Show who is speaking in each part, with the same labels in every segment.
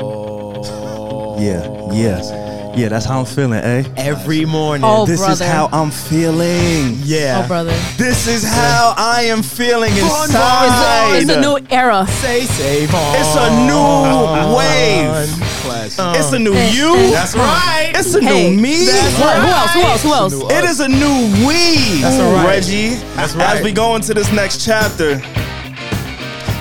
Speaker 1: yo.
Speaker 2: Yeah, yeah, yeah. That's how I'm feeling, eh?
Speaker 1: Every morning.
Speaker 3: Oh,
Speaker 2: this is
Speaker 3: brother.
Speaker 2: how I'm feeling.
Speaker 1: yeah.
Speaker 3: Oh, brother.
Speaker 2: This is how I am feeling inside.
Speaker 3: It's a new era.
Speaker 1: Say, say, Vaughn.
Speaker 2: It's a new wave.
Speaker 1: Classic.
Speaker 2: It's a new
Speaker 3: Hey,
Speaker 2: you.
Speaker 3: hey.
Speaker 2: That's right. It's a
Speaker 3: Hey.
Speaker 2: new me.
Speaker 3: Who, who else? Who else? Who else?
Speaker 1: New-
Speaker 2: It is a new we. That's
Speaker 1: right.
Speaker 2: Reggie.
Speaker 1: That's
Speaker 2: As
Speaker 1: right.
Speaker 2: we go into this next chapter,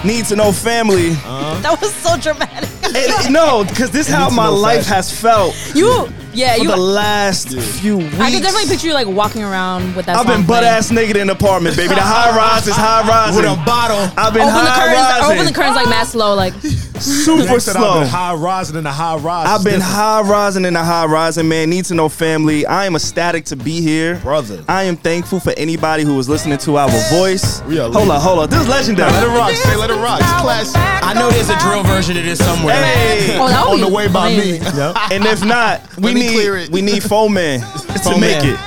Speaker 2: need to know family.
Speaker 1: Uh-huh.
Speaker 3: That was so dramatic.
Speaker 2: It- no, because this is how
Speaker 1: Need to
Speaker 2: my
Speaker 1: know
Speaker 2: life
Speaker 1: fashion.
Speaker 2: has felt
Speaker 3: You, yeah,
Speaker 2: for
Speaker 3: you.
Speaker 2: the last few weeks.
Speaker 3: I can definitely picture you like walking around with that.
Speaker 2: I've been
Speaker 3: song
Speaker 2: butt
Speaker 3: playing.
Speaker 2: ass naked in the apartment, baby. The high rise is high rising.
Speaker 1: With a bottle.
Speaker 2: I've been
Speaker 3: Open the
Speaker 2: high
Speaker 3: curtains.
Speaker 2: rising,
Speaker 3: Open the curtains like Matt Slow. Like
Speaker 2: super
Speaker 4: Next that I've
Speaker 2: slow.
Speaker 4: been high rising and the high rise.
Speaker 2: I've
Speaker 4: is
Speaker 2: been
Speaker 4: different.
Speaker 2: high rising in the high rising, man. Need to know family. I am ecstatic to be here.
Speaker 1: Brother.
Speaker 2: I am thankful for anybody who is listening to our voice.
Speaker 1: We are
Speaker 2: hold up,
Speaker 1: leading.
Speaker 2: hold up. This is legendary.
Speaker 4: Let it rock. Say let it rock. It's classic.
Speaker 1: I know there's a drill version of this somewhere.
Speaker 2: Hey.
Speaker 3: oh, that
Speaker 4: On
Speaker 3: would
Speaker 4: the
Speaker 3: be
Speaker 4: way by me.
Speaker 3: amazing.
Speaker 2: And if not, we
Speaker 4: me clear
Speaker 2: need
Speaker 4: it.
Speaker 2: we need four men to
Speaker 1: Four
Speaker 2: make
Speaker 1: men.
Speaker 2: it.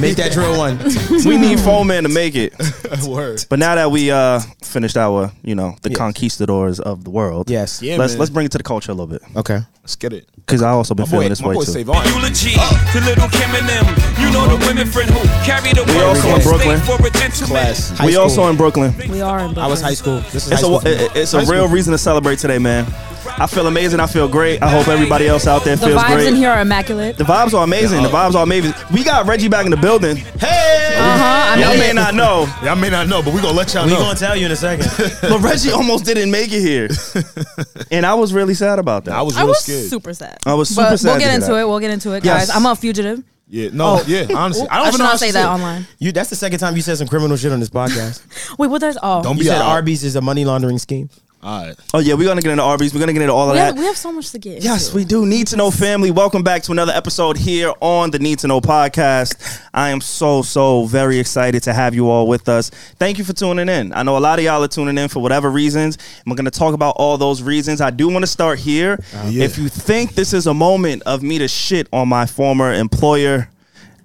Speaker 1: Make that drill one.
Speaker 2: We need four men to make it.
Speaker 4: Word.
Speaker 2: But now that we uh finished our, you know, the conquistadors of the world.
Speaker 1: Yes. Yeah,
Speaker 2: let's
Speaker 4: man.
Speaker 2: let's bring it to the culture a little bit.
Speaker 1: Okay.
Speaker 4: Let's get it.
Speaker 2: Cause I also been
Speaker 4: My
Speaker 2: feeling
Speaker 4: boy,
Speaker 2: this
Speaker 4: my
Speaker 2: way
Speaker 4: boy
Speaker 2: too.
Speaker 4: Savon.
Speaker 5: eulogy to little Kim and them. You know the women friend who carry the
Speaker 2: We
Speaker 5: weight
Speaker 2: also
Speaker 5: and
Speaker 2: in
Speaker 5: stay
Speaker 2: Brooklyn.
Speaker 5: for a gentleman.
Speaker 1: Class. High
Speaker 2: We
Speaker 1: school.
Speaker 2: also in Brooklyn.
Speaker 3: We are. In
Speaker 1: I was high school. This is high
Speaker 2: It's a
Speaker 1: school.
Speaker 2: it- it- it's a real reason to celebrate today, man. I feel amazing. I feel great. I hope everybody else out there
Speaker 3: The
Speaker 2: feels
Speaker 3: vibes
Speaker 2: great.
Speaker 3: in here are immaculate.
Speaker 2: The vibes are amazing. The vibes are amazing. We got Reggie back in the building. Hey,
Speaker 3: Uh huh. I
Speaker 2: y'all
Speaker 3: mean,
Speaker 2: may not know,
Speaker 4: Y'all may not know, but we gonna let y'all
Speaker 1: we
Speaker 4: know.
Speaker 1: gonna tell you in a second.
Speaker 2: but Reggie almost didn't make it here, and I was really sad about that.
Speaker 4: I was
Speaker 3: I
Speaker 4: real
Speaker 3: was
Speaker 4: scared.
Speaker 3: super sad.
Speaker 2: I was super
Speaker 3: but
Speaker 2: sad
Speaker 3: We'll
Speaker 2: to
Speaker 3: get
Speaker 2: hear
Speaker 3: into
Speaker 2: that.
Speaker 3: it. We'll get into it,
Speaker 2: Yes.
Speaker 3: guys. I'm a fugitive.
Speaker 4: Yeah. No. Yeah. Honestly, I
Speaker 3: I
Speaker 4: don't
Speaker 3: should
Speaker 4: even know.
Speaker 3: not
Speaker 4: how to
Speaker 3: say that online.
Speaker 1: You that's the second time you said some criminal shit on this podcast.
Speaker 3: Wait, what? There's oh.
Speaker 4: Don't
Speaker 1: You
Speaker 4: be
Speaker 1: said
Speaker 4: out.
Speaker 1: Arby's is a money laundering scheme.
Speaker 4: All right.
Speaker 2: Oh yeah, we're gonna get into Arby's. We're gonna get into all of
Speaker 3: we,
Speaker 2: that.
Speaker 3: have, we have so much to get.
Speaker 2: Yes,
Speaker 3: into.
Speaker 2: we do. Need to know family. Welcome back to another episode here on the Need to Know podcast. I am so, so very excited to have you all with us. Thank you for tuning in. I know a lot of y'all are tuning in for whatever reasons. And we're going to talk about all those reasons. I do want to start here.
Speaker 4: Uh, yeah.
Speaker 2: If you think this is a moment of me to shit on my former employer,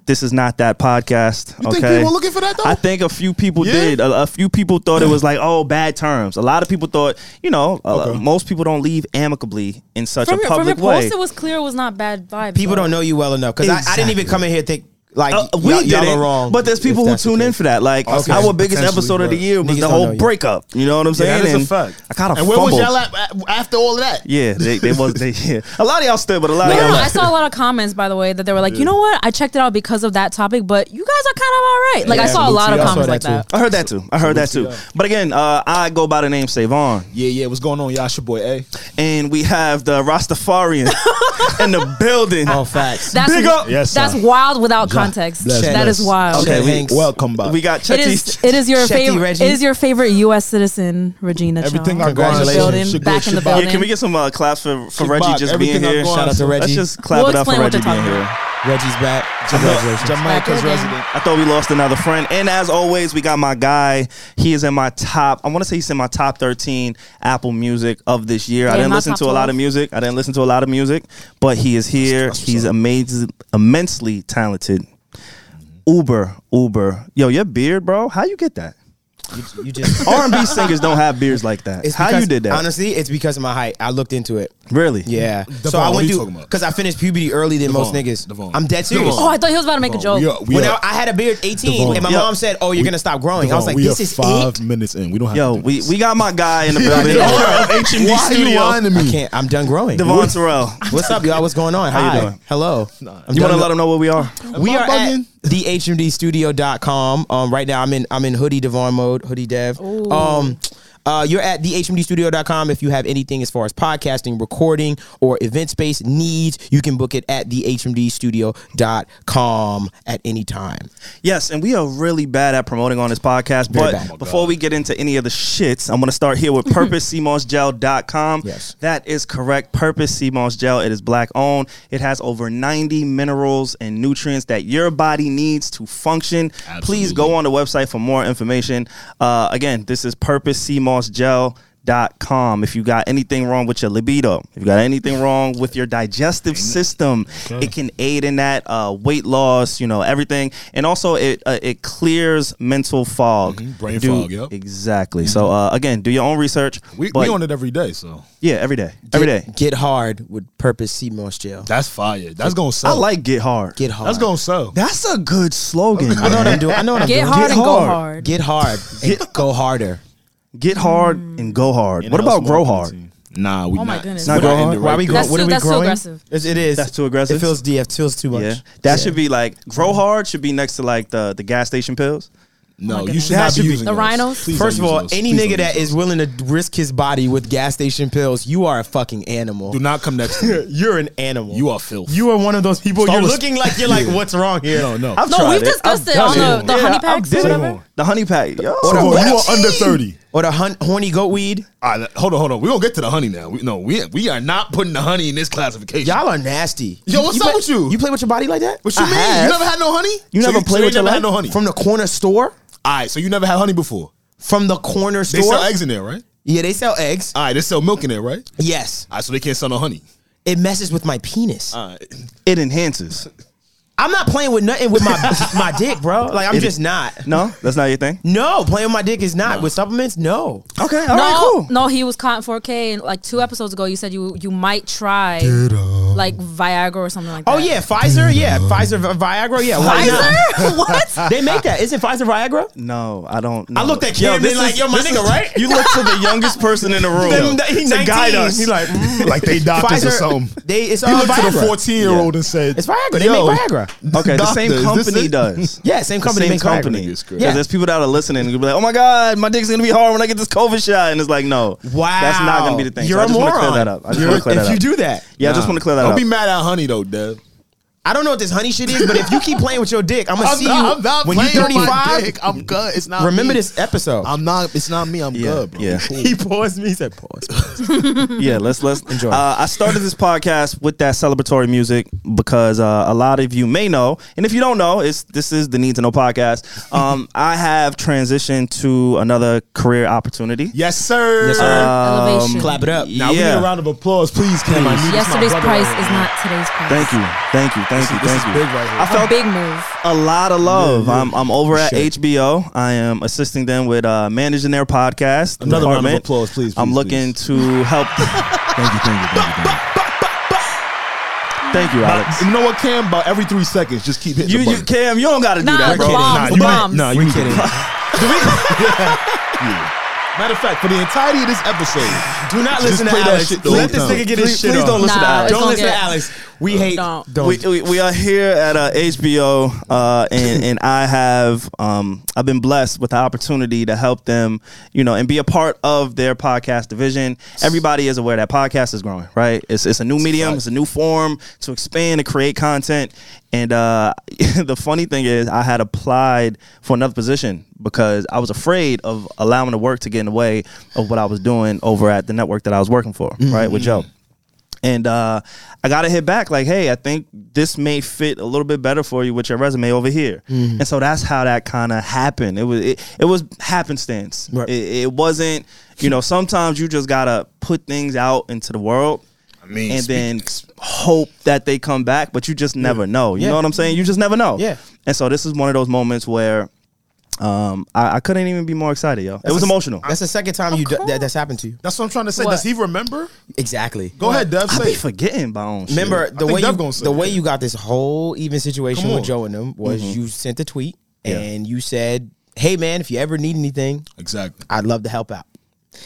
Speaker 2: this is not that podcast.
Speaker 4: You
Speaker 2: okay.
Speaker 4: think people looking for that, though?
Speaker 2: I think a few people
Speaker 4: Yeah.
Speaker 2: did. A, a few people thought it was like, oh, bad terms. A lot of people thought, you know, uh,
Speaker 4: Okay.
Speaker 2: most people don't leave amicably in such
Speaker 3: From
Speaker 2: a
Speaker 3: your, from your
Speaker 2: public way.
Speaker 3: post, it was clear it was not bad vibes.
Speaker 1: People
Speaker 3: though.
Speaker 1: don't know you well enough because I, I didn't even come in here think like
Speaker 2: Uh, we
Speaker 1: y'all,
Speaker 2: did
Speaker 1: y'all
Speaker 2: it,
Speaker 1: are wrong.
Speaker 2: but there's
Speaker 1: if
Speaker 2: people who
Speaker 1: that's the
Speaker 2: tune in
Speaker 1: case.
Speaker 2: for that. Like
Speaker 4: Okay.
Speaker 2: our biggest
Speaker 4: Potentially,
Speaker 2: episode of the
Speaker 4: but
Speaker 2: year was
Speaker 1: niggas
Speaker 2: the
Speaker 1: don't know
Speaker 2: whole
Speaker 1: you.
Speaker 2: breakup. You know what I'm saying?
Speaker 4: that is a
Speaker 2: And
Speaker 4: fact.
Speaker 2: I kind of
Speaker 4: And where was
Speaker 2: fumbled.
Speaker 4: y'all at a- after all of that?
Speaker 2: Yeah, they, they was they, yeah. A lot of y'all stood, but a lot
Speaker 3: No,
Speaker 2: of
Speaker 3: no,
Speaker 2: y'all.
Speaker 3: no. I
Speaker 2: left.
Speaker 3: saw a lot of comments, by the way, that they were like, you know what? I checked it out because of that topic, but you guys are kind of all right. Like, I
Speaker 1: Yeah,
Speaker 3: saw a
Speaker 1: me
Speaker 3: lot
Speaker 1: too.
Speaker 3: of
Speaker 1: I saw
Speaker 3: comments like
Speaker 1: that
Speaker 3: that.
Speaker 2: I heard that too. I heard that too. But again, uh, I go by the name Savon,
Speaker 4: Yeah. Yeah. What's going on, y'all? It's your boy A.
Speaker 2: and we have the Rastafarian in the building.
Speaker 3: Oh,
Speaker 1: all facts.
Speaker 3: That's,
Speaker 2: Big up.
Speaker 4: Yes, sir.
Speaker 3: that's wild without context.
Speaker 4: bless,
Speaker 3: that
Speaker 1: bless.
Speaker 3: is wild.
Speaker 2: Okay,
Speaker 1: Chet
Speaker 2: we-
Speaker 1: Hanks.
Speaker 4: Welcome back.
Speaker 2: We got Chetty.
Speaker 3: It is. It is your
Speaker 1: Shetty
Speaker 3: favorite.
Speaker 1: Reggie.
Speaker 3: It is your favorite U.S. citizen, Regina.
Speaker 4: Everything
Speaker 3: Chong.
Speaker 4: I got.
Speaker 3: In the building,
Speaker 4: Congratulations.
Speaker 3: back in the
Speaker 4: Shabbat.
Speaker 3: building.
Speaker 2: Yeah, can we get some uh, claps for, for
Speaker 4: Shabbat,
Speaker 2: Reggie just being
Speaker 4: everything I'm
Speaker 2: here?
Speaker 4: going
Speaker 1: Shout out to
Speaker 4: on.
Speaker 1: Reggie.
Speaker 2: Let's just clap
Speaker 3: We'll
Speaker 2: it up for
Speaker 3: explain what
Speaker 2: Reggie
Speaker 3: they're
Speaker 2: being
Speaker 3: talking
Speaker 2: here.
Speaker 1: Reggie's back. Congratulations.
Speaker 4: Jamaica's
Speaker 3: Back in the
Speaker 4: resident.
Speaker 2: I thought we lost another friend. And as always, we got my guy. He is in my top. I want to say he's in my top 13 Apple Music of this year. I
Speaker 3: Yeah,
Speaker 2: didn't
Speaker 3: my
Speaker 2: listen
Speaker 3: top
Speaker 2: to a lot of
Speaker 3: 12.
Speaker 2: music. I didn't listen to a lot of music, but he is here. He's amazing, immensely talented. Uber, Uber. Yo, your beard, bro. How you get that?
Speaker 1: You just.
Speaker 2: R&B singers don't have beards like that.
Speaker 1: It's
Speaker 2: How
Speaker 1: because-
Speaker 2: you did that?
Speaker 1: Honestly, it's because of my height. I looked into it.
Speaker 2: really?
Speaker 1: Yeah.
Speaker 4: Devon,
Speaker 1: so I
Speaker 4: what are
Speaker 1: went
Speaker 4: you
Speaker 1: through
Speaker 4: talking about?
Speaker 1: because I finished puberty earlier than most
Speaker 4: Devon,
Speaker 1: niggas.
Speaker 4: Devon.
Speaker 1: I'm dead serious.
Speaker 3: Oh, I thought he was about to make a joke.
Speaker 4: Devon, we are- we
Speaker 1: when
Speaker 4: are-
Speaker 1: I, I had a beard at 18,
Speaker 4: Devon.
Speaker 1: and my
Speaker 2: Yo.
Speaker 1: mom said, "Oh, you're gonna stop growing." I was like,
Speaker 4: we
Speaker 1: "This
Speaker 4: are
Speaker 1: is
Speaker 4: five
Speaker 1: it."
Speaker 4: minutes in. We don't have.
Speaker 2: Yo,
Speaker 4: to do
Speaker 2: we,
Speaker 4: this.
Speaker 2: we got my guy in the building. owner of HMD
Speaker 4: Why are you
Speaker 2: Studio.
Speaker 4: lying to me?
Speaker 1: I can't. I'm done growing.
Speaker 2: Devon Terrell.
Speaker 1: What's up, y'all? What's going on? How
Speaker 2: Hi.
Speaker 1: you doing? Hello. I'm
Speaker 2: You want to
Speaker 1: done-
Speaker 2: let them know where we are?
Speaker 1: We
Speaker 4: Am I
Speaker 1: are at
Speaker 4: bugging?
Speaker 1: thehmdstudio.com. Um, right now I'm in I'm in hoodie Devon mode, hoodie dev. Um uh, you're at thehmdstudio.com. If you have anything as far as podcasting, recording, or event space needs, you can book it at thehmdstudio.com at any time.
Speaker 2: Yes, and we are really bad at promoting on this podcast. but
Speaker 1: bad. Oh my
Speaker 2: before we get into any of the shits, I'm going to start here with PurposeCMOSGel.com.
Speaker 1: Yes.
Speaker 2: That is correct. Purpose CMOS Gel. It is black owned. It has over 90 minerals and nutrients that your body needs to function. Please go on the website for more information. Uh, again, this is Purpose CMOS Gel. com. If you got anything wrong with your libido, if you got anything wrong with your digestive system, it can aid in that uh, weight loss, you know, everything. And also, it uh, it clears mental fog.
Speaker 4: Mm-hmm. brain
Speaker 2: Do-
Speaker 4: fog, yep. Mm-hmm.
Speaker 2: Exactly. So, uh, again, do your own research.
Speaker 4: We,
Speaker 2: but-
Speaker 4: we on it every day, so
Speaker 2: Yeah, every day. Every day.
Speaker 1: Get hard with Purpose Sea Moss Jail.
Speaker 4: that's fire. That's gonna sell.
Speaker 2: I like Get Hard.
Speaker 1: Get hard.
Speaker 4: That's gonna sell.
Speaker 2: That's a good slogan.
Speaker 1: I know what I'm doing. I know what I'm
Speaker 3: Get
Speaker 1: doing.
Speaker 3: hard and go
Speaker 2: hard.
Speaker 3: hard.
Speaker 1: Get hard and go harder.
Speaker 2: Get hard and go hard. what about grow hard?
Speaker 4: Nah, we
Speaker 3: Oh my
Speaker 4: not.
Speaker 3: goodness.
Speaker 4: We're
Speaker 2: Not grow
Speaker 4: in
Speaker 2: hard?
Speaker 4: the
Speaker 1: Why
Speaker 4: right
Speaker 1: we
Speaker 4: thing.
Speaker 1: grow,
Speaker 3: That's
Speaker 1: what
Speaker 3: too-
Speaker 1: are we
Speaker 3: that's too
Speaker 1: growing?
Speaker 3: aggressive.
Speaker 1: It's- It is.
Speaker 2: That's too aggressive?
Speaker 1: It feels DF. Feels too much.
Speaker 2: Yeah. That should be like grow hard should be next to like the the gas station pills.
Speaker 4: No, you
Speaker 3: Oh goodness.
Speaker 4: should
Speaker 1: That
Speaker 4: not
Speaker 1: should
Speaker 4: be
Speaker 1: be-
Speaker 4: using
Speaker 3: The
Speaker 4: those.
Speaker 3: rhinos?
Speaker 4: Please
Speaker 1: First of
Speaker 4: don't use
Speaker 1: all,
Speaker 4: those.
Speaker 1: any nigga
Speaker 4: Please don't use
Speaker 1: that is willing to risk his body with gas station pills, you are a fucking animal.
Speaker 4: those. do not come next to me.
Speaker 1: You're an animal.
Speaker 4: You are filth.
Speaker 1: You are one of those people.
Speaker 4: Start
Speaker 1: you're
Speaker 4: with-
Speaker 1: looking like you're like, what's wrong here?
Speaker 4: no, no.
Speaker 2: I've
Speaker 3: No,
Speaker 2: tried
Speaker 3: we've
Speaker 2: it.
Speaker 3: discussed
Speaker 2: I've
Speaker 3: it on
Speaker 2: done
Speaker 3: the- the honey
Speaker 2: I- I've
Speaker 3: packs or
Speaker 2: did it.
Speaker 3: whatever.
Speaker 2: The honey pack. Yo.
Speaker 4: So you are under thirty.
Speaker 1: Or the hun- horny goat weed.
Speaker 4: All right, hold on, hold on. We're gonna get to the honey now. We, no, we we are not putting the honey in this classification.
Speaker 1: Y'all are nasty.
Speaker 4: Yo, what's up
Speaker 1: play-
Speaker 4: with you?
Speaker 1: You play with your body like that?
Speaker 4: what you
Speaker 1: I
Speaker 4: mean?
Speaker 1: have.
Speaker 4: You never had no honey?
Speaker 1: You
Speaker 4: So
Speaker 1: never played
Speaker 4: so
Speaker 1: with
Speaker 4: you
Speaker 1: your
Speaker 4: never
Speaker 1: life
Speaker 4: had no honey.
Speaker 1: from the corner store.
Speaker 4: all right, so you never had honey before.
Speaker 1: From the corner
Speaker 4: They
Speaker 1: store.
Speaker 4: sell eggs Uh, in there, right?
Speaker 1: Yeah, they sell eggs.
Speaker 4: All right, they sell milk in there, right?
Speaker 1: Yes,
Speaker 4: All right, so they can't sell no honey.
Speaker 1: it messes with my penis.
Speaker 4: All right.
Speaker 2: It enhances.
Speaker 1: I'm not playing with nothing with my my dick, bro. Like I'm
Speaker 2: It-
Speaker 1: just not.
Speaker 2: No, that's not your thing.
Speaker 1: No, playing with my dick is not with supplements. No.
Speaker 2: Okay, all right,
Speaker 3: no,
Speaker 2: cool.
Speaker 3: no, he was caught in 4K, and like two episodes ago, you said you you might try like Viagra or something like that.
Speaker 1: Oh yeah, Pfizer. Yeah, Pfizer Vi- Viagra. Yeah, why not?
Speaker 3: Pfizer? what?
Speaker 1: They make that. Isn't Pfizer Viagra?
Speaker 2: No, I don't. Know.
Speaker 1: I looked at
Speaker 2: Yo,
Speaker 1: Cam
Speaker 2: this
Speaker 1: and like,
Speaker 2: is-
Speaker 1: yo, my
Speaker 2: this
Speaker 1: nigga,
Speaker 2: is-
Speaker 1: right?
Speaker 2: You look to the youngest person in the room
Speaker 1: Them- that- he
Speaker 2: to guide
Speaker 1: 19.
Speaker 2: us.
Speaker 1: He like, mm,
Speaker 4: Like they doctors or something.
Speaker 1: They it's
Speaker 4: He
Speaker 1: uh,
Speaker 4: looked to the
Speaker 1: Viagra.
Speaker 4: 14 year old and said,
Speaker 1: It's Viagra. They
Speaker 4: "Yo,
Speaker 1: make Viagra.
Speaker 2: okay, the same
Speaker 4: doctor, is this
Speaker 2: company
Speaker 4: it?"
Speaker 2: does.
Speaker 1: Yeah, same
Speaker 2: The
Speaker 1: company.
Speaker 2: same
Speaker 1: makes Viagra.
Speaker 2: company.
Speaker 4: It's crazy.
Speaker 2: 'Cause
Speaker 1: Yeah.
Speaker 2: There's people that are listening. You'll be like, "Oh my god, my dick's gonna be hard when I get this COVID shot," and it's like, "No,
Speaker 1: Wow,
Speaker 2: that's not gonna be the thing."
Speaker 1: You're
Speaker 2: so I
Speaker 1: a
Speaker 2: just want
Speaker 1: moron.
Speaker 2: to clear that up. I just
Speaker 1: You're-
Speaker 2: want to clear
Speaker 1: if
Speaker 2: that
Speaker 1: you
Speaker 2: up.
Speaker 1: do that,
Speaker 2: yeah, I just
Speaker 4: Nah.
Speaker 2: want to clear that
Speaker 4: Don't
Speaker 2: up.
Speaker 4: be mad at honey, though, Dev.
Speaker 1: I don't know what this honey shit is, but if you keep playing with your dick, I'm gonna see you when you're
Speaker 4: playing with my
Speaker 1: 35.
Speaker 4: dick. I'm good. It's not
Speaker 1: Remember
Speaker 4: me.
Speaker 1: this episode.
Speaker 4: I'm not. It's not me. I'm good, bro.
Speaker 2: yeah.
Speaker 4: Cool.
Speaker 1: he paused me. He said, "Pause."
Speaker 2: yeah, let's let's
Speaker 1: Enjoy.
Speaker 2: Uh, I started this podcast with that celebratory music because uh, a lot of you may know, and if you don't know, it's this is the Need to Know podcast. Um, I have transitioned to another career opportunity. Uh,
Speaker 4: Yes, sir.
Speaker 1: Yes, sir.
Speaker 3: Elevation.
Speaker 1: Um,
Speaker 2: Um,
Speaker 1: Clap it up.
Speaker 4: Now we
Speaker 2: Yeah.
Speaker 4: need a round of applause, please, Cam. I need this, my
Speaker 3: Yesterday's
Speaker 4: brother.
Speaker 3: price is not today's price.
Speaker 2: Thank you, thank you, thank you,
Speaker 4: This is
Speaker 2: thank you.
Speaker 4: big right
Speaker 2: I
Speaker 4: here.
Speaker 3: A
Speaker 2: felt
Speaker 3: big move.
Speaker 2: a lot of love. I'm I'm over at HBO. I am assisting them with uh, managing their podcast.
Speaker 4: Another round of
Speaker 2: department.
Speaker 4: applause, please,
Speaker 2: I'm
Speaker 4: please,
Speaker 2: looking to help.
Speaker 4: Thank you, thank you, thank you. Thank you.
Speaker 2: Thank you,
Speaker 4: But
Speaker 2: Alex.
Speaker 4: you know what, Cam? About every three seconds, just keep hitting
Speaker 2: You,
Speaker 4: the
Speaker 2: you,
Speaker 4: button.
Speaker 2: Cam, you don't got to do
Speaker 3: Nah,
Speaker 2: that, bro.
Speaker 3: Cam. Bombs,
Speaker 4: you
Speaker 3: bombs.
Speaker 4: Nah, you
Speaker 1: We
Speaker 4: need to-
Speaker 1: kidding.
Speaker 4: Matter of fact, for the entirety of this episode,
Speaker 1: Do not
Speaker 4: Just
Speaker 1: listen to
Speaker 4: play that
Speaker 1: Alex.
Speaker 4: shit the
Speaker 1: Let
Speaker 4: whole
Speaker 1: this
Speaker 4: time.
Speaker 1: nigga get his
Speaker 2: Please-
Speaker 1: shit
Speaker 2: please
Speaker 1: on.
Speaker 2: don't listen to
Speaker 3: Nah,
Speaker 2: Alex.
Speaker 3: it's
Speaker 1: Don't
Speaker 3: gonna
Speaker 1: listen
Speaker 3: get-
Speaker 1: to Alex. We hate.
Speaker 3: Don't.
Speaker 1: Don't.
Speaker 2: we, we, we are here at uh, HBO, uh, and, and I have um, I've been blessed with the opportunity to help them, you know, and be a part of their podcast division. Everybody is aware that podcast is growing, right? It's, it's a new medium, it's a new form to expand and create content. And uh, the funny thing is, I had applied for another position because I was afraid of allowing the work to get in the way of what I was doing over at the network that I was working for, right, with Joe. And uh, I got to hit back like, hey, I think this may fit a little bit better for you with your resume over here.
Speaker 1: Mm-hmm.
Speaker 2: And so that's how that kind of happened. It was it, it was happenstance.
Speaker 1: Right.
Speaker 2: It, it wasn't, you know, sometimes you just got to put things out into the world. I
Speaker 4: mean,
Speaker 2: and
Speaker 4: speak-
Speaker 2: then hope that they come back, but you just never know. You
Speaker 1: Yeah.
Speaker 2: know what I'm saying? You just never know.
Speaker 1: Yeah.
Speaker 2: And so this is one of those moments where um, I, I couldn't even be more excited, yo. it was emotional.
Speaker 1: That's the second time you d- that, that's happened to you.
Speaker 4: that's what I'm trying to say.
Speaker 3: What?
Speaker 4: Does he remember?
Speaker 1: Exactly.
Speaker 4: Go ahead, Dev.
Speaker 2: I
Speaker 4: Say
Speaker 2: be
Speaker 4: it.
Speaker 2: forgetting my own shit.
Speaker 1: Remember the
Speaker 4: think
Speaker 1: way
Speaker 4: Dev
Speaker 1: you,
Speaker 4: gonna say
Speaker 1: the
Speaker 4: it.
Speaker 1: way you got this whole even situation
Speaker 4: Come
Speaker 1: with
Speaker 4: on.
Speaker 1: Joe and them was you sent a tweet
Speaker 2: Yeah.
Speaker 1: and you said, "Hey man, if you ever need anything,
Speaker 4: Exactly.
Speaker 1: I'd love to help out.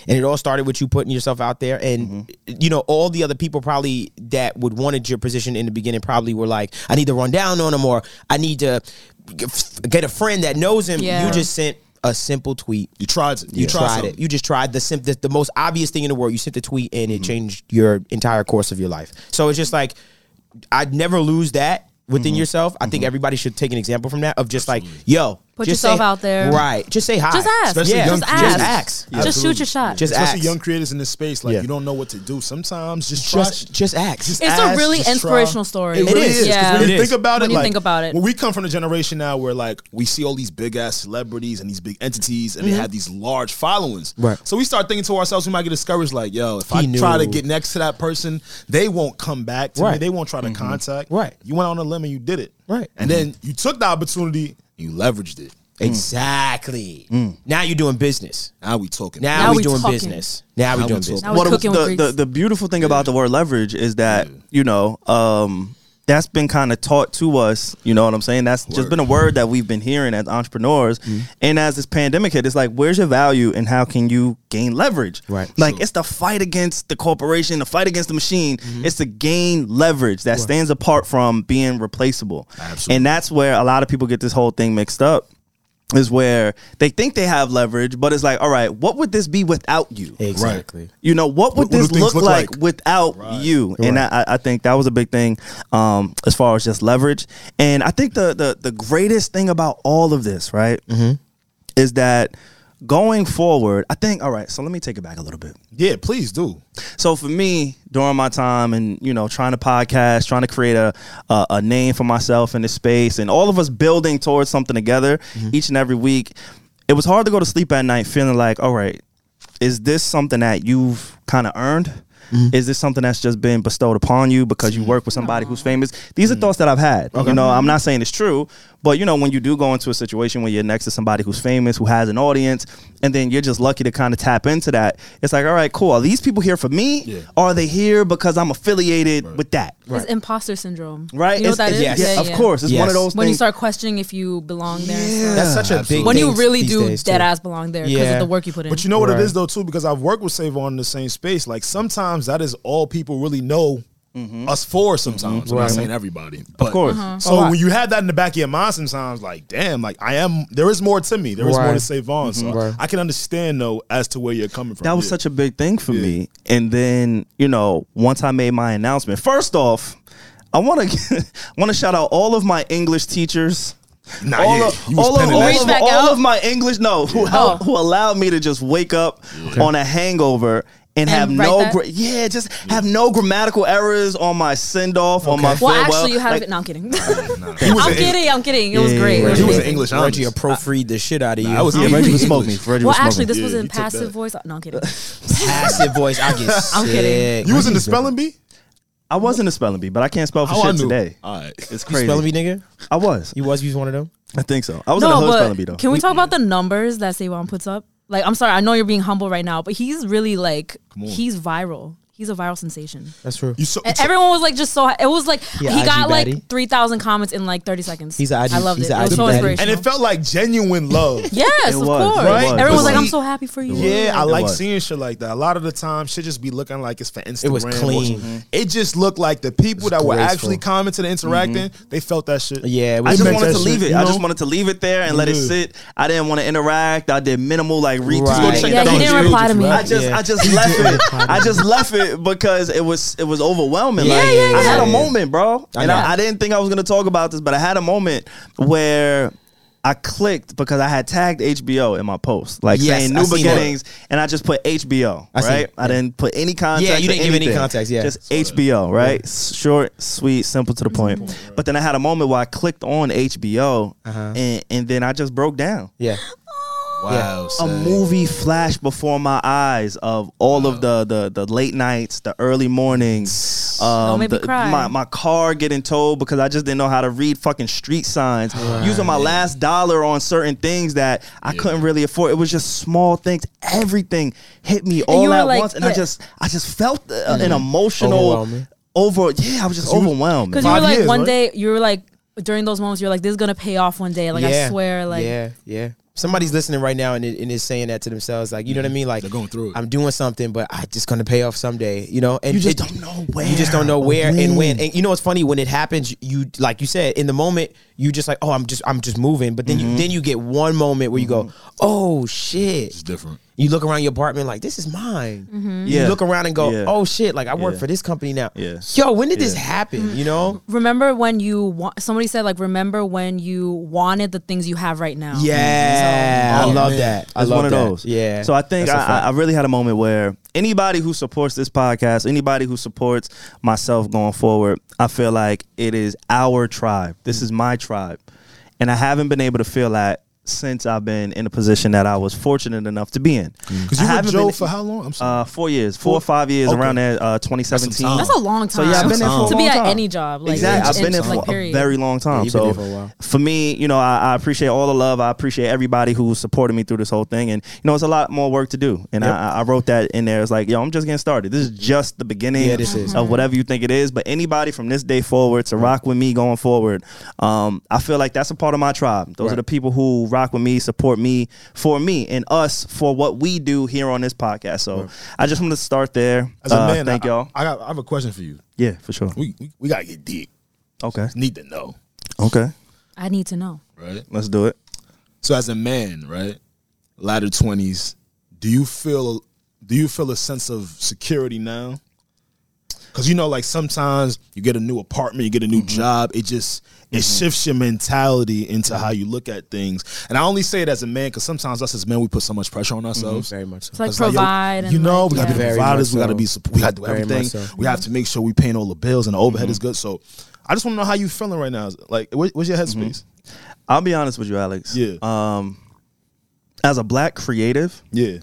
Speaker 1: And it all started with you putting yourself out there. And,
Speaker 4: Mm-hmm.
Speaker 1: you know, all the other people probably that would wanted your position in the beginning probably were like, I need to run down on him or I need to g- f- get a friend that knows him.
Speaker 3: Yeah.
Speaker 1: You just sent a simple tweet.
Speaker 4: You tried it.
Speaker 1: You tried it.
Speaker 4: something.
Speaker 1: You just tried the, sim- the the most obvious thing in the world. You sent the tweet and
Speaker 4: Mm-hmm.
Speaker 1: it changed your entire course of your life. So it's just like
Speaker 4: Mm-hmm.
Speaker 1: I'd never lose that within yourself. I think everybody should take an example from that of just like, yo,
Speaker 3: Put
Speaker 1: Just
Speaker 3: yourself
Speaker 1: say-
Speaker 3: out there.
Speaker 1: Right. Just say hi.
Speaker 3: Just ask.
Speaker 1: Especially
Speaker 4: young
Speaker 3: just
Speaker 4: kids.
Speaker 3: ask.
Speaker 1: Just ask.
Speaker 3: Just
Speaker 4: Yeah,
Speaker 3: shoot
Speaker 4: absolutely.
Speaker 3: your shot.
Speaker 1: Just
Speaker 4: Especially
Speaker 1: ask.
Speaker 4: young creators in this space, like
Speaker 1: Yeah.
Speaker 4: you don't know what to do. Sometimes just trust.
Speaker 1: Just, just ask.
Speaker 3: It's a
Speaker 4: ask,
Speaker 3: really
Speaker 4: just try.
Speaker 3: inspirational story.
Speaker 4: It, really
Speaker 1: is.
Speaker 4: is. 'cause
Speaker 3: Yeah.
Speaker 4: When
Speaker 1: It
Speaker 4: you
Speaker 1: is.
Speaker 4: think about
Speaker 3: When
Speaker 4: it,
Speaker 3: you
Speaker 4: like,
Speaker 3: think about it.
Speaker 4: Well, we come from a generation now where like we see all these big ass celebrities and these big entities, and they have these large followings.
Speaker 1: Mm-hmm. Right.
Speaker 4: So we start thinking to ourselves, we might get discouraged. Like, yo, if
Speaker 1: He
Speaker 4: I
Speaker 1: knew.
Speaker 4: try to get next to that person, they won't come back to me.
Speaker 1: Right. Mm-hmm.
Speaker 4: They won't try to contact.
Speaker 1: Right.
Speaker 4: You went on a limb and you did it.
Speaker 1: Right.
Speaker 4: And then you took the opportunity, you leveraged it.
Speaker 1: Exactly.
Speaker 4: Mm.
Speaker 1: Now you're doing business.
Speaker 4: Now we talking.
Speaker 1: Now,
Speaker 3: Now
Speaker 1: we
Speaker 3: we
Speaker 1: doing
Speaker 3: talking.
Speaker 1: business. Now we
Speaker 4: Now
Speaker 1: doing
Speaker 4: we
Speaker 1: business.
Speaker 3: Now we're
Speaker 2: What-
Speaker 3: cooking
Speaker 2: the,
Speaker 3: with
Speaker 2: the,
Speaker 3: grease.
Speaker 2: the beautiful thing about the word leverage is that you know um, that's been kind of taught to us. You know what I'm saying? That's just
Speaker 4: Word.
Speaker 2: been a word that we've been hearing as entrepreneurs. And as this pandemic hit, it's like, where's your value and how can you gain leverage?
Speaker 1: Right.
Speaker 2: Like it's the fight against the corporation, the fight against the machine. It's to gain leverage that stands apart from being replaceable.
Speaker 4: Absolutely.
Speaker 2: And that's where a lot of people get this whole thing mixed up. Is where they think they have leverage, but it's like, all right, what would this be without you?
Speaker 1: Exactly.
Speaker 2: You know, what would
Speaker 4: What do
Speaker 2: this
Speaker 4: things
Speaker 2: look,
Speaker 4: look
Speaker 2: like,
Speaker 4: like?
Speaker 2: without you? And I, I think that was a big thing um, as far as just leverage. And I think the the, the greatest thing about all of this, right, is that going forward, I think, all right, so let me take it back a little bit.
Speaker 4: Yeah, please do.
Speaker 2: So for me, during my time and you know trying to podcast, trying to create a a, a name for myself in this space, and all of us building towards something together each and every week, it was hard to go to sleep at night feeling like, all right, is this something that you've kind of earned? Mm-hmm. Is this something that's just been bestowed upon you because you work with somebody who's famous? These are thoughts that I've had. You know, I'm not saying it's true, but you know, when you do go into a situation where you're next to somebody who's famous, who has an audience, and then you're just lucky to kind of tap into that, it's like, all right, cool. Are these people here for me?
Speaker 4: Yeah.
Speaker 2: Or are they here because I'm affiliated with that?
Speaker 3: It's imposter syndrome.
Speaker 2: Right?
Speaker 3: You know
Speaker 2: It's-
Speaker 3: what that is?
Speaker 1: yes.
Speaker 2: Yeah,
Speaker 1: Yeah,
Speaker 2: of course. It's one
Speaker 1: Yes.
Speaker 2: of those
Speaker 3: When you
Speaker 2: things.
Speaker 3: start questioning if you belong there. and
Speaker 2: Yeah.
Speaker 3: stuff.
Speaker 1: That's such a
Speaker 4: Absolutely.
Speaker 1: big
Speaker 3: When you
Speaker 1: thing
Speaker 3: really
Speaker 1: these
Speaker 3: do
Speaker 1: days, too.
Speaker 3: dead ass belong there because
Speaker 1: Yeah.
Speaker 3: of the work you put in.
Speaker 4: But you know what
Speaker 1: Right.
Speaker 4: it is though too, because I've worked with Savon in the same space. Like sometimes that is all people really know us for. Sometimes Mm-hmm. I'm
Speaker 1: Right.
Speaker 4: not saying everybody, but
Speaker 2: course. Uh-huh.
Speaker 1: A
Speaker 4: So
Speaker 1: lot.
Speaker 4: when you have that in the back of your mind, sometimes like, damn, like I am. There is more to me. There is more
Speaker 1: Right.
Speaker 4: to Savon. So
Speaker 1: Right.
Speaker 4: I can understand though as to where you're coming from.
Speaker 2: that was
Speaker 4: Yeah.
Speaker 2: such a big thing for me. And then you know, once I made my announcement, first off, I want to want to shout out all of my English teachers.
Speaker 4: Nah,
Speaker 2: All,
Speaker 4: yeah,
Speaker 2: of,
Speaker 4: you was
Speaker 2: all, of,
Speaker 4: penning
Speaker 2: all,
Speaker 4: that
Speaker 2: of,
Speaker 3: shit.
Speaker 2: all of my English, no, who, helped-
Speaker 3: Oh.
Speaker 2: who allowed me to just wake up on a hangover and,
Speaker 3: And
Speaker 2: have
Speaker 3: write
Speaker 2: no,
Speaker 3: that?
Speaker 2: gra- yeah, just have no grammatical errors on my send off, on my
Speaker 3: well,
Speaker 2: farewell.
Speaker 3: actually, you had
Speaker 2: Like,
Speaker 3: it. No, I'm kidding.
Speaker 4: He was
Speaker 3: I'm
Speaker 4: an Eng-
Speaker 3: kidding. I'm kidding. It was great.
Speaker 4: He was an
Speaker 3: amazing.
Speaker 4: English
Speaker 1: Reggie
Speaker 4: honest.
Speaker 1: appropriate the shit out of you.
Speaker 4: I was
Speaker 2: yeah,
Speaker 4: English.
Speaker 2: Reggie would smoke me. Reggie
Speaker 3: Well,
Speaker 2: would smoke
Speaker 3: actually,
Speaker 2: me.
Speaker 3: this
Speaker 4: Yeah,
Speaker 3: was
Speaker 4: you
Speaker 3: in
Speaker 4: took
Speaker 3: passive
Speaker 4: that.
Speaker 3: voice. No, I'm kidding.
Speaker 1: passive voice. I get sick.
Speaker 3: I'm kidding.
Speaker 4: You was in the spelling bee.
Speaker 2: I was in a spelling bee, but I can't spell for
Speaker 4: How I
Speaker 2: shit
Speaker 4: knew.
Speaker 2: today.
Speaker 4: All right.
Speaker 2: It's
Speaker 1: You
Speaker 2: crazy.
Speaker 1: spelling bee, nigga?
Speaker 2: I was.
Speaker 1: You was? You was one of them?
Speaker 2: I think so. I was in a
Speaker 3: no,
Speaker 2: hood spelling
Speaker 3: but
Speaker 2: bee though.
Speaker 3: can we talk about the numbers that Savon puts up? Like, I'm sorry, I know you're being humble right now, but he's really like, he's viral. He's a viral sensation.
Speaker 1: That's true.
Speaker 4: You so,
Speaker 3: And E, everyone was like, just so it was like
Speaker 1: He a
Speaker 3: he
Speaker 1: IG
Speaker 3: got
Speaker 1: baddie.
Speaker 3: like three thousand comments in like thirty seconds.
Speaker 1: He's a IG
Speaker 3: I loved
Speaker 1: he's
Speaker 3: it.
Speaker 1: a
Speaker 3: it was
Speaker 1: IG
Speaker 3: so
Speaker 1: baddie.
Speaker 4: and
Speaker 3: inspirational.
Speaker 4: it felt like genuine love.
Speaker 3: yes,
Speaker 2: It
Speaker 3: of
Speaker 2: was, it
Speaker 3: course.
Speaker 2: was,
Speaker 4: it
Speaker 3: Everyone was like,
Speaker 4: was.
Speaker 3: "I'm so happy for you."
Speaker 4: Yeah, I
Speaker 2: It
Speaker 4: like
Speaker 2: was.
Speaker 4: seeing shit like that. A lot of the time, shit just be looking like it's for Instagram.
Speaker 1: was
Speaker 4: or
Speaker 1: clean.
Speaker 4: something. It just looked like the people that were
Speaker 1: graceful.
Speaker 4: actually commenting and interacting,
Speaker 2: Mm-hmm.
Speaker 4: they felt that shit.
Speaker 1: Yeah, it was
Speaker 2: I just
Speaker 1: Make
Speaker 2: wanted
Speaker 1: that
Speaker 2: to leave
Speaker 4: shit,
Speaker 2: it.
Speaker 4: you
Speaker 2: I
Speaker 4: know?
Speaker 2: just wanted to leave it there and let it
Speaker 4: Yeah.
Speaker 2: sit. I didn't want to interact. I did minimal like retweets.
Speaker 1: Right.
Speaker 2: and
Speaker 3: Yeah,
Speaker 2: stuff.
Speaker 3: he didn't reply to me.
Speaker 2: I just
Speaker 1: Yeah.
Speaker 2: I just left it. I just left it because it was it was overwhelming.
Speaker 1: Yeah,
Speaker 2: like
Speaker 1: yeah, yeah.
Speaker 2: I had
Speaker 1: Yeah.
Speaker 2: a moment, bro.
Speaker 1: I
Speaker 2: and
Speaker 1: know.
Speaker 2: I, I didn't think I was gonna talk about this, but I had a moment where I clicked because I had tagged HBO in my post, like
Speaker 1: Yes,
Speaker 2: saying
Speaker 1: I
Speaker 2: new
Speaker 1: seen
Speaker 2: beginnings, and I just put HBO,
Speaker 1: I seen
Speaker 2: right?
Speaker 1: it.
Speaker 2: I didn't put any context.
Speaker 1: Yeah, you
Speaker 2: or
Speaker 1: didn't give any
Speaker 2: anything.
Speaker 1: context, yeah.
Speaker 2: just HBO, right? S- Short, sweet, simple to the point. But then I had a moment where I clicked on HBO,
Speaker 1: Uh-huh.
Speaker 2: and and then I just broke down
Speaker 1: Yeah.
Speaker 4: Wow,
Speaker 2: a
Speaker 4: son.
Speaker 2: movie flashed before my eyes of all of the, the the late nights, the early mornings. Um,
Speaker 3: make me
Speaker 2: the-
Speaker 3: cry.
Speaker 2: My, my car getting towed because I just didn't know how to read fucking street signs. Using my last dollar on certain things that I couldn't really afford. It was just small things. Everything hit me all
Speaker 3: you were
Speaker 2: at
Speaker 3: like-
Speaker 2: once, and I
Speaker 3: yeah.
Speaker 2: just I just felt uh, an emotional
Speaker 1: Overwhelming.
Speaker 2: over. Yeah, I was just overwhelmed.
Speaker 3: Because Mm-hmm. you were
Speaker 4: Five
Speaker 3: like
Speaker 4: years,
Speaker 3: one
Speaker 4: right?
Speaker 3: day, you were like during those moments, you're like, "This is gonna pay off one day." Like
Speaker 1: yeah.
Speaker 3: I swear, like
Speaker 1: yeah, yeah. Somebody's listening right now and, it, and is saying that to themselves, like you know what I
Speaker 2: Mm-hmm.
Speaker 1: mean, like
Speaker 4: They're going through it.
Speaker 1: I'm doing something, but I just gonna pay off someday, you know. And
Speaker 2: You just
Speaker 1: it-
Speaker 2: don't know where.
Speaker 1: You just don't know where and when. And you know what's funny when it happens, you like you said in the moment, you just
Speaker 2: Mm-hmm.
Speaker 1: like, oh, I'm just I'm just moving, but then you then you get one moment where you go, oh shit,
Speaker 4: It's different.
Speaker 1: You look around your apartment like this is mine.
Speaker 3: Mm-hmm.
Speaker 2: Yeah.
Speaker 1: You look around and go,
Speaker 2: Yeah.
Speaker 1: oh shit, like I work
Speaker 2: Yeah.
Speaker 1: for this company now.
Speaker 2: Yeah.
Speaker 1: Yo, when did this
Speaker 2: Yeah.
Speaker 3: Mm-hmm.
Speaker 1: happen? You know?
Speaker 3: Remember when you wa- somebody said like remember when you wanted the things you have right now.
Speaker 1: Yeah,
Speaker 4: Oh,
Speaker 1: I love
Speaker 4: man.
Speaker 1: that. I
Speaker 2: It's
Speaker 1: love
Speaker 2: one of
Speaker 1: that.
Speaker 2: those.
Speaker 1: Yeah.
Speaker 2: So I think
Speaker 1: That's a
Speaker 2: I, I
Speaker 1: fact.
Speaker 2: I really had a moment where anybody who supports this podcast, anybody who supports myself going forward, I feel like it is our tribe. This is my tribe. And I haven't been able to feel that since I've been in a position that I was fortunate enough to be in.
Speaker 4: Because
Speaker 2: I
Speaker 4: Mm-hmm. you were
Speaker 2: haven't
Speaker 4: Joe
Speaker 2: been-
Speaker 4: for how long? I'm sorry.
Speaker 2: Uh, four years, four or five years
Speaker 4: Okay.
Speaker 2: around there, uh, 2017.
Speaker 4: time.
Speaker 3: That's a long time.
Speaker 2: So yeah, I've been there for a
Speaker 3: to
Speaker 2: long
Speaker 3: be at
Speaker 2: time.
Speaker 3: any job. Like,
Speaker 2: exactly. I've
Speaker 3: in-
Speaker 2: been there
Speaker 3: in-
Speaker 2: for
Speaker 3: like,
Speaker 2: a
Speaker 3: period.
Speaker 2: very long
Speaker 1: Yeah,
Speaker 2: time.
Speaker 1: you've been
Speaker 2: so
Speaker 1: there for a while.
Speaker 2: me, you know, I, I appreciate all the love. I appreciate everybody who supported me through this whole thing. And you know, it's a lot more work to do. And I, I wrote that in there. It's like, yo, I'm just getting started. This is just the beginning
Speaker 1: Yeah, this is.
Speaker 2: of whatever you think it is. But anybody from this day forward to rock with me going forward, um, I feel like that's a part of my tribe. Those
Speaker 1: Right.
Speaker 2: are the people who rock with me, support me for me and us for what we do here on this podcast. So I just want to start there.
Speaker 4: As a
Speaker 2: Uh,
Speaker 4: man,
Speaker 2: thank
Speaker 4: I,
Speaker 2: y'all.
Speaker 4: I, got, I have a question for you.
Speaker 2: yeah, for sure.
Speaker 4: We, we, we got to get deep.
Speaker 2: Okay.
Speaker 4: Need to know,
Speaker 2: Okay.
Speaker 3: I need to know.
Speaker 4: right?
Speaker 2: Let's do it.
Speaker 4: So as a man, right, latter twenties, do you feel do you feel a sense of security now? Because you know, like sometimes you get a new apartment, you get a new
Speaker 1: Mm-hmm.
Speaker 4: job, it just it shifts your mentality into how you look at things. And I only say it as a man because sometimes us as men we put so much pressure on ourselves.
Speaker 1: Mm-hmm. very much.
Speaker 3: It's
Speaker 1: So.
Speaker 3: like
Speaker 4: It's like, yo,
Speaker 3: provide. and
Speaker 4: you know,
Speaker 3: like,
Speaker 4: we gotta
Speaker 3: yeah.
Speaker 4: be
Speaker 1: Very
Speaker 4: providers.
Speaker 1: much
Speaker 4: We gotta
Speaker 1: so.
Speaker 4: be, sup- we gotta do
Speaker 1: Very much
Speaker 4: everything.
Speaker 1: so. Mm-hmm.
Speaker 4: We have to make sure we paying all the bills and the overhead is good. So, I just want to know how you feeling right now. Like, what, what's your headspace?
Speaker 1: Mm-hmm.
Speaker 2: I'll be honest with you, Alex.
Speaker 4: Yeah.
Speaker 2: Um, as a black creative,
Speaker 4: Yeah,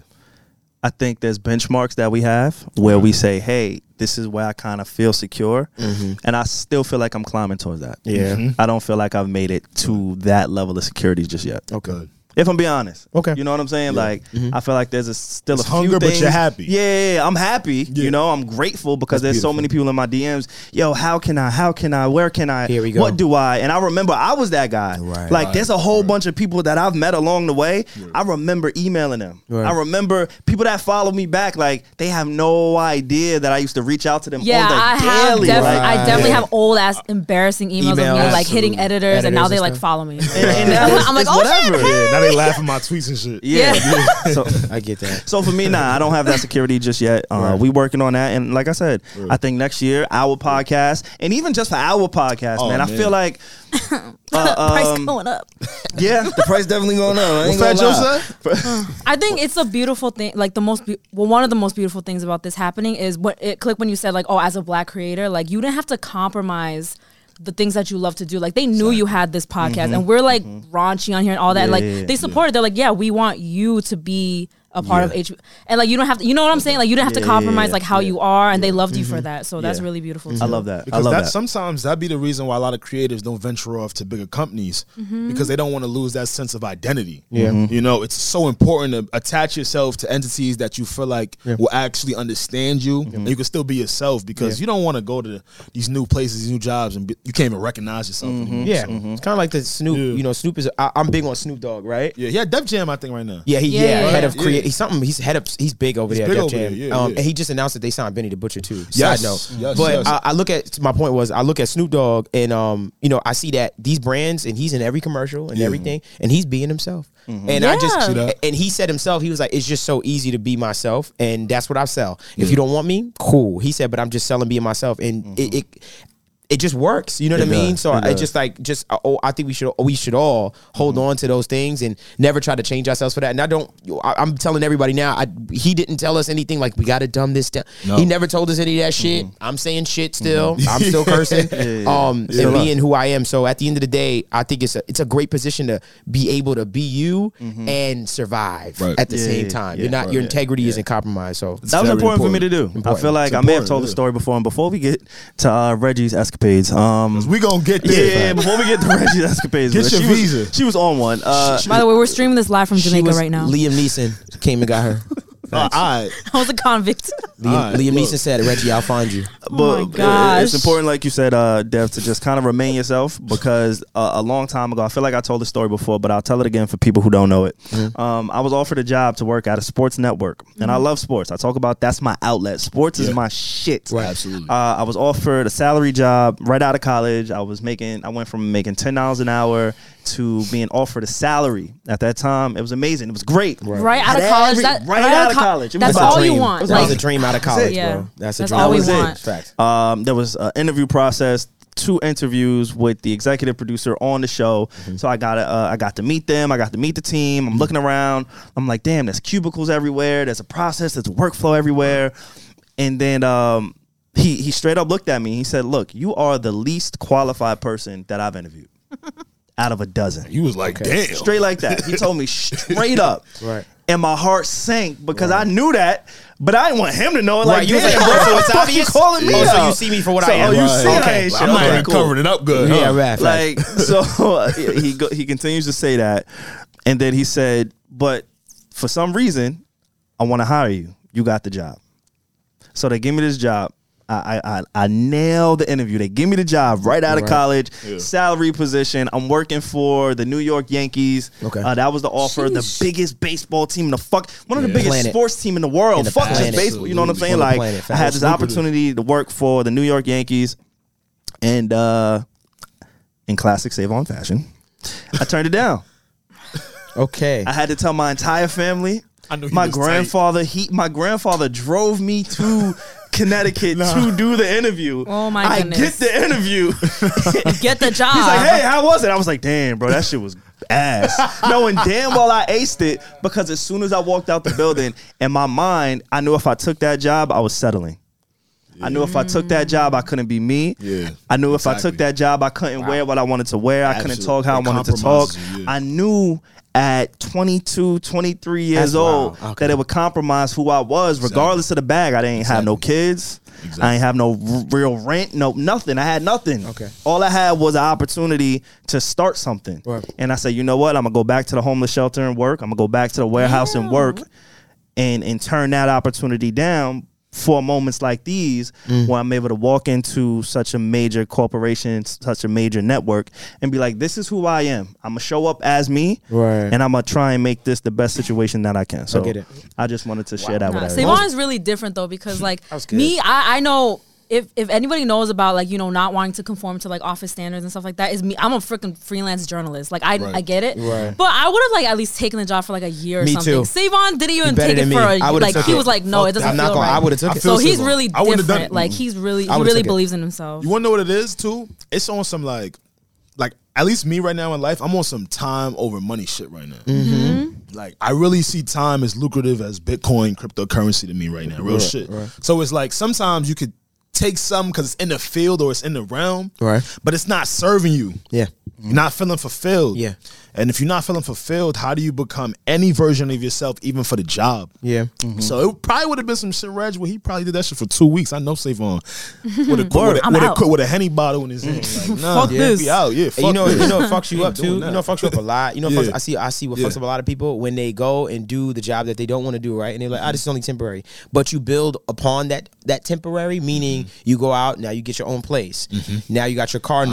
Speaker 2: I think there's benchmarks that we have where we say, "Hey, this is where I kind of feel secure," and I still feel like I'm climbing towards that.
Speaker 1: Yeah. Mhm.
Speaker 2: I don't feel like I've made it to that level of security just yet.
Speaker 4: okay.
Speaker 2: If I'm being honest,
Speaker 1: Okay.
Speaker 2: you know what I'm saying. Like, I feel like there's a, still
Speaker 4: Mm-hmm. It's
Speaker 2: a few
Speaker 4: hunger, but
Speaker 2: things-
Speaker 4: you're happy.
Speaker 2: Yeah, yeah, yeah, I'm happy.
Speaker 4: Yeah.
Speaker 2: You know, I'm grateful because
Speaker 4: That's
Speaker 2: there's so
Speaker 4: beautiful.
Speaker 2: many people in my DMs. Yo, how can I? How can I? Where can I?
Speaker 1: Here we go.
Speaker 2: What do I? And I remember I was that guy.
Speaker 1: Right.
Speaker 2: Like, there's a whole bunch of people that I've met along the way. I remember emailing them.
Speaker 1: Right.
Speaker 2: I remember people that follow me back. Like, they have no idea that I used to reach out to them.
Speaker 3: Yeah,
Speaker 2: on the
Speaker 3: I have.
Speaker 2: daily.
Speaker 3: def-
Speaker 2: like-
Speaker 3: I definitely have old ass embarrassing emails of me
Speaker 1: Emails.
Speaker 3: like hitting editors, and now
Speaker 1: Editors
Speaker 3: they
Speaker 1: and
Speaker 3: like
Speaker 1: stuff.
Speaker 3: follow me.
Speaker 2: and that was-
Speaker 3: I'm like,
Speaker 2: it's
Speaker 3: oh
Speaker 2: whatever.
Speaker 3: shit, hey.
Speaker 4: Yeah, now they laughing my tweets and shit.
Speaker 2: Yeah.
Speaker 3: Yeah.
Speaker 2: so,
Speaker 1: I get that.
Speaker 2: So for me, nah, I don't have that security just yet. Uh, We working on that, and like I said, I think next year our podcast, and even just for our podcast,
Speaker 4: Oh,
Speaker 2: man, I
Speaker 4: man.
Speaker 2: feel like, Uh,
Speaker 3: price
Speaker 2: um,
Speaker 3: going up.
Speaker 2: yeah, the price definitely going up. I ain't
Speaker 4: Fat
Speaker 2: gonna
Speaker 4: Joe
Speaker 2: lie.
Speaker 4: said?
Speaker 3: I think it's a beautiful thing. Like the most, be- well, one of the most beautiful things about this happening is what it clicked when you said like, oh, as a black creator, like you didn't have to compromise the things that you love to do. Like they knew you had this podcast, and we're like raunchy on here and all that.
Speaker 2: Yeah,
Speaker 3: like
Speaker 2: Mm-hmm. yeah, yeah.
Speaker 3: they supported. They're like, yeah, we want you to be a part of H, and like you don't have to. You know what I'm saying? Like you don't have
Speaker 2: Yeah,
Speaker 3: to
Speaker 2: yeah,
Speaker 3: compromise
Speaker 2: yeah,
Speaker 3: like how
Speaker 2: yeah. Mm-hmm.
Speaker 3: you are, and they loved you for that. So that's
Speaker 2: Yeah. Mm-hmm.
Speaker 3: really beautiful.
Speaker 2: I
Speaker 3: too.
Speaker 2: love that. I
Speaker 4: Because
Speaker 2: love
Speaker 4: that,
Speaker 2: that.
Speaker 4: sometimes that'd be the reason why a lot of creatives don't venture off to bigger companies because they don't want to lose that sense of identity. Yeah. You know, it's so important to attach yourself to entities that you feel like will actually understand you and you can still be yourself because you don't want to go to these new places, these new jobs, and be, you can't even recognize yourself anymore.
Speaker 1: Yeah,
Speaker 4: So-
Speaker 1: Mm-hmm. it's kind of like the Snoop.
Speaker 4: Yeah.
Speaker 1: You know, Snoop is. I, I'm big on Snoop Dogg, right?
Speaker 4: Yeah, yeah, Def Jam, I think, right now.
Speaker 1: Yeah, he yeah,
Speaker 3: Yeah, yeah,
Speaker 1: head
Speaker 4: yeah.
Speaker 1: of create.
Speaker 4: Yeah.
Speaker 1: He's something. He's head up. He's big over there.
Speaker 4: big
Speaker 1: Def
Speaker 4: over
Speaker 1: Jam.
Speaker 4: there, yeah,
Speaker 1: um,
Speaker 4: yeah.
Speaker 1: And he just announced that they signed Benny the Butcher too.
Speaker 4: Yes,
Speaker 1: Side note.
Speaker 4: yes,
Speaker 1: but
Speaker 4: yes.
Speaker 1: I, I look at my point was I look at Snoop Dogg and um you know I see that these brands and he's in every commercial and everything and he's being himself. And I
Speaker 3: Yeah.
Speaker 1: just
Speaker 4: Mm-hmm. See that?
Speaker 1: and he said himself he was like it's just so easy to be myself and that's what I sell.
Speaker 4: Mm-hmm.
Speaker 1: If you don't want me, cool. He said, but I'm just selling being myself and
Speaker 4: Mm-hmm.
Speaker 1: it. it it just works, you know what I
Speaker 2: does,
Speaker 1: mean. So
Speaker 2: it
Speaker 1: I
Speaker 2: does.
Speaker 1: just like just uh, oh, I think we should we should all hold
Speaker 2: Mm-hmm.
Speaker 1: on to those things and never try to change ourselves for that. And I don't. I, am telling everybody now. I, he didn't tell us anything like we got to dumb this down.
Speaker 4: No.
Speaker 1: He never told us any of that shit.
Speaker 2: Mm-hmm.
Speaker 1: I'm saying shit still. I'm still cursing. Um,
Speaker 2: Still
Speaker 1: and
Speaker 2: up.
Speaker 1: being who I am. So at the end of the day, I think it's a it's a great position to be able to be you and survive
Speaker 4: Right.
Speaker 1: at the
Speaker 2: Mm-hmm. Yeah,
Speaker 1: same
Speaker 2: yeah,
Speaker 1: time.
Speaker 2: yeah,
Speaker 1: You're not your
Speaker 2: right,
Speaker 1: integrity isn't compromised. So
Speaker 2: that was
Speaker 4: very
Speaker 2: important, for me to
Speaker 4: important.
Speaker 2: do. I
Speaker 1: Important.
Speaker 2: feel like
Speaker 4: It's
Speaker 2: I may have
Speaker 4: important,
Speaker 2: told the
Speaker 4: yeah.
Speaker 2: story before, and before we get to uh, Reggie's escapades, um,
Speaker 4: We gonna get
Speaker 2: yeah,
Speaker 4: there.
Speaker 2: yeah, yeah, before we get to Reggie's escapades,
Speaker 4: Get
Speaker 2: but
Speaker 4: your
Speaker 2: she was-
Speaker 4: visa.
Speaker 2: she was on one. Uh,
Speaker 3: By the way, we're streaming this live from
Speaker 1: she
Speaker 3: Jamaica
Speaker 1: was-
Speaker 3: right now.
Speaker 1: Liam Neeson came and got her.
Speaker 4: Uh, all right.
Speaker 3: I was a convict. Oh
Speaker 1: Liam,
Speaker 4: All right,
Speaker 1: Liam
Speaker 4: look.
Speaker 1: Neeson said, "Reggie, I'll find you."
Speaker 2: but
Speaker 3: my gosh.
Speaker 2: it's important, like you said, uh, Dev, to just kind of remain yourself because uh, a long time ago, I feel like I told the story before, but I'll tell it again for people who don't know it.
Speaker 3: Mm-hmm.
Speaker 2: Um, I was offered a job to work at a sports network, and I love sports. I talk about that's my outlet. Sports is my shit.
Speaker 1: Right.
Speaker 4: Absolutely.
Speaker 2: Uh, I was offered a salary job right out of college. I was making, I went from making ten dollars an hour to being offered a salary. At that time, it was amazing. It was great.
Speaker 3: Right out
Speaker 2: Had
Speaker 3: of college.
Speaker 2: every-
Speaker 3: That,
Speaker 2: right, out of
Speaker 3: co-
Speaker 2: college. It was
Speaker 3: That's
Speaker 2: about-
Speaker 3: all
Speaker 1: dream.
Speaker 3: you want.
Speaker 1: That was a
Speaker 3: Like,
Speaker 1: dream out of college,
Speaker 2: it.
Speaker 1: bro.
Speaker 3: Yeah.
Speaker 1: That's a
Speaker 3: That's
Speaker 1: dream.
Speaker 3: all
Speaker 2: we That was want.
Speaker 1: want.
Speaker 2: it.
Speaker 1: Fact.
Speaker 2: Um, there was an interview process, two interviews with the executive producer on the show. So I got uh, I got to meet them. I got to meet the team. I'm looking around. I'm like, damn, there's cubicles everywhere. There's a process. There's a workflow everywhere. And then um, he he straight up looked at me. He said, "Look, you are the least qualified person that I've interviewed out of a dozen."
Speaker 4: You was like, damn.
Speaker 2: straight like that. He told me straight up.
Speaker 1: Right.
Speaker 2: And my heart sank because I knew that, but I didn't want him to know it. Like,
Speaker 1: Right, you was
Speaker 2: damn,
Speaker 1: like,
Speaker 2: bro,
Speaker 1: oh, so
Speaker 2: what
Speaker 1: it's
Speaker 2: the fuck you
Speaker 1: obvious?
Speaker 2: calling me?
Speaker 1: Oh, so
Speaker 2: out?
Speaker 1: you see me for what I
Speaker 2: So,
Speaker 1: am.
Speaker 2: Oh, you
Speaker 1: Right.
Speaker 2: see I
Speaker 1: Okay.
Speaker 2: ain't shit.
Speaker 4: I'm not
Speaker 2: Okay,
Speaker 4: even
Speaker 2: cool.
Speaker 4: covering it up good.
Speaker 1: Yeah,
Speaker 4: huh?
Speaker 1: right. Like,
Speaker 2: Like so, uh, he go, he continues to say that, and then he said, "But for some reason, I want to hire you. You got the job." So they give me this job. I I I, I nailed the interview. They give me the job right out of
Speaker 1: Right.
Speaker 2: college,
Speaker 4: Yeah.
Speaker 2: salary position. I'm working for the New York Yankees.
Speaker 1: Okay.
Speaker 2: uh, that was the offer.
Speaker 3: Sheesh.
Speaker 2: The biggest baseball team in the fuck, one of the
Speaker 4: Yeah.
Speaker 2: biggest
Speaker 1: Planet.
Speaker 2: sports team in the world.
Speaker 1: In the
Speaker 2: fuck just
Speaker 1: planet.
Speaker 2: baseball. You know what I'm
Speaker 4: Absolutely.
Speaker 2: saying?
Speaker 1: On the planet.
Speaker 2: Like I had this
Speaker 1: Facts.
Speaker 2: opportunity to work for the New York Yankees, and uh, in classic Save On fashion, I turned it down.
Speaker 1: okay.
Speaker 2: I had to tell my entire family.
Speaker 4: I knew he
Speaker 2: my
Speaker 4: was
Speaker 2: grandfather. He my grandfather drove me to Connecticut to do the interview.
Speaker 3: Oh, my
Speaker 2: I
Speaker 3: goodness.
Speaker 2: get the interview. He's
Speaker 3: get the job.
Speaker 2: like, hey, how was it? I was like, damn, bro, that shit was ass. Knowing damn well I aced it because as soon as I walked out the building, in my mind, I knew if I took that job, I was settling. I knew if I took that job, I couldn't be me.
Speaker 4: Yeah,
Speaker 2: I knew if I took
Speaker 4: exactly.
Speaker 2: that job, I couldn't wear what I wanted to wear. I couldn't
Speaker 4: Absolutely.
Speaker 2: talk how I
Speaker 4: It
Speaker 2: wanted to talk.
Speaker 4: compromises you, yeah.
Speaker 2: I knew at 22, 23 years
Speaker 1: That's
Speaker 2: old
Speaker 1: wild. Okay.
Speaker 2: that it would compromise who I was, regardless of the bag. I didn't have no kids. I didn't have no r- real rent, no nothing. I had nothing.
Speaker 1: Okay.
Speaker 2: All I had was an opportunity to start something.
Speaker 1: Right.
Speaker 2: And I said, you know what? I'm gonna go back to the homeless shelter and work. I'm gonna go back to the warehouse and work and and turn that opportunity down for moments like these
Speaker 1: Mm.
Speaker 2: where I'm able to walk into such a major corporation, such a major network and be like, this is who I am. I'm gonna show up as me
Speaker 1: Right.
Speaker 2: and I'm gonna try and make this the best situation that I can. So I,
Speaker 1: get it.
Speaker 2: just wanted to share that with
Speaker 3: Nah,
Speaker 2: everyone.
Speaker 3: Savon is really different though because like
Speaker 1: was good.
Speaker 3: me, I, I know if if anybody knows about like you know not wanting to conform to like office standards and stuff like that is me. I'm a freaking freelance journalist. Like I
Speaker 4: Right.
Speaker 3: I get it,
Speaker 1: Right.
Speaker 3: but I would have like at least taken the job for like a year or
Speaker 1: Me
Speaker 3: something.
Speaker 1: too.
Speaker 3: Savon didn't even
Speaker 1: better
Speaker 3: take it
Speaker 1: than
Speaker 3: for
Speaker 1: me.
Speaker 3: a
Speaker 1: I would've
Speaker 3: like
Speaker 1: took
Speaker 3: he
Speaker 1: it.
Speaker 3: was like no,
Speaker 1: Fuck
Speaker 3: it doesn't
Speaker 1: that. I'm not
Speaker 3: feel
Speaker 1: gonna-
Speaker 3: right.
Speaker 1: I would've took
Speaker 4: it.
Speaker 3: So
Speaker 4: I feel
Speaker 3: he's
Speaker 4: Savon.
Speaker 3: really
Speaker 4: I would've
Speaker 3: different.
Speaker 4: done it.
Speaker 3: Like he's really
Speaker 1: I
Speaker 3: he
Speaker 1: would've
Speaker 3: really
Speaker 1: took it.
Speaker 3: believes in himself.
Speaker 4: You wanna know what it is too? It's on some like like at least me right now in life, I'm on some time over money shit right now.
Speaker 1: Mm-hmm.
Speaker 4: Like I really see time as lucrative as Bitcoin cryptocurrency to me right now, real shit. So it's like sometimes you could take some because it's in the field or it's in the realm,
Speaker 1: Right.
Speaker 4: But it's not serving you.
Speaker 1: Yeah.
Speaker 4: You're not feeling fulfilled.
Speaker 1: Yeah.
Speaker 4: And if you're not feeling fulfilled, how do you become any version of yourself, even for the job?
Speaker 1: Yeah.
Speaker 4: So it probably would have been some shit, Reg, where he probably did that shit for two weeks. I know Savon with a with a,
Speaker 3: I'm
Speaker 4: with a,
Speaker 3: out.
Speaker 4: with a henny bottle in his hand. Like, nah,
Speaker 3: Fuck
Speaker 4: yeah,
Speaker 3: this.
Speaker 4: be out. Yeah,
Speaker 1: And
Speaker 4: fuck
Speaker 1: you know,
Speaker 4: this.
Speaker 1: you know, it fucks you up
Speaker 4: Ain't doing
Speaker 1: too. You
Speaker 4: that.
Speaker 1: know, it fucks you up a lot. You know, it fucks,
Speaker 4: Yeah.
Speaker 1: I see, I see what
Speaker 4: Yeah.
Speaker 1: fucks up a lot of people when they go and do the job that they don't want to do, right? And they're like, "Ah, this is only temporary." But you build upon that that temporary, meaning
Speaker 4: Mm-hmm.
Speaker 1: you go out now, you get your own place. Now you got your car note.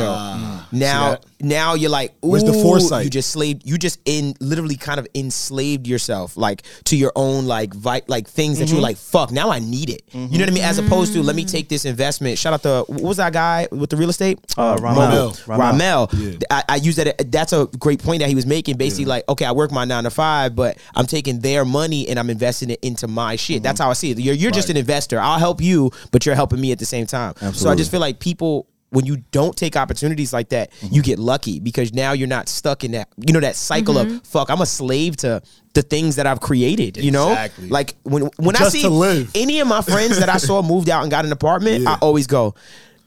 Speaker 1: now,
Speaker 4: Ah. that?
Speaker 1: now you're like, Ooh,
Speaker 4: Where's the foresight?
Speaker 1: You just slaved. You just in literally kind of enslaved yourself, like to your own like vi- like things that
Speaker 4: Mm-hmm.
Speaker 1: you're like, "Fuck!" Now I need it. You know what I mean? As opposed to let me take this investment. Shout out to what was that guy with the real estate?
Speaker 4: Oh,
Speaker 2: Uh, Ramel.
Speaker 1: Ramel.
Speaker 2: Ramel.
Speaker 1: Ramel.
Speaker 4: Yeah.
Speaker 1: I, I use that. That's a great point that he was making. Basically, like, okay, I work my nine to five, but I'm taking their money and I'm investing it into my shit. That's
Speaker 4: Mm-hmm.
Speaker 1: how I see it. You're, you're just an investor. I'll help you, but you're helping me at the same time. So I just feel like people. When you don't take opportunities like that,
Speaker 4: Mm-hmm.
Speaker 1: you get lucky because now you're not stuck in that, you know, that cycle
Speaker 4: Mm-hmm.
Speaker 1: of fuck. I'm a slave to the things that I've created. You know,
Speaker 4: Exactly.
Speaker 1: like when when I
Speaker 4: Just
Speaker 1: see
Speaker 4: to live.
Speaker 1: any of my friends that I saw moved out and got an apartment,
Speaker 4: Yeah.
Speaker 1: I always go.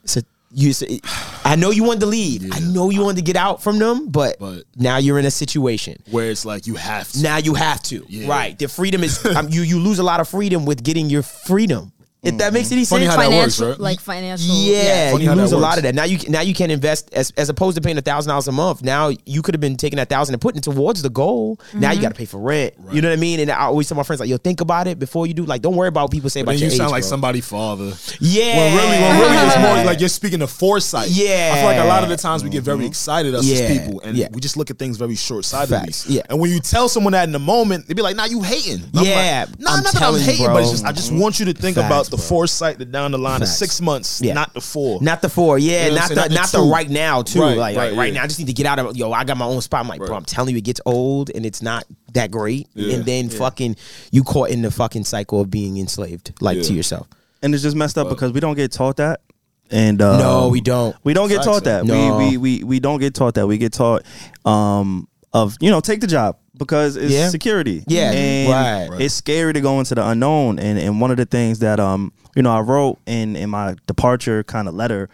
Speaker 1: So you, so it- I know you wanted to leave. I know you wanted to get out from them, but,
Speaker 4: But-
Speaker 1: now you're in a situation.
Speaker 4: Where it's like you have to.
Speaker 1: Now you have to.
Speaker 4: Yeah.
Speaker 1: Right. The freedom is um, you. You lose a lot of freedom with getting your freedom. If that makes any
Speaker 4: Funny
Speaker 1: sense.
Speaker 4: how that works,
Speaker 3: financial,
Speaker 4: right?
Speaker 3: like financial.
Speaker 1: yeah,
Speaker 4: Mm-hmm. Funny
Speaker 1: you
Speaker 4: how that
Speaker 1: lose a lot
Speaker 4: works.
Speaker 1: of that. Now you now you can invest as as opposed to paying a thousand dollars a month. Now you could have been taking that thousand and putting it towards the goal. Now
Speaker 4: Mm-hmm.
Speaker 1: you got to pay for rent. You know what I mean? And I always tell my friends like, yo, think about it before you do. Like, don't worry about what people say
Speaker 4: Then
Speaker 1: about
Speaker 4: you
Speaker 1: your
Speaker 4: sound
Speaker 1: age,
Speaker 4: like
Speaker 1: bro.
Speaker 4: somebody father.
Speaker 1: Yeah.
Speaker 4: Well, really, well, really, it's more like you're speaking of foresight. I feel like a lot of
Speaker 1: Yeah. Mm-hmm.
Speaker 4: the times we get very excited us
Speaker 1: Yeah.
Speaker 4: as people, and
Speaker 1: Yeah.
Speaker 4: we just look at things very short sightedly.
Speaker 1: Facts. Yeah.
Speaker 4: And when you tell someone that in the moment, they'd be like, "Nah, you hating." And I'm
Speaker 1: Yeah.
Speaker 4: Like, nah,
Speaker 1: I'm
Speaker 4: not that I'm
Speaker 1: telling you,
Speaker 4: hating,
Speaker 1: bro.
Speaker 4: but it's just I just want you to think
Speaker 1: Facts,
Speaker 4: about the
Speaker 1: bro.
Speaker 4: foresight that down the line
Speaker 1: Facts.
Speaker 4: of six months,
Speaker 1: Yeah.
Speaker 4: not the four.
Speaker 1: Not the four, yeah,
Speaker 4: You know what
Speaker 1: not
Speaker 4: I'm
Speaker 1: the
Speaker 4: saying?
Speaker 1: not,
Speaker 4: Not the
Speaker 1: the
Speaker 4: two.
Speaker 1: right now too.
Speaker 4: Right,
Speaker 1: like
Speaker 4: right,
Speaker 1: like, right
Speaker 4: yeah.
Speaker 1: now, I just need to get out of yo. I got my own spot. I'm like, bro, I'm telling you, it gets old and it's not that great.
Speaker 4: Yeah,
Speaker 1: and then fucking you caught in the fucking cycle of being enslaved, like to
Speaker 4: Yeah.
Speaker 1: yourself.
Speaker 2: and it's just messed up because we don't get taught that. And uh,
Speaker 1: No, we don't.
Speaker 2: We don't get
Speaker 4: Facts,
Speaker 2: taught that.
Speaker 1: No.
Speaker 2: We, we we we don't get taught that. We get taught um of you know take the job because it's
Speaker 1: Yeah.
Speaker 2: security.
Speaker 1: Yeah,
Speaker 2: and
Speaker 1: right. Right.
Speaker 2: It's scary to go into the unknown. And and one of the things that um you know I wrote in in my departure kind of letter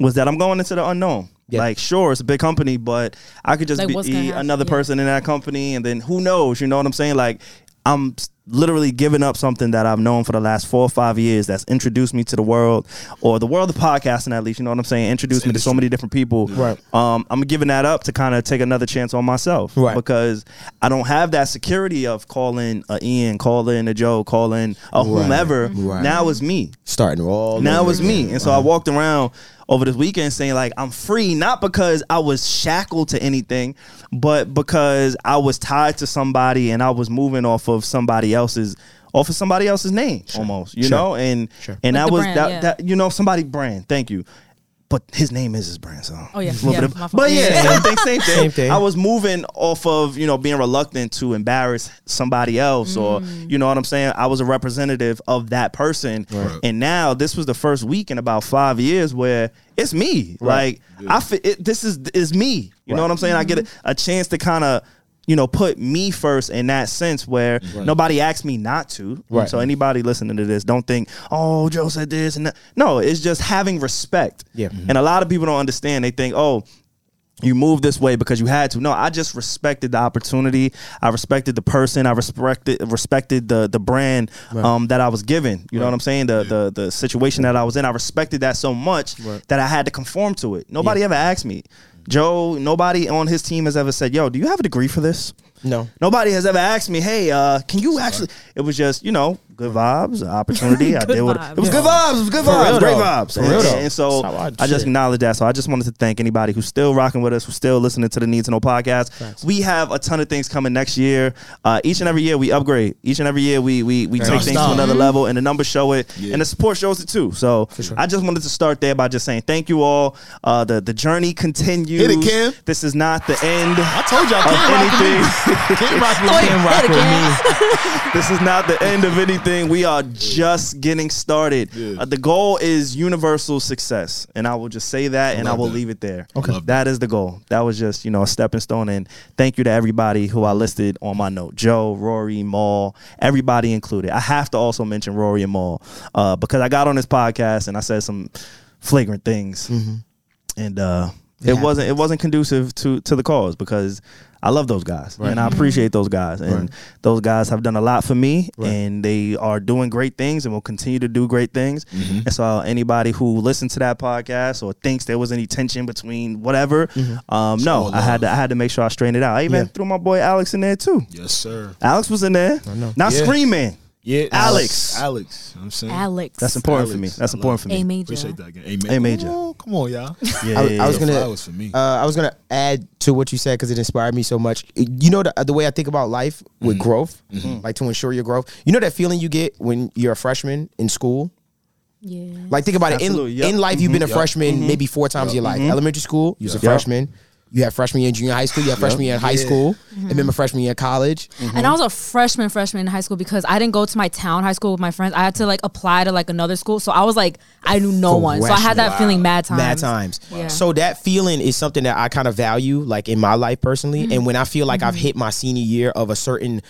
Speaker 2: was that I'm going into the unknown.
Speaker 1: Yeah.
Speaker 2: Like sure, it's a big company, but I could just
Speaker 3: Like, what's gonna
Speaker 2: be
Speaker 3: happen?
Speaker 2: another
Speaker 3: Yeah.
Speaker 2: person in that company, and then who knows? You know what I'm saying? Like I'm s- literally giving up something that I've known for the last four or five years that's introduced me to the world or the world of podcasting at least. You know what I'm saying? Introduced me to so many different people.
Speaker 1: Right.
Speaker 2: Um, I'm giving that up to kind of take another chance on myself.
Speaker 1: Right.
Speaker 2: Because I don't have that security of calling a Ian, calling a Joe, calling a whomever.
Speaker 1: Right.
Speaker 2: Now it's me.
Speaker 1: Starting all over
Speaker 2: Now
Speaker 1: Uh-huh.
Speaker 2: it's me. And so I walked around over this weekend saying, like, I'm free, not because I was shackled to anything, but because I was tied to somebody and I was moving off of somebody else's off of somebody else's name almost. You know? And and
Speaker 3: Like
Speaker 2: that
Speaker 3: the
Speaker 2: was
Speaker 3: brand,
Speaker 2: that,
Speaker 3: yeah.
Speaker 2: that you know, somebody brand, thank you. But his name is his brand, so
Speaker 3: Oh, yeah.
Speaker 2: Just a little
Speaker 3: Yeah,
Speaker 2: bit of-
Speaker 3: my fault.
Speaker 2: but yeah,
Speaker 3: Yeah.
Speaker 2: same thing, same thing.
Speaker 1: Same thing.
Speaker 2: I was moving off of you know being reluctant to embarrass somebody else, or you know what I'm saying. I was a representative of that person, and now this was the first week in about five years where it's me. Like I, fe- it, this is is me. You know what I'm saying. I get a, a chance to kind of. You know, put me first in that sense where nobody asked me not to.
Speaker 1: Right.
Speaker 2: So anybody listening to this, don't think, oh, Joe said this and that. No, it's just having respect.
Speaker 1: Yeah. Mhm.
Speaker 2: And a lot of people don't understand. They think, oh, you moved this way because you had to. No, I just respected the opportunity. I respected the person. I respected respected the the brand um, that I was given. You know what I'm saying? The, the the situation that I was in. I respected that so much that I had to conform to it. Nobody ever asked me. Joe, nobody on his team has ever said, "Yo, do you have a degree for this?"
Speaker 1: No.
Speaker 2: Nobody has ever asked me, "Hey, uh, can you actually?" It was just, you know, good vibes, opportunity. I
Speaker 3: Good
Speaker 2: did what
Speaker 3: vibes.
Speaker 2: it was. Good vibes. It was good
Speaker 1: For
Speaker 2: vibes.
Speaker 1: real
Speaker 2: Great
Speaker 1: though.
Speaker 2: vibes.
Speaker 1: For
Speaker 2: And-
Speaker 1: real though.
Speaker 2: and so
Speaker 1: That's how I
Speaker 2: I,
Speaker 1: shit.
Speaker 2: just acknowledge that. So I just wanted to thank anybody who's still rocking with us, who's still listening to the Need to Know podcast. We have a ton of things coming next year. Uh, each and every year we upgrade. Each and every year we we, we take things to
Speaker 4: Nonstop.
Speaker 2: another level, and the numbers show it,
Speaker 4: Mm-hmm. Yeah.
Speaker 2: and the support shows it too. So I just wanted to start there by just saying thank you all. Uh, the the journey continues.
Speaker 4: Hit it, Kim.
Speaker 2: This is not the end
Speaker 4: I told y'all,
Speaker 2: of
Speaker 4: can't rock with me.
Speaker 2: anything.
Speaker 4: Can't rock with me.
Speaker 1: Can't rock with me.
Speaker 2: this is not the end of anything. We are just getting started.
Speaker 4: Yeah.
Speaker 2: Uh, the goal is universal success, and I will just say that, and I
Speaker 4: love
Speaker 2: will
Speaker 4: that.
Speaker 2: leave it there.
Speaker 4: Okay. Love
Speaker 2: that is the goal. That was just you know a stepping stone, and thank you to everybody who I listed on my note: Joe, Rory, Maul, everybody included. I have to also mention Rory and Maul uh, because I got on this podcast and I said some flagrant things,
Speaker 4: Mm-hmm.
Speaker 2: and uh, it
Speaker 1: happens.
Speaker 2: wasn't it wasn't conducive to to the cause because I love those guys and I appreciate those guys and those guys have done a lot for me and they are doing great things and will continue to do great things. And so anybody who listens to that podcast or thinks there was any tension between whatever, um, no,
Speaker 4: all
Speaker 2: I had to I had to make sure I straightened it out. I even threw my boy Alex in there too.
Speaker 4: Yes, sir.
Speaker 2: Alex was in there, not
Speaker 4: Yeah.
Speaker 2: screaming.
Speaker 4: Yeah,
Speaker 2: Alex.
Speaker 4: Alex. I'm saying.
Speaker 3: Alex.
Speaker 2: That's important for me.
Speaker 4: Alex.
Speaker 2: That's
Speaker 4: I
Speaker 2: important for me.
Speaker 3: A major.
Speaker 4: Appreciate that again. Amen.
Speaker 2: A major.
Speaker 4: Oh, come on, y'all.
Speaker 2: Yeah,
Speaker 1: I-
Speaker 2: yeah, yeah.
Speaker 1: I was gonna.
Speaker 4: flowers for me.
Speaker 1: Uh, I was gonna add to what you said because it inspired me so much. You know the, the way I think about life with
Speaker 4: Mm-hmm.
Speaker 1: growth, like to ensure your growth. You know that feeling you get when you're a freshman in school.
Speaker 3: Yeah.
Speaker 1: Like think about it.
Speaker 2: Absolutely,
Speaker 1: In,
Speaker 2: yep. Mm-hmm.
Speaker 1: in life, you've been a freshman maybe four times in your life. Elementary school, you was a freshman. You had freshman year in junior high school. You had freshman year in high school, and then a freshman year in college.
Speaker 3: And I was a freshman, freshman in high school because I didn't go to my town high school with my friends. I had to like apply to like another school. So I was like, I knew no one. So I had that
Speaker 1: Wow.
Speaker 3: feeling mad times.
Speaker 1: Mad times.
Speaker 3: Yeah.
Speaker 1: So that feeling is something that I kind of value, like in my life personally. And when I feel like I've hit my senior year of a certain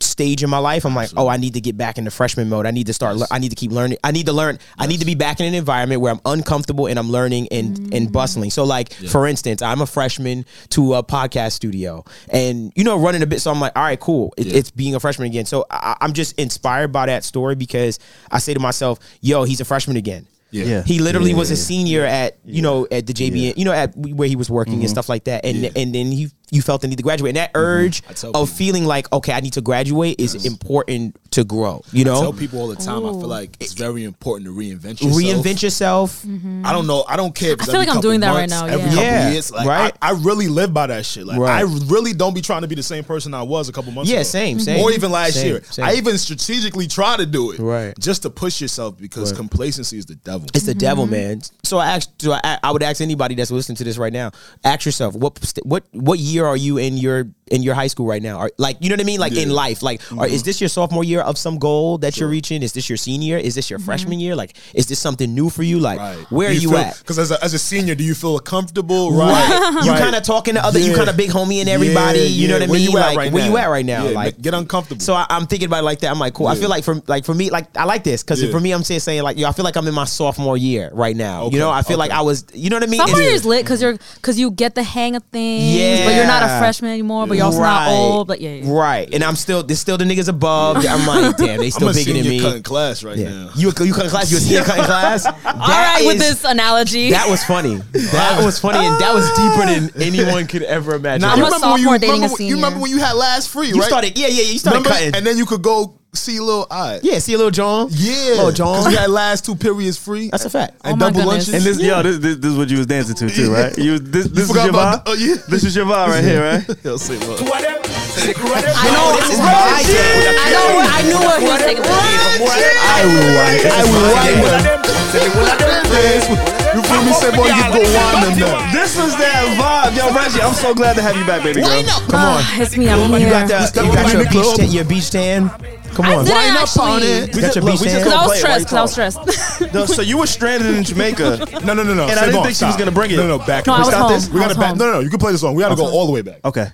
Speaker 1: stage in my life. I'm like, oh, I need to get back into freshman mode. I need to start. le- I need to keep learning. I need to learn. I need to be back in an environment where I'm uncomfortable and I'm learning and and bustling. So, like for instance, I'm a freshman to a podcast studio, and you know, running a bit. So I'm like, all right, cool. It, It's being a freshman again. So I, I'm just inspired by that story because I say to myself, yo, he's a freshman again.
Speaker 4: Yeah.
Speaker 2: Yeah.
Speaker 1: He literally was a senior at you know at the JBN, you know at where he was working and stuff like that, and
Speaker 4: Mm-hmm. Yeah. Mm-hmm.
Speaker 1: and then he you felt the need to graduate, and that urge
Speaker 4: I tell
Speaker 1: of
Speaker 4: people.
Speaker 1: feeling like okay, I need to graduate is important to grow. You
Speaker 4: I tell
Speaker 1: know,
Speaker 4: people all the time. I feel like it's very important to reinvent yourself. Mm-hmm.
Speaker 1: reinvent yourself.
Speaker 4: I don't know. I don't care. If it's
Speaker 3: Mm-hmm. I feel like
Speaker 4: every
Speaker 3: I'm
Speaker 4: couple
Speaker 3: doing that right
Speaker 4: months,
Speaker 3: now,
Speaker 4: Every
Speaker 3: yeah.
Speaker 4: couple
Speaker 1: Yeah,
Speaker 4: years, like,
Speaker 1: right.
Speaker 4: I, I really live by that shit. Like
Speaker 1: Right.
Speaker 4: I really don't be trying to be the same person I was a couple months
Speaker 1: Yeah,
Speaker 4: ago.
Speaker 1: same, same.
Speaker 4: Or even last
Speaker 1: Same,
Speaker 4: year,
Speaker 1: same.
Speaker 4: I even strategically try to do it,
Speaker 1: Right.
Speaker 4: Just to push yourself because complacency is the devil.
Speaker 1: It's the devil, man. So I ask, do I, I would ask anybody that's listening to this right now, ask yourself what st- what what year are you in your in your high school right now? Are, like you know what I mean? Like in
Speaker 4: Yeah. Mm-hmm.
Speaker 1: life, like are, is this your sophomore year of some goal that you're reaching? Is this your senior? Is this your freshman year? Like is this something new for you? Like where are you at?
Speaker 4: Because as a, as a senior, do you feel comfortable? Right.
Speaker 1: You
Speaker 4: Right.
Speaker 1: kind of talking to other, you
Speaker 4: Yeah.
Speaker 1: kind of big homie and everybody.
Speaker 4: Yeah,
Speaker 1: you know
Speaker 4: yeah.
Speaker 1: what I mean?
Speaker 4: Where you at
Speaker 1: like
Speaker 4: right
Speaker 1: where you
Speaker 4: now?
Speaker 1: at right now?
Speaker 4: Yeah,
Speaker 1: like
Speaker 4: ma- get uncomfortable.
Speaker 1: So I, I'm thinking about it like that. I'm like, cool. I
Speaker 4: Yeah.
Speaker 1: feel like for like for me, like I like this because
Speaker 4: Yeah.
Speaker 1: for me, I'm saying saying like, yo, I feel like I'm in my sophomore year right now. You know,
Speaker 4: Okay,
Speaker 1: I feel like
Speaker 4: okay.
Speaker 1: I was. You know what I mean?
Speaker 3: Sophomore
Speaker 1: It's-
Speaker 3: year is lit because you're because you get the hang of things, but you're not a
Speaker 1: Yeah.
Speaker 3: freshman anymore. But you're also not old. But yeah, yeah.
Speaker 1: right. And I'm still, there's still the niggas above. I'm like, damn, they
Speaker 4: I'm
Speaker 1: still
Speaker 4: a
Speaker 1: bigger
Speaker 4: senior
Speaker 1: than me.
Speaker 4: cutting class right
Speaker 1: Yeah.
Speaker 4: now.
Speaker 1: You you cut class, you a senior cutting class.
Speaker 3: All right, with this analogy,
Speaker 1: That was funny. That was funny, and that was deeper than anyone could ever imagine.
Speaker 4: Now,
Speaker 3: Oh. I'm
Speaker 4: you
Speaker 3: a
Speaker 4: remember when you-
Speaker 3: sophomore dating
Speaker 4: remember
Speaker 3: a
Speaker 4: when-
Speaker 3: senior.
Speaker 4: You remember when you had last free,
Speaker 1: you
Speaker 4: right?
Speaker 1: started, yeah, yeah, you started
Speaker 4: Remember?
Speaker 1: cutting.
Speaker 4: and then you could go see Lil Odd.
Speaker 1: Yeah, see a little John.
Speaker 4: Yeah,
Speaker 1: little
Speaker 4: Because
Speaker 1: John.
Speaker 4: we had last two periods free.
Speaker 1: That's a fact.
Speaker 4: And
Speaker 3: Oh my
Speaker 4: double
Speaker 3: goodness.
Speaker 4: lunches.
Speaker 2: And this, yo, this, this, this is what you was dancing to too, right? You was- this, this is
Speaker 4: forgot
Speaker 2: your vibe.
Speaker 4: about the- oh, yeah.
Speaker 2: This is your vibe right here, right?
Speaker 4: Yo, say what?
Speaker 3: I know.
Speaker 1: This is my jam.
Speaker 3: Oh, I know. I knew what he was taking.
Speaker 4: I will wine. I will wine them. You feel me? Say, boy, you go wine them now.
Speaker 2: This was that vibe, yo, Reggie. I'm so glad to have you back, baby girl.
Speaker 1: Come on.
Speaker 3: Ah, it's me. I'm
Speaker 1: You
Speaker 3: here.
Speaker 1: got that? You got your beach, tan, your beach tan. Come
Speaker 3: I
Speaker 1: on.
Speaker 3: didn't
Speaker 4: up on
Speaker 3: actually.
Speaker 4: it.
Speaker 1: You got your
Speaker 2: Look,
Speaker 1: beach
Speaker 2: we just
Speaker 1: tan.
Speaker 3: Cause I
Speaker 2: Don't
Speaker 3: was
Speaker 2: play it while
Speaker 3: stressed. Cause I was stressed.
Speaker 2: No, so you were stranded in Jamaica.
Speaker 4: No, no, no, no.
Speaker 2: And I didn't think she was gonna bring it.
Speaker 4: No, no, back.
Speaker 3: No, I
Speaker 4: We
Speaker 3: was
Speaker 4: got
Speaker 3: home.
Speaker 4: this. We
Speaker 3: I
Speaker 4: gotta
Speaker 3: was
Speaker 4: back.
Speaker 3: home.
Speaker 4: No, no, no. You can play the song. We gotta go all the way back.
Speaker 2: Okay.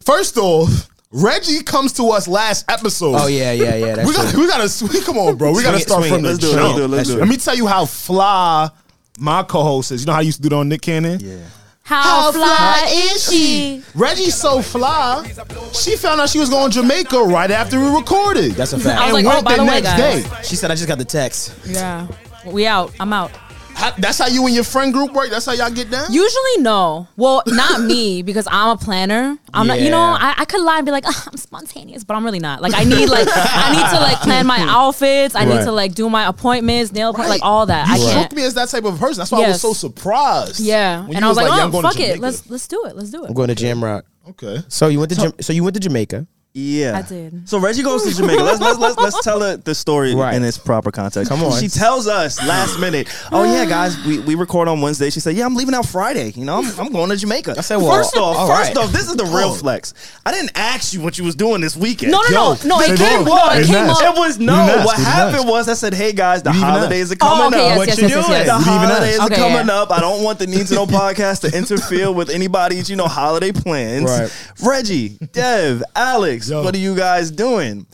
Speaker 4: First off, Reggie comes to us last episode.
Speaker 1: Oh yeah, yeah, yeah. That's
Speaker 4: We gotta, we gotta, sw- come on, bro. We
Speaker 1: Swing
Speaker 4: gotta
Speaker 1: it,
Speaker 4: start
Speaker 1: swing
Speaker 4: from
Speaker 1: it.
Speaker 4: the
Speaker 2: Let's do it,
Speaker 4: jump.
Speaker 2: let's do it, let's do it.
Speaker 4: Let me tell you how fly my co-host is. You know how I used to do that on Nick Cannon? Yeah.
Speaker 3: How fly is she?
Speaker 4: Reggie's so fly. She found out she was going to Jamaica right after we recorded.
Speaker 1: That's a
Speaker 3: I
Speaker 1: fact.
Speaker 3: was like,
Speaker 4: and
Speaker 3: oh,
Speaker 4: went
Speaker 3: by
Speaker 4: the
Speaker 3: the way,
Speaker 4: next
Speaker 3: guys.
Speaker 4: day.
Speaker 1: She said, I just got the text.
Speaker 3: Yeah. We out. I'm out.
Speaker 4: How- that's how you and your friend group work. That's how y'all get down.
Speaker 3: Usually no. Well, not me because I'm a planner. I'm not. You know,
Speaker 1: Yeah.
Speaker 3: I, I could lie and be like, "Ugh, I'm spontaneous, but I'm really not. Like, I need like I need to like plan my outfits. I
Speaker 1: Right.
Speaker 3: need to like do my appointments, nail appointment,
Speaker 4: Right.
Speaker 3: like all that.
Speaker 4: You
Speaker 3: I
Speaker 4: struck
Speaker 3: can't.
Speaker 4: me as that type of person. That's why I was
Speaker 3: Yes.
Speaker 4: so surprised.
Speaker 3: Yeah,
Speaker 4: when you
Speaker 3: and I was like,
Speaker 4: "Yeah, I'm
Speaker 3: "Oh,
Speaker 4: going to
Speaker 3: fuck it,
Speaker 4: Jamaica."
Speaker 3: let's let's do it, let's do it."
Speaker 1: I'm going to Jam Rock.
Speaker 4: Okay.
Speaker 1: So you went to Jam- so you went to Jamaica.
Speaker 2: Yeah.
Speaker 3: I did.
Speaker 2: So Reggie goes to Jamaica. Let's let's let's, let's tell her the story
Speaker 1: Right.
Speaker 2: in its proper context.
Speaker 1: Come on.
Speaker 2: She tells us last minute. Oh yeah, guys, we, we record on Wednesday. She said, "Yeah, I'm leaving out Friday. You know, I'm, I'm going to Jamaica." I
Speaker 1: said, well,
Speaker 2: first off,
Speaker 1: all
Speaker 2: first
Speaker 1: right.
Speaker 2: off, this is the real flex. I didn't ask you what you was doing this weekend.
Speaker 3: No, no,
Speaker 4: Yo,
Speaker 3: no, no. It
Speaker 4: they
Speaker 3: came.
Speaker 4: both-
Speaker 3: No, it
Speaker 4: they
Speaker 3: came
Speaker 4: nice.
Speaker 3: up.
Speaker 2: It was no.
Speaker 4: didn't ask.
Speaker 2: What
Speaker 4: We didn't
Speaker 2: happened
Speaker 4: ask.
Speaker 2: was I said, "Hey guys, the
Speaker 4: You didn't
Speaker 2: holidays
Speaker 4: ask.
Speaker 2: are coming
Speaker 3: Oh, okay,
Speaker 2: up.
Speaker 3: yes,
Speaker 2: what
Speaker 3: yes,
Speaker 2: you
Speaker 3: yes, yes,
Speaker 2: doing?
Speaker 3: yes.
Speaker 2: The
Speaker 3: You
Speaker 4: didn't even
Speaker 2: holidays
Speaker 3: ask.
Speaker 2: are
Speaker 3: Okay,
Speaker 2: coming
Speaker 3: yeah.
Speaker 2: up. I don't want the Need to Know podcast to interfere with anybody's you know holiday plans.
Speaker 1: Right.
Speaker 2: Reggie, Dev, Alex,
Speaker 4: Yo.
Speaker 2: what are you guys doing?"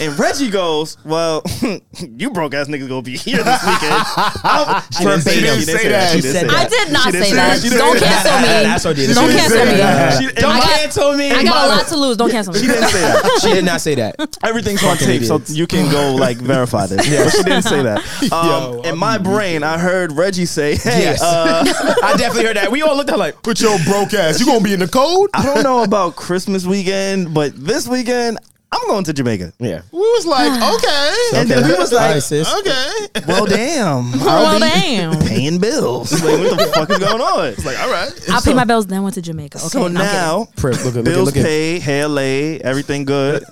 Speaker 2: And Reggie goes, "Well, you broke ass niggas gonna be here this weekend." I'm- she didn't say
Speaker 1: Verbatim.
Speaker 2: that. She
Speaker 1: She
Speaker 2: didn't say that. She didn't
Speaker 1: said
Speaker 2: say
Speaker 1: that.
Speaker 3: I
Speaker 2: that.
Speaker 3: did not
Speaker 2: She didn't
Speaker 3: say that.
Speaker 2: She didn't
Speaker 3: Don't
Speaker 2: say that.
Speaker 3: cancel me.
Speaker 1: That's what I did.
Speaker 3: Don't
Speaker 1: She
Speaker 3: cancel
Speaker 1: said
Speaker 3: me.
Speaker 1: that.
Speaker 2: She-
Speaker 3: I got-
Speaker 1: me.
Speaker 3: I got a lot to lose. Don't cancel me.
Speaker 2: She didn't say that.
Speaker 1: She did not say that.
Speaker 2: Everything's on tape, so you can go like verify this. But she didn't say that. Um,
Speaker 4: Yo,
Speaker 2: in my brain, I heard Reggie say, "Hey,
Speaker 1: Yes.
Speaker 2: uh,
Speaker 1: I definitely heard that. We all looked at her like
Speaker 4: Put your broke ass. You gonna be in the cold?
Speaker 2: I don't know about Christmas weekend, but this weekend I'm going to Jamaica."
Speaker 1: yeah.
Speaker 4: We was like, okay.
Speaker 2: And then we was
Speaker 1: All
Speaker 2: like,
Speaker 1: right, sis.
Speaker 4: okay.
Speaker 2: "Well, damn,
Speaker 3: Well,
Speaker 2: I'll be
Speaker 3: damn.
Speaker 2: paying bills. Like, what the fuck is going on?" It's like,
Speaker 4: All right.
Speaker 3: I paid my bills, then went to Jamaica. Okay,
Speaker 2: so
Speaker 3: no, I'm kidding.
Speaker 2: now,
Speaker 1: Prip, look at- look at-
Speaker 2: bills
Speaker 1: look at-
Speaker 2: paid, hair laid, everything good.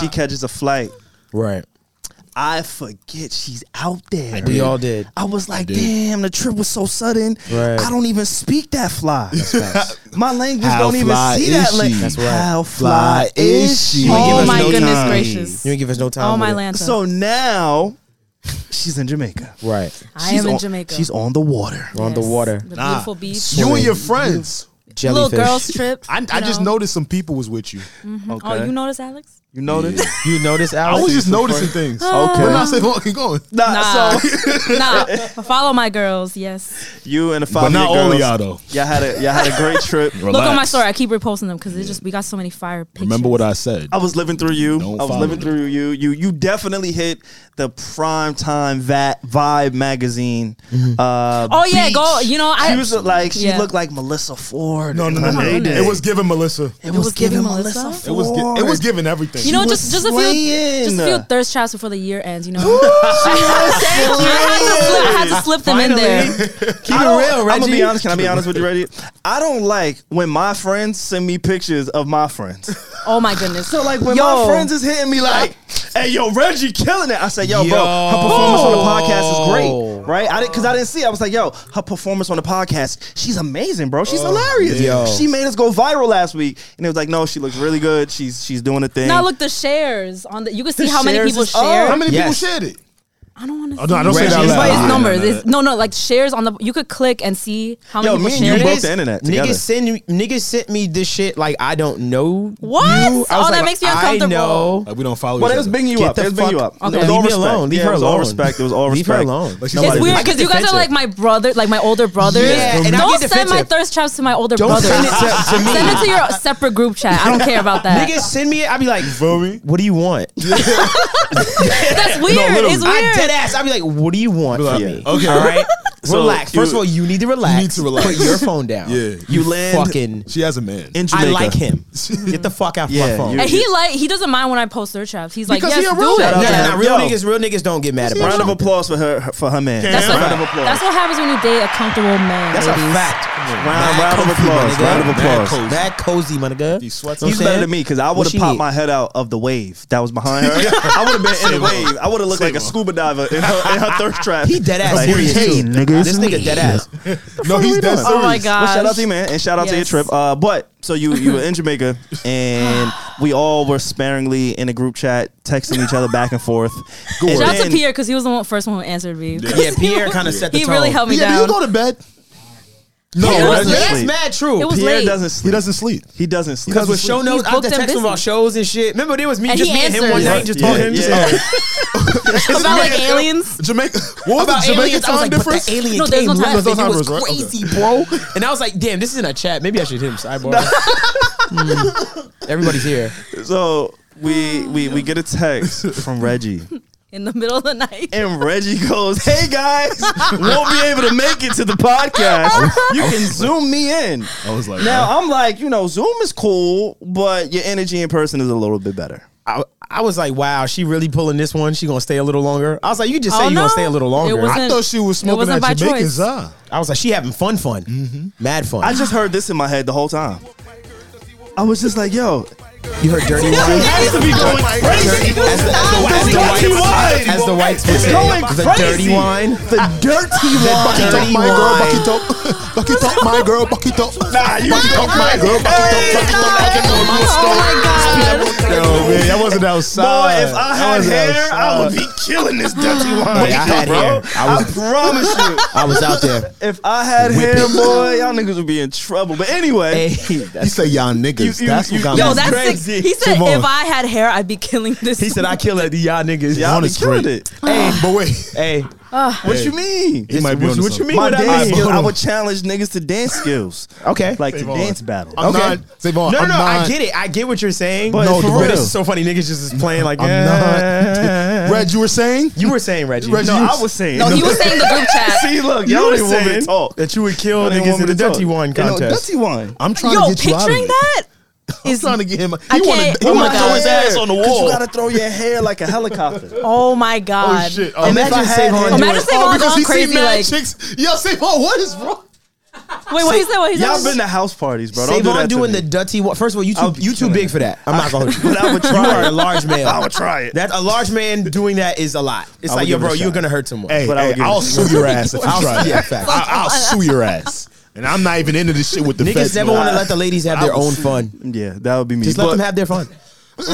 Speaker 2: she catches a flight.
Speaker 1: Right.
Speaker 2: I forget she's out there.
Speaker 1: We all did.
Speaker 2: I was like, damn, the trip was so sudden.
Speaker 1: Right.
Speaker 2: I don't even speak that fly. My language
Speaker 4: How
Speaker 2: don't even
Speaker 4: fly
Speaker 2: see
Speaker 4: is
Speaker 2: that.
Speaker 4: she?
Speaker 2: language.
Speaker 4: That's
Speaker 1: right.
Speaker 2: How fly,
Speaker 4: Fly
Speaker 2: is
Speaker 4: is
Speaker 2: she?
Speaker 4: she?
Speaker 1: give
Speaker 3: Oh
Speaker 1: us
Speaker 3: my
Speaker 1: no
Speaker 3: goodness
Speaker 1: time.
Speaker 3: gracious.
Speaker 1: You didn't give us no time.
Speaker 3: Oh
Speaker 1: with
Speaker 3: my
Speaker 1: it.
Speaker 3: Lanta.
Speaker 2: So now she's in Jamaica.
Speaker 1: Right.
Speaker 3: I
Speaker 2: She's
Speaker 3: am in
Speaker 2: on-
Speaker 3: Jamaica.
Speaker 2: She's on the water.
Speaker 1: On the water.
Speaker 3: The beautiful beach.
Speaker 4: You and your friends.
Speaker 1: Jellyfish.
Speaker 3: Little girls trip.
Speaker 4: I,
Speaker 3: you
Speaker 4: I just
Speaker 3: know.
Speaker 4: noticed some people was with you.
Speaker 2: Okay.
Speaker 3: Oh, you notice, Alex?
Speaker 2: You notice?
Speaker 1: You notice,
Speaker 4: I
Speaker 1: Alex?
Speaker 4: was just noticing things.
Speaker 2: Okay.
Speaker 4: We're not saying walking going.
Speaker 2: Nah,
Speaker 3: Nah,
Speaker 2: so
Speaker 3: nah. Follow my girls. Yes.
Speaker 2: you and the five
Speaker 4: But not
Speaker 2: girls,
Speaker 4: all of y'all though.
Speaker 2: Y'all had a y'all had a great trip.
Speaker 3: Look on my
Speaker 4: Relax.
Speaker 3: story. I keep reposting them because it's just we got so many fire pictures.
Speaker 4: Remember what I said.
Speaker 2: I was living through you.
Speaker 4: Don't
Speaker 2: I was
Speaker 4: follow
Speaker 2: living
Speaker 4: me.
Speaker 2: through you. You you definitely hit the prime time va- vibe magazine.
Speaker 4: Mm-hmm.
Speaker 2: Uh,
Speaker 3: Oh yeah,
Speaker 2: beach.
Speaker 3: go. You know
Speaker 2: She
Speaker 3: I.
Speaker 2: was like she
Speaker 3: Yeah.
Speaker 2: looked like Melissa Ford.
Speaker 4: No, no, no,
Speaker 2: in
Speaker 4: no.
Speaker 2: her heyday.
Speaker 4: It was giving Melissa.
Speaker 2: it was, giving, Melissa.
Speaker 4: It was gi- it was giving everything.
Speaker 3: You know,
Speaker 2: was
Speaker 3: just just a few
Speaker 2: slaying.
Speaker 3: just a few thirst traps before the year ends. You know. I had to slip, I had to slip them in there.
Speaker 1: it
Speaker 2: Keep
Speaker 1: real,
Speaker 2: I'm gonna
Speaker 1: Reggie.
Speaker 2: be honest. Can I be honest with you, Reggie? I don't like when my friends send me pictures of my friends.
Speaker 3: Oh my goodness.
Speaker 2: So like when my
Speaker 3: Yo.
Speaker 2: friends is hitting me like, "Hey, yo, Reggie killing it," I said, "Yo, bro, her
Speaker 1: Yo.
Speaker 2: performance on the podcast is great, right?" I didn't because I didn't see. It. I was like, "Yo, her performance on the podcast, she's amazing, bro.
Speaker 1: Oh,
Speaker 2: She's hilarious.
Speaker 1: Yo.
Speaker 2: She made us go viral last week." And it was like, "No, she looks really good. She's she's doing a thing."
Speaker 3: Now look the shares on the. You can see
Speaker 2: The
Speaker 3: how many
Speaker 2: shares
Speaker 3: people
Speaker 2: is up.
Speaker 3: share.
Speaker 4: How many
Speaker 1: Yes.
Speaker 4: people shared it?
Speaker 3: I don't want to.
Speaker 4: Oh, no, I don't say
Speaker 1: that
Speaker 3: It's
Speaker 1: out loud.
Speaker 3: it's
Speaker 1: Yeah,
Speaker 3: numbers.
Speaker 4: yeah,
Speaker 3: It's, no, no, like shares on the. You could click and see how many
Speaker 2: Yo,
Speaker 3: people
Speaker 2: me and you
Speaker 3: shared
Speaker 2: both
Speaker 3: it.
Speaker 2: the internet together.
Speaker 1: Niggas send me, niggas sent me this shit like I don't know.
Speaker 3: What?
Speaker 1: You. I was
Speaker 3: Oh, that
Speaker 1: like,
Speaker 3: makes me
Speaker 1: I
Speaker 3: uncomfortable.
Speaker 1: know.
Speaker 4: Like Uh, we don't follow.
Speaker 2: Well,
Speaker 4: each
Speaker 2: it was
Speaker 4: other.
Speaker 2: bringing Uh, you
Speaker 1: Get
Speaker 2: up.
Speaker 1: the
Speaker 2: It was bringing you
Speaker 1: fuck-
Speaker 2: up.
Speaker 1: Okay.
Speaker 2: It was all
Speaker 1: Leave me
Speaker 2: respect.
Speaker 1: alone. Leave
Speaker 2: Yeah,
Speaker 1: her
Speaker 2: it was all
Speaker 1: alone.
Speaker 2: respect. It was all
Speaker 1: Leave
Speaker 2: respect.
Speaker 1: her alone.
Speaker 4: Like, she's
Speaker 3: It's
Speaker 4: Nobody
Speaker 3: weird
Speaker 4: likes
Speaker 3: because you guys are like my brother, like my older brothers.
Speaker 1: Yeah, and I
Speaker 3: don't
Speaker 1: get
Speaker 3: send my
Speaker 1: defensive.
Speaker 3: thirst traps to my older
Speaker 1: Don't
Speaker 3: brothers.
Speaker 1: send it to- to me.
Speaker 3: Send it to your separate group chat. I don't care about that.
Speaker 1: Niggas send me it. I be like,
Speaker 4: Feel me?
Speaker 1: what do you want?
Speaker 3: That's weird.
Speaker 4: literally.
Speaker 3: it's
Speaker 1: I
Speaker 3: weird.
Speaker 1: dead ass. I be like, what do you want
Speaker 4: Be
Speaker 1: from
Speaker 4: like,
Speaker 1: me?
Speaker 4: okay.
Speaker 1: all right.
Speaker 2: So,
Speaker 1: relax. First of
Speaker 2: you-
Speaker 1: all, you need to relax.
Speaker 4: need to relax.
Speaker 1: Put your phone down.
Speaker 4: Yeah.
Speaker 1: You,
Speaker 2: land-
Speaker 1: fucking.
Speaker 4: She has a man.
Speaker 2: In
Speaker 1: I
Speaker 2: Jamaica.
Speaker 1: like him. Get the fuck out of
Speaker 2: Yeah,
Speaker 1: my phone.
Speaker 2: you-
Speaker 3: and he like he doesn't mind when I post thirst traps. He's like,
Speaker 4: Because
Speaker 3: yes,
Speaker 4: he a real
Speaker 1: No,
Speaker 3: do
Speaker 2: Shout
Speaker 3: it.
Speaker 2: out
Speaker 1: no,
Speaker 2: to
Speaker 1: no,
Speaker 2: him.
Speaker 1: Real
Speaker 2: Yo.
Speaker 1: niggas, real niggas don't get mad about
Speaker 2: Round of
Speaker 1: it.
Speaker 2: applause for her for her man.
Speaker 3: That's what,
Speaker 2: round of applause.
Speaker 3: that's what happens when you date a comfortable man.
Speaker 1: That's a
Speaker 3: ladies.
Speaker 1: fact.
Speaker 2: Round- round of
Speaker 1: comfy, my
Speaker 2: applause,
Speaker 1: nigga.
Speaker 2: round of
Speaker 1: Mad
Speaker 2: applause.
Speaker 1: cozy. Mad cozy, my nigga.
Speaker 4: He sweats
Speaker 1: You know
Speaker 2: He's
Speaker 1: what I'm
Speaker 2: better than
Speaker 1: saying?
Speaker 2: me because I
Speaker 1: What
Speaker 2: would have
Speaker 1: she
Speaker 2: popped
Speaker 1: need?
Speaker 2: my head out of the wave that was behind her. I would have been in the wave. I would have looked like a scuba diver in her, in her thirst trap.
Speaker 1: He dead ass
Speaker 2: Like,
Speaker 1: serious too.
Speaker 2: "Hey, nigga,
Speaker 1: This nigga dead ass.
Speaker 4: no, he's
Speaker 2: doing?
Speaker 4: dead serious.
Speaker 3: Oh my god.
Speaker 2: Well, shout out to you, man, and shout out to your
Speaker 3: Yes.
Speaker 2: trip. Uh, but so you you were in Jamaica, and we all were sparingly in a group chat, texting each other back and forth. And
Speaker 3: Shout out to
Speaker 2: then-
Speaker 3: Pierre because he was the one, first one who answered me.
Speaker 1: Yeah, Pierre kind of set the
Speaker 3: He
Speaker 1: tone.
Speaker 3: really helped me
Speaker 4: Yeah, do
Speaker 3: down.
Speaker 4: you go to bed.
Speaker 2: No,
Speaker 3: It was
Speaker 2: he doesn't
Speaker 3: late.
Speaker 1: That's
Speaker 2: sleep.
Speaker 1: mad true.
Speaker 3: It was
Speaker 2: Pierre
Speaker 3: late.
Speaker 2: doesn't sleep.
Speaker 4: He doesn't sleep.
Speaker 2: He doesn't sleep.
Speaker 1: Because with show
Speaker 3: He's
Speaker 1: notes, I had
Speaker 3: booked
Speaker 1: to
Speaker 3: and
Speaker 1: text him
Speaker 3: busy.
Speaker 1: about shows and shit. Remember, there was me,
Speaker 3: And
Speaker 1: just
Speaker 3: he
Speaker 1: me and him
Speaker 3: answered.
Speaker 1: one
Speaker 3: Yeah,
Speaker 1: night, just
Speaker 2: yeah,
Speaker 1: talking. just-
Speaker 2: yeah.
Speaker 3: about like aliens.
Speaker 4: Jamaica. What was
Speaker 1: About
Speaker 4: the Jamaican
Speaker 1: aliens, I
Speaker 4: time
Speaker 1: was like,
Speaker 4: difference?
Speaker 1: but the alien
Speaker 3: No, there's
Speaker 1: came
Speaker 3: no
Speaker 1: with
Speaker 3: time
Speaker 1: us. and It
Speaker 4: difference,
Speaker 1: was
Speaker 4: right? Okay.
Speaker 1: crazy, bro. And I was like, damn, this is in a chat. Maybe I should hit him sidebar. Mm. Everybody's here.
Speaker 2: So we we we get a text from Reggie.
Speaker 3: in the middle of the night.
Speaker 2: And Reggie goes, "Hey guys, won't be able to make it to the podcast. You can zoom me in."
Speaker 4: I was like,
Speaker 2: Now I'm like, you know, Zoom is cool, but your energy in person is a little bit better.
Speaker 1: I, I was like, wow, she really pulling this one. She gonna stay a little longer. I was like, you just say
Speaker 3: Oh,
Speaker 1: you
Speaker 3: no.
Speaker 1: gonna stay a little
Speaker 3: It
Speaker 1: longer.
Speaker 3: wasn't-
Speaker 1: I,
Speaker 4: I thought she was
Speaker 3: It
Speaker 4: smoking
Speaker 3: wasn't by
Speaker 4: that Jamaican
Speaker 3: choice.
Speaker 4: za.
Speaker 1: I was like, she having fun, fun, mad fun.
Speaker 2: I just heard this in my head the whole time. I was just like, yo,
Speaker 1: you heard dirty
Speaker 2: he
Speaker 1: wine.
Speaker 2: has to be going crazy.
Speaker 1: As the, as the,
Speaker 2: Stop.
Speaker 1: as the
Speaker 2: It's dirty
Speaker 1: whites,
Speaker 2: wine.
Speaker 1: as the whites would
Speaker 2: It's
Speaker 1: say,
Speaker 2: going
Speaker 1: the dirty
Speaker 2: crazy.
Speaker 1: wine.
Speaker 2: The dirty
Speaker 4: Bucket
Speaker 2: one.
Speaker 4: up, my girl. Bucket up. Bucket up, my girl. Bucket up.
Speaker 2: Nah, you
Speaker 4: Bucket up, my girl. Bucket up. Bucket up, my
Speaker 3: Oh
Speaker 4: Yo, man, that wasn't
Speaker 2: Boy,
Speaker 4: outside.
Speaker 2: if I
Speaker 4: That
Speaker 2: had
Speaker 4: wasn't
Speaker 2: hair, I would
Speaker 4: outside.
Speaker 2: be killing this dirty wine.
Speaker 1: Yeah, I had
Speaker 2: bro.
Speaker 1: hair. I
Speaker 2: I,
Speaker 1: was-
Speaker 2: promise you.
Speaker 1: I was out there.
Speaker 2: If I had hair, boy, y'all niggas would be in trouble. But
Speaker 1: Hey,
Speaker 2: anyway,
Speaker 4: He
Speaker 1: that's,
Speaker 4: said, "Y'all niggas."
Speaker 2: You- you-
Speaker 4: That's
Speaker 2: you-
Speaker 3: my
Speaker 4: what got
Speaker 3: god.
Speaker 4: me.
Speaker 3: Yo,
Speaker 2: That's
Speaker 3: that's
Speaker 2: crazy.
Speaker 3: crazy. He said,
Speaker 4: Javon.
Speaker 3: if I had hair, I'd be killing this.
Speaker 1: he said, I kill it. Y'all niggas.
Speaker 2: y'all be
Speaker 4: Honest
Speaker 2: killing
Speaker 4: rate.
Speaker 2: it.
Speaker 1: Hey,
Speaker 4: But wait,
Speaker 1: hey.
Speaker 2: What you mean?
Speaker 4: he might be
Speaker 1: What,
Speaker 4: on
Speaker 1: you- what you mean?
Speaker 2: My
Speaker 1: what I
Speaker 2: dance
Speaker 1: mean?
Speaker 2: skills. I would challenge niggas to dance skills,
Speaker 1: Okay.
Speaker 2: like to
Speaker 4: Savon.
Speaker 2: dance battle.
Speaker 4: I'm
Speaker 1: Okay.
Speaker 4: not. Savon,
Speaker 1: no, no,
Speaker 4: I'm
Speaker 1: no.
Speaker 4: Not,
Speaker 1: I get it. I get what you're saying.
Speaker 2: But
Speaker 1: no,
Speaker 2: for
Speaker 1: but
Speaker 2: real.
Speaker 1: it's so funny. Niggas just is playing like.
Speaker 4: I'm
Speaker 1: eh.
Speaker 4: not. Red, you were saying
Speaker 1: You were saying Reggie.
Speaker 4: Reggie,
Speaker 1: no,
Speaker 4: you-
Speaker 1: I was
Speaker 2: saying.
Speaker 3: no, he was saying the group chat.
Speaker 2: See, look,
Speaker 1: you
Speaker 2: y'all
Speaker 1: were
Speaker 2: didn't want me to
Speaker 1: saying
Speaker 2: talk.
Speaker 1: that you would kill
Speaker 2: Y'all didn't
Speaker 1: niggas
Speaker 2: want
Speaker 1: in
Speaker 2: me
Speaker 1: the
Speaker 2: to talk.
Speaker 1: dirty wine
Speaker 2: You know,
Speaker 1: contest.
Speaker 2: Dirty wine.
Speaker 4: I'm trying
Speaker 3: Yo,
Speaker 4: to get you out of
Speaker 3: picturing
Speaker 4: it.
Speaker 3: that
Speaker 4: I'm
Speaker 3: is.
Speaker 4: trying to get him.
Speaker 3: I
Speaker 4: He wanna,
Speaker 3: can't-
Speaker 4: he
Speaker 3: oh
Speaker 4: wanna
Speaker 3: my
Speaker 4: throw
Speaker 3: God.
Speaker 4: his ass on the
Speaker 2: Cause you
Speaker 4: wall.
Speaker 2: gotta throw your hair like a helicopter.
Speaker 3: Oh my god.
Speaker 4: shit.
Speaker 3: Imagine,
Speaker 4: Imagine
Speaker 3: imagine
Speaker 1: Savon
Speaker 3: Savon
Speaker 1: doing-
Speaker 4: Oh, because
Speaker 3: going
Speaker 4: he seen
Speaker 3: crazy.
Speaker 4: mad
Speaker 3: Like,
Speaker 4: chicks. Yo, Savon, what is wrong?
Speaker 3: wait, what he said? What he said?
Speaker 2: Y'all been to house parties, bro. Don't do
Speaker 1: Savon
Speaker 2: that to
Speaker 1: doing
Speaker 2: me.
Speaker 1: the dirty wine. First of all, you
Speaker 2: I'll
Speaker 1: too
Speaker 2: be
Speaker 1: you too
Speaker 2: killing
Speaker 1: big
Speaker 2: it.
Speaker 1: for that. I'm not gonna.
Speaker 2: But I would
Speaker 1: You
Speaker 2: try.
Speaker 1: are a large man.
Speaker 2: I would try it.
Speaker 1: That a large man doing that is a lot. It's
Speaker 2: I
Speaker 1: like
Speaker 2: would
Speaker 1: yo,
Speaker 2: give it
Speaker 1: bro,
Speaker 2: a
Speaker 1: you're
Speaker 2: shot.
Speaker 1: gonna hurt someone.
Speaker 4: Hey,
Speaker 2: But I would
Speaker 4: hey
Speaker 2: give it
Speaker 4: I'll
Speaker 2: to
Speaker 4: sue your ass if you
Speaker 1: I'll-
Speaker 4: try. it.
Speaker 1: yeah, facts.
Speaker 4: I, I'll sue your ass. And I'm not even into this shit with the
Speaker 1: Niggas
Speaker 4: feds,
Speaker 1: never
Speaker 4: man.
Speaker 1: want to let the ladies have their
Speaker 4: I would
Speaker 1: own
Speaker 4: shoot.
Speaker 1: fun.
Speaker 2: Yeah, that would be me.
Speaker 1: Just let
Speaker 2: But
Speaker 1: them have their fun.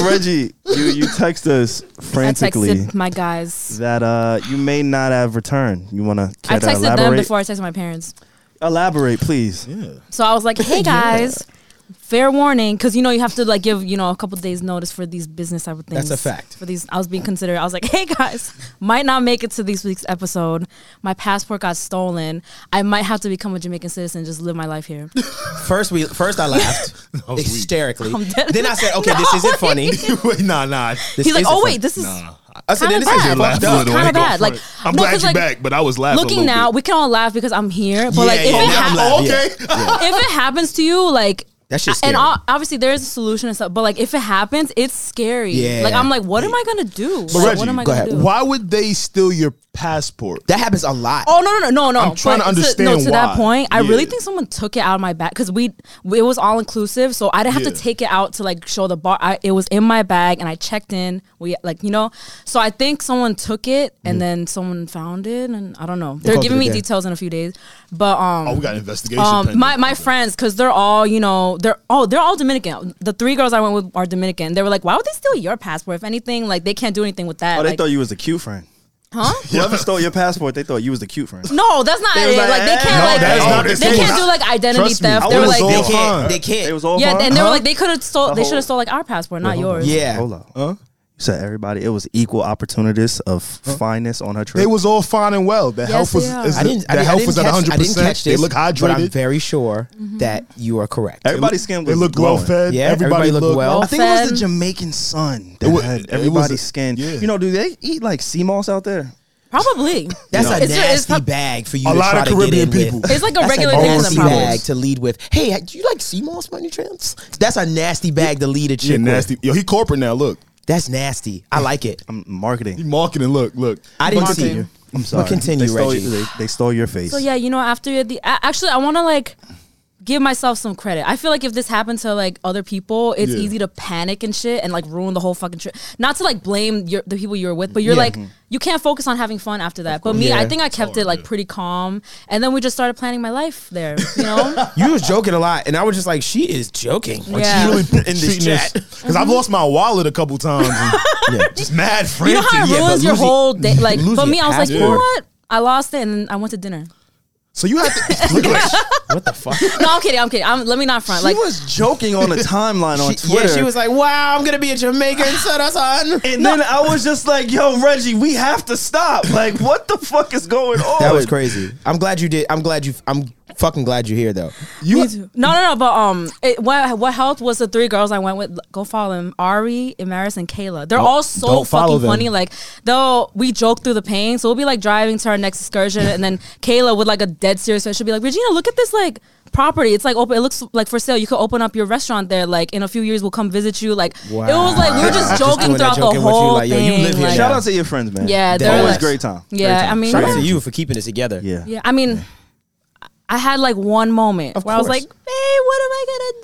Speaker 2: Reggie, you you text us
Speaker 3: I
Speaker 2: frantically
Speaker 3: texted my guys.
Speaker 2: that uh you may not have returned. You wanna
Speaker 3: I
Speaker 2: care to
Speaker 3: texted
Speaker 2: elaborate?
Speaker 3: them before I texted my parents.
Speaker 2: Elaborate, please. Oh,
Speaker 3: So I was like, hey guys, fair warning because you know you have to like give you know a couple days notice for these business type of things.
Speaker 1: That's a fact.
Speaker 3: For these, I was being considerate. I was like, hey guys, might not make it to this week's episode. My passport got stolen. I might have to become a Jamaican citizen and just live my life here.
Speaker 1: First we first I laughed
Speaker 4: was weak.
Speaker 1: hysterically.
Speaker 3: I'm dead.
Speaker 1: Then I said, okay, this isn't funny.
Speaker 4: Wait, nah, nah.
Speaker 1: This
Speaker 3: He's like,
Speaker 1: isn't
Speaker 3: oh
Speaker 1: funny."
Speaker 3: wait, this is.
Speaker 1: I said, then
Speaker 3: kinda
Speaker 1: this is
Speaker 3: bad.
Speaker 1: your laugh.
Speaker 4: Laugh a
Speaker 3: No,
Speaker 1: up.
Speaker 3: it's
Speaker 4: little.
Speaker 3: kinda
Speaker 4: ain't gonna
Speaker 3: bad.
Speaker 4: front.
Speaker 3: Like,
Speaker 4: I'm
Speaker 3: no,
Speaker 4: glad
Speaker 3: 'cause,
Speaker 4: you
Speaker 3: like,
Speaker 4: back, but I was laughing. a
Speaker 3: Looking
Speaker 4: little bit.
Speaker 3: now, we can all laugh because I'm here. But like,
Speaker 1: Yeah, yeah,
Speaker 3: if it
Speaker 1: now I'm
Speaker 3: happened,
Speaker 1: laughing.
Speaker 4: okay.
Speaker 3: if it happens to you, like
Speaker 1: That shit's
Speaker 3: and
Speaker 1: scary.
Speaker 3: ob- obviously there is a solution and stuff, but like if it happens, it's scary.
Speaker 1: Yeah.
Speaker 3: Like I'm like, what am I gonna do?
Speaker 4: But
Speaker 3: Like,
Speaker 4: Reggie,
Speaker 3: what am I
Speaker 1: go
Speaker 3: gonna
Speaker 1: ahead.
Speaker 3: do?
Speaker 4: Why would they steal your passport?
Speaker 1: That happens a lot.
Speaker 3: Oh no no no no no!
Speaker 4: I'm trying to
Speaker 3: But
Speaker 4: understand
Speaker 3: no, to
Speaker 4: why.
Speaker 3: that point, I really
Speaker 4: Yeah.
Speaker 3: think someone took it out of my bag because we it was all inclusive, so I didn't have
Speaker 4: Yeah.
Speaker 3: to take it out to like show the bar. I, it was in my bag, and I checked in. We like you know, so I think someone took it and
Speaker 4: Mm.
Speaker 3: then someone found it, and I don't know. They're
Speaker 1: called
Speaker 3: giving
Speaker 1: it a
Speaker 3: me
Speaker 1: day.
Speaker 3: details in a few days, but um,
Speaker 4: Oh, we got an investigation.
Speaker 3: um,
Speaker 4: pending.
Speaker 3: my my
Speaker 4: Okay.
Speaker 3: friends, because they're all you know, they're oh they're all Dominican. The three girls I went with are Dominican. They were like, why would they steal your passport? If anything, like they can't do anything with that.
Speaker 2: Oh, they
Speaker 3: like,
Speaker 2: thought you was the cute friend.
Speaker 3: huh?
Speaker 2: Whoever stole your passport, they thought you was the cute friend.
Speaker 3: No, that's not
Speaker 2: They was
Speaker 3: it.
Speaker 2: like,
Speaker 3: Like, they
Speaker 2: "Eh."
Speaker 3: can't
Speaker 2: No,
Speaker 3: like
Speaker 2: that is not
Speaker 3: they,
Speaker 2: the case.
Speaker 3: can't do like identity
Speaker 4: Trust me,
Speaker 3: theft.
Speaker 4: I
Speaker 3: They were
Speaker 2: was
Speaker 3: like
Speaker 2: all
Speaker 1: they
Speaker 2: Hold
Speaker 1: can't.
Speaker 4: on.
Speaker 1: They can't.
Speaker 2: It was all
Speaker 3: yeah,
Speaker 2: fun.
Speaker 3: and they were
Speaker 2: Huh?
Speaker 3: like they could have stole. They
Speaker 2: whole-
Speaker 3: should have stole like our passport, not yours.
Speaker 1: yeah.
Speaker 2: Hold on. Huh? You said everybody. It was equal opportunities of fineness on her trip.
Speaker 4: They was all fine and well. The health was.
Speaker 3: they are.
Speaker 4: Is
Speaker 1: I didn't.
Speaker 4: The,
Speaker 1: I didn't, I
Speaker 4: health
Speaker 1: didn't
Speaker 4: was
Speaker 1: catch,
Speaker 4: at 100.
Speaker 1: I didn't
Speaker 4: percent
Speaker 1: catch this.
Speaker 4: They look
Speaker 1: but I'm
Speaker 4: hydrated.
Speaker 1: very sure that you are correct.
Speaker 2: everybody's skin
Speaker 4: they
Speaker 2: was
Speaker 4: look well
Speaker 2: glowing.
Speaker 4: fed.
Speaker 1: Yeah,
Speaker 4: everybody,
Speaker 1: everybody looked
Speaker 4: looked
Speaker 1: well.
Speaker 2: I think it was the
Speaker 3: Fed.
Speaker 2: Jamaican sun
Speaker 4: It
Speaker 2: that
Speaker 4: wa- it
Speaker 2: had
Speaker 4: was
Speaker 2: everybody's
Speaker 4: a-
Speaker 2: skin.
Speaker 4: yeah.
Speaker 2: You know, do they eat like sea moss out there?
Speaker 3: probably.
Speaker 1: That's
Speaker 3: No.
Speaker 1: a
Speaker 3: It's-
Speaker 1: nasty
Speaker 3: it's prob-
Speaker 1: bag for you.
Speaker 4: A
Speaker 1: to
Speaker 4: lot
Speaker 1: try
Speaker 4: of
Speaker 1: to get
Speaker 4: Caribbean
Speaker 1: in with.
Speaker 4: people.
Speaker 3: It's like a
Speaker 1: That's
Speaker 3: regular
Speaker 1: a
Speaker 3: thing in
Speaker 1: nasty
Speaker 3: the
Speaker 1: bag
Speaker 3: problems.
Speaker 1: to lead with. Hey, do you like sea moss money trams? That's a nasty bag to lead a chick.
Speaker 4: Yeah,
Speaker 1: with.
Speaker 4: nasty. Yo, he corporate now. Look,
Speaker 1: That's nasty. I like it.
Speaker 2: I'm
Speaker 4: he
Speaker 2: marketing.
Speaker 4: marketing. Look, look.
Speaker 1: I didn't
Speaker 3: Fuck
Speaker 1: see
Speaker 3: you.
Speaker 1: you.
Speaker 2: I'm sorry.
Speaker 1: But continue,
Speaker 2: they stole,
Speaker 1: Reggie.
Speaker 2: They, they stole your face.
Speaker 3: So yeah, you know, after the a- actually, I want to like give myself some credit. I feel like if this happened to like other people, it's
Speaker 4: Yeah.
Speaker 3: easy to panic and shit and like ruin the whole fucking trip. Not to like blame your, the people you were with, but you're
Speaker 1: Yeah.
Speaker 3: like you can't focus on having fun after that. But me,
Speaker 1: Yeah.
Speaker 3: I think I kept it like pretty calm, and then we just started planning my life there. You know,
Speaker 1: You was joking a lot, and I was just like, she is joking. Like,
Speaker 3: Yeah.
Speaker 1: She really
Speaker 4: Really
Speaker 1: in this chat.
Speaker 4: because I've lost my wallet a couple times. and Just
Speaker 3: Mm-hmm.
Speaker 4: mad
Speaker 3: you
Speaker 4: frantic.
Speaker 3: know how it
Speaker 1: yeah, but
Speaker 3: ruins your
Speaker 1: losing-
Speaker 3: whole day. Like for
Speaker 1: losing
Speaker 3: me, I was like, you
Speaker 4: passport.
Speaker 3: know what? I lost it, and then I went to dinner.
Speaker 4: So you have to. Look, look.
Speaker 1: What the fuck?
Speaker 3: No, I'm kidding. I'm kidding. I'm, let me not front.
Speaker 2: she
Speaker 3: Like
Speaker 2: was joking on a timeline on
Speaker 1: She- yeah,
Speaker 2: Twitter.
Speaker 1: she was like, wow, I'm gonna be a Jamaican citizen.
Speaker 2: and then I was just like, "Yo, Reggie, we have to stop. Like, what the fuck is going on?"
Speaker 1: That was crazy. I'm glad you did. I'm glad you. I'm fucking glad you're here though.
Speaker 4: You.
Speaker 3: No, no, no. But um, it, what what helped was the three girls I went with. Go follow them: Ari, Amaris, and Kayla. They're all so
Speaker 4: don't follow
Speaker 3: fucking
Speaker 4: them.
Speaker 3: funny. Like, though we joke through the pain, so we'll be like driving to our next excursion, and then Kayla with like a dead serious face, she'll be like, "Regina, look at this like property. It's like open. It looks like for sale. You could open up your restaurant there. Like in a few years, we'll come visit you. Like it was like we were just
Speaker 1: Just doing
Speaker 3: joking
Speaker 1: that
Speaker 3: throughout
Speaker 1: joking
Speaker 3: the
Speaker 1: with you,
Speaker 3: whole
Speaker 1: like, yo, you
Speaker 3: thing.
Speaker 1: live here
Speaker 3: like-
Speaker 1: now.
Speaker 2: Shout out to your friends, man.
Speaker 3: yeah,
Speaker 1: They're
Speaker 3: they're
Speaker 1: always
Speaker 3: like-
Speaker 2: great time. Great
Speaker 3: Yeah,
Speaker 2: time.
Speaker 3: I mean,
Speaker 1: Shout
Speaker 3: yeah.
Speaker 1: out to you for keeping it together.
Speaker 2: Yeah.
Speaker 3: Yeah, I mean, I had like one moment
Speaker 1: Of
Speaker 3: where I was
Speaker 1: course.
Speaker 3: like, "Babe, what am I gonna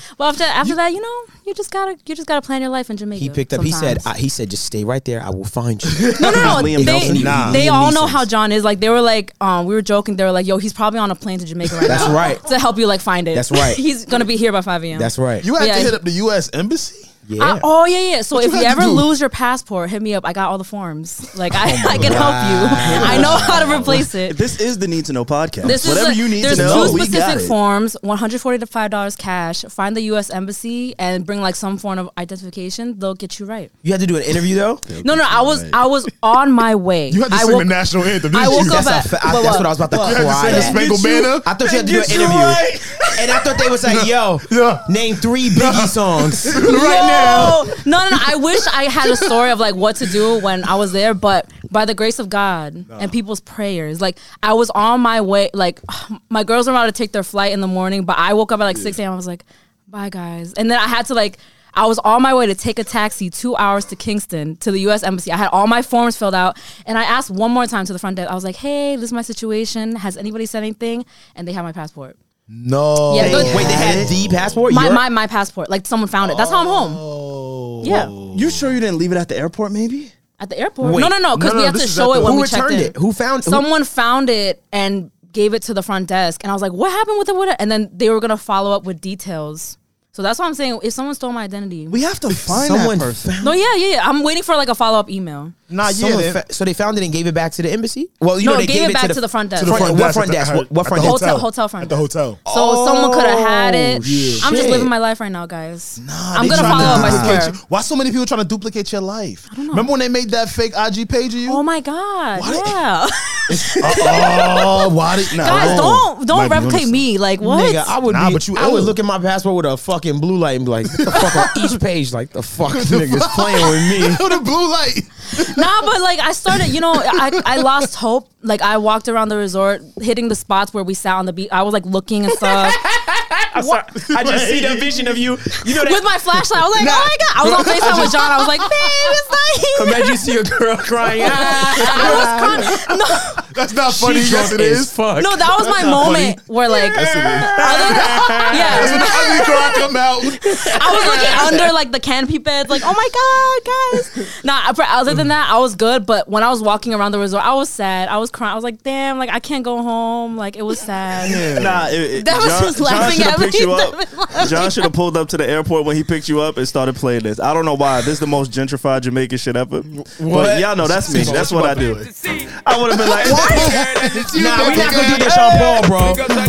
Speaker 3: do?" Well, after after that, you know, you just gotta you just gotta plan your life in Jamaica.
Speaker 1: He picked up. He said.
Speaker 3: sometimes.
Speaker 1: I, he said, just stay right there. I will find you.
Speaker 3: "No, no, no."
Speaker 2: Liam Neeson.
Speaker 3: they
Speaker 1: Nah.
Speaker 3: they
Speaker 1: Liam
Speaker 3: all know
Speaker 1: Neeson's.
Speaker 3: how John is. Like they were like, um, we were joking. They were like, "Yo, he's probably on a plane to Jamaica right
Speaker 1: That's
Speaker 3: now."
Speaker 1: right.
Speaker 3: To help you like find it.
Speaker 1: That's right.
Speaker 3: he's gonna be here by five a.m.
Speaker 1: That's right.
Speaker 4: You had
Speaker 3: Yeah.
Speaker 4: to hit up the U.S. embassy.
Speaker 1: yeah.
Speaker 3: I, oh yeah, yeah. So
Speaker 4: What
Speaker 3: if
Speaker 4: you
Speaker 3: you
Speaker 4: had to
Speaker 3: ever
Speaker 4: do?
Speaker 3: lose your passport, hit me up. I got all the forms.
Speaker 1: Oh
Speaker 3: Like I, I can help you. I know how to replace it.
Speaker 2: This is the Need to Know podcast.
Speaker 3: This
Speaker 2: Whatever
Speaker 3: is a-
Speaker 2: you need to
Speaker 3: there's
Speaker 2: know,
Speaker 3: two
Speaker 2: we got
Speaker 3: specific
Speaker 2: it.
Speaker 3: forms: one hundred forty to five dollars cash. Find the U.S. embassy and bring like some form of identification. They'll get you right.
Speaker 1: You had to do an interview though.
Speaker 3: No, no, I was I was on my way.
Speaker 4: You had to
Speaker 3: I
Speaker 4: sing
Speaker 3: woke-
Speaker 4: the national anthem.
Speaker 3: I
Speaker 4: didn't
Speaker 3: woke
Speaker 4: you?
Speaker 3: up
Speaker 1: That's,
Speaker 3: at-
Speaker 1: a fa- I-
Speaker 3: What,
Speaker 1: that's
Speaker 3: what?
Speaker 1: what I was about to
Speaker 4: You had
Speaker 1: cry.
Speaker 4: to
Speaker 1: at.
Speaker 4: sing the Spangled Banner.
Speaker 1: I thought you had to do an
Speaker 2: Get you
Speaker 1: interview,
Speaker 2: right.
Speaker 1: and I thought they was like, "Yo,
Speaker 4: Yeah.
Speaker 1: name three Biggie songs."
Speaker 3: Yo! No, no, no. I wish I had a story of like what to do when I was there, but by the grace of God and people's prayers, like I was on my way. Like my girls were about to take their flight in the morning, but I woke up at like six a.m. I was like, "Bye, guys," and then I had to like. I was on my way to take a taxi two hours to Kingston to the US Embassy. I had all my forms filled out and I asked one more time to the front desk. I was like, hey, this is my situation. Has anybody said anything? And they had my passport.
Speaker 4: No.
Speaker 3: Yeah,
Speaker 1: Wait, they had the passport.
Speaker 3: My,
Speaker 1: Your-
Speaker 3: my, my passport. Like someone found it. That's how I'm home.
Speaker 4: Oh.
Speaker 3: Yeah.
Speaker 2: You sure you didn't leave it at the airport? Maybe.
Speaker 3: At the airport?
Speaker 1: Wait,
Speaker 3: no, no, no, because
Speaker 4: no, no,
Speaker 3: we had
Speaker 4: this
Speaker 3: to
Speaker 4: is
Speaker 3: show
Speaker 4: at the-
Speaker 3: it when
Speaker 1: Who
Speaker 3: we checked
Speaker 1: returned
Speaker 3: in.
Speaker 1: it? Who found who-
Speaker 3: Someone found it and gave it to the front desk, and I was like, "What happened with it?" What? hap-" And then they were gonna follow up with details. So that's why I'm saying if someone stole my identity.
Speaker 2: We have to find
Speaker 1: Someone
Speaker 2: that person.
Speaker 1: found.
Speaker 3: no, yeah, yeah, yeah. I'm waiting for like a follow up email.
Speaker 4: Nah,
Speaker 1: someone
Speaker 4: yeah.
Speaker 1: fa- so they found it and gave it back to the embassy. Well, you
Speaker 3: No,
Speaker 1: know they
Speaker 3: gave it back to the front desk.
Speaker 1: Front,
Speaker 3: To the
Speaker 1: what front desk? What, what front desk?
Speaker 3: hotel- hotel front
Speaker 4: At the
Speaker 3: desk.
Speaker 4: hotel.
Speaker 3: So someone could have had it.
Speaker 1: yeah.
Speaker 3: I'm just
Speaker 1: Shit.
Speaker 3: living my life right now, guys.
Speaker 4: Nah,
Speaker 3: I'm
Speaker 4: they
Speaker 3: gonna
Speaker 4: trying
Speaker 3: follow up. I
Speaker 4: duplicate
Speaker 3: swear.
Speaker 4: you. Why so many people trying to duplicate your life? Remember when they made that fake IG page of you?
Speaker 3: Oh my god!
Speaker 4: What?
Speaker 3: Yeah,
Speaker 4: Oh, why did nah,
Speaker 3: guys,
Speaker 4: oh.
Speaker 3: don't don't
Speaker 4: Might be
Speaker 3: replicate
Speaker 4: onto
Speaker 3: me. Like what?
Speaker 1: Nigga, I would
Speaker 4: Nah,
Speaker 1: be,
Speaker 4: but you
Speaker 1: I would
Speaker 4: ill.
Speaker 1: look at my passport with a fucking blue light and be like, what the fuck on each page? Like, the fuck niggas playing with me.
Speaker 4: something. the blue light.
Speaker 3: nah, but like I started, you know, I, I lost hope. Like I walked around the resort, hitting the spots where we sat on the beach. I was like looking and stuff
Speaker 1: I just see the vision of you. You know that.
Speaker 3: with my flashlight. I was like, oh my god! I was on Facetime with John. I was like, babe, it's like
Speaker 1: Imagine you see a girl crying.
Speaker 3: I was crying. No,
Speaker 4: That's not funny.
Speaker 1: She
Speaker 4: yes,
Speaker 1: drunk
Speaker 4: it
Speaker 1: as
Speaker 4: is.
Speaker 1: Fuck.
Speaker 3: no, that was my moment where like,
Speaker 4: That's it.
Speaker 3: other than-
Speaker 4: That's
Speaker 3: yeah,
Speaker 4: when the ugly girl come out.
Speaker 3: I was looking under like the canopy beds, like, oh my god, guys. Nah, I- other than that, I was good. But when I was walking around the resort, I was sad. I was crying. I was like, damn, like I can't go home. Like it was sad.
Speaker 2: Nah, it, it-
Speaker 3: That was
Speaker 2: John,
Speaker 3: just laughing
Speaker 2: John
Speaker 3: at
Speaker 2: should've
Speaker 3: me.
Speaker 2: picked you
Speaker 3: That
Speaker 2: up. John should have pulled up to the airport when he picked you up and started playing this. I don't know why. This is the most gentrified Jamaican shit ever. But y'all know that's me. That's what I do. I would have been like,
Speaker 4: It's you,
Speaker 1: Nah, we not gonna do
Speaker 4: nigga.
Speaker 1: this Sean Paul, bro.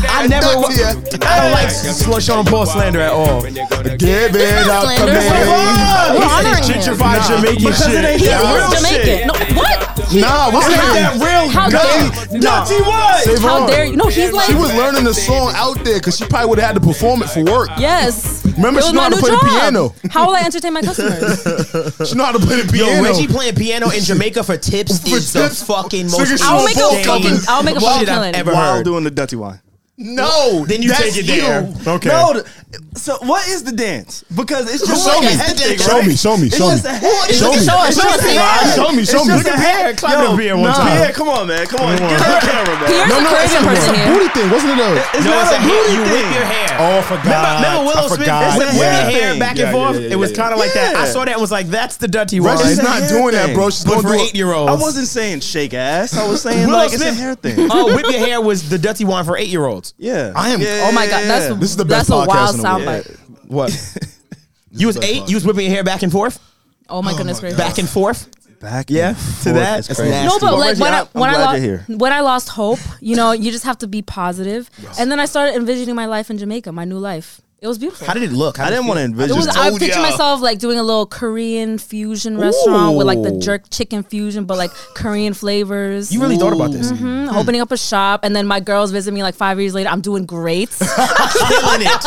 Speaker 1: I never.
Speaker 4: Duck
Speaker 1: wa-
Speaker 4: to ya.
Speaker 1: I don't like slut Sean Paul slander at all.
Speaker 4: Give it up,
Speaker 3: slander.
Speaker 4: command.
Speaker 3: We're honoring him.
Speaker 1: Gentrified Jamaican
Speaker 2: because it ain't
Speaker 1: shit.
Speaker 2: that
Speaker 3: We're
Speaker 2: real
Speaker 3: Jamaican.
Speaker 2: shit.
Speaker 3: No, what?
Speaker 4: Nah, what's
Speaker 1: Ain't
Speaker 4: her
Speaker 1: that
Speaker 4: name?
Speaker 1: real?
Speaker 3: How dare?
Speaker 2: Dirty what?
Speaker 3: How
Speaker 4: Savon.
Speaker 3: dare you? No, he's like.
Speaker 4: She was learning the song out there because she probably would have had to perform it for work.
Speaker 3: Yes.
Speaker 4: Remember,
Speaker 3: It
Speaker 4: she
Speaker 3: was
Speaker 4: know
Speaker 3: my
Speaker 4: how to
Speaker 3: new
Speaker 4: play the
Speaker 3: job.
Speaker 4: piano.
Speaker 3: How will I entertain my customers?
Speaker 4: She know how to play the
Speaker 1: Yo,
Speaker 4: piano.
Speaker 1: Reggie playing piano in Jamaica for tips
Speaker 4: For
Speaker 1: is the
Speaker 4: tips.
Speaker 1: fucking
Speaker 4: Sing it
Speaker 1: most.
Speaker 4: to I'll
Speaker 1: insane
Speaker 4: make a fucking-
Speaker 3: I'll make a
Speaker 1: shit
Speaker 3: fucking
Speaker 1: I've
Speaker 3: killing.
Speaker 1: ever
Speaker 2: While
Speaker 1: heard.
Speaker 2: doing the dirty wine.
Speaker 4: no,
Speaker 1: Then you
Speaker 4: that's
Speaker 1: take it there.
Speaker 4: you. Okay.
Speaker 2: No, th- so what is the dance? Because it's just
Speaker 4: Show
Speaker 2: like a
Speaker 4: me.
Speaker 2: head thing,
Speaker 4: Show
Speaker 2: right?
Speaker 4: me, show me,
Speaker 2: It's
Speaker 4: show
Speaker 2: just
Speaker 4: me.
Speaker 2: a head.
Speaker 4: Show me.
Speaker 3: show us, show us,
Speaker 2: It's just a
Speaker 3: Pierre.
Speaker 2: head.
Speaker 4: Show me, show
Speaker 2: It's
Speaker 4: me.
Speaker 2: just
Speaker 4: Look
Speaker 2: a
Speaker 4: at
Speaker 1: Pierre.
Speaker 2: hair.
Speaker 1: Clap to Pierre one time.
Speaker 2: Pierre, come on, man. Come on. Get her camera, man.
Speaker 3: Pierre's
Speaker 4: No,
Speaker 3: a
Speaker 4: no, it's
Speaker 3: crazy
Speaker 4: not
Speaker 3: person
Speaker 4: a
Speaker 3: here.
Speaker 4: booty thing. Wasn't it a?
Speaker 2: It's
Speaker 1: No,
Speaker 2: not
Speaker 1: it's
Speaker 2: a booty
Speaker 1: You
Speaker 2: thing.
Speaker 1: whip your hair.
Speaker 4: Oh, I forgot.
Speaker 1: Remember Willow Smith
Speaker 4: forgot.
Speaker 1: whipped
Speaker 2: Yeah.
Speaker 1: her hair back
Speaker 4: Yeah,
Speaker 1: and forth?
Speaker 4: yeah, yeah,
Speaker 1: it was
Speaker 4: yeah.
Speaker 1: kind of like that. I
Speaker 2: Yeah.
Speaker 1: saw that and was like, that's the dirty one.
Speaker 4: Reggie's
Speaker 2: It's a
Speaker 4: not
Speaker 2: hair
Speaker 4: doing that,
Speaker 2: thing.
Speaker 4: bro. She's
Speaker 1: But
Speaker 4: going
Speaker 1: for
Speaker 4: through. a-
Speaker 1: eight year olds,
Speaker 2: I wasn't saying shake ass. I was saying
Speaker 1: Willow
Speaker 2: like it's a
Speaker 1: oh, Smith.
Speaker 2: hair thing.
Speaker 1: Oh, whip your hair was the dirty one for eight year olds.
Speaker 2: Yeah.
Speaker 4: I am-
Speaker 2: Yeah,
Speaker 3: Oh my
Speaker 2: yeah,
Speaker 3: god,
Speaker 2: yeah.
Speaker 3: that's
Speaker 4: This is the
Speaker 3: that's
Speaker 4: best
Speaker 3: a
Speaker 4: podcast
Speaker 3: wild
Speaker 4: in the world.
Speaker 3: soundbite.
Speaker 1: What? you was eight. You was whipping your hair back and forth,
Speaker 3: Oh my goodness gracious.
Speaker 1: back and forth.
Speaker 2: back.
Speaker 1: Yeah,
Speaker 2: and
Speaker 1: to
Speaker 2: forth.
Speaker 1: that?
Speaker 2: It's
Speaker 1: That's
Speaker 2: crazy.
Speaker 1: nasty.
Speaker 3: No, but
Speaker 1: Well,
Speaker 3: like
Speaker 2: Reggie,
Speaker 3: when I,
Speaker 2: I'm
Speaker 3: when I
Speaker 2: glad
Speaker 3: lost
Speaker 2: you're here.
Speaker 3: when I lost hope, you know, you just have to be positive. And then I started envisioning my life in Jamaica, my new life. It was beautiful.
Speaker 1: How did it look? How
Speaker 2: I
Speaker 1: did
Speaker 2: didn't
Speaker 1: it
Speaker 2: want to
Speaker 1: feel?
Speaker 3: it
Speaker 2: envision.
Speaker 3: was. I
Speaker 4: told
Speaker 3: picture
Speaker 4: ya.
Speaker 3: myself like doing a little Korean fusion restaurant with like the jerk chicken fusion, but like Korean flavors.
Speaker 1: You really thought about this.
Speaker 3: Mhm, opening up a shop, and then my girls visit me like five years later. I'm doing great.
Speaker 1: Killing it,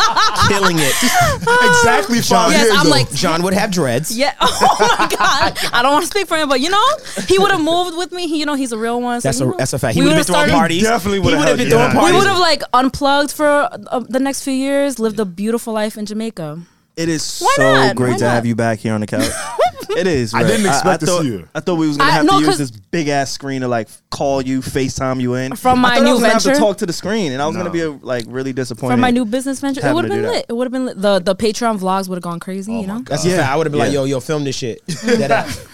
Speaker 1: killing it.
Speaker 4: Exactly five
Speaker 3: Yes,
Speaker 4: years
Speaker 3: I'm
Speaker 4: ago.
Speaker 3: like-
Speaker 1: John would have dreads.
Speaker 3: yeah. Oh my god. I don't want to speak for him, but you know, he would have moved with me. He, you know, he's a real one. So
Speaker 1: That's
Speaker 3: he
Speaker 1: a
Speaker 3: would-
Speaker 1: that's a fact. He
Speaker 3: we
Speaker 1: would have
Speaker 3: would've
Speaker 1: been throwing
Speaker 3: started-
Speaker 1: parties.
Speaker 2: Definitely
Speaker 1: He
Speaker 2: would've
Speaker 1: would have
Speaker 2: held
Speaker 1: been
Speaker 2: you
Speaker 1: throwing
Speaker 2: down.
Speaker 1: parties.
Speaker 3: We would have like unplugged for uh, the next few years, lived a beautiful life in Jamaica.
Speaker 2: It is so
Speaker 3: Why not?
Speaker 2: great
Speaker 3: Why
Speaker 2: to
Speaker 3: not?
Speaker 2: have you back here on the couch. it is.
Speaker 4: I
Speaker 2: Red.
Speaker 4: didn't expect to
Speaker 2: thought,
Speaker 4: see you.
Speaker 2: I thought we was gonna
Speaker 3: I-
Speaker 2: have
Speaker 3: no,
Speaker 2: to
Speaker 3: 'cause-
Speaker 2: use this big ass screen to like call you, FaceTime you in.
Speaker 3: From my
Speaker 2: I thought
Speaker 3: new
Speaker 2: I was gonna have
Speaker 3: venture?
Speaker 2: to talk to the screen, and I was gonna be like really disappointed.
Speaker 3: From my new business venture, it
Speaker 2: Having
Speaker 3: would have
Speaker 2: to
Speaker 3: been
Speaker 2: do that.
Speaker 3: lit. It would have been lit. the the Patreon vlogs would have gone crazy.
Speaker 1: Oh
Speaker 3: you know,
Speaker 1: That's a fact. I would have been like,
Speaker 2: Yeah.
Speaker 1: yo, yo, film this shit. Dead ass.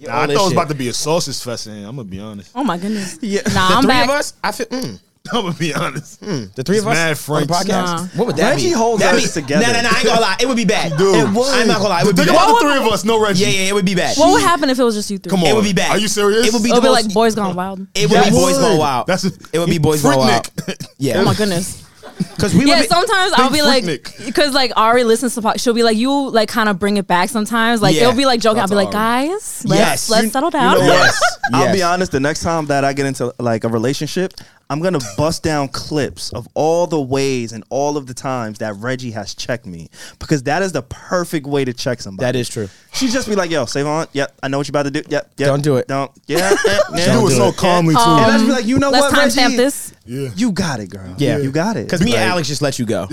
Speaker 4: Nah, I thought it was about to be a sausage fest. In. I'm gonna be honest.
Speaker 3: oh my goodness.
Speaker 2: Yeah.
Speaker 3: Nah,
Speaker 1: The
Speaker 3: I'm
Speaker 1: three
Speaker 3: back.
Speaker 1: of us. I feel. Mm.
Speaker 4: I'm gonna be honest.
Speaker 1: The three of
Speaker 4: It's
Speaker 1: us
Speaker 4: mad
Speaker 1: on
Speaker 4: Franks.
Speaker 1: the podcast.
Speaker 3: Nah.
Speaker 1: What would that
Speaker 2: Reggie
Speaker 1: be?
Speaker 2: holds
Speaker 1: That'd
Speaker 2: us
Speaker 1: be-
Speaker 2: together.
Speaker 1: No, no, no. I ain't gonna lie. It would be bad.
Speaker 4: Dude,
Speaker 1: It would. I'm not gonna lie. It would be
Speaker 4: Think
Speaker 1: bad.
Speaker 4: about the three of us. No Reggie.
Speaker 1: Yeah, yeah. It would be bad.
Speaker 3: What would happen if it was just you three?
Speaker 4: Come on.
Speaker 1: It would be bad.
Speaker 4: Are you serious?
Speaker 1: It would be.
Speaker 3: It would
Speaker 1: the
Speaker 3: be
Speaker 1: most-
Speaker 3: like Boys Gone Wild.
Speaker 1: It would
Speaker 4: That
Speaker 1: be boys
Speaker 4: would.
Speaker 1: going wild.
Speaker 4: That's a-
Speaker 1: it would be boys going wild.
Speaker 4: Fruitnik.
Speaker 1: Yeah.
Speaker 3: Oh my goodness.
Speaker 1: Because we
Speaker 3: Yeah,
Speaker 1: would be-
Speaker 3: sometimes I'll be
Speaker 4: Big
Speaker 3: like,
Speaker 4: Fruitnik.
Speaker 3: because like Ari listens to, po- she'll be like, you like kind of bring it back sometimes. Like
Speaker 1: Yeah.
Speaker 3: it'll be like joking. I'll
Speaker 4: That's
Speaker 3: be like,
Speaker 4: Ari.
Speaker 3: guys, let's
Speaker 1: Yes.
Speaker 3: let's
Speaker 1: You-
Speaker 3: settle
Speaker 2: You
Speaker 3: down.
Speaker 2: know what? I'll
Speaker 1: Yes.
Speaker 2: be honest. The next time that I get into like a relationship, I'm gonna bust down clips of all the ways and all of the times that Reggie has checked me because that is the perfect way to check somebody.
Speaker 1: That is true.
Speaker 2: She just be like, "Yo, save on. Yep, I know what you about to do. Yep, yep.
Speaker 1: Don't do it.
Speaker 2: Don't. Yeah. yeah, yeah.
Speaker 4: She do it so calmly too.
Speaker 2: and I just be like, you know
Speaker 3: Um, Let's
Speaker 2: what,
Speaker 3: timestamp
Speaker 2: Reggie?
Speaker 3: this.
Speaker 4: yeah.
Speaker 2: You got it, girl.
Speaker 1: Yeah.
Speaker 2: you got it.
Speaker 1: Because me and
Speaker 2: Like,
Speaker 1: Alex just let you go.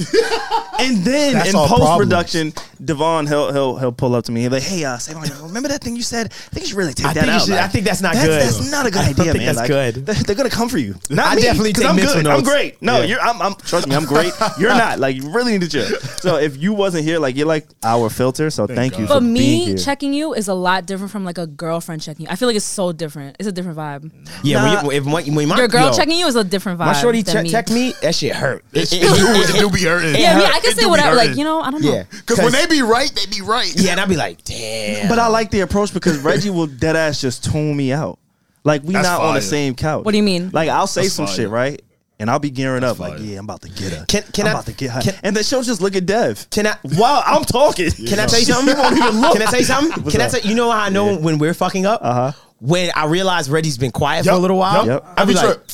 Speaker 2: and then
Speaker 4: That's
Speaker 2: in
Speaker 4: our problem.
Speaker 2: post production, Devon he'll he'll he'll pull up to me. He'll be like, hey, uh, Savon, you remember that thing you said? I think you should really take
Speaker 1: I
Speaker 2: that
Speaker 1: think you
Speaker 2: out.
Speaker 1: should-
Speaker 2: like,
Speaker 1: I think that's not good.
Speaker 2: That's not a good
Speaker 1: I don't
Speaker 2: idea,
Speaker 1: think
Speaker 2: man.
Speaker 1: that's
Speaker 2: Like,
Speaker 1: good.
Speaker 2: They're, they're gonna come for you. Not
Speaker 1: I
Speaker 2: me. me,
Speaker 1: definitely
Speaker 2: 'cause
Speaker 1: take
Speaker 2: I'm
Speaker 1: mental
Speaker 2: good. I'm
Speaker 1: notes.
Speaker 2: great. No,
Speaker 1: Yeah.
Speaker 2: you're. I'm, I'm. Trust me, I'm great. You're not. Like you really need to chill. So if you wasn't here, like you're like our filter. So thank, you
Speaker 4: God.
Speaker 2: for,
Speaker 3: But
Speaker 2: being
Speaker 3: me
Speaker 2: here.
Speaker 3: checking you is a lot different from like a girlfriend checking you. I feel like it's so different. It's a different vibe.
Speaker 1: Yeah, when, you, if, when, when my
Speaker 3: Your girl
Speaker 1: yo,
Speaker 3: checking you is a different vibe.
Speaker 1: my shorty
Speaker 3: than
Speaker 1: check,
Speaker 3: me.
Speaker 1: check me, that shit hurt.
Speaker 6: It,
Speaker 1: It- it-
Speaker 6: do, it do be hurting.
Speaker 3: Yeah, I mean, I can
Speaker 6: It do
Speaker 3: say
Speaker 6: be
Speaker 3: whatever. Like
Speaker 6: hurting.
Speaker 3: you know, I don't know.
Speaker 1: yeah,
Speaker 6: Cause when they be right, they be right.
Speaker 1: yeah, and I'd be like, damn.
Speaker 2: But I like the approach because Reggie will dead ass just tune me out. Like we
Speaker 6: That's
Speaker 2: not on the
Speaker 6: fire.
Speaker 2: same couch.
Speaker 3: What do you mean?
Speaker 2: Like I'll say
Speaker 4: That's
Speaker 2: some
Speaker 4: fire.
Speaker 2: shit right, and I'll be gearing up like,
Speaker 4: fire.
Speaker 2: yeah, I'm about to get her.
Speaker 1: Can- can
Speaker 2: I'm
Speaker 1: I-
Speaker 2: about to get her.
Speaker 1: can-
Speaker 2: and then she'll just look at Dev.
Speaker 1: can I?
Speaker 2: Wow, I'm talking.
Speaker 1: Can I tell you something?
Speaker 2: Oh.
Speaker 1: Can I tell you something?
Speaker 2: What's
Speaker 1: Can I
Speaker 2: up?
Speaker 1: tell you know how I know when we're fucking up? Uh-huh. When I realize Reggie's been quiet for a
Speaker 6: Yup,
Speaker 1: little while,
Speaker 2: yup.
Speaker 1: I'll be
Speaker 6: Every
Speaker 1: like,
Speaker 6: trip.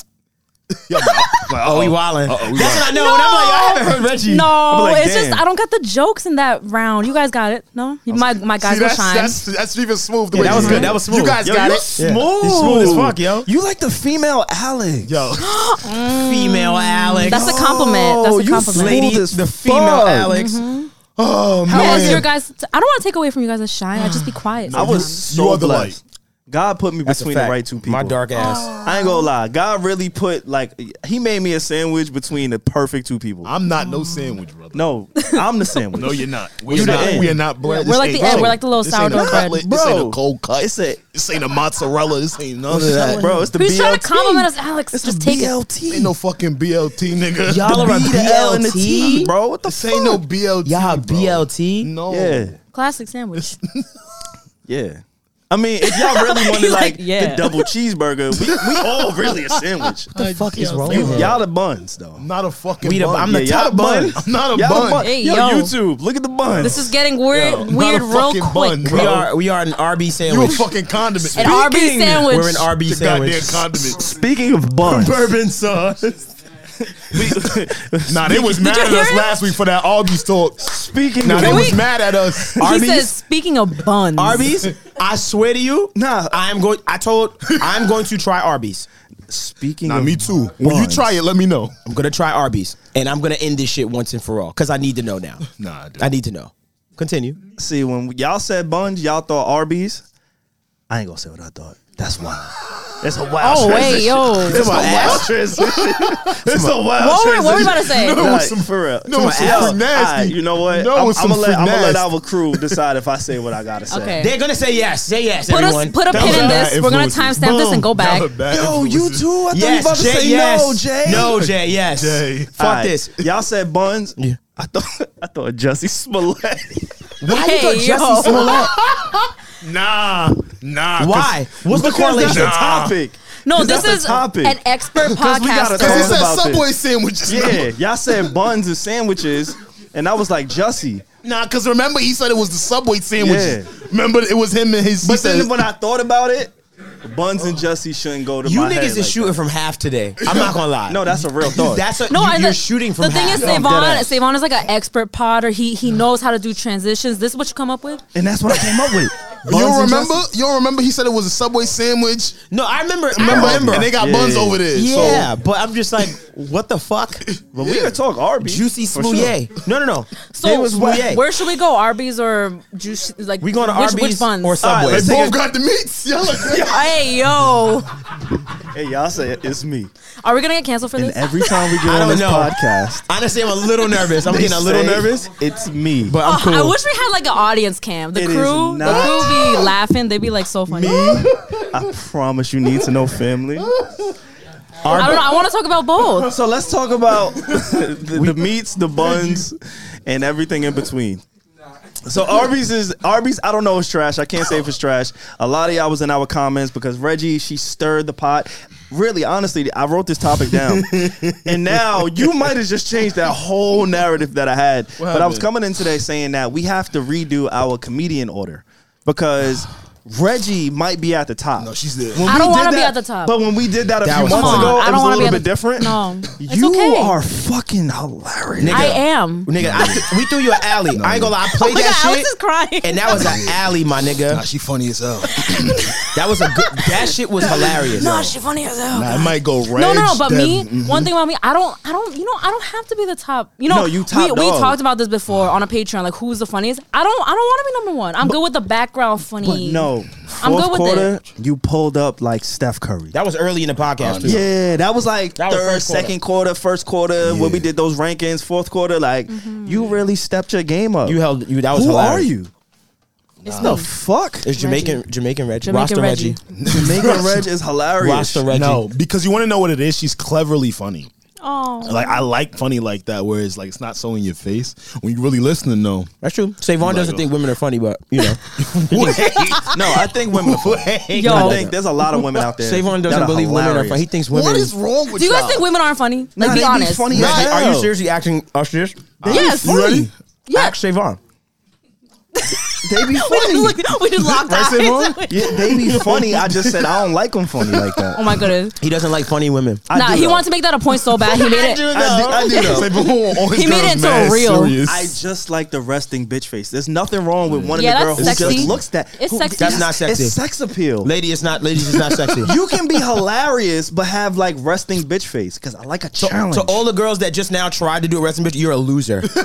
Speaker 6: Yeah, man. Like,
Speaker 1: "Oh, we
Speaker 6: uh-oh.
Speaker 1: wildin'." That's
Speaker 6: Uh-oh, we
Speaker 1: what I
Speaker 6: wildin'.
Speaker 1: know. And I'm like, "I haven't heard Reggie."
Speaker 3: No,
Speaker 2: like,
Speaker 3: it's just
Speaker 2: damn.
Speaker 3: I don't got the jokes in that round. You guys got it. No, my my guys
Speaker 6: See,
Speaker 3: will
Speaker 6: that's,
Speaker 3: shine.
Speaker 6: that's that's even smooth. The way
Speaker 1: that
Speaker 6: you
Speaker 1: was
Speaker 6: did
Speaker 1: good.
Speaker 6: it.
Speaker 1: That was
Speaker 6: You
Speaker 1: smooth.
Speaker 6: guys
Speaker 1: Yo,
Speaker 6: got
Speaker 2: you
Speaker 6: it.
Speaker 2: smooth.
Speaker 1: He's smooth as fuck, yo.
Speaker 2: You like the female Alex.
Speaker 6: Yo,
Speaker 1: Female Alex.
Speaker 3: That's a compliment. That's a
Speaker 2: you
Speaker 3: compliment.
Speaker 1: lady,
Speaker 2: Smooth as
Speaker 1: the
Speaker 2: fuck.
Speaker 1: female Alex.
Speaker 6: oh man,
Speaker 3: Yes, your guys. I I don't want to take away from you guys' shine. I just be quiet.
Speaker 2: I was
Speaker 3: sometimes.
Speaker 2: so
Speaker 6: You are the
Speaker 2: blessed. God put me
Speaker 1: That's a
Speaker 2: between the
Speaker 1: fact.
Speaker 2: right two people.
Speaker 1: My dark ass.
Speaker 2: I ain't gonna lie. God really put like he made me a sandwich between the perfect two people.
Speaker 6: I'm not no sandwich, brother.
Speaker 2: no, I'm the sandwich.
Speaker 4: No, you're not.
Speaker 6: We're
Speaker 2: the
Speaker 6: not,
Speaker 2: end.
Speaker 6: we are not bread.
Speaker 3: We're
Speaker 6: This
Speaker 3: like the
Speaker 6: ain't
Speaker 3: end.
Speaker 6: bread.
Speaker 3: We're like the little
Speaker 6: This ain't a
Speaker 3: sourdough bread.
Speaker 6: cutlet. This ain't
Speaker 2: Bro.
Speaker 6: a cold cut.
Speaker 2: It's a-
Speaker 6: This ain't a mozzarella. This ain't none of that.
Speaker 2: bro, it's the
Speaker 3: He's
Speaker 2: BLT.
Speaker 3: trying to compliment us, Alex. just take it.
Speaker 2: BLT.
Speaker 6: Ain't no fucking BLT, nigga.
Speaker 1: Y'all are a
Speaker 2: B, the L, and the T,
Speaker 1: BLT,
Speaker 2: bro. What the
Speaker 6: This ain't no BLT.
Speaker 1: Y'all
Speaker 6: bro.
Speaker 1: BLT?
Speaker 6: No.
Speaker 2: Yeah,
Speaker 3: Classic sandwich.
Speaker 2: yeah. I mean, if y'all really wanted like,
Speaker 3: like, yeah.
Speaker 2: the double cheeseburger, we, we all really a sandwich.
Speaker 1: What the fuck is wrong?
Speaker 2: You,
Speaker 1: with
Speaker 2: y'all the buns though.
Speaker 6: I'm not a fucking.
Speaker 1: We the-
Speaker 6: bun.
Speaker 1: I'm the
Speaker 2: Yeah, y'all
Speaker 1: top
Speaker 2: the
Speaker 1: bun.
Speaker 2: bun.
Speaker 6: I'm not a
Speaker 2: Y'all the
Speaker 6: bun.
Speaker 2: bun.
Speaker 3: Hey,
Speaker 2: yo,
Speaker 3: yo.
Speaker 2: YouTube, look at the buns.
Speaker 3: This is getting weird,
Speaker 6: Yo, not a
Speaker 3: weird, real
Speaker 6: fucking
Speaker 3: quick.
Speaker 6: bun, bro.
Speaker 1: We are we are an RB
Speaker 6: You a
Speaker 1: sandwich.
Speaker 6: fucking condiment.
Speaker 3: An RB sandwich.
Speaker 1: We're an RB
Speaker 6: It's a goddamn
Speaker 1: sandwich.
Speaker 6: condiment.
Speaker 2: Speaking of buns,
Speaker 1: Bourbon sauce.
Speaker 6: Nah, they was mad
Speaker 3: you
Speaker 6: at
Speaker 3: hear
Speaker 6: us
Speaker 3: it?
Speaker 6: last week for that Arby's talk.
Speaker 2: speaking
Speaker 6: Nah,
Speaker 2: of
Speaker 6: they
Speaker 3: we-
Speaker 6: was mad at us.
Speaker 3: He
Speaker 1: Arby's?
Speaker 3: says, speaking of buns,
Speaker 1: Arby's. I swear to you,
Speaker 2: Nah.
Speaker 1: I am going. I told. I'm going to try Arby's.
Speaker 2: speaking
Speaker 6: Nah,
Speaker 2: of
Speaker 6: me too. When you
Speaker 2: buns,
Speaker 6: try it, let me know.
Speaker 1: I'm gonna try Arby's, and I'm gonna end this shit once and for all because I need to know now.
Speaker 6: Nah, dude.
Speaker 1: I need to know. Continue.
Speaker 2: See, when y'all said buns, y'all thought Arby's. I ain't gonna say what I thought. That's wild. That's a wild.
Speaker 3: Oh
Speaker 2: transition.
Speaker 3: wait, yo.
Speaker 2: It's a wild transition. It's a wild.
Speaker 3: What were- what were
Speaker 2: transition.
Speaker 3: we about to say?
Speaker 6: No, it
Speaker 2: Nah,
Speaker 6: was some-
Speaker 2: for real.
Speaker 6: no, it was some
Speaker 2: Yo,
Speaker 6: fruit nasty.
Speaker 2: alright, you know what?
Speaker 6: No, it
Speaker 2: I'm,
Speaker 6: was
Speaker 2: I'm
Speaker 6: some
Speaker 2: gonna let,
Speaker 6: fruit
Speaker 2: I'm gonna let
Speaker 6: nasty.
Speaker 2: our crew decide if I say what I gotta say.
Speaker 3: Okay.
Speaker 1: They're gonna say yes. Say yes.
Speaker 3: Put
Speaker 1: everyone.
Speaker 3: us, put a
Speaker 6: That
Speaker 3: pin
Speaker 6: was
Speaker 3: in
Speaker 6: bad
Speaker 3: this. We're gonna
Speaker 6: influences.
Speaker 3: timestamp this
Speaker 6: Boom.
Speaker 3: and go
Speaker 6: That
Speaker 3: back.
Speaker 6: was bad
Speaker 2: Yo, you
Speaker 6: influences.
Speaker 2: too. I thought you
Speaker 1: yes.
Speaker 2: about to
Speaker 1: Jay,
Speaker 2: say
Speaker 1: yes.
Speaker 2: no, Jay.
Speaker 1: No, Jay. Yes.
Speaker 6: Jay.
Speaker 1: Fuck
Speaker 2: Alright,
Speaker 1: this.
Speaker 2: Y'all said buns.
Speaker 1: Yeah.
Speaker 2: I thought I thought Jussie Smollett.
Speaker 1: Why
Speaker 3: Hey,
Speaker 1: you thought
Speaker 3: yo.
Speaker 1: Jesse Smollett?
Speaker 6: Nah, nah. 'cause-
Speaker 1: Why? What's the
Speaker 2: Because that's
Speaker 1: correlation?
Speaker 2: the
Speaker 6: Nah.
Speaker 2: topic.
Speaker 3: No,
Speaker 2: 'Cause
Speaker 3: this
Speaker 2: that's
Speaker 3: is
Speaker 2: the topic.
Speaker 3: an expert
Speaker 2: 'Cause we gotta talk
Speaker 6: Cause he
Speaker 3: podcaster.
Speaker 2: about-
Speaker 6: said
Speaker 2: this.
Speaker 6: Subway sandwiches.
Speaker 2: Yeah,
Speaker 6: remember?
Speaker 2: y'all said buns and sandwiches, and I was like Jussie.
Speaker 6: Nah, because remember he said it was the Subway sandwiches.
Speaker 2: Yeah.
Speaker 6: Remember it was him and his. he
Speaker 2: But
Speaker 6: said-
Speaker 2: then when I thought about it, buns and Jussie shouldn't go to
Speaker 1: You
Speaker 2: my
Speaker 1: niggas
Speaker 2: head
Speaker 1: is
Speaker 2: like
Speaker 1: shooting from half today. I'm not gonna lie.
Speaker 2: That. No, that's a real thought.
Speaker 1: That's a,
Speaker 3: No,
Speaker 1: you,
Speaker 3: and
Speaker 1: you're
Speaker 3: the,
Speaker 1: shooting from
Speaker 3: the thing
Speaker 1: half.
Speaker 3: is,
Speaker 1: I'm dead
Speaker 3: Savon,
Speaker 1: ass.
Speaker 3: Savon is like an expert potter. He he knows how to do transitions. This is what you come up with.
Speaker 2: and that's what I came up with.
Speaker 6: you
Speaker 2: Buns
Speaker 6: don't
Speaker 2: and
Speaker 6: remember?
Speaker 2: Jussie.
Speaker 6: You don't remember? He said it was a Subway sandwich.
Speaker 1: No, I remember.
Speaker 6: Remember?
Speaker 1: I remember.
Speaker 6: And they got
Speaker 2: Yeah.
Speaker 6: buns over there.
Speaker 1: yeah, but I'm just like, what the fuck?
Speaker 2: But we could talk Arby's.
Speaker 1: Juicy
Speaker 2: for sure.
Speaker 1: Smouillet. No, no, no.
Speaker 3: So
Speaker 1: They was Smouillet.
Speaker 3: where should we go? Arby's or juice? Like
Speaker 1: We going to
Speaker 3: which,
Speaker 1: Arby's
Speaker 3: which buns?
Speaker 1: or
Speaker 2: All right,
Speaker 1: Subway?
Speaker 6: So,
Speaker 2: let's
Speaker 6: they
Speaker 2: take
Speaker 6: both
Speaker 2: a-
Speaker 6: got the meats. Y'all look
Speaker 3: Hey yo,
Speaker 2: Hey, y'all say it, it's me.
Speaker 3: are we gonna get canceled for
Speaker 2: And
Speaker 3: this?
Speaker 2: every time we get
Speaker 1: I
Speaker 2: on
Speaker 1: don't
Speaker 2: this
Speaker 1: know.
Speaker 2: podcast,
Speaker 1: Honestly, I'm a little nervous. I'm
Speaker 2: they
Speaker 1: getting a little
Speaker 2: say
Speaker 1: nervous,
Speaker 2: It's me.
Speaker 1: but I'm
Speaker 3: Oh,
Speaker 1: cool.
Speaker 3: I wish we had like an audience cam. The
Speaker 2: It is
Speaker 3: crew, the
Speaker 2: not.
Speaker 3: crew be laughing. They be like so funny.
Speaker 2: me, I promise you need to know family.
Speaker 3: I don't know. I want to talk about both.
Speaker 2: So let's talk about the, the meats, the buns, and everything in between. So Arby's is Arby's. I don't know it's trash. I can't say if it's trash. A lot of y'all was in our comments because Reggie she stirred the pot. Really, honestly, I wrote this topic down, and now you might have just changed that whole narrative that I had. but I was coming in today saying that we have to redo our comedian order because Reggie might be at the top.
Speaker 6: No, she's there.
Speaker 2: When
Speaker 3: I
Speaker 2: we
Speaker 3: don't
Speaker 2: did
Speaker 3: wanna be
Speaker 2: that-
Speaker 3: at the top.
Speaker 2: But when we did that a
Speaker 1: That
Speaker 2: few
Speaker 1: was
Speaker 2: months
Speaker 1: fun.
Speaker 2: ago,
Speaker 3: I
Speaker 2: it
Speaker 3: don't
Speaker 2: was a
Speaker 3: wanna
Speaker 2: little
Speaker 3: be
Speaker 2: bit
Speaker 3: at the-
Speaker 2: different.
Speaker 3: No, Um, it's
Speaker 2: you
Speaker 3: okay.
Speaker 2: are fucking hilarious.
Speaker 1: Nigga.
Speaker 3: I am.
Speaker 1: nigga, I th- we threw you an alley. I ain't gonna lie. I played
Speaker 3: Oh my
Speaker 1: that
Speaker 3: God,
Speaker 1: shit,
Speaker 3: Alex is crying.
Speaker 1: and that was an alley, my
Speaker 6: Nah,
Speaker 1: nigga.
Speaker 6: she funny as hell.
Speaker 1: That was a good. That shit was hilarious.
Speaker 3: no, she funny as hell.
Speaker 6: Nah, it might go red.
Speaker 3: No, no, no. But me, one thing about me, I don't, I don't, you know, I don't have to be the top. You know,
Speaker 2: No, you top
Speaker 3: we, we
Speaker 2: dog.
Speaker 3: talked about this before on a Patreon, like who's the funniest. I don't, I don't want to be number one. I'm good with the background funny.
Speaker 2: But no, Yo,
Speaker 3: I'm good
Speaker 2: fourth
Speaker 3: with
Speaker 2: quarter,
Speaker 3: it.
Speaker 2: you pulled up like Steph Curry.
Speaker 1: That was early in the podcast too.
Speaker 2: yeah, that was like
Speaker 1: That was
Speaker 2: third,
Speaker 1: first quarter.
Speaker 2: second quarter, first quarter when we did those rankings. Fourth quarter, like you really stepped your game up.
Speaker 1: You held you. That was
Speaker 2: Who
Speaker 1: hilarious.
Speaker 2: are you?
Speaker 3: It's
Speaker 2: The
Speaker 3: me.
Speaker 2: fuck?
Speaker 1: It's Jamaican Jamaican Reggie.
Speaker 3: Jamaican
Speaker 1: Roster Reggie.
Speaker 3: Reggie.
Speaker 2: Jamaican Reg is hilarious.
Speaker 1: Roster Reggie.
Speaker 4: No, because you want to know what it is. She's cleverly funny.
Speaker 3: Oh,
Speaker 4: Like I like funny like that, where it's like it's not so in your face when you really listening though.
Speaker 1: That's true.
Speaker 2: Oh
Speaker 1: Savon doesn't think women are funny, but you know.
Speaker 2: No, I think women. are funny.
Speaker 3: Yo.
Speaker 2: I think there's a lot of women out there.
Speaker 1: Savon
Speaker 2: that
Speaker 1: doesn't believe women are funny. He
Speaker 2: hilarious.
Speaker 1: thinks women.
Speaker 6: What is wrong with
Speaker 3: do you guys
Speaker 6: y'all?
Speaker 3: think women aren't funny? Like,
Speaker 2: Nah,
Speaker 3: be
Speaker 2: they be
Speaker 3: honest.
Speaker 2: funny
Speaker 1: Reggie,
Speaker 2: as
Speaker 1: are you
Speaker 2: hell.
Speaker 1: seriously acting Usher?
Speaker 3: yes.
Speaker 1: You ready?
Speaker 3: Yeah.
Speaker 1: Act Savon.
Speaker 2: They be
Speaker 3: We just,
Speaker 2: funny.
Speaker 3: looked, we just locked
Speaker 1: Savon?
Speaker 3: eyes.
Speaker 2: Yeah, they be funny. I just said I don't like them funny like that.
Speaker 3: Oh my goodness.
Speaker 1: He doesn't like funny women.
Speaker 2: I
Speaker 3: nah,
Speaker 2: do
Speaker 3: he
Speaker 2: though.
Speaker 3: wanted to make that a point so bad. He made it.
Speaker 4: I do know.
Speaker 3: He made it into a reel.
Speaker 2: I just like the resting bitch face. There's nothing wrong with one
Speaker 3: Yeah,
Speaker 2: of the girls
Speaker 3: that's
Speaker 2: who
Speaker 3: sexy.
Speaker 2: just looks that.
Speaker 3: It's
Speaker 2: who-
Speaker 3: sexy.
Speaker 1: That's not sexy.
Speaker 2: It's sex appeal.
Speaker 1: Lady, it's not. Ladies, it's not sexy.
Speaker 2: you can be hilarious but have like resting bitch face because I like a
Speaker 1: To,
Speaker 2: challenge.
Speaker 1: to all the girls that just now tried to do a wrestling bitch, you're a loser.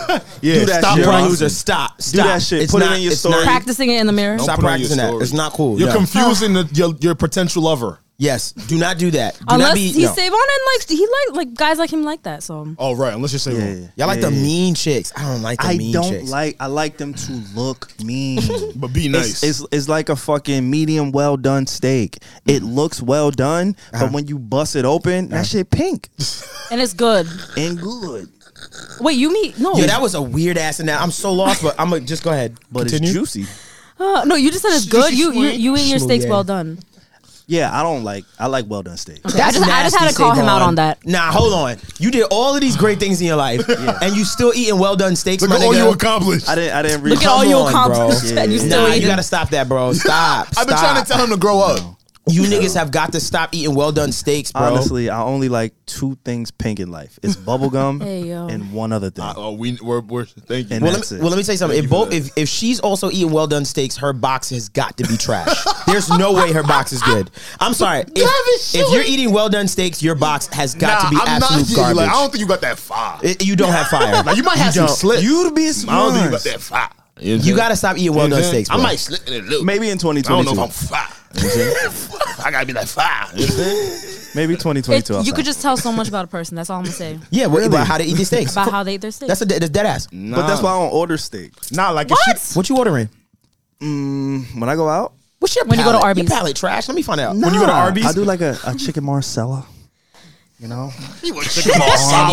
Speaker 2: yeah, do that
Speaker 1: stop
Speaker 2: shit.
Speaker 1: trying loser. Stop. Stop.
Speaker 2: Do that shit. Put it in your
Speaker 1: it's Not,
Speaker 2: story.
Speaker 3: Practicing it in the mirror.
Speaker 1: stop
Speaker 4: put it on your
Speaker 1: practicing that.
Speaker 4: story.
Speaker 1: It's not cool.
Speaker 4: You're
Speaker 1: Yeah.
Speaker 4: confusing the, your your potential lover.
Speaker 1: yes. Do not do that. Do
Speaker 3: Unless
Speaker 1: not be.
Speaker 3: he's
Speaker 1: no.
Speaker 3: Savon and like he like like guys like him like that. So
Speaker 4: Oh right, unless you're saying
Speaker 2: Yeah, yeah.
Speaker 1: Y'all like the mean chicks. I don't like the
Speaker 2: I
Speaker 1: mean
Speaker 2: don't
Speaker 1: chicks.
Speaker 2: like. I like them to look mean.
Speaker 4: But be nice.
Speaker 2: It's, it's it's like a fucking medium well done steak. It
Speaker 1: Mm.
Speaker 2: looks well done,
Speaker 1: Uh-huh.
Speaker 2: but when you bust it open, that shit pink
Speaker 3: and it's good.
Speaker 2: and good.
Speaker 3: Wait, you meet no?
Speaker 1: yeah, that was a weird ass. And now I'm so lost, but I'm gonna just go ahead.
Speaker 2: But
Speaker 1: Continue.
Speaker 2: it's juicy.
Speaker 3: Uh, no, you just said it's good. You you you eat your steaks
Speaker 1: Shmooey.
Speaker 3: well done.
Speaker 2: Yeah, I don't like. I like well done steak.
Speaker 3: I just- I just had
Speaker 1: nasty,
Speaker 3: to call him out
Speaker 1: Savon.
Speaker 3: on that.
Speaker 1: Nah, hold on. You did all of these great things in your life, and you still eating well done steaks,
Speaker 4: Look
Speaker 1: my
Speaker 4: at all
Speaker 1: nigga.
Speaker 4: you accomplished.
Speaker 2: I
Speaker 4: I've
Speaker 2: didn't. I didn't.
Speaker 3: Look
Speaker 2: read-
Speaker 3: at all
Speaker 1: Come
Speaker 3: you
Speaker 1: on,
Speaker 3: accomplished
Speaker 1: bro.
Speaker 3: and you
Speaker 2: Yeah.
Speaker 3: still
Speaker 1: Nah,
Speaker 3: eating.
Speaker 1: you gotta stop that, bro. Stop.
Speaker 4: been
Speaker 1: stop.
Speaker 4: trying to tell him to grow up.
Speaker 1: You niggas have got to stop eating well done steaks, bro.
Speaker 2: Honestly, I only like two things pink in life. It's bubblegum
Speaker 3: Hey, yo.
Speaker 2: and one other thing.
Speaker 4: Oh, we we're, we're thank you.
Speaker 2: And
Speaker 1: Well, let
Speaker 2: that's
Speaker 1: me,
Speaker 2: it.
Speaker 1: well, let me tell you something.
Speaker 4: Thank
Speaker 1: If
Speaker 4: you for
Speaker 1: both,
Speaker 4: that.
Speaker 1: if, if she's also eating well done steaks, her box has got to be trash. There's no way her box is good. I'm sorry. If, if you're eating well done steaks, your box has got to
Speaker 4: Nah,
Speaker 1: be
Speaker 4: I'm not
Speaker 1: absolute
Speaker 4: you.
Speaker 1: garbage.
Speaker 4: Like, I don't think you got that fire.
Speaker 1: I- you don't have fire.
Speaker 4: Like, you might have some
Speaker 1: don't.
Speaker 4: slip.
Speaker 2: You'd be
Speaker 4: I don't think you got
Speaker 2: surprised.
Speaker 4: that fire.
Speaker 1: You gotta stop eating well done steaks. Bro.
Speaker 4: I might slip in a little.
Speaker 2: Maybe in
Speaker 4: I don't know
Speaker 2: 2022.
Speaker 4: if I'm fire. I gotta be like fire. You know what I'm saying?
Speaker 2: Maybe
Speaker 3: It-
Speaker 2: 2022.
Speaker 3: you
Speaker 2: outside.
Speaker 3: could just tell so much about a person. That's all I'm gonna say
Speaker 1: Yeah, what, about how to eat these steaks?
Speaker 3: about how they eat their steaks.
Speaker 1: That's a de- that's dead ass.
Speaker 2: But that's why I don't order steak.
Speaker 4: Nah, like
Speaker 3: what?
Speaker 4: if
Speaker 1: What you ordering?
Speaker 2: When I go out,
Speaker 1: What's your
Speaker 3: When you go to
Speaker 1: palate?
Speaker 3: Arby's.
Speaker 1: Your palate trash. Let me find out.
Speaker 4: When you go to
Speaker 2: nah,
Speaker 4: Arby's?
Speaker 2: I do like a, a chicken marcella. You know,
Speaker 4: she, you want chicken marsala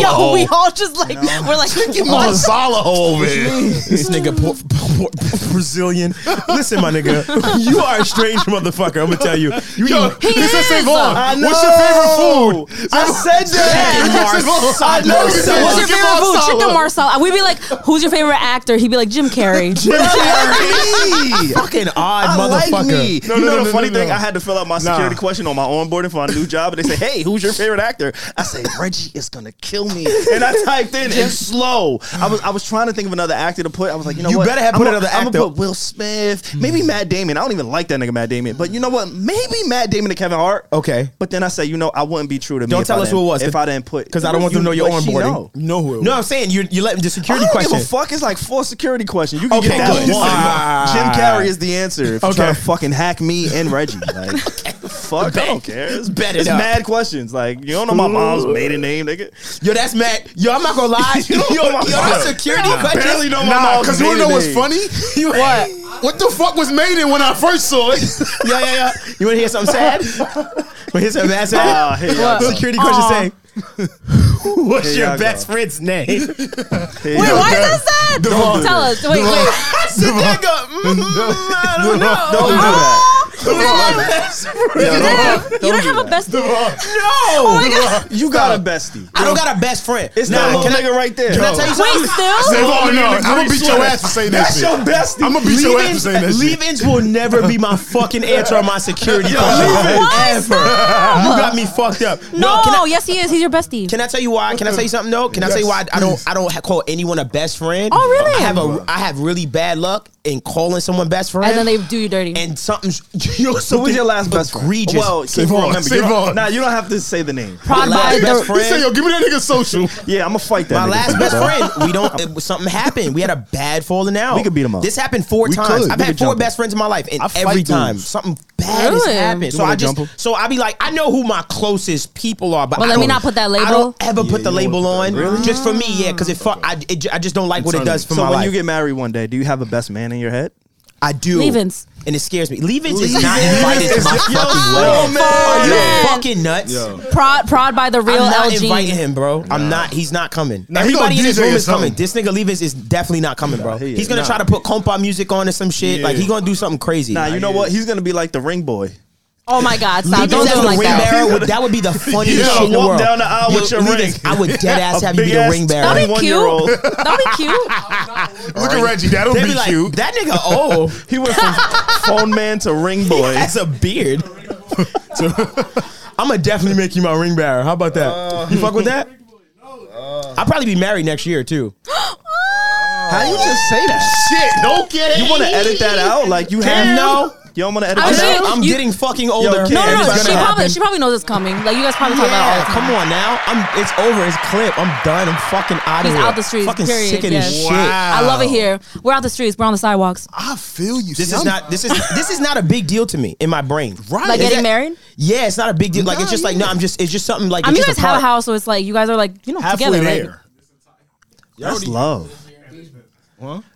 Speaker 3: Yo, we
Speaker 4: hole.
Speaker 3: all just like we're like
Speaker 4: Chicken
Speaker 1: Oh,
Speaker 4: marsala hole over here.
Speaker 1: This nigga por- por- por- Brazilian. Listen, my nigga, you are a strange motherfucker. I'm gonna tell you. You
Speaker 4: Yo,
Speaker 1: eat-
Speaker 3: He
Speaker 4: this is
Speaker 3: is.
Speaker 4: Savon.
Speaker 2: uh,
Speaker 3: I
Speaker 4: What's your favorite food?
Speaker 2: I said that.
Speaker 1: I
Speaker 4: know
Speaker 1: you said
Speaker 3: What's your
Speaker 4: Chicken
Speaker 3: favorite food?
Speaker 4: marsala.
Speaker 3: Chicken marsala. We'd be like, "Who's your favorite actor?" He'd be like, "Jim Carrey."
Speaker 2: Me.
Speaker 1: fucking odd
Speaker 2: I
Speaker 1: motherfucker.
Speaker 2: like me.
Speaker 4: No,
Speaker 2: you
Speaker 4: no,
Speaker 2: know
Speaker 4: no,
Speaker 2: the
Speaker 4: no,
Speaker 2: funny
Speaker 4: no,
Speaker 2: thing?
Speaker 4: no.
Speaker 2: I had to fill out my security question on my onboarding for a new job, and they say, "Hey, who's your favorite actor?" I said, "Reggie is gonna kill me," and I typed in and slow. I was I was trying to think of another actor to put. I was like, you know
Speaker 1: You
Speaker 2: what?
Speaker 1: better have put
Speaker 2: I'ma-
Speaker 1: another
Speaker 2: I'ma
Speaker 1: actor. Hmm.
Speaker 2: put Will Smith, maybe Matt Damon. I don't even like that nigga Matt Damon, but you know what? Maybe Matt Damon and Kevin Hart.
Speaker 1: Okay.
Speaker 2: But then I say, you know, I wouldn't be true to me.
Speaker 1: Don't
Speaker 2: if
Speaker 1: tell
Speaker 2: I
Speaker 1: us who it
Speaker 2: didn't-
Speaker 1: was,
Speaker 2: if I didn't put
Speaker 1: Because I don't want them to know your
Speaker 2: but she
Speaker 1: onboarding.
Speaker 2: know.
Speaker 4: No, who it
Speaker 1: No,
Speaker 4: was.
Speaker 1: I'm saying you're you letting the
Speaker 2: I
Speaker 1: security
Speaker 2: don't
Speaker 1: question.
Speaker 2: give a fuck. It's like four security questions. You can
Speaker 1: Okay,
Speaker 2: get that
Speaker 1: good.
Speaker 2: one.
Speaker 1: Ah.
Speaker 2: Jim Carrey is the answer. If you
Speaker 1: Okay.
Speaker 2: try to fucking hack me and Reggie, like fuck, I don't care. It's,
Speaker 1: Bet it
Speaker 2: it's
Speaker 1: up.
Speaker 2: mad questions. Like you don't know my mom's maiden name, nigga.
Speaker 1: Yo, that's mad. Yo, I'm not gonna lie. yo, yo, that security question.
Speaker 2: barely know my
Speaker 4: Nah,
Speaker 2: mom's
Speaker 4: because you want to
Speaker 2: maiden
Speaker 4: know what's
Speaker 2: name.
Speaker 4: funny?
Speaker 1: What?
Speaker 4: What the fuck was Maiden when I first saw it?
Speaker 1: Yeah, yeah, yeah. You want to hear something sad? Want to hear something bad
Speaker 2: Ah,
Speaker 1: sad?
Speaker 2: here y'all go.
Speaker 1: Security question
Speaker 3: Aw.
Speaker 1: saying, "What's
Speaker 2: Here
Speaker 1: your
Speaker 2: y'all
Speaker 1: best
Speaker 2: go.
Speaker 1: friend's name?"
Speaker 2: Here
Speaker 3: Wait,
Speaker 2: y'all
Speaker 3: why
Speaker 2: go.
Speaker 3: is that sad?
Speaker 4: Devon.
Speaker 3: Tell us. Wait, wait.
Speaker 1: I sit there and go, mm, I don't know.
Speaker 2: Don't do
Speaker 1: Ah!
Speaker 2: that. Yeah,
Speaker 3: You
Speaker 2: don't-
Speaker 3: don't, you don't have a Oh best.
Speaker 1: No,
Speaker 2: You got a bestie.
Speaker 1: I don't got a best friend.
Speaker 2: It's
Speaker 1: Nah,
Speaker 2: that little
Speaker 1: can I-
Speaker 2: nigga right there.
Speaker 1: Can I tell you
Speaker 3: Wait,
Speaker 1: something?
Speaker 3: still?
Speaker 4: Savon,
Speaker 2: Leave-ins
Speaker 4: no, I'm gonna
Speaker 2: with
Speaker 4: beat your
Speaker 2: sweater.
Speaker 4: ass for saying that
Speaker 2: That's
Speaker 4: shit.
Speaker 2: your bestie.
Speaker 4: I'm gonna beat your ass for
Speaker 1: Leave-ins-
Speaker 4: saying that shit.
Speaker 1: Leave-ins will never be my fucking answer on my security question.
Speaker 3: Why
Speaker 1: Ever. You got me fucked up.
Speaker 3: No,
Speaker 1: can I,
Speaker 3: yes, he is. He's your bestie.
Speaker 1: can I tell you why? Can I tell you something though? Can I tell you why I don't I don't ha- call anyone a best friend?
Speaker 3: Oh, really?
Speaker 1: I have a I have really bad luck and calling someone best friend.
Speaker 3: and then they do you dirty.
Speaker 1: and something's you know,
Speaker 2: Who was
Speaker 1: something
Speaker 2: your last best friend?
Speaker 1: egregious.
Speaker 2: Well,
Speaker 4: Save
Speaker 2: keep-
Speaker 4: on,
Speaker 2: remember,
Speaker 4: save
Speaker 2: you don't-
Speaker 4: on.
Speaker 2: Nah, you don't have to say the name.
Speaker 1: my last best
Speaker 4: He said,
Speaker 1: friend.
Speaker 4: yo, give me that nigga social.
Speaker 2: Yeah, I'm gonna fight that.
Speaker 1: My
Speaker 2: nigga.
Speaker 1: last best friend. We don't. It, was- something happened. We had a bad falling out.
Speaker 2: We could beat 'em up.
Speaker 1: This happened four
Speaker 4: We
Speaker 1: times.
Speaker 4: could.
Speaker 1: I've
Speaker 4: We
Speaker 1: had
Speaker 4: could
Speaker 1: four
Speaker 4: jump 'em.
Speaker 1: best friends in my life, and
Speaker 4: I fight
Speaker 1: every
Speaker 4: dudes.
Speaker 1: time something bad has
Speaker 3: Really?
Speaker 1: happened.
Speaker 2: You
Speaker 1: So
Speaker 2: wanna
Speaker 1: I just.
Speaker 2: jump 'em?
Speaker 1: So I be like, I know who my closest people are, but
Speaker 3: Well,
Speaker 1: I
Speaker 3: let me
Speaker 1: don't-
Speaker 3: not put that
Speaker 1: I
Speaker 3: label.
Speaker 1: don't ever put the
Speaker 7: you don't
Speaker 1: label
Speaker 7: want
Speaker 1: on.
Speaker 7: to put that label.
Speaker 1: Just for me, yeah, because it. Fu- I it, ju- I just don't like what it
Speaker 7: telling
Speaker 1: does
Speaker 7: you.
Speaker 1: for
Speaker 2: So
Speaker 1: my
Speaker 2: when
Speaker 1: life.
Speaker 2: you get married one day, do you have a best man in your head?
Speaker 1: I do.
Speaker 3: Leave-ins.
Speaker 1: And it scares me. Leave-ins is not
Speaker 4: Leave-ins
Speaker 1: invited to
Speaker 4: is-
Speaker 1: my
Speaker 4: Yo,
Speaker 1: fucking wedding.
Speaker 2: man.
Speaker 1: Are
Speaker 3: Man.
Speaker 1: you fucking nuts?
Speaker 3: prod, prod by the real
Speaker 1: I'm not
Speaker 3: LG.
Speaker 1: inviting him, bro. I'm not. He's not coming.
Speaker 4: Nah, he
Speaker 1: Everybody
Speaker 4: gonna
Speaker 1: in this
Speaker 4: DJ
Speaker 1: room
Speaker 4: or
Speaker 1: is coming.
Speaker 4: something.
Speaker 1: This nigga Levis is definitely not coming, bro.
Speaker 2: he is
Speaker 1: he's gonna
Speaker 2: not.
Speaker 1: try to put compa music on or some shit. Like
Speaker 7: Yeah.
Speaker 1: he gonna do something crazy.
Speaker 2: Nah, you know
Speaker 7: yeah.
Speaker 2: what? He's gonna be like the ring boy.
Speaker 3: Oh my God! Stop!
Speaker 1: Levis
Speaker 3: Don't
Speaker 1: as
Speaker 3: do
Speaker 1: the
Speaker 3: it like
Speaker 1: ring
Speaker 3: that.
Speaker 1: bearer would, that would be the funniest
Speaker 2: You
Speaker 1: shit in the
Speaker 2: walk
Speaker 1: world.
Speaker 2: down the aisle with your
Speaker 1: Levis,
Speaker 2: ring.
Speaker 1: I would dead ass
Speaker 2: A
Speaker 1: have you be the
Speaker 2: big-ass
Speaker 1: ring
Speaker 2: tiny
Speaker 1: bearer.
Speaker 3: That'd be
Speaker 2: One-year-old.
Speaker 3: cute. That'd be cute.
Speaker 4: Look at Reggie. That'll
Speaker 1: They'd
Speaker 4: be
Speaker 1: be like,
Speaker 4: cute.
Speaker 1: that nigga old.
Speaker 2: He went from phone man to ring boy.
Speaker 1: That's a beard. I'm gonna definitely make you my ring bearer. How about that?
Speaker 2: Uh,
Speaker 1: you fuck with that? I'll probably be married next year too.
Speaker 2: How you just say that?
Speaker 4: Shit, don't get it.
Speaker 2: You want to edit that out? Like you have
Speaker 1: No.
Speaker 2: You don't want to edit
Speaker 3: I
Speaker 2: that
Speaker 3: mean-
Speaker 2: out?
Speaker 1: I'm
Speaker 3: You-
Speaker 1: getting fucking older.
Speaker 2: kid,
Speaker 3: No, no, no.
Speaker 2: It's
Speaker 3: She
Speaker 2: gonna
Speaker 3: probably, she probably knows it's coming. Like you guys probably talk about it all the
Speaker 1: Yeah,
Speaker 3: time.
Speaker 1: come on now. I'm. It's over. It's clip. I'm done. I'm fucking out of
Speaker 3: He's
Speaker 1: here.
Speaker 3: out the streets,
Speaker 1: Fucking
Speaker 3: period,
Speaker 1: sick of this
Speaker 3: yes.
Speaker 1: shit.
Speaker 4: Wow.
Speaker 3: I love it here. We're out the streets. We're on the sidewalks.
Speaker 4: I feel you.
Speaker 1: This is
Speaker 4: See, I'm-
Speaker 1: not. This is. This is not a big deal to me in my brain.
Speaker 3: Like
Speaker 4: Right.
Speaker 1: Ah, Is
Speaker 3: getting
Speaker 1: that-
Speaker 3: married?
Speaker 1: Yeah, it's not a big deal. Like it's
Speaker 4: Nah,
Speaker 1: just like no. I'm just. It's just something like.
Speaker 3: I mean, you
Speaker 1: it's
Speaker 3: guys
Speaker 1: just
Speaker 3: have a
Speaker 1: part.
Speaker 3: house, so it's like you guys are like you know
Speaker 7: halfway
Speaker 3: together,
Speaker 7: there.
Speaker 3: right?
Speaker 2: That's love.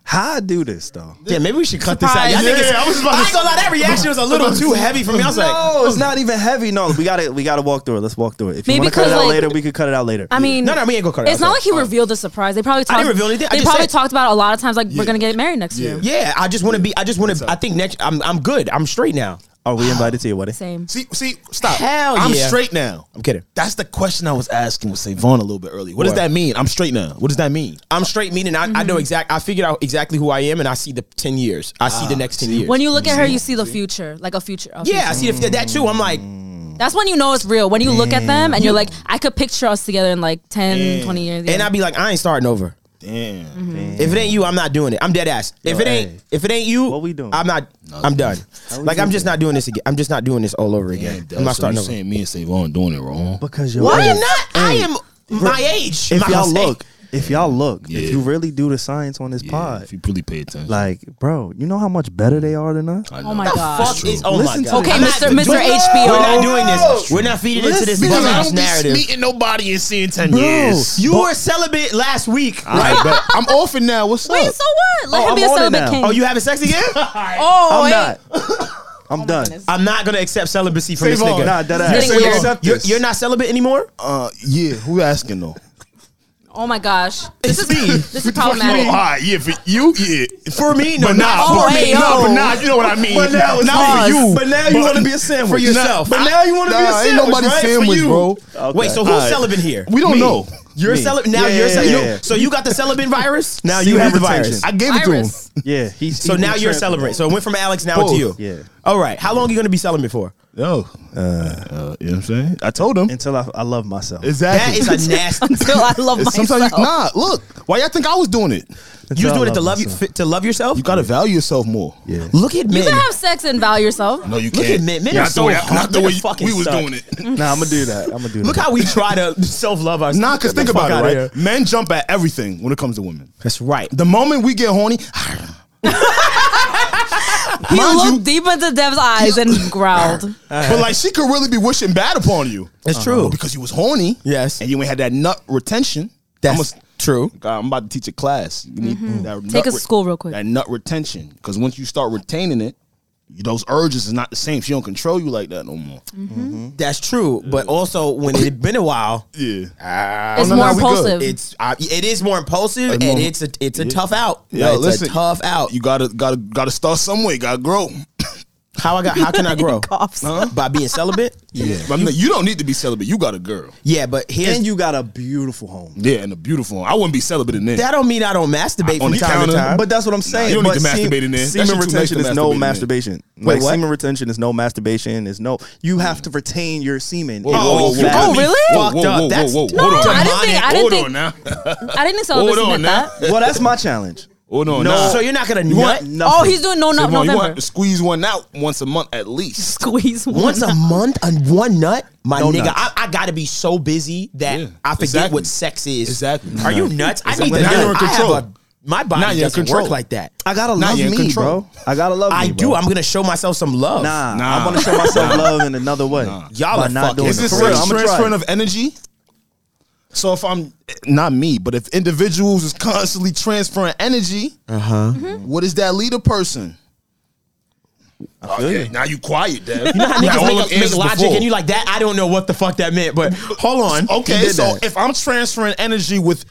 Speaker 2: How I do this though?
Speaker 1: Yeah, maybe we should cut this out.
Speaker 3: Surprise.
Speaker 1: Y'all niggas-
Speaker 4: Yeah, I was about to
Speaker 1: ain't gonna lie, that reaction was a little too heavy for me. I was like,
Speaker 2: No, it's not even heavy. No, we got to We got to walk through it. Let's walk through it. If you
Speaker 3: Maybe
Speaker 2: want to cut it
Speaker 3: 'cause,
Speaker 2: out
Speaker 3: like-
Speaker 2: later, we could cut it out later.
Speaker 3: I mean,
Speaker 1: no, no, we ain't gonna cut it.
Speaker 3: It's
Speaker 1: out.
Speaker 3: not like he revealed the surprise. They probably talked.
Speaker 1: didn't reveal anything. I
Speaker 3: They
Speaker 1: just
Speaker 3: probably
Speaker 1: said-
Speaker 3: talked about it a lot of times. Like we're gonna get married next year.
Speaker 1: Yeah, I just want to be. I just want to. I think next. I'm. I'm good. I'm straight now.
Speaker 2: Are we invited to your wedding?
Speaker 3: Same.
Speaker 4: See, see, stop.
Speaker 1: Hell
Speaker 7: I'm
Speaker 1: yeah.
Speaker 7: straight now.
Speaker 1: I'm kidding.
Speaker 7: That's the question I was asking with Savon a little bit earlier. What,
Speaker 1: What?
Speaker 7: does that mean? I'm straight now. What does that mean?
Speaker 1: I'm straight. Meaning, I, I know exact. I figured out exactly who I am, and I see the ten years. I see
Speaker 2: Ah,
Speaker 1: the next ten years.
Speaker 3: When you look at her, you see the future, like a future. a
Speaker 1: yeah, I
Speaker 3: future.
Speaker 1: see the, that too. I'm like,
Speaker 3: That's when you know it's real. When you look at them and you're like, I could picture us together in like 10, 20 years.
Speaker 1: and
Speaker 3: yeah.
Speaker 1: I'd be like, I ain't starting over.
Speaker 7: Damn.
Speaker 1: If it ain't you, I'm not doing it. I'm dead ass. If it ain't, if it ain't you,
Speaker 2: What we doing?
Speaker 1: I'm not. I'm done. Like I'm just not doing this again. I'm just not doing this all over again. I'm not
Speaker 7: so
Speaker 1: starting
Speaker 7: you
Speaker 1: over.
Speaker 7: saying me and Savon doing it wrong?
Speaker 2: Because your
Speaker 1: Why
Speaker 2: wedding-
Speaker 1: am not? I am my age.
Speaker 2: If
Speaker 1: my
Speaker 2: y'all
Speaker 1: mistake.
Speaker 2: look, if y'all look,
Speaker 7: Yeah.
Speaker 2: if you really do the science on this
Speaker 7: Yeah,
Speaker 2: pod,
Speaker 7: if you really pay attention.
Speaker 2: like, bro, you know how much better they are than us.
Speaker 7: I
Speaker 3: oh
Speaker 7: know.
Speaker 3: my
Speaker 1: the
Speaker 3: god.
Speaker 1: fuck is oh
Speaker 2: Listen
Speaker 1: my
Speaker 2: to
Speaker 1: god.
Speaker 3: Okay,
Speaker 1: I'm not
Speaker 3: Mr.
Speaker 1: doing-
Speaker 3: Mr. HBO.
Speaker 1: We're not doing this. We're not feeding into this
Speaker 2: Listen,
Speaker 1: bum
Speaker 4: I
Speaker 1: ass
Speaker 4: don't be
Speaker 1: narrative.
Speaker 4: meeting nobody and seeing ten
Speaker 2: Bro.
Speaker 4: years.
Speaker 1: You were celibate last week.
Speaker 4: Right, but I'm off it now. What's
Speaker 3: Wait,
Speaker 4: up?
Speaker 3: so what? Let
Speaker 2: Oh,
Speaker 3: him
Speaker 2: I'm
Speaker 3: be a
Speaker 2: on it
Speaker 3: celibate
Speaker 2: now.
Speaker 3: king.
Speaker 1: Oh, you having sex again?
Speaker 3: oh,
Speaker 2: I'm
Speaker 3: wait.
Speaker 2: not.
Speaker 4: Oh
Speaker 2: I'm done.
Speaker 3: goodness.
Speaker 1: I'm not gonna accept celibacy from
Speaker 4: Save
Speaker 1: this
Speaker 4: on.
Speaker 1: nigga.
Speaker 2: Nah, dead
Speaker 3: You're
Speaker 2: ass.
Speaker 3: getting weird.
Speaker 2: Accept
Speaker 1: You're,
Speaker 2: this.
Speaker 1: you're not celibate anymore.
Speaker 4: Uh, yeah. Who asking though?
Speaker 3: Oh my gosh. This is
Speaker 1: me.
Speaker 3: this is
Speaker 4: Oh, all
Speaker 3: problematic.
Speaker 4: right, yeah, for you, yeah.
Speaker 1: For me, no,
Speaker 4: But
Speaker 1: not
Speaker 4: nah,
Speaker 1: for
Speaker 4: but,
Speaker 3: me.
Speaker 4: nah,
Speaker 3: yo.
Speaker 4: but nah, you know what I mean.
Speaker 2: But now it's
Speaker 4: not for
Speaker 2: us.
Speaker 4: you.
Speaker 2: But now you wanna be a sandwich.
Speaker 4: For yourself.
Speaker 2: But now you wanna be a
Speaker 4: Nah, ain't
Speaker 2: sandwich,
Speaker 4: nobody
Speaker 2: right? For
Speaker 4: sandwich,
Speaker 2: you.
Speaker 4: bro.
Speaker 1: Wait, so who's celibate here?
Speaker 4: We don't know.
Speaker 1: You're
Speaker 2: Me.
Speaker 1: celibate now.
Speaker 2: Yeah,
Speaker 1: you're
Speaker 2: yeah,
Speaker 1: cel-
Speaker 2: yeah,
Speaker 1: you-
Speaker 2: yeah.
Speaker 1: so you got the celibate virus. Now
Speaker 2: See,
Speaker 1: you
Speaker 2: you
Speaker 1: have the
Speaker 2: have
Speaker 1: virus.
Speaker 2: retention.
Speaker 4: I gave it to him.
Speaker 3: Iris.
Speaker 2: Yeah, he's
Speaker 1: So
Speaker 2: he
Speaker 1: now
Speaker 2: been
Speaker 1: you're
Speaker 2: tripping.
Speaker 1: celibate. So it went from Alex now to
Speaker 4: Both.
Speaker 1: you.
Speaker 2: Yeah.
Speaker 1: All right. How long are you gonna be celibate for?
Speaker 4: No. Uh, uh, you know what I'm saying? I told him.
Speaker 2: until I, I love myself.
Speaker 1: That
Speaker 4: Exactly.
Speaker 1: is a nasty.
Speaker 3: Until I love myself.
Speaker 4: Sometimes you, nah, look. Why y'all think I was doing it?
Speaker 1: You
Speaker 2: Until
Speaker 1: was
Speaker 2: I
Speaker 1: doing it to love you,
Speaker 2: myself.
Speaker 1: to love yourself.
Speaker 4: You gotta value yourself more.
Speaker 2: Yeah.
Speaker 1: Look at
Speaker 3: You
Speaker 1: men.
Speaker 3: can have sex and value yourself.
Speaker 4: No, you
Speaker 1: Look
Speaker 4: can't.
Speaker 1: at men. Men are
Speaker 4: not
Speaker 1: so
Speaker 4: the way,
Speaker 1: hard.
Speaker 4: not the
Speaker 1: They
Speaker 4: way
Speaker 1: fucking
Speaker 4: we was
Speaker 1: suck.
Speaker 4: doing it.
Speaker 2: Nah, I'm gonna do that. I'm gonna do
Speaker 1: Look
Speaker 2: that.
Speaker 1: how we try to self love ourselves.
Speaker 4: Nah, cause
Speaker 1: Get the
Speaker 4: think
Speaker 1: fuck
Speaker 4: about
Speaker 1: outta
Speaker 4: it,
Speaker 1: here.
Speaker 4: right? Men jump at everything when it comes to women.
Speaker 1: That's right.
Speaker 4: The moment we get horny,
Speaker 1: Uh-huh.
Speaker 3: He
Speaker 4: Mind
Speaker 3: looked
Speaker 4: you-
Speaker 3: deep into Dev's eyes and growled.
Speaker 4: but like she could really be wishing bad upon you.
Speaker 1: That's true.
Speaker 4: because you was horny.
Speaker 1: Yes.
Speaker 4: and you ain't had that nut retention.
Speaker 1: That's
Speaker 4: I'm, a-
Speaker 1: true.
Speaker 4: God, I'm about to teach a class. You need that
Speaker 3: Mm-hmm. Take
Speaker 4: nut
Speaker 3: us to school real quick.
Speaker 4: That nut retention, because once you start retaining it, you- those urges is not the same. She don't control you like that no more.
Speaker 1: That's true. But also, when it's been a while,
Speaker 4: Yeah,
Speaker 3: it's
Speaker 4: no,
Speaker 3: more
Speaker 4: no, we good.
Speaker 3: impulsive.
Speaker 1: it's I, it is more impulsive,
Speaker 4: It's
Speaker 1: and
Speaker 4: more-
Speaker 1: it's a it's a tough out.
Speaker 4: Yo,
Speaker 1: Like, it's
Speaker 4: listen.
Speaker 1: a tough out.
Speaker 4: you gotta gotta gotta start somewhere. You gotta grow.
Speaker 1: How I got? How can I grow?
Speaker 3: coughs.
Speaker 1: By being celibate.
Speaker 4: Yeah, but you, you don't need to be celibate. You got a girl.
Speaker 1: Yeah, but here's
Speaker 2: and you got a beautiful home.
Speaker 4: Yeah, and a beautiful one. I wouldn't be celibate in there.
Speaker 1: that don't mean I don't masturbate
Speaker 4: On
Speaker 1: from
Speaker 4: the
Speaker 1: time
Speaker 4: counter,
Speaker 1: to time.
Speaker 2: But that's what I'm saying.
Speaker 4: you don't need
Speaker 2: But
Speaker 4: to masturbate in there. That
Speaker 2: Semen
Speaker 4: shit too
Speaker 2: retention
Speaker 4: nice to
Speaker 2: is no
Speaker 4: masturbate in there.
Speaker 2: masturbation.
Speaker 1: Wait,
Speaker 2: like
Speaker 1: what?
Speaker 2: semen retention is no masturbation. Is no. You have to retain your semen. in
Speaker 4: whoa,
Speaker 2: all
Speaker 4: whoa, whoa,
Speaker 2: fashions.
Speaker 3: Oh, really?
Speaker 4: Whoa, whoa, whoa, whoa, whoa.
Speaker 3: No,
Speaker 4: Hold on.
Speaker 3: I didn't think- I didn't
Speaker 4: Hold
Speaker 3: think-
Speaker 4: on now.
Speaker 3: I didn't think so.
Speaker 4: Hold on
Speaker 3: meant
Speaker 4: now.
Speaker 3: that.
Speaker 2: Well, that's my challenge.
Speaker 4: Or no,
Speaker 2: No.
Speaker 4: nah.
Speaker 1: So you're not gonna
Speaker 4: You
Speaker 1: nut
Speaker 4: want
Speaker 3: Oh, he's doing no
Speaker 4: So
Speaker 3: nut
Speaker 4: come on, you
Speaker 3: November.
Speaker 4: want to squeeze one out once a month at least.
Speaker 3: Squeeze one.
Speaker 1: once a month and one nut, my
Speaker 2: No
Speaker 1: nigga.
Speaker 2: nuts.
Speaker 1: I, I gotta be so busy that
Speaker 4: Yeah,
Speaker 1: I forget
Speaker 4: exactly.
Speaker 1: what sex is.
Speaker 4: Exactly.
Speaker 1: Are you nuts? I need to
Speaker 4: Exactly. Now
Speaker 1: nut.
Speaker 4: you're in
Speaker 1: I have
Speaker 4: control.
Speaker 1: a- my body
Speaker 4: Now you're in
Speaker 1: doesn't
Speaker 4: control.
Speaker 1: work like that.
Speaker 2: I gotta
Speaker 4: Now
Speaker 2: love
Speaker 4: you're in
Speaker 2: me,
Speaker 4: control.
Speaker 2: bro. I gotta love
Speaker 1: I
Speaker 2: me,
Speaker 1: do.
Speaker 2: bro.
Speaker 1: I'm gonna show myself some love.
Speaker 2: Nah,
Speaker 4: Nah.
Speaker 2: I want to show myself love in another way.
Speaker 1: Y'all
Speaker 2: By
Speaker 1: are
Speaker 2: not
Speaker 1: fucking
Speaker 2: doing
Speaker 4: Is
Speaker 2: it.
Speaker 4: this
Speaker 2: For real,
Speaker 4: like
Speaker 2: I'ma try
Speaker 4: transferring
Speaker 2: it.
Speaker 4: of energy? So if I'm not me, but if individuals is constantly transferring energy,
Speaker 1: Mm-hmm.
Speaker 4: what does that lead a person? Okay, now you quiet, Dev.
Speaker 1: You know how niggas
Speaker 4: all
Speaker 1: make,
Speaker 4: them
Speaker 1: up, make
Speaker 4: answers
Speaker 1: logic
Speaker 4: before.
Speaker 1: and you like "Mm, that? I don't know what the fuck that meant, but hold on.
Speaker 4: Okay, so if I'm transferring energy with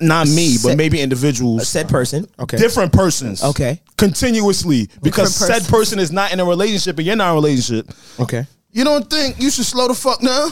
Speaker 4: not me,
Speaker 1: Said-
Speaker 4: but maybe individuals,
Speaker 1: said person. Okay.
Speaker 4: different persons,
Speaker 1: Okay.
Speaker 4: continuously, because
Speaker 3: Different
Speaker 4: said person is not in a relationship and you're not in a relationship,
Speaker 1: Okay.
Speaker 4: you don't think you should slow the fuck down?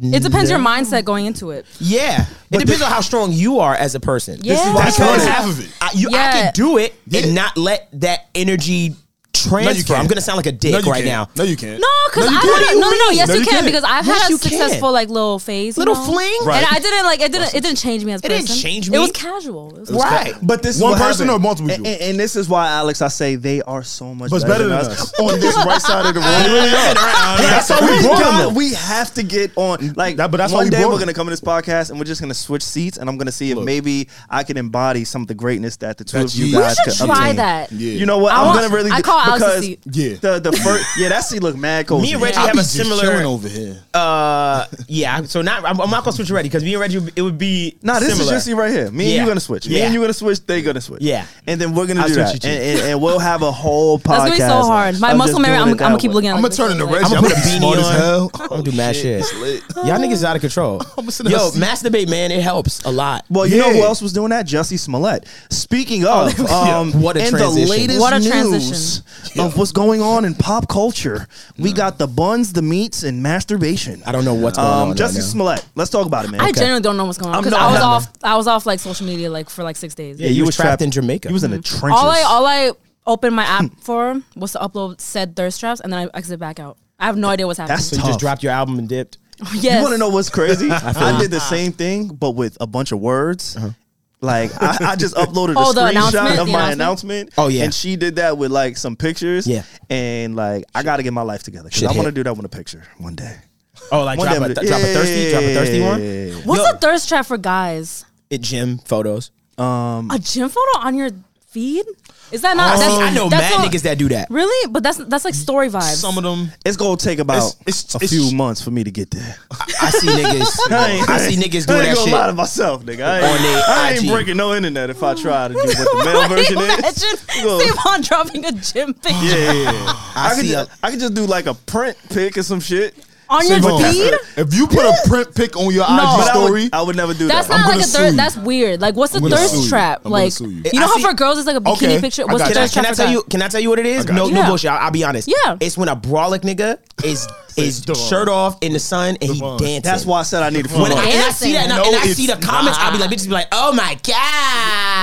Speaker 3: It depends your mindset going into it.
Speaker 1: Yeah. It depends on how strong you are as a person.
Speaker 3: Yeah. This is why
Speaker 4: That's
Speaker 1: Because
Speaker 4: one half of it.
Speaker 1: I, you, I
Speaker 3: Yeah.
Speaker 1: can do it
Speaker 4: Yeah.
Speaker 1: and not let that energy transfer. I'm
Speaker 4: can't.
Speaker 1: gonna sound like a dick
Speaker 4: no, you
Speaker 1: right
Speaker 4: can't.
Speaker 1: now.
Speaker 4: No, you can't.
Speaker 3: No, because
Speaker 1: you
Speaker 3: I
Speaker 1: can't.
Speaker 3: had a, no, no, no. Yes,
Speaker 1: No,
Speaker 3: you
Speaker 1: you
Speaker 3: can
Speaker 1: can't.
Speaker 3: because I've
Speaker 1: Yes,
Speaker 3: had
Speaker 1: you
Speaker 3: a
Speaker 1: can.
Speaker 3: successful like little phase, you
Speaker 1: Little
Speaker 3: know?
Speaker 1: fling?
Speaker 3: and I didn't like it. Didn't it didn't change me as a
Speaker 1: It
Speaker 3: person?
Speaker 1: didn't change me.
Speaker 3: It was casual. It was
Speaker 1: Right.
Speaker 4: But this
Speaker 2: is
Speaker 4: one
Speaker 2: what
Speaker 4: person
Speaker 2: happened.
Speaker 4: or multiple
Speaker 1: Eh,
Speaker 2: And,
Speaker 4: people.
Speaker 2: and- and this is why, Alex, I say they are so much
Speaker 4: But it's
Speaker 2: better,
Speaker 1: eh,
Speaker 2: than, us.
Speaker 4: on this right side of the room. That's
Speaker 1: eh,
Speaker 4: how we
Speaker 2: We,
Speaker 4: brought
Speaker 2: got-
Speaker 4: them.
Speaker 2: we have to get on. Like,
Speaker 4: That- but that's why
Speaker 2: one
Speaker 4: we
Speaker 2: day
Speaker 4: brought
Speaker 2: we're
Speaker 4: him.
Speaker 2: gonna come in this podcast and we're just gonna switch seats, and I'm gonna see if maybe I can embody some of the greatness that the two
Speaker 4: That's
Speaker 2: of you
Speaker 4: you. We
Speaker 2: guys
Speaker 3: should
Speaker 2: could obtain.
Speaker 3: try
Speaker 1: eh,
Speaker 3: that.
Speaker 4: Yeah.
Speaker 2: You know what?
Speaker 3: I
Speaker 2: am
Speaker 3: want-
Speaker 2: gonna really.
Speaker 3: I
Speaker 2: do-
Speaker 3: call Alex a
Speaker 2: because
Speaker 3: seat.
Speaker 4: Yeah.
Speaker 2: The the first yeah that seat look mad cold.
Speaker 1: Me and Reggie
Speaker 3: I
Speaker 1: have
Speaker 3: be
Speaker 1: a
Speaker 4: just chilling
Speaker 1: similar.
Speaker 4: over here.
Speaker 1: Uh, yeah. So not. I'm, I'm not gonna switch Reggie because me and Reggie it would be.
Speaker 2: Nah, this
Speaker 1: similar.
Speaker 2: is your seat right here. Me
Speaker 1: Yeah.
Speaker 2: and you gonna switch. Me
Speaker 1: Yeah.
Speaker 2: and you gonna switch. They gonna switch.
Speaker 1: Yeah.
Speaker 2: and then we're gonna
Speaker 1: I'll
Speaker 2: do
Speaker 1: switch
Speaker 2: that,
Speaker 1: you too.
Speaker 2: and, and, and we'll have a whole podcast.
Speaker 3: That's gonna be so hard. My
Speaker 2: of
Speaker 3: muscle
Speaker 2: just
Speaker 3: memory.
Speaker 2: doing
Speaker 3: I'm,
Speaker 2: it
Speaker 3: I'm gonna
Speaker 2: that
Speaker 3: keep
Speaker 2: way.
Speaker 3: looking at.
Speaker 4: I'm
Speaker 3: like
Speaker 4: gonna turn
Speaker 3: this,
Speaker 4: into
Speaker 3: like-
Speaker 4: Reggie.
Speaker 1: I'm gonna put a beanie
Speaker 4: smart as
Speaker 1: on.
Speaker 4: hell. Oh,
Speaker 1: I'm gonna do mad shit. Y'all niggas is out of control.
Speaker 4: sit in
Speaker 1: Yo,
Speaker 4: a seat.
Speaker 1: masturbate, man. It helps a lot.
Speaker 2: Well, you know
Speaker 4: Yeah.
Speaker 2: who else was doing that? Jesse Smollett. Speaking of, um,
Speaker 1: Oh, What a
Speaker 2: in
Speaker 1: transition.
Speaker 2: the latest
Speaker 3: What a
Speaker 2: news
Speaker 3: transition.
Speaker 2: of what's going on in pop culture, we got the buns, the meats, and masturbation.
Speaker 1: Mm. I don't know what's
Speaker 4: um,
Speaker 1: going on right
Speaker 2: Jesse
Speaker 1: now.
Speaker 2: Smollett. Let's talk about it, man.
Speaker 3: I generally don't know what's going on
Speaker 2: I'm
Speaker 3: because
Speaker 2: not-
Speaker 3: I was
Speaker 2: I'm-
Speaker 3: off. I was off like social media like for like six days.
Speaker 1: Yeah, you was trapped in Jamaica.
Speaker 2: You was in the trenches.
Speaker 3: Mm. All I all I opened my app for was to upload said thirst traps, and then I exit back out. I have no idea what's happening.
Speaker 2: That's
Speaker 1: So you
Speaker 2: Tough.
Speaker 1: just dropped your album and dipped.
Speaker 3: yes. Ah.
Speaker 2: You want to know what's crazy? I, did the same thing, but with a bunch of words.
Speaker 1: Uh-huh.
Speaker 2: Like I, I just uploaded a
Speaker 3: Oh, the
Speaker 2: screenshot
Speaker 3: announcement?
Speaker 2: of
Speaker 3: The
Speaker 2: my
Speaker 3: announcement?
Speaker 2: announcement.
Speaker 1: Oh, yeah.
Speaker 2: and she did that with like some pictures.
Speaker 1: Yeah.
Speaker 2: and like I got to get my life together because
Speaker 1: Shit
Speaker 2: I want to
Speaker 1: hit.
Speaker 2: do that with a picture one day.
Speaker 1: Oh, like
Speaker 2: One
Speaker 1: drop
Speaker 2: damn
Speaker 1: a,
Speaker 2: minute.
Speaker 1: drop a thirsty, drop a thirsty
Speaker 2: Yeah.
Speaker 1: one.
Speaker 3: what's
Speaker 1: Yo,
Speaker 3: a thirst trap for guys?
Speaker 1: it gym photos?
Speaker 3: A gym photo on your feed? Is that not? Ah, that's,
Speaker 1: Oh. I know
Speaker 3: that's
Speaker 1: mad
Speaker 3: not-
Speaker 1: niggas that do that.
Speaker 3: Really? But that's that's like story vibes.
Speaker 4: Some of them.
Speaker 2: It's gonna take about
Speaker 4: It's- it's-
Speaker 2: a
Speaker 4: it's-
Speaker 2: few months for me to get there.
Speaker 1: I see niggas. I see niggas doing
Speaker 2: I
Speaker 1: that
Speaker 2: ain't gonna lie to
Speaker 1: shit.
Speaker 2: myself, nigga. I
Speaker 1: On their
Speaker 2: ain't, I ain't
Speaker 1: IG.
Speaker 2: breaking no internet if I try to do what the male version
Speaker 3: Imagine
Speaker 2: is. Look.
Speaker 3: Savon dropping a gym picture
Speaker 2: Yeah, yeah, yeah. I, could Oh.
Speaker 1: see
Speaker 2: just, I could just do like a print pic or some shit.
Speaker 3: on your
Speaker 4: Savon.
Speaker 3: feed.
Speaker 4: If you put a print pic on your
Speaker 3: No.
Speaker 4: IG
Speaker 2: But I would-
Speaker 4: story,
Speaker 2: I would never do
Speaker 3: That's
Speaker 2: that.
Speaker 3: not
Speaker 4: gonna
Speaker 3: like a
Speaker 4: sue
Speaker 3: thirst.
Speaker 4: you.
Speaker 3: That's weird. Like, what's a
Speaker 4: gonna sue
Speaker 3: thirst
Speaker 4: you.
Speaker 3: trap?
Speaker 4: I'm gonna
Speaker 3: like,
Speaker 4: sue
Speaker 3: you
Speaker 4: you.
Speaker 1: I
Speaker 3: know how
Speaker 1: see-
Speaker 3: for girls it's like a bikini
Speaker 4: Okay, I
Speaker 3: picture. What's a
Speaker 4: got you.
Speaker 1: Can I,
Speaker 3: thirst
Speaker 1: can
Speaker 3: trap?
Speaker 1: I
Speaker 3: for
Speaker 1: tell
Speaker 3: guys?
Speaker 1: you? Can I tell you what it is? No,
Speaker 3: you.
Speaker 1: no
Speaker 3: Yeah.
Speaker 1: bullshit. I'll, I'll be honest.
Speaker 3: Yeah.
Speaker 1: it's when a brolic nigga is is shirt off in the sun and he
Speaker 4: Devon.
Speaker 1: dancing.
Speaker 2: That's why I said I needed
Speaker 1: When I,
Speaker 2: I,
Speaker 1: and I see that, and, I,
Speaker 4: No,
Speaker 1: and I
Speaker 4: it's
Speaker 1: see the comments, I'll be like, bitches be like, oh my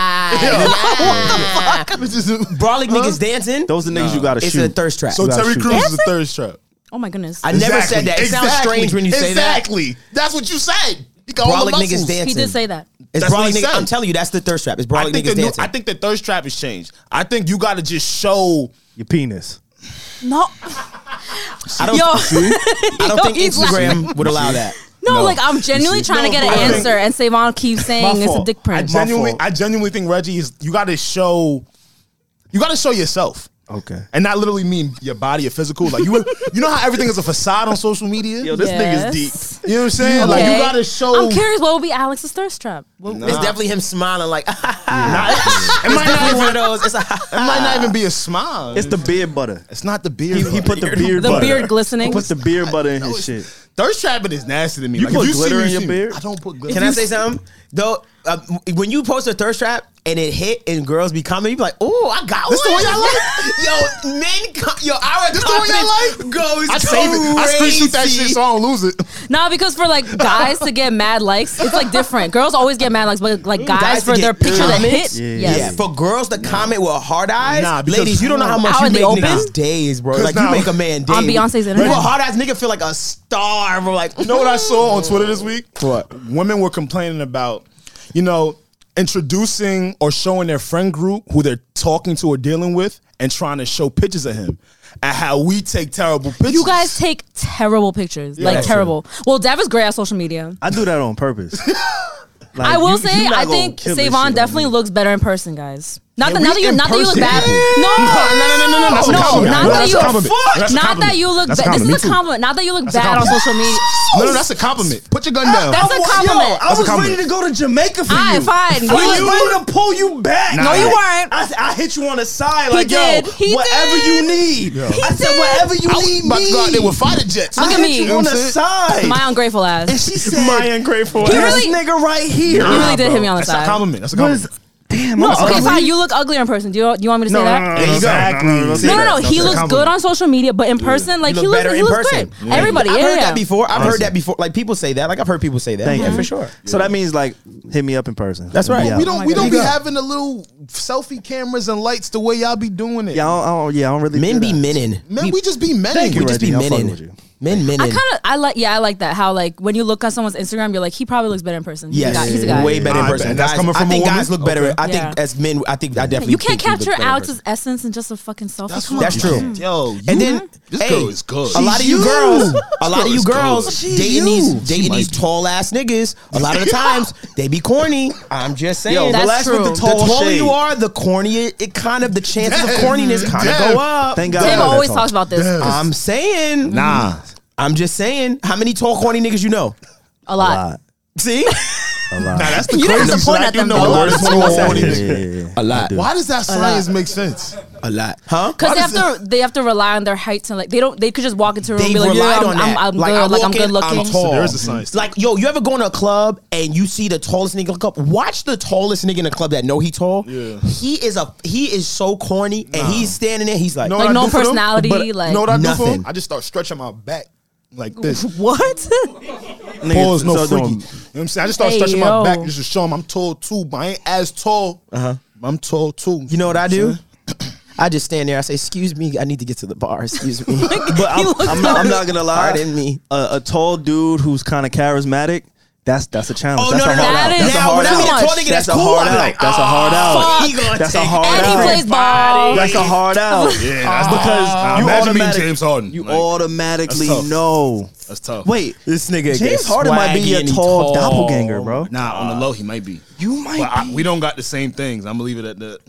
Speaker 1: god, brolic niggas dancing.
Speaker 2: Those are niggas you gotta
Speaker 1: it's
Speaker 2: shoot.
Speaker 1: a thirst trap.
Speaker 4: so
Speaker 2: You gotta
Speaker 4: Terry
Speaker 2: shoot.
Speaker 4: Crews is a thirst trap.
Speaker 3: Oh my goodness.
Speaker 1: I never said that. It sounds strange when you say that.
Speaker 4: Exactly. That's what you said. You got all the
Speaker 1: Brolic
Speaker 4: muscles.
Speaker 1: niggas dancing.
Speaker 3: he did say that.
Speaker 1: It's
Speaker 4: That's what
Speaker 1: brolic
Speaker 4: he
Speaker 1: niggas.
Speaker 4: said.
Speaker 1: I'm telling you, that's the thirst trap. It's brolic
Speaker 4: I think, the
Speaker 1: niggas
Speaker 4: new,
Speaker 1: dancing.
Speaker 4: I think the thirst trap has changed. I think you got to just show.
Speaker 2: Your penis.
Speaker 3: No,
Speaker 1: I don't,
Speaker 3: yo,
Speaker 1: I don't
Speaker 3: Yo,
Speaker 1: think
Speaker 3: he's
Speaker 1: Instagram would allow that.
Speaker 3: no, like I'm genuinely trying to
Speaker 4: No,
Speaker 3: get
Speaker 4: but I
Speaker 3: an
Speaker 4: think-
Speaker 3: answer, and Savon keeps saying it's a
Speaker 2: fault.
Speaker 3: dick
Speaker 4: I
Speaker 3: print.
Speaker 4: genuinely,
Speaker 2: fault.
Speaker 4: I genuinely think Reggie is. You got to show. You got to show yourself.
Speaker 2: Okay.
Speaker 4: And not literally mean your body or physical. Like you, you know how everything is a facade on social media.
Speaker 2: Yo, this
Speaker 3: Yes.
Speaker 2: nigga's deep.
Speaker 4: you know what I'm saying? Like you
Speaker 3: Okay.
Speaker 4: got to show.
Speaker 3: I'm curious. What would be Alex's thirst trap? What-
Speaker 1: It's definitely him smiling like,
Speaker 4: It might not
Speaker 1: definitely
Speaker 4: even.
Speaker 1: one of those. It's a
Speaker 4: It might not even be a smile.
Speaker 2: It's the beard butter.
Speaker 4: It's not the beard.
Speaker 2: He, he put the beard
Speaker 3: The
Speaker 2: butter.
Speaker 3: beard glistening.
Speaker 2: He put the beard butter in his
Speaker 4: it's-
Speaker 2: shit.
Speaker 4: thirst trapping is nasty to me. You
Speaker 2: put glitter in your beard?
Speaker 4: I don't put glitter.
Speaker 1: Can I say something? Though, uh, when you post a thirst trap and it hit and girls be commenting, you be like, oh, I got
Speaker 4: This the
Speaker 1: one.
Speaker 4: one y'all
Speaker 1: yo, men, co- yo, our
Speaker 4: This the one y'all
Speaker 1: confidence goes
Speaker 4: I save it. I
Speaker 1: crazy.
Speaker 4: screenshot that shit so I don't lose it.
Speaker 1: Mm.
Speaker 3: Nah, because for like guys to get mad likes, it's like different. Girls always get mad likes, but like guys,
Speaker 1: Mm. Guys to
Speaker 3: for
Speaker 1: get
Speaker 3: their picture to
Speaker 1: comments?
Speaker 3: hit. Yes.
Speaker 1: Yeah, for girls to comment with hard eyes,
Speaker 4: Nah, because-
Speaker 1: ladies, you don't know how much
Speaker 3: Out
Speaker 1: you
Speaker 3: in the
Speaker 1: make
Speaker 3: open?
Speaker 1: niggas days, bro.
Speaker 4: 'Cause
Speaker 1: Like you
Speaker 4: now-
Speaker 1: make a man day
Speaker 3: On Beyonce's
Speaker 1: You
Speaker 3: internet?
Speaker 1: a hard ass nigga feel like a star, bro. Like
Speaker 4: You know what I saw on Twitter this week?
Speaker 1: What?
Speaker 4: Women were complaining about, you know, introducing or showing their friend group who they're talking to or dealing with and trying to show pictures of him and how we take terrible pictures.
Speaker 3: You guys take terrible pictures, like terrible. Well, Dev is great at social media.
Speaker 2: I do that on purpose. Like,
Speaker 3: I will
Speaker 2: you-
Speaker 3: say,
Speaker 2: you not
Speaker 3: I
Speaker 2: gonna
Speaker 3: think
Speaker 2: kill this shit
Speaker 3: Savon
Speaker 2: on
Speaker 3: definitely
Speaker 2: me.
Speaker 3: looks better in person, guys. Not
Speaker 4: Yeah,
Speaker 3: that
Speaker 4: we
Speaker 3: not that you
Speaker 4: in
Speaker 3: not that you look
Speaker 4: person.
Speaker 3: bad.
Speaker 4: Yeah.
Speaker 3: No,
Speaker 4: No, no, no, no, no, that's a
Speaker 3: no,
Speaker 4: compliment.
Speaker 3: not
Speaker 4: No,
Speaker 3: that
Speaker 4: that's
Speaker 3: you
Speaker 4: a compliment. That's
Speaker 3: not
Speaker 4: a
Speaker 3: that
Speaker 4: compliment.
Speaker 3: you look.
Speaker 4: That's a
Speaker 3: bad. This is
Speaker 4: compliment,
Speaker 3: a
Speaker 4: too.
Speaker 3: compliment. Not that you look
Speaker 4: a
Speaker 3: bad on
Speaker 4: compliment.
Speaker 3: social media.
Speaker 6: No, no, that's a compliment. Put your gun down.
Speaker 3: That's a
Speaker 2: Yo,
Speaker 3: compliment.
Speaker 2: I was
Speaker 4: compliment.
Speaker 2: ready to go to Jamaica for
Speaker 3: Alright,
Speaker 2: you.
Speaker 3: fine.
Speaker 2: I
Speaker 3: You
Speaker 2: was
Speaker 3: was-
Speaker 2: ready to pull you back.
Speaker 6: No, you
Speaker 3: weren't.
Speaker 2: I, I hit you on the side
Speaker 3: He
Speaker 2: like,
Speaker 3: did.
Speaker 2: yo,
Speaker 3: He
Speaker 2: whatever
Speaker 3: did.
Speaker 2: you need.
Speaker 3: He
Speaker 2: I said,
Speaker 3: did.
Speaker 2: whatever you
Speaker 6: I was
Speaker 2: need,
Speaker 6: about to go out
Speaker 2: me.
Speaker 6: there with fighter jets.
Speaker 3: Look
Speaker 2: I
Speaker 3: at
Speaker 2: hit
Speaker 3: me.
Speaker 2: you on the
Speaker 6: You know what I'm
Speaker 2: side.
Speaker 3: My ungrateful ass.
Speaker 2: she said, my ungrateful
Speaker 3: He
Speaker 2: ass
Speaker 3: really-
Speaker 2: nigga right here.
Speaker 3: You really did hit me on the
Speaker 4: That's a
Speaker 3: side.
Speaker 4: compliment. That's a
Speaker 2: Was,
Speaker 4: compliment.
Speaker 2: damn,
Speaker 3: No,
Speaker 2: I'm sorry.
Speaker 3: okay, fine. You look ugly in person. Do you, do you want me to say that?
Speaker 6: no, no,
Speaker 2: exactly.
Speaker 6: no, no, no,
Speaker 3: No,
Speaker 6: Yeah,
Speaker 3: no, no. He
Speaker 6: that's a
Speaker 3: looks
Speaker 6: compliment.
Speaker 3: good on social media, but in person, like
Speaker 1: look
Speaker 3: he looks,
Speaker 1: better
Speaker 3: he
Speaker 1: in
Speaker 3: looks
Speaker 1: person.
Speaker 3: great. Everybody,
Speaker 1: I've
Speaker 3: yeah,
Speaker 1: heard
Speaker 3: yeah.
Speaker 1: that before. I've heard
Speaker 6: Honestly.
Speaker 1: that before. Like people say that. Like I've heard people say that.
Speaker 2: Thank
Speaker 1: yeah,
Speaker 2: you.
Speaker 1: for sure.
Speaker 2: So that means like hit me up in person.
Speaker 1: That's right.
Speaker 2: Yeah.
Speaker 6: We
Speaker 1: Oh
Speaker 6: don't
Speaker 1: my
Speaker 6: we
Speaker 1: God.
Speaker 6: don't be
Speaker 1: You got-
Speaker 6: having the little selfie cameras and lights the way y'all be doing it.
Speaker 2: Yeah, I don't, I don't- yeah, I don't really.
Speaker 1: Men
Speaker 2: do
Speaker 1: be
Speaker 2: that.
Speaker 1: menin.
Speaker 6: Man, we just be men.
Speaker 2: Thank
Speaker 1: We
Speaker 2: you,
Speaker 1: just be
Speaker 2: Reggie. I'm fucking with
Speaker 1: menin.
Speaker 2: you.
Speaker 1: Men
Speaker 3: I
Speaker 1: menin.
Speaker 3: kind of, I like, yeah, I like that. How like when you look at someone's Instagram, you're like, he probably looks better in person. He's a
Speaker 1: Yes,
Speaker 3: guy- he's a guy.
Speaker 1: way better in
Speaker 4: I bet.
Speaker 1: person.
Speaker 4: That's
Speaker 1: Guys-
Speaker 4: coming from
Speaker 1: I
Speaker 4: a
Speaker 1: think
Speaker 4: woman?
Speaker 1: guys look better. I think
Speaker 3: Yeah.
Speaker 1: as men, I think I definitely
Speaker 3: You
Speaker 1: think
Speaker 3: can't
Speaker 1: we look
Speaker 3: capture
Speaker 1: better in
Speaker 3: Alex's
Speaker 1: person.
Speaker 3: essence in just a fucking selfie. Come on.
Speaker 1: That's true.
Speaker 6: Yo, you,
Speaker 1: And then
Speaker 6: this
Speaker 1: hey,
Speaker 6: girl is good.
Speaker 1: A lot of you,
Speaker 2: you.
Speaker 1: girls, a lot of
Speaker 6: girl
Speaker 1: you
Speaker 6: is
Speaker 1: girls
Speaker 6: good. She
Speaker 1: dating
Speaker 6: you.
Speaker 1: these
Speaker 6: She
Speaker 1: dating
Speaker 6: might
Speaker 1: these
Speaker 6: be.
Speaker 1: tall ass niggas. A lot of the times they be corny. I'm just saying.
Speaker 2: Yo,
Speaker 3: That's
Speaker 2: relax with the
Speaker 3: true.
Speaker 1: the
Speaker 2: tall
Speaker 1: taller
Speaker 2: shade.
Speaker 1: you are, the cornier it kind of the chances of
Speaker 6: Damn.
Speaker 1: corniness kind of
Speaker 6: Damn.
Speaker 1: go up.
Speaker 2: Thank God. I'm
Speaker 3: Tim always
Speaker 2: tall.
Speaker 3: talks about this
Speaker 1: I'm saying.
Speaker 4: Nah.
Speaker 1: I'm just saying. How many tall corny niggas you know?
Speaker 3: a
Speaker 2: A
Speaker 3: lot.
Speaker 2: lot.
Speaker 1: See,
Speaker 4: Nah, that's the
Speaker 3: You didn't have to
Speaker 4: crazy
Speaker 3: point
Speaker 4: shit. I
Speaker 3: at
Speaker 4: do
Speaker 3: them,
Speaker 4: know
Speaker 3: though.
Speaker 4: a lot of
Speaker 1: Yeah,
Speaker 4: small
Speaker 1: yeah,
Speaker 4: horny
Speaker 1: yeah,
Speaker 4: niggas.
Speaker 1: a lot,
Speaker 6: Why does that science make sense?
Speaker 1: a lot, huh?
Speaker 3: Because
Speaker 6: Why
Speaker 3: they have
Speaker 6: does
Speaker 3: to, they have to rely on their height to like they don't, they could just walk into a room
Speaker 1: They
Speaker 3: and be like,
Speaker 1: relied
Speaker 3: yeah, I'm,
Speaker 1: on
Speaker 3: I'm,
Speaker 1: that.
Speaker 3: I'm
Speaker 1: like,
Speaker 3: good,
Speaker 1: I
Speaker 3: like I'm
Speaker 1: walk
Speaker 3: good
Speaker 1: in,
Speaker 3: looking.
Speaker 1: I'm tall.
Speaker 6: there is a science.
Speaker 1: Like, yo, you ever go in a club and you see the tallest nigga in the club? Watch the tallest nigga in the club that know he tall.
Speaker 6: Yeah.
Speaker 1: He is a he is so corny, and he's standing there. He's like,
Speaker 6: Know
Speaker 3: Like,
Speaker 6: what I
Speaker 3: no
Speaker 6: do for them?
Speaker 3: personality,
Speaker 6: But
Speaker 3: like-
Speaker 6: know what I do for
Speaker 1: Nothing.
Speaker 6: them? I just start stretching my back like this.
Speaker 3: What?
Speaker 2: Niggas,
Speaker 6: Pause, no
Speaker 2: so
Speaker 6: freaky. You
Speaker 2: doing-
Speaker 6: know what I'm saying? I just start
Speaker 3: Hey,
Speaker 6: stretching
Speaker 3: yo.
Speaker 6: my back just to show them I'm tall too, but I ain't as tall. Uh-huh. I'm tall too.
Speaker 1: you know what I do? I just stand there. I say, "Excuse me, I need to get to the bar. Excuse me."
Speaker 2: But I'm,
Speaker 3: looked
Speaker 2: I'm, not, I'm not gonna lie.
Speaker 1: Pardon me.
Speaker 2: A, a tall dude who's kind of charismatic. That's that's a challenge.
Speaker 1: Oh
Speaker 2: that's
Speaker 1: no,
Speaker 2: a
Speaker 1: no, no!
Speaker 2: hard
Speaker 3: that
Speaker 2: out.
Speaker 3: is-
Speaker 2: that's a
Speaker 3: now,
Speaker 2: hard
Speaker 1: when I meet a
Speaker 2: out.
Speaker 3: out.
Speaker 1: tall nigga that's,
Speaker 2: a
Speaker 1: cool,
Speaker 2: hard
Speaker 1: I'm
Speaker 2: out.
Speaker 1: like,
Speaker 2: that's a hard out.
Speaker 1: "Oh, he gonna
Speaker 2: That's a
Speaker 1: take
Speaker 2: hard
Speaker 3: and he
Speaker 2: out.
Speaker 3: plays ball.
Speaker 2: That's a hard out.
Speaker 4: Yeah, that's the-
Speaker 2: because
Speaker 4: Nah,
Speaker 2: you
Speaker 4: imagine being
Speaker 2: automatic-
Speaker 4: James Harden.
Speaker 2: You
Speaker 4: Like,
Speaker 2: automatically
Speaker 4: that's tough.
Speaker 2: know.
Speaker 4: That's tough.
Speaker 2: Wait,
Speaker 1: This nigga
Speaker 2: James Harden might be a tall, doppelganger, bro.
Speaker 4: Nah, on the low he might be.
Speaker 2: You might.
Speaker 4: But I,
Speaker 2: be.
Speaker 4: we don't got the same things. I'm gonna leave it at that.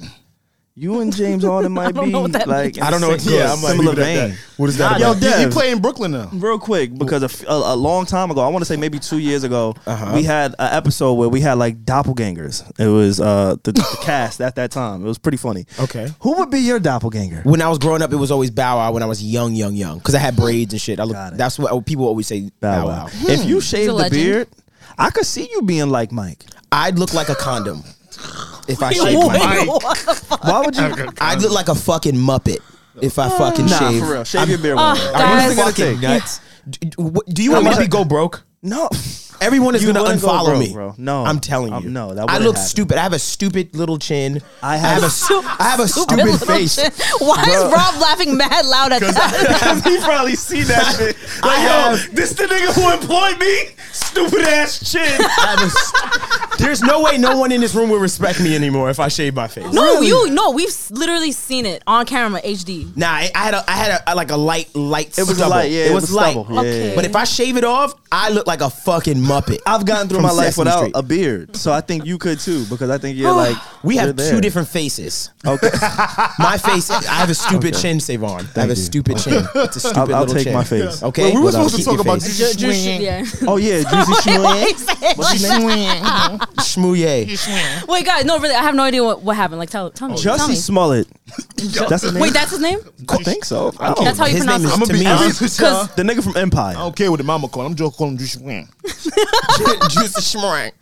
Speaker 2: You and James Harden might
Speaker 3: don't
Speaker 2: be
Speaker 3: know what that
Speaker 2: like.
Speaker 3: means.
Speaker 2: in
Speaker 1: I don't know
Speaker 2: the
Speaker 1: what-
Speaker 2: same-
Speaker 1: yeah, I'm like,
Speaker 2: similar
Speaker 4: leave it at that.
Speaker 2: vein.
Speaker 4: What is that?
Speaker 2: Yo,
Speaker 4: about?
Speaker 6: Yo, he, he
Speaker 2: Dev.
Speaker 6: play in Brooklyn now.
Speaker 2: Real quick, because a f- a, a long time ago, I want to say maybe two years ago, we had an episode where we had like doppelgangers. It was uh, the, the cast at that time. It was pretty funny.
Speaker 1: Okay.
Speaker 2: who would be your doppelganger?
Speaker 1: When I was growing up, it was always Bow Wow. When I was young, young, young, because I had braids and shit. I
Speaker 2: Got
Speaker 1: look,
Speaker 2: it.
Speaker 1: that's what people always say. Bow Wow.
Speaker 2: If you shave the
Speaker 3: legend.
Speaker 2: beard, I could see you being like Mike.
Speaker 1: I'd look like a condom if I shaved
Speaker 3: Wait,
Speaker 1: my head.
Speaker 3: what?
Speaker 2: Why would you?
Speaker 1: I'd look like a fucking muppet if
Speaker 3: Ah.
Speaker 1: I fucking
Speaker 2: nah,
Speaker 1: shave.
Speaker 2: for real. Shave your
Speaker 1: Oh,
Speaker 2: beard.
Speaker 3: Uh,
Speaker 2: one day.
Speaker 3: guys.
Speaker 2: What's it gonna take?
Speaker 1: nuts. Do, do- do you
Speaker 2: How
Speaker 1: want me to
Speaker 2: much-
Speaker 1: be go broke?
Speaker 2: No.
Speaker 1: Everyone is
Speaker 2: You
Speaker 1: going to
Speaker 2: wouldn't go
Speaker 1: unfollow
Speaker 2: broke,
Speaker 1: me.
Speaker 2: bro. No.
Speaker 1: I'm telling
Speaker 2: Um,
Speaker 1: you.
Speaker 2: no, that
Speaker 1: I
Speaker 2: wouldn't
Speaker 1: look
Speaker 2: happen.
Speaker 1: stupid. I have a stupid little chin.
Speaker 2: I
Speaker 1: I
Speaker 2: have-
Speaker 1: have a stu- I have a stupid
Speaker 3: Little
Speaker 1: face.
Speaker 3: shit. Why is Rob laughing mad loud at that?
Speaker 2: he probably seen that shit. Like,
Speaker 1: I
Speaker 2: yo,
Speaker 1: have-
Speaker 2: this the nigga who employed me? Stupid ass chin.
Speaker 1: I have a stu- There's no way no one in this room will respect me anymore if I shave my face.
Speaker 3: No, you no. We've s- literally seen it on camera, HD.
Speaker 1: Nah, I, I had a, I had a, like a light light.
Speaker 2: It was
Speaker 1: stubble.
Speaker 2: light, yeah. It, was,
Speaker 1: light.
Speaker 2: stubble.
Speaker 3: Okay.
Speaker 2: Yeah.
Speaker 1: But if I shave it off, I look like a fucking muppet.
Speaker 2: I've gotten through
Speaker 1: From
Speaker 2: my life
Speaker 1: Sesame
Speaker 2: without
Speaker 1: Street.
Speaker 2: a beard, so I think you could too because I think you're like
Speaker 1: Oh, we
Speaker 2: you're
Speaker 1: have
Speaker 2: there.
Speaker 1: two different faces.
Speaker 2: Okay,
Speaker 1: My face, I have a stupid chin, Savon. I have a stupid chin. It's a stupid
Speaker 2: I'll, I'll
Speaker 1: little
Speaker 2: take
Speaker 1: chin.
Speaker 2: my face.
Speaker 1: Okay.
Speaker 6: Well, we were
Speaker 1: Without
Speaker 6: supposed to
Speaker 1: keep
Speaker 6: talk
Speaker 1: your
Speaker 6: about
Speaker 1: face.
Speaker 6: Juju
Speaker 3: Just-
Speaker 6: Swing.
Speaker 3: yeah.
Speaker 2: Oh yeah, Juicy
Speaker 3: Wait,
Speaker 2: Schwinn.
Speaker 3: wait, wait.
Speaker 1: Shmooye.
Speaker 3: Wait, guys, no, really, I have no idea what, what happened. Like, tell, tell me. tell
Speaker 2: Jussie
Speaker 3: me.
Speaker 2: Smollett. That's his name.
Speaker 3: Wait, that's his name?
Speaker 2: I think so. I don't
Speaker 3: That's how you
Speaker 1: His
Speaker 3: pronounce
Speaker 1: name
Speaker 3: Oh. it.
Speaker 1: is
Speaker 6: I'm gonna be
Speaker 1: Tamina.
Speaker 6: honest with y'all.
Speaker 2: the nigga from Empire.
Speaker 6: I don't care what the mama call. him. I'm just calling him Juicy Wang.
Speaker 1: Juicy Schmooye.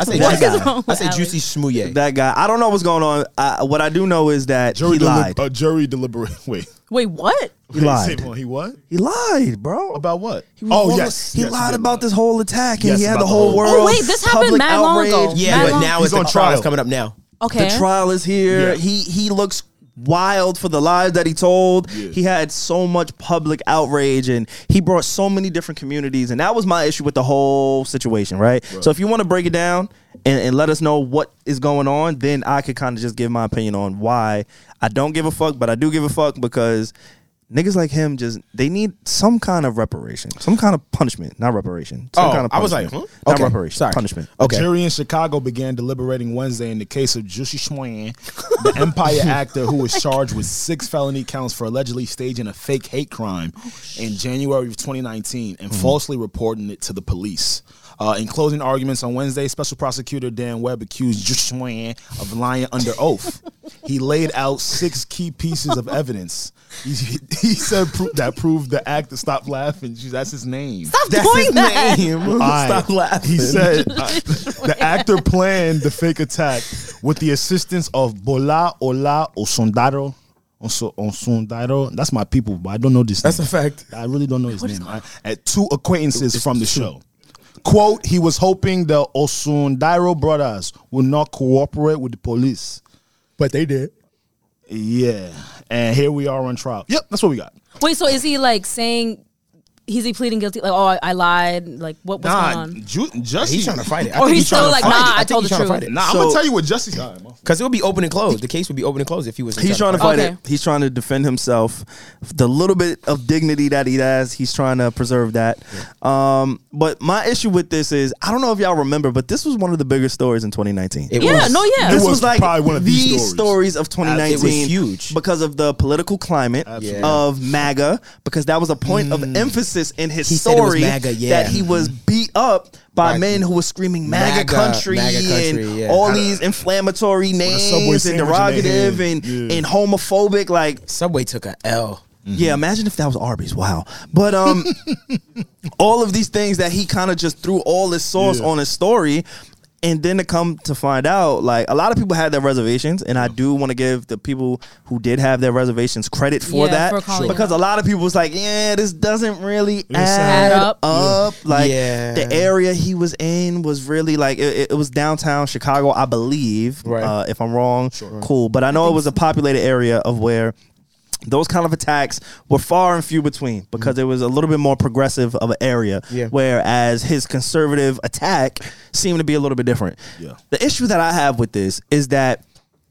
Speaker 1: I say
Speaker 2: What
Speaker 1: juicy.
Speaker 2: is wrong
Speaker 1: I
Speaker 3: with
Speaker 1: say
Speaker 3: Alex?
Speaker 1: juicy Shmooye.
Speaker 2: That guy. I don't know what's going on. I, what I do know is that
Speaker 6: Jury
Speaker 2: he lied.
Speaker 6: deli- uh, jury deliberate. Wait,
Speaker 3: Wait, what?
Speaker 2: he lied.
Speaker 6: He what?
Speaker 2: He lied, bro.
Speaker 6: About what?
Speaker 2: All
Speaker 6: oh
Speaker 2: of-
Speaker 6: yes,
Speaker 2: he
Speaker 6: yes,
Speaker 2: lied
Speaker 6: did
Speaker 2: about
Speaker 6: lie.
Speaker 2: this whole attack, and
Speaker 6: Yes,
Speaker 2: he had
Speaker 6: about
Speaker 2: the
Speaker 6: the
Speaker 2: whole
Speaker 6: whole-
Speaker 2: world.
Speaker 3: Oh, wait, this happened
Speaker 2: public
Speaker 3: mad long
Speaker 2: outrage.
Speaker 3: ago.
Speaker 1: Yeah,
Speaker 3: Mad
Speaker 1: but
Speaker 3: long-
Speaker 1: now
Speaker 6: He's
Speaker 1: it's the
Speaker 6: on
Speaker 1: trial.
Speaker 6: trial.
Speaker 1: coming up now.
Speaker 3: Okay.
Speaker 2: The trial is here.
Speaker 6: Yeah.
Speaker 2: He he looks wild for the lies that he told.
Speaker 4: Yeah.
Speaker 2: He had so much public outrage and he brought so many different communities. And that was my issue with the whole situation, right? So if you want to break it down and, and let us know what is going on, then I could kind of just give my opinion on why I don't give a fuck, but I do give a fuck because niggas like him just they need some kind of reparation, some kind of punishment, not reparation. Some
Speaker 1: Oh,
Speaker 2: kind of
Speaker 1: I was
Speaker 2: punishment.
Speaker 1: like, huh?
Speaker 2: not
Speaker 1: Okay,
Speaker 2: reparation,
Speaker 1: sorry. Oh,
Speaker 2: punishment.
Speaker 1: Okay.
Speaker 4: Jury in Chicago began deliberating Wednesday in the case of Jussie Schwan, the Empire actor who was charged with six felony counts for allegedly staging a fake hate crime in January of 2019 and falsely reporting it to the police. Uh, in closing arguments on Wednesday, Special Prosecutor Dan Webb accused Jussie Schwan of lying under oath. He laid out six key pieces of evidence. He, he said pro- that proved the actor. Stop laughing. That's his name.
Speaker 3: Stop doing that.
Speaker 4: I-
Speaker 2: Stop laughing.
Speaker 4: He said uh, the actor planned the fake attack with the assistance of Bola Ola Osundaro. Oso- Osundaro. That's my people, but I don't know this
Speaker 1: That's
Speaker 4: name.
Speaker 1: a fact.
Speaker 4: I really don't know his name. I, at two acquaintances from the show. Quote, he was hoping the Osundaro brothers would not cooperate with the police.
Speaker 1: But they did.
Speaker 4: Yeah. And here we are on trial. Yep, that's what we got.
Speaker 3: Wait, so is he like saying? Is he pleading guilty? Like, oh, I, I lied. Like, what was going
Speaker 4: Nah,
Speaker 3: on?
Speaker 4: Ju- Jussie.
Speaker 1: He's trying to fight it. I
Speaker 3: Or
Speaker 1: think
Speaker 3: he's
Speaker 1: trying
Speaker 3: still
Speaker 1: to
Speaker 3: like,
Speaker 1: fight it.
Speaker 3: nah, I
Speaker 1: think
Speaker 3: told
Speaker 1: he's
Speaker 3: the
Speaker 1: trying to
Speaker 3: truth.
Speaker 1: fight it.
Speaker 4: Nah, I'm
Speaker 2: So-
Speaker 4: gonna tell you what Jussie's
Speaker 1: Because it would be open and closed. The case would be open and closed if he was.
Speaker 2: He's trying to fight
Speaker 3: fight it.
Speaker 2: it. He's trying to defend himself. The little bit of dignity that he has, he's trying to preserve that. Um, but my issue with this is, I don't know if y'all remember, but this was one of the bigger stories in 2019.
Speaker 1: It
Speaker 3: Yeah,
Speaker 1: was-
Speaker 3: no, yeah.
Speaker 2: this
Speaker 4: It
Speaker 2: was,
Speaker 4: was
Speaker 2: like
Speaker 4: probably one of
Speaker 2: the
Speaker 4: the
Speaker 2: stories.
Speaker 4: stories.
Speaker 2: of 2019.
Speaker 1: It was huge.
Speaker 2: because of the political climate
Speaker 1: Absolutely.
Speaker 2: of MAGA. Because that was a point of emphasis in his
Speaker 1: Mm. He said it was
Speaker 2: story
Speaker 1: MAGA, yeah.
Speaker 2: that he was beat up by
Speaker 1: Right.
Speaker 2: men who were screaming MAGA,
Speaker 1: MAGA,
Speaker 2: country
Speaker 1: MAGA
Speaker 2: and
Speaker 1: country, yeah.
Speaker 2: all
Speaker 1: I-
Speaker 2: these inflammatory
Speaker 4: Subway
Speaker 2: names and
Speaker 4: sandwich in their
Speaker 2: derogative and,
Speaker 4: hand. Yeah.
Speaker 2: and homophobic. Like
Speaker 1: Subway took a L.
Speaker 2: Mm-hmm. yeah, imagine if that was Arby's. Wow. But um all of these things that he kind of just threw all his sauce
Speaker 4: Yeah.
Speaker 2: on his story. And then to come to find out, like a lot of people had their reservations, and I do want to give the people who did have their reservations credit for
Speaker 3: Yeah,
Speaker 2: that,
Speaker 3: for calling it
Speaker 2: because a
Speaker 3: out.
Speaker 2: lot of people was like, "Yeah, this doesn't really add,
Speaker 3: sound-
Speaker 2: up."
Speaker 3: up.
Speaker 2: Like
Speaker 1: Yeah.
Speaker 2: the area he was in was really like it, it- it was downtown Chicago, I believe.
Speaker 1: Right.
Speaker 2: Uh, if I'm wrong, cool. But I know it was a populated area of where those kind of attacks were far and few between because
Speaker 4: Mm-hmm.
Speaker 2: it was a little bit more progressive of an area
Speaker 1: Yeah.
Speaker 2: whereas his conservative attack seemed to be a little bit different
Speaker 4: Yeah.
Speaker 2: the issue that i have with this is that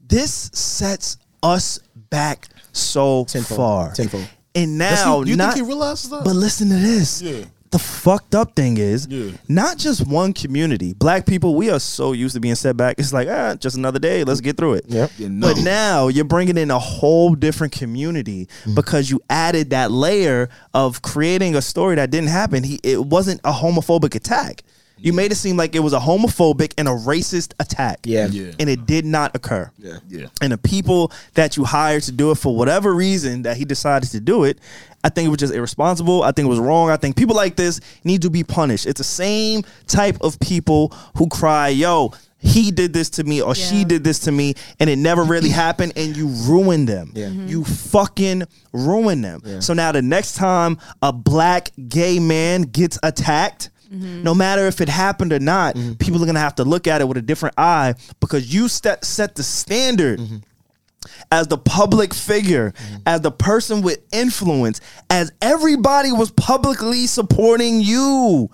Speaker 2: this sets us back so
Speaker 1: Tenfold.
Speaker 2: far
Speaker 1: Tenfold.
Speaker 2: and
Speaker 4: Does he-
Speaker 2: now
Speaker 4: you
Speaker 2: not,
Speaker 4: think he realizes that?
Speaker 2: but listen to this.
Speaker 4: Yeah.
Speaker 2: The fucked up thing is
Speaker 4: Yeah.
Speaker 2: not just one community. Black people, we are so used to being set back. It's like, ah, just another day. Let's get through it.
Speaker 1: Yep.
Speaker 4: Yeah, no.
Speaker 2: But now you're bringing in a whole different community because you added that layer of creating a story that didn't happen. He, it wasn't a homophobic attack. You made it seem like it was a homophobic and a racist attack.
Speaker 1: Yeah.
Speaker 4: Yeah.
Speaker 2: And it did not occur
Speaker 4: Yeah. Yeah.
Speaker 2: and the people that you hired to do it for whatever reason that he decided to do it, I think it was just irresponsible. I think it was wrong. I think people like this need to be punished. It's the same type of people who cry, yo, he did this to me or she
Speaker 3: Yeah.
Speaker 2: did this to me and it never really happened and you ruined them.
Speaker 1: Yeah. Mhm.
Speaker 2: You fucking ruined them. So now the next time a black gay man gets attacked, no matter if it happened or not, people are gonna have to look at it with a different eye because you set set the standard as the public figure,
Speaker 4: Mm-hmm.
Speaker 2: as the person with influence, as everybody was publicly supporting you.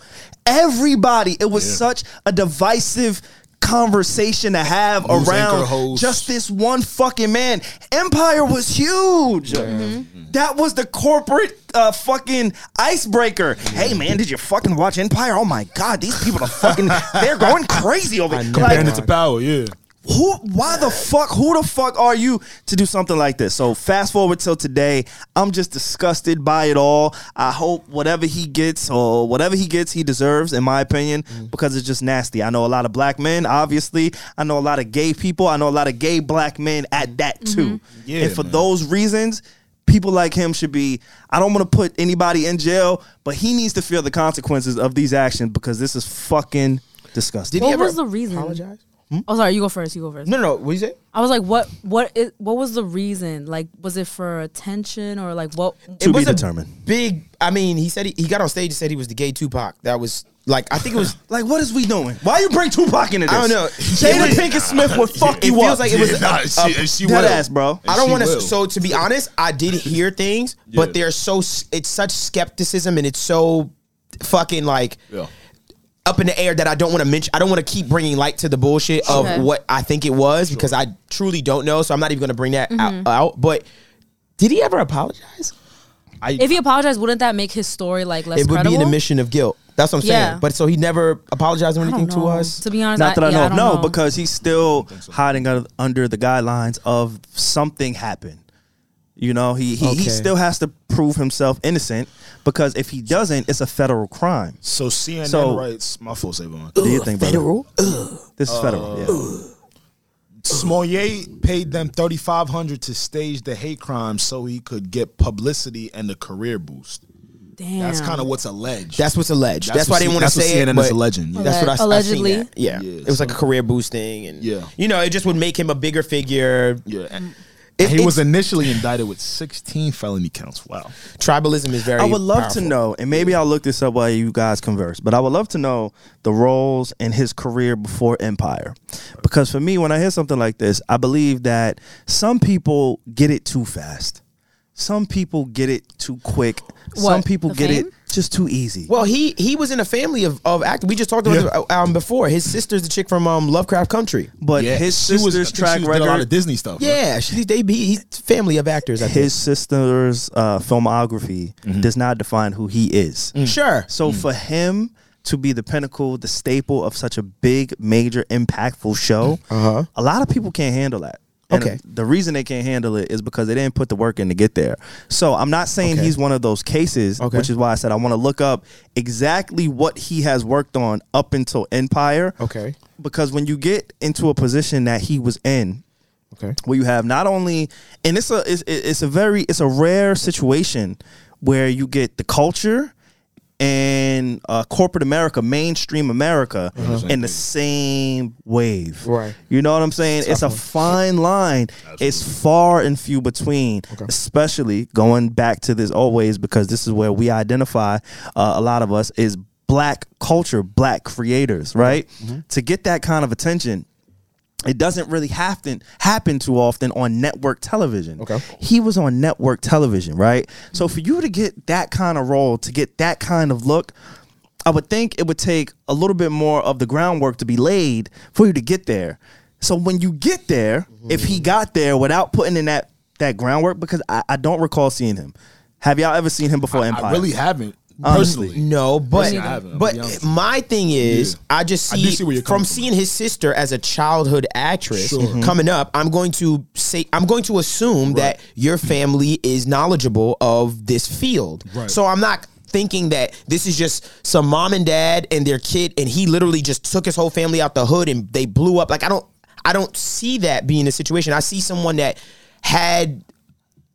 Speaker 2: Everybody. It was such a divisive conversation to have
Speaker 4: News anchor
Speaker 2: around
Speaker 4: hosts.
Speaker 2: just this one fucking man. Empire was huge.
Speaker 4: Mm-hmm.
Speaker 2: That was the corporate uh, fucking icebreaker. Hey man, did you fucking watch Empire? Oh my god, these people are fucking they're going crazy over it.
Speaker 1: never
Speaker 2: Like,
Speaker 1: watched
Speaker 4: And it's a power, yeah.
Speaker 2: who why the fuck who the fuck are you to do something like this so fast forward till today i'm just disgusted by it all i hope whatever he gets or whatever he gets he deserves in my opinion
Speaker 4: Mm.
Speaker 2: because it's just nasty i know a lot of black men obviously i know a lot of gay people i know a lot of gay black men at that too
Speaker 4: Yeah,
Speaker 2: and for
Speaker 4: man.
Speaker 2: those reasons people like him should be i don't want to put anybody in jail but he needs to feel the consequences of these actions because this is fucking disgusting
Speaker 3: What was the reason?
Speaker 1: Apologize.
Speaker 3: Oh, sorry. You go first. You go first.
Speaker 1: No, no, no. What you say?
Speaker 3: I was like, what? What is? What was the reason? Like, was it for attention or like what?
Speaker 2: To be
Speaker 1: wasn't
Speaker 2: determined.
Speaker 1: Big. I mean, he said he, he got on stage and said he was the gay Tupac. That was like I think it was.
Speaker 2: Like, what is we doing? Why you bring Tupac into this?
Speaker 1: I don't know.
Speaker 2: Jada Pinkett Smith would fuck
Speaker 1: It
Speaker 2: you
Speaker 1: feels
Speaker 2: up.
Speaker 1: like it was.
Speaker 4: nah,
Speaker 1: a-
Speaker 4: she-
Speaker 1: a-
Speaker 4: and she
Speaker 2: dead
Speaker 4: will.
Speaker 2: ass, bro.
Speaker 1: I don't
Speaker 4: she
Speaker 1: want to.
Speaker 4: will.
Speaker 1: So to be honest, I did hear things, but they're so. s- It's such skepticism and it's so fucking like
Speaker 4: Yeah.
Speaker 1: up in the air that I don't want to mention. I don't want to keep bringing light to the bullshit of
Speaker 3: Okay.
Speaker 1: what I think it was because I truly don't know. So I'm not even going to bring that
Speaker 3: Mm-hmm.
Speaker 1: out, out. But did he ever apologize?
Speaker 3: If he apologized, wouldn't that make his story like less?
Speaker 1: it would
Speaker 3: credible?
Speaker 1: be an admission of guilt. That's what I'm
Speaker 3: Yeah.
Speaker 1: saying. But so he never apologized or
Speaker 3: I don't
Speaker 1: anything to
Speaker 3: know.
Speaker 1: us.
Speaker 3: To be honest,
Speaker 2: Not that I,
Speaker 3: yeah,
Speaker 2: know.
Speaker 3: I don't
Speaker 2: no,
Speaker 3: know.
Speaker 2: because he's still hiding un- under the guidelines of something happened. You know, he he,
Speaker 1: Okay.
Speaker 2: he still has to prove himself innocent because if he doesn't, it's a federal crime.
Speaker 4: So CNN
Speaker 2: So-
Speaker 4: writes my full save on.
Speaker 2: Do you think federal? This is federal. yeah.
Speaker 4: Smollett paid them thirty five hundred to stage the hate crime so he could get publicity and a career boost.
Speaker 3: damn,
Speaker 4: That's kind of what's alleged.
Speaker 1: That's what's alleged. That's, why
Speaker 4: what
Speaker 1: they
Speaker 4: C-
Speaker 1: want to
Speaker 4: that's what
Speaker 1: say it.
Speaker 4: CNN is
Speaker 1: but
Speaker 4: a legend.
Speaker 1: That's what I s- I
Speaker 3: Allegedly.
Speaker 1: seen that. Yeah.
Speaker 4: Yeah,
Speaker 1: it was like a
Speaker 4: so-
Speaker 1: career boost thing, and
Speaker 4: Yeah.
Speaker 1: you know, it just would make him a bigger figure.
Speaker 4: Yeah. And
Speaker 1: It-
Speaker 4: he was
Speaker 1: it's-
Speaker 4: initially indicted with 16 felony counts. Wow.
Speaker 1: tribalism is very.
Speaker 2: I would love to
Speaker 1: powerful.
Speaker 2: know, and maybe I'll look this up while you guys converse. But I would love to know the roles in his career before Empire, because for me, when I hear something like this, I believe that some people get it too fast, some people get it too quick, some
Speaker 3: What,
Speaker 2: people
Speaker 3: the
Speaker 2: get
Speaker 3: fame?
Speaker 2: it just too easy.
Speaker 1: Well, he he was in a family of of actors. We just talked about
Speaker 4: Yeah.
Speaker 1: it, um before. His sister's the chick from um Lovecraft Country.
Speaker 2: but
Speaker 4: Yeah,
Speaker 2: his
Speaker 4: she was- I
Speaker 2: sister's
Speaker 4: think she
Speaker 2: track
Speaker 4: was did a lot of
Speaker 2: record,
Speaker 4: Disney stuff. right?
Speaker 1: Yeah, she, they be he's family of actors. I think.
Speaker 2: his sister's uh, filmography
Speaker 4: Mm-hmm.
Speaker 2: does not define who he is.
Speaker 1: sure. Hmm.
Speaker 2: So for him to be the pinnacle, the staple of such a big, major, impactful show, a lot of people can't handle that. And
Speaker 1: Uh-huh. Okay.
Speaker 2: The reason they can't handle it is because they didn't put the work in to get there. So I'm not saying
Speaker 1: Okay.
Speaker 2: he's one of those cases,
Speaker 1: Okay.
Speaker 2: which is why I said I want to look up exactly what he has worked on up until Empire.
Speaker 1: Okay.
Speaker 2: Because when you get into a position that he was in,
Speaker 1: Okay.
Speaker 2: where you have not only and it's a it's, it's a very it's a rare situation where you get the culture and uh, corporate America, mainstream America, in the same wave.
Speaker 1: Right.
Speaker 2: You know what I'm saying? it's a fine line. It's far and few between, especially going back to this always because this is where we identify. Uh, a lot of us is black culture, black creators, right? To get that kind of attention, it doesn't really happen happen too often on network television.
Speaker 1: Okay.
Speaker 2: He was on network television, right? So for you to get that kind of role, to get that kind of look, I would think it would take a little bit more of the groundwork to be laid for you to get there. So when you get there, if
Speaker 4: Mm-hmm.
Speaker 2: he got there without putting in that that groundwork, because I, I don't recall seeing him. Have y'all ever seen him before Empire?
Speaker 4: I really haven't.
Speaker 1: Um,
Speaker 2: Honestly.
Speaker 4: Personally.
Speaker 1: No, but
Speaker 4: Listen, I haven't, I'll be honest
Speaker 1: but
Speaker 4: with
Speaker 1: my thing is,
Speaker 4: Yeah.
Speaker 1: I just
Speaker 4: I
Speaker 1: see,
Speaker 4: do see where you're
Speaker 1: from,
Speaker 4: coming from.
Speaker 1: seeing his sister as a childhood actress
Speaker 4: Sure. Mhm.
Speaker 1: coming up. I'm going to say, I'm going to assume that your family is knowledgeable of this field.
Speaker 4: Right.
Speaker 1: So I'm not thinking that this is just some mom and dad and their kid, and he literally just took his whole family out the hood and they blew up. Like I don't, I don't see that being a situation. I see someone that had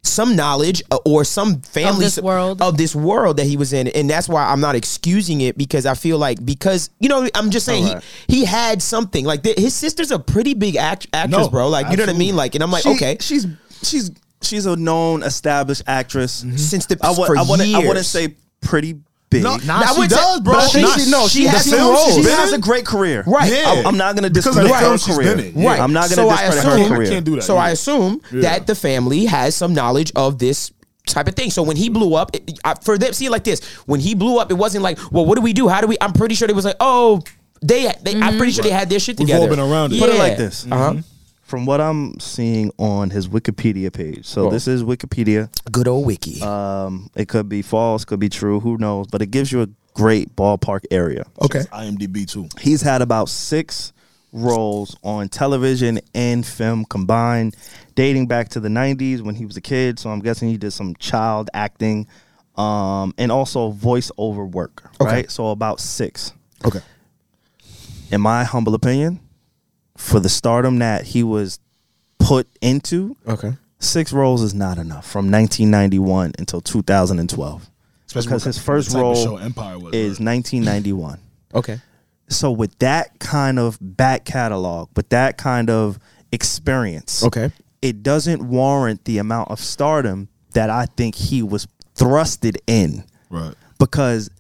Speaker 1: some knowledge uh, or some family
Speaker 3: this world.
Speaker 1: of this world that he was in and that's why i'm not excusing it because i feel like because you know i'm just saying he, he had something like th- his sister's a pretty big act- actress
Speaker 4: No,
Speaker 1: bro like you know what i mean
Speaker 4: absolutely.
Speaker 1: like and i'm like
Speaker 2: She-
Speaker 1: okay
Speaker 2: she's she's she's a known established actress
Speaker 1: Since the-
Speaker 2: I, would
Speaker 1: for
Speaker 2: I wouldn't I wouldn't
Speaker 1: years.
Speaker 2: say pretty big.
Speaker 4: Mm-hmm. No, nah,
Speaker 1: Now, I
Speaker 4: she
Speaker 1: wouldn't
Speaker 4: does,
Speaker 1: say-
Speaker 4: bro.
Speaker 1: but I think
Speaker 4: Nah,
Speaker 1: she- no, she
Speaker 4: the
Speaker 1: has
Speaker 4: film
Speaker 1: some roles.
Speaker 4: she's
Speaker 2: Oh, She
Speaker 1: been
Speaker 2: has
Speaker 4: in-
Speaker 2: a great career.
Speaker 1: Right.
Speaker 4: Yeah.
Speaker 2: I, am not going to
Speaker 4: Because of the
Speaker 2: discredit her
Speaker 4: film she's
Speaker 2: career.
Speaker 4: been in. Yeah.
Speaker 1: Right.
Speaker 2: I'm not going to
Speaker 1: So I
Speaker 2: discredit
Speaker 1: assume-
Speaker 2: her
Speaker 4: I
Speaker 2: career.
Speaker 4: can't do that.
Speaker 1: so i
Speaker 4: yeah.
Speaker 1: assume
Speaker 4: Yeah.
Speaker 1: that the family has some knowledge of this type of thing so when he blew up it, I, for them see it like this when he blew up it wasn't like well what do we do how do we i'm pretty sure they was like oh they, they i'm pretty sure they had their shit
Speaker 4: We've
Speaker 1: together
Speaker 4: all been around it.
Speaker 2: Put it
Speaker 1: Yeah.
Speaker 2: like this. Mm-hmm.
Speaker 1: uh-huh
Speaker 2: From what I'm seeing on his Wikipedia page, so this is Wikipedia.
Speaker 1: good old wiki
Speaker 2: Um, it could be false, could be true, who knows? But it gives you a great ballpark area.
Speaker 1: okay
Speaker 4: IMDb too.
Speaker 2: He's had about six roles on television and film combined, dating back to the 90s when he was a kid. So I'm guessing he did some child acting um, and also voiceover work, right? So about six.
Speaker 1: okay
Speaker 2: In my humble opinion, for the stardom that he was put into,
Speaker 1: okay
Speaker 2: six roles is not enough from 1991 until 2012.
Speaker 4: Especially
Speaker 2: because
Speaker 4: when
Speaker 2: his
Speaker 4: the
Speaker 2: first
Speaker 4: type of
Speaker 2: role
Speaker 4: show Empire was,
Speaker 2: is
Speaker 4: right?
Speaker 2: 1991.
Speaker 1: okay
Speaker 2: So with that kind of back catalog, with that kind of experience,
Speaker 1: Okay.
Speaker 2: it doesn't warrant the amount of stardom that I think he was thrusted in.
Speaker 4: Right.
Speaker 2: Because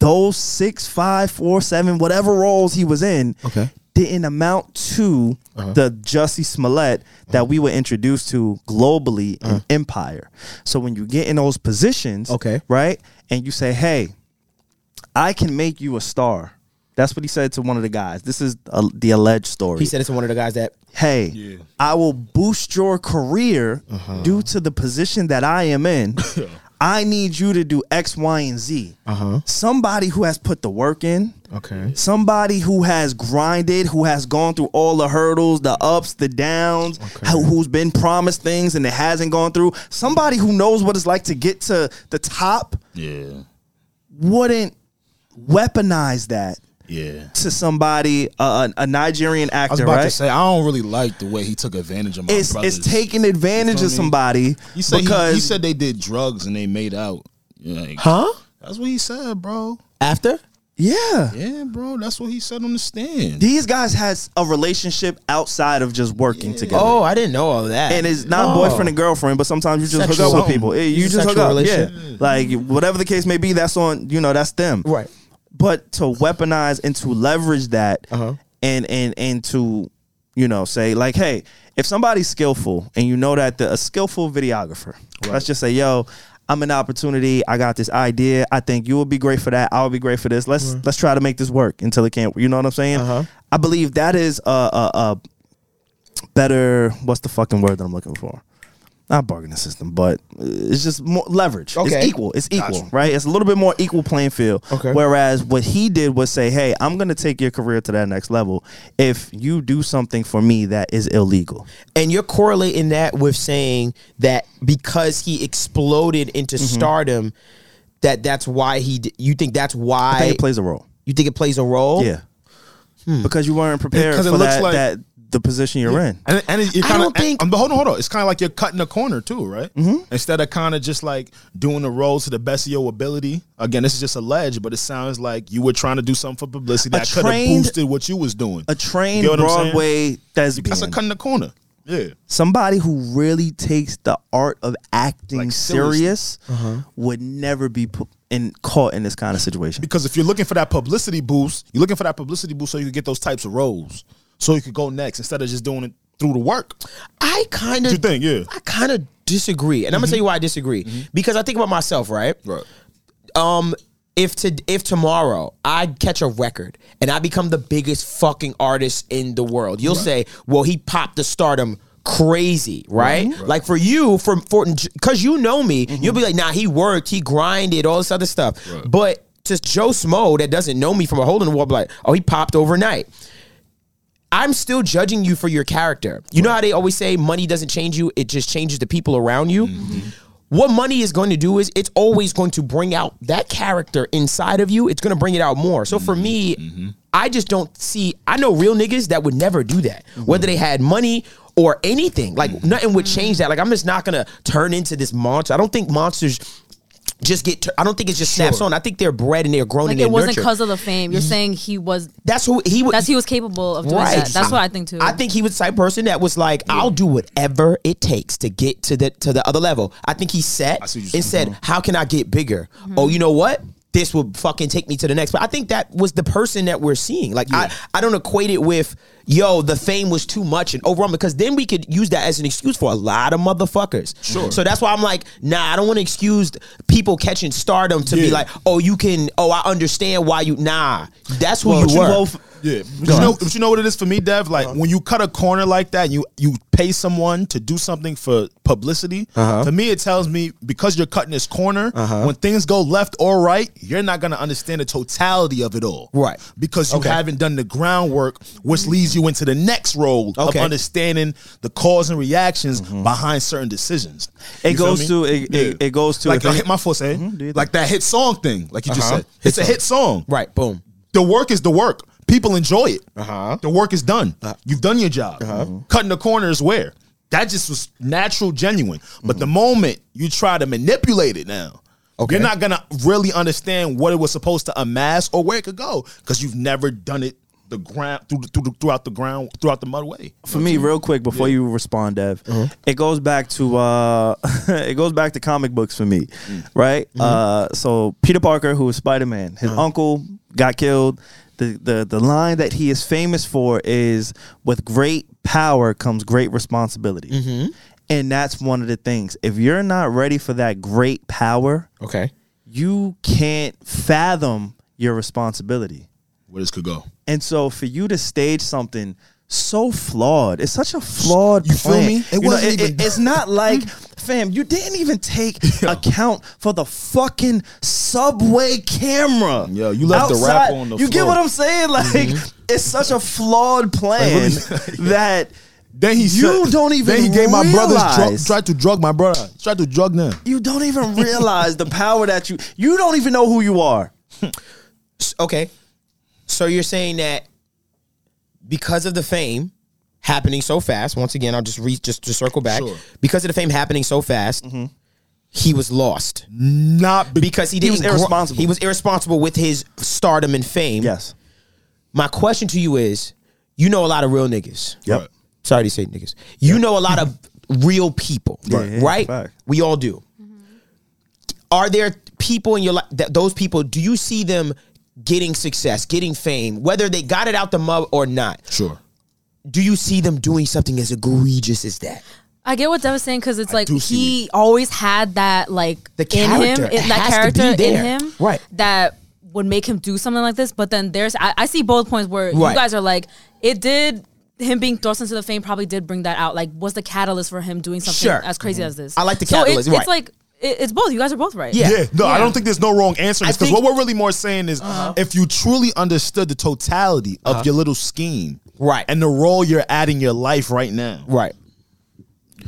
Speaker 2: those six, five, four, seven, whatever roles he was in,
Speaker 1: Okay. Uh-huh.
Speaker 2: didn't amount to the Jussie Smollett that we were introduced to globally
Speaker 1: Uh-huh.
Speaker 2: in Empire. So when you get in those positions,
Speaker 1: Okay.
Speaker 2: right, and you say, "Hey, I can make you a star." That's what he said to one of the guys. This is uh, the alleged story
Speaker 1: He said it's one of the guys that
Speaker 2: hey, I will boost your career
Speaker 4: Uh-huh.
Speaker 2: due to the position that I am in. I need you to do X, Y, and Z.
Speaker 4: Uh-huh.
Speaker 2: Somebody who has put the work in.
Speaker 1: Okay.
Speaker 2: Somebody who has grinded, who has gone through all the hurdles, the ups, the downs, who- who's been promised things and it hasn't gone through. Somebody who knows what it's like to get to the top
Speaker 4: Yeah.
Speaker 2: wouldn't weaponize that
Speaker 4: Yeah.
Speaker 2: to somebody, uh, a, a Nigerian
Speaker 4: I was
Speaker 2: actor,
Speaker 4: about
Speaker 2: right?
Speaker 4: to say I don't really like the way he took advantage of my
Speaker 2: it's
Speaker 4: brothers.
Speaker 2: it's taking advantage
Speaker 4: You feel
Speaker 2: of
Speaker 4: me?
Speaker 2: somebody
Speaker 4: He said he-
Speaker 2: because
Speaker 4: he, said they did drugs and they made out. Like,
Speaker 1: Huh?
Speaker 4: That's what he said, bro.
Speaker 1: After?
Speaker 2: yeah.
Speaker 4: Yeah, bro. That's what he said on the stand.
Speaker 2: These guys has a relationship outside of just working together.
Speaker 1: Oh, I didn't know all that.
Speaker 2: And it's not
Speaker 1: Oh.
Speaker 2: boyfriend and girlfriend, but sometimes you just
Speaker 1: Sexual
Speaker 2: hook up with
Speaker 1: something.
Speaker 2: people. Yeah, you
Speaker 1: It's a
Speaker 2: just hook
Speaker 1: sexual
Speaker 2: up. Yeah.
Speaker 1: relationship.
Speaker 2: Like whatever the case may be, that's on, you know, that's them.
Speaker 1: Right.
Speaker 2: But to weaponize and to leverage that
Speaker 1: Uh-huh.
Speaker 2: and and and to, you know, say like, hey, if somebody's skillful and you know that the a skillful videographer, let's just say, yo, I'm an opportunity. I got this idea. I think you will be great for that. I will be great for this. Let's let's try to make this work until it can't. You know what I'm saying?
Speaker 1: Uh-huh.
Speaker 2: I believe that is a, a, a better what's the fucking word that I'm looking for? Not bargaining system, but it's just more leverage.
Speaker 1: Okay.
Speaker 2: It's equal. It's equal, right? It's a little bit more equal playing field.
Speaker 1: Okay.
Speaker 2: Whereas what he did was say, "Hey, I'm gonna take your career to that next level if you do something for me that is illegal."
Speaker 1: And you're correlating that with saying that because he exploded into stardom, that that's why he. D- you think that's why
Speaker 2: I think it plays a role.
Speaker 1: you think it plays a role?
Speaker 2: Yeah. Because you weren't prepared
Speaker 4: Oh. Hmm. 'cause it
Speaker 2: for
Speaker 4: looks
Speaker 2: that,
Speaker 4: like-
Speaker 2: that the position you're in.
Speaker 4: And, and it,
Speaker 1: I
Speaker 4: kind of
Speaker 1: don't think-
Speaker 4: but hold on, hold on. It's kind of like you're cutting a corner too, right? Mm-hmm. Instead of kind of just like doing the role to the best of your ability. Again, this is just alleged, but it sounds like you were trying to do something for publicity that could have
Speaker 2: trained-
Speaker 4: boosted what you was doing.
Speaker 2: A
Speaker 4: You
Speaker 2: trained
Speaker 4: get what I'm saying?
Speaker 2: Broadway thespian.
Speaker 4: That's a cutting the corner. Yeah,
Speaker 2: somebody who really takes the art of acting
Speaker 4: Like, seriously.
Speaker 2: serious would never be put in caught in this kind of situation.
Speaker 4: because if you're looking for that publicity boost, you're looking for that publicity boost so you can get those types of roles, so you could go next instead of just doing it through the work.
Speaker 1: I kind
Speaker 4: What you
Speaker 1: of.
Speaker 4: think? Yeah,
Speaker 1: I kind of disagree, and I'm gonna tell you why I disagree. Because I think about myself, right?
Speaker 4: right.
Speaker 1: um if to if tomorrow I catch a record and I become the biggest fucking artist in the world, you'll say, "Well, he popped the stardom crazy, right?" Like for you, for for because you know me, you'll be like, "Nah, he worked, he grinded, all this other stuff." But to Joe Smo that doesn't know me from a hole in the wall, be like, "Oh, he popped overnight." I'm still judging you for your character. You know how they always say money doesn't change you, it just changes the people around you? What money is going to do is it's always going to bring out that character inside of you. It's going to bring it out more. So for me, I just don't see, I know real niggas that would never do that, whether they had money or anything. Like nothing would change that. Like I'm just not going to turn into this monster. I don't think monsters. Just get. Tur- I don't think it's just snaps on. I think they're bred and they're grown
Speaker 3: Like
Speaker 1: and they're
Speaker 3: it wasn't
Speaker 1: nurtured.
Speaker 3: because of the fame. You're saying he was.
Speaker 1: That's who he would.
Speaker 3: That's he was capable of doing that. That's what I think too.
Speaker 1: I think he was the type of person that was like, I'll do whatever it takes to get to the to the other level. I think he set
Speaker 4: see what you're Mm-hmm.
Speaker 1: and said, How can I get bigger?
Speaker 3: Mm-hmm.
Speaker 1: Oh, you know what? This would fucking take me to the next. But I think that was the person that we're seeing. Like I, I don't equate it with, yo, the fame was too much and overall because then we could use that as an excuse for a lot of motherfuckers. Sure. So that's why I'm like, nah, I don't want to excuse people catching stardom to be
Speaker 4: Yeah.
Speaker 1: like, oh, you can, oh, I understand why you nah. That's who you
Speaker 4: But
Speaker 1: were.
Speaker 4: both- yeah, but you, know, but you know what it is for me, Dev. Like when you cut a corner like that, and you you pay someone to do something for publicity. For me, it tells me because you're cutting this corner. When things go left or right, you're not gonna understand the totality of it all.
Speaker 1: Right.
Speaker 4: because you
Speaker 1: Okay.
Speaker 4: haven't done the groundwork, which leads you into the next role
Speaker 1: Okay.
Speaker 4: of understanding the cause and reactions behind certain decisions.
Speaker 2: It
Speaker 4: Mm-hmm. You feel
Speaker 2: goes
Speaker 4: me?
Speaker 2: to- it- it- it goes to-
Speaker 4: like
Speaker 2: if it- Mm-hmm.
Speaker 4: I hit my foot, say
Speaker 2: do your
Speaker 4: like that hit song thing, like you just
Speaker 1: Uh-huh.
Speaker 4: said. It's a hit song,
Speaker 1: right, boom.
Speaker 4: the work is the work. People enjoy it. Uh-huh. The work is done. You've done your job.
Speaker 6: Mm-hmm.
Speaker 4: Cutting the corner is where. That just was natural, genuine. But the moment you try to manipulate it now,
Speaker 1: Okay.
Speaker 6: You're not gonna really understand what it was supposed to amass or where it could go because you've never done it the ground through, through throughout the ground throughout the mud way.
Speaker 2: for me, real quick before you respond, Dev, it goes back to uh, it goes back to comic books for me, right? Uh, so Peter Parker, who is Spider Man, his uncle got killed. The, the the line that he is famous for is with great power comes great responsibility. And that's one of the things. If you're not ready for that great power,
Speaker 1: Okay.
Speaker 2: you can't fathom your responsibility.
Speaker 4: Where this could go.
Speaker 2: And so for you to stage something so flawed, it's such a flawed.
Speaker 4: You feel
Speaker 2: plan.
Speaker 4: me? It
Speaker 2: You know,
Speaker 4: wasn't even-
Speaker 2: It's not like, fam, you didn't even take account for the fucking subway camera.
Speaker 4: Yeah, you left the wrapper on the
Speaker 2: You get
Speaker 4: floor. Mm-hmm.
Speaker 2: what I'm saying? Like, it's such a flawed plan that.
Speaker 4: Then he
Speaker 2: You don't even
Speaker 4: Then he gave my brothers drug,
Speaker 2: realize.
Speaker 4: tried to drug my brother. Tried to drug them.
Speaker 2: You don't even realize the power that you you don't even know who you are.
Speaker 1: S- Okay. So you're saying that because of the fame happening so fast, once again, I'll just re- just to circle back.
Speaker 4: Sure.
Speaker 1: Because of the fame happening so fast, he was lost.
Speaker 4: Not because
Speaker 1: Because he didn't
Speaker 2: was
Speaker 1: grow-
Speaker 2: irresponsible.
Speaker 1: he was irresponsible with his stardom and fame.
Speaker 2: Yes.
Speaker 1: My question to you is, you know a lot of real niggas.
Speaker 2: Yep.
Speaker 4: Right.
Speaker 1: Sorry to say niggas. You know a lot of real people,
Speaker 2: Right. yeah, Mm-hmm.
Speaker 1: right?
Speaker 2: fact.
Speaker 1: We all do. Are there people in your life that those people do you see them getting success, getting fame, whether they got it out the mud or not?
Speaker 4: sure.
Speaker 1: Do you see them doing something as egregious as that?
Speaker 3: I get what Dev is saying because it's like
Speaker 4: do see
Speaker 3: he always had that like
Speaker 1: The
Speaker 3: in him,
Speaker 1: character. It
Speaker 3: in- that
Speaker 1: has to be
Speaker 3: character in
Speaker 1: there.
Speaker 3: him,
Speaker 1: Right.
Speaker 3: That would make him do something like this. But then there's I, I see both points where
Speaker 1: Right.
Speaker 3: you guys are like it did him being thrust into the fame probably did bring that out. Like was the catalyst for him doing something
Speaker 1: Sure. Mm-hmm.
Speaker 3: as crazy as this.
Speaker 1: I like the
Speaker 3: So it-
Speaker 1: catalyst, right.
Speaker 3: It's like it, it's both. You guys are both right.
Speaker 1: Yeah.
Speaker 4: Yeah, no, I don't think there's no wrong answer
Speaker 1: I
Speaker 4: because
Speaker 1: think- Uh-huh.
Speaker 4: what we're really more saying is if you truly understood the totality of your little scheme,
Speaker 1: Right.
Speaker 4: and the role you're adding your life right now,
Speaker 1: Right.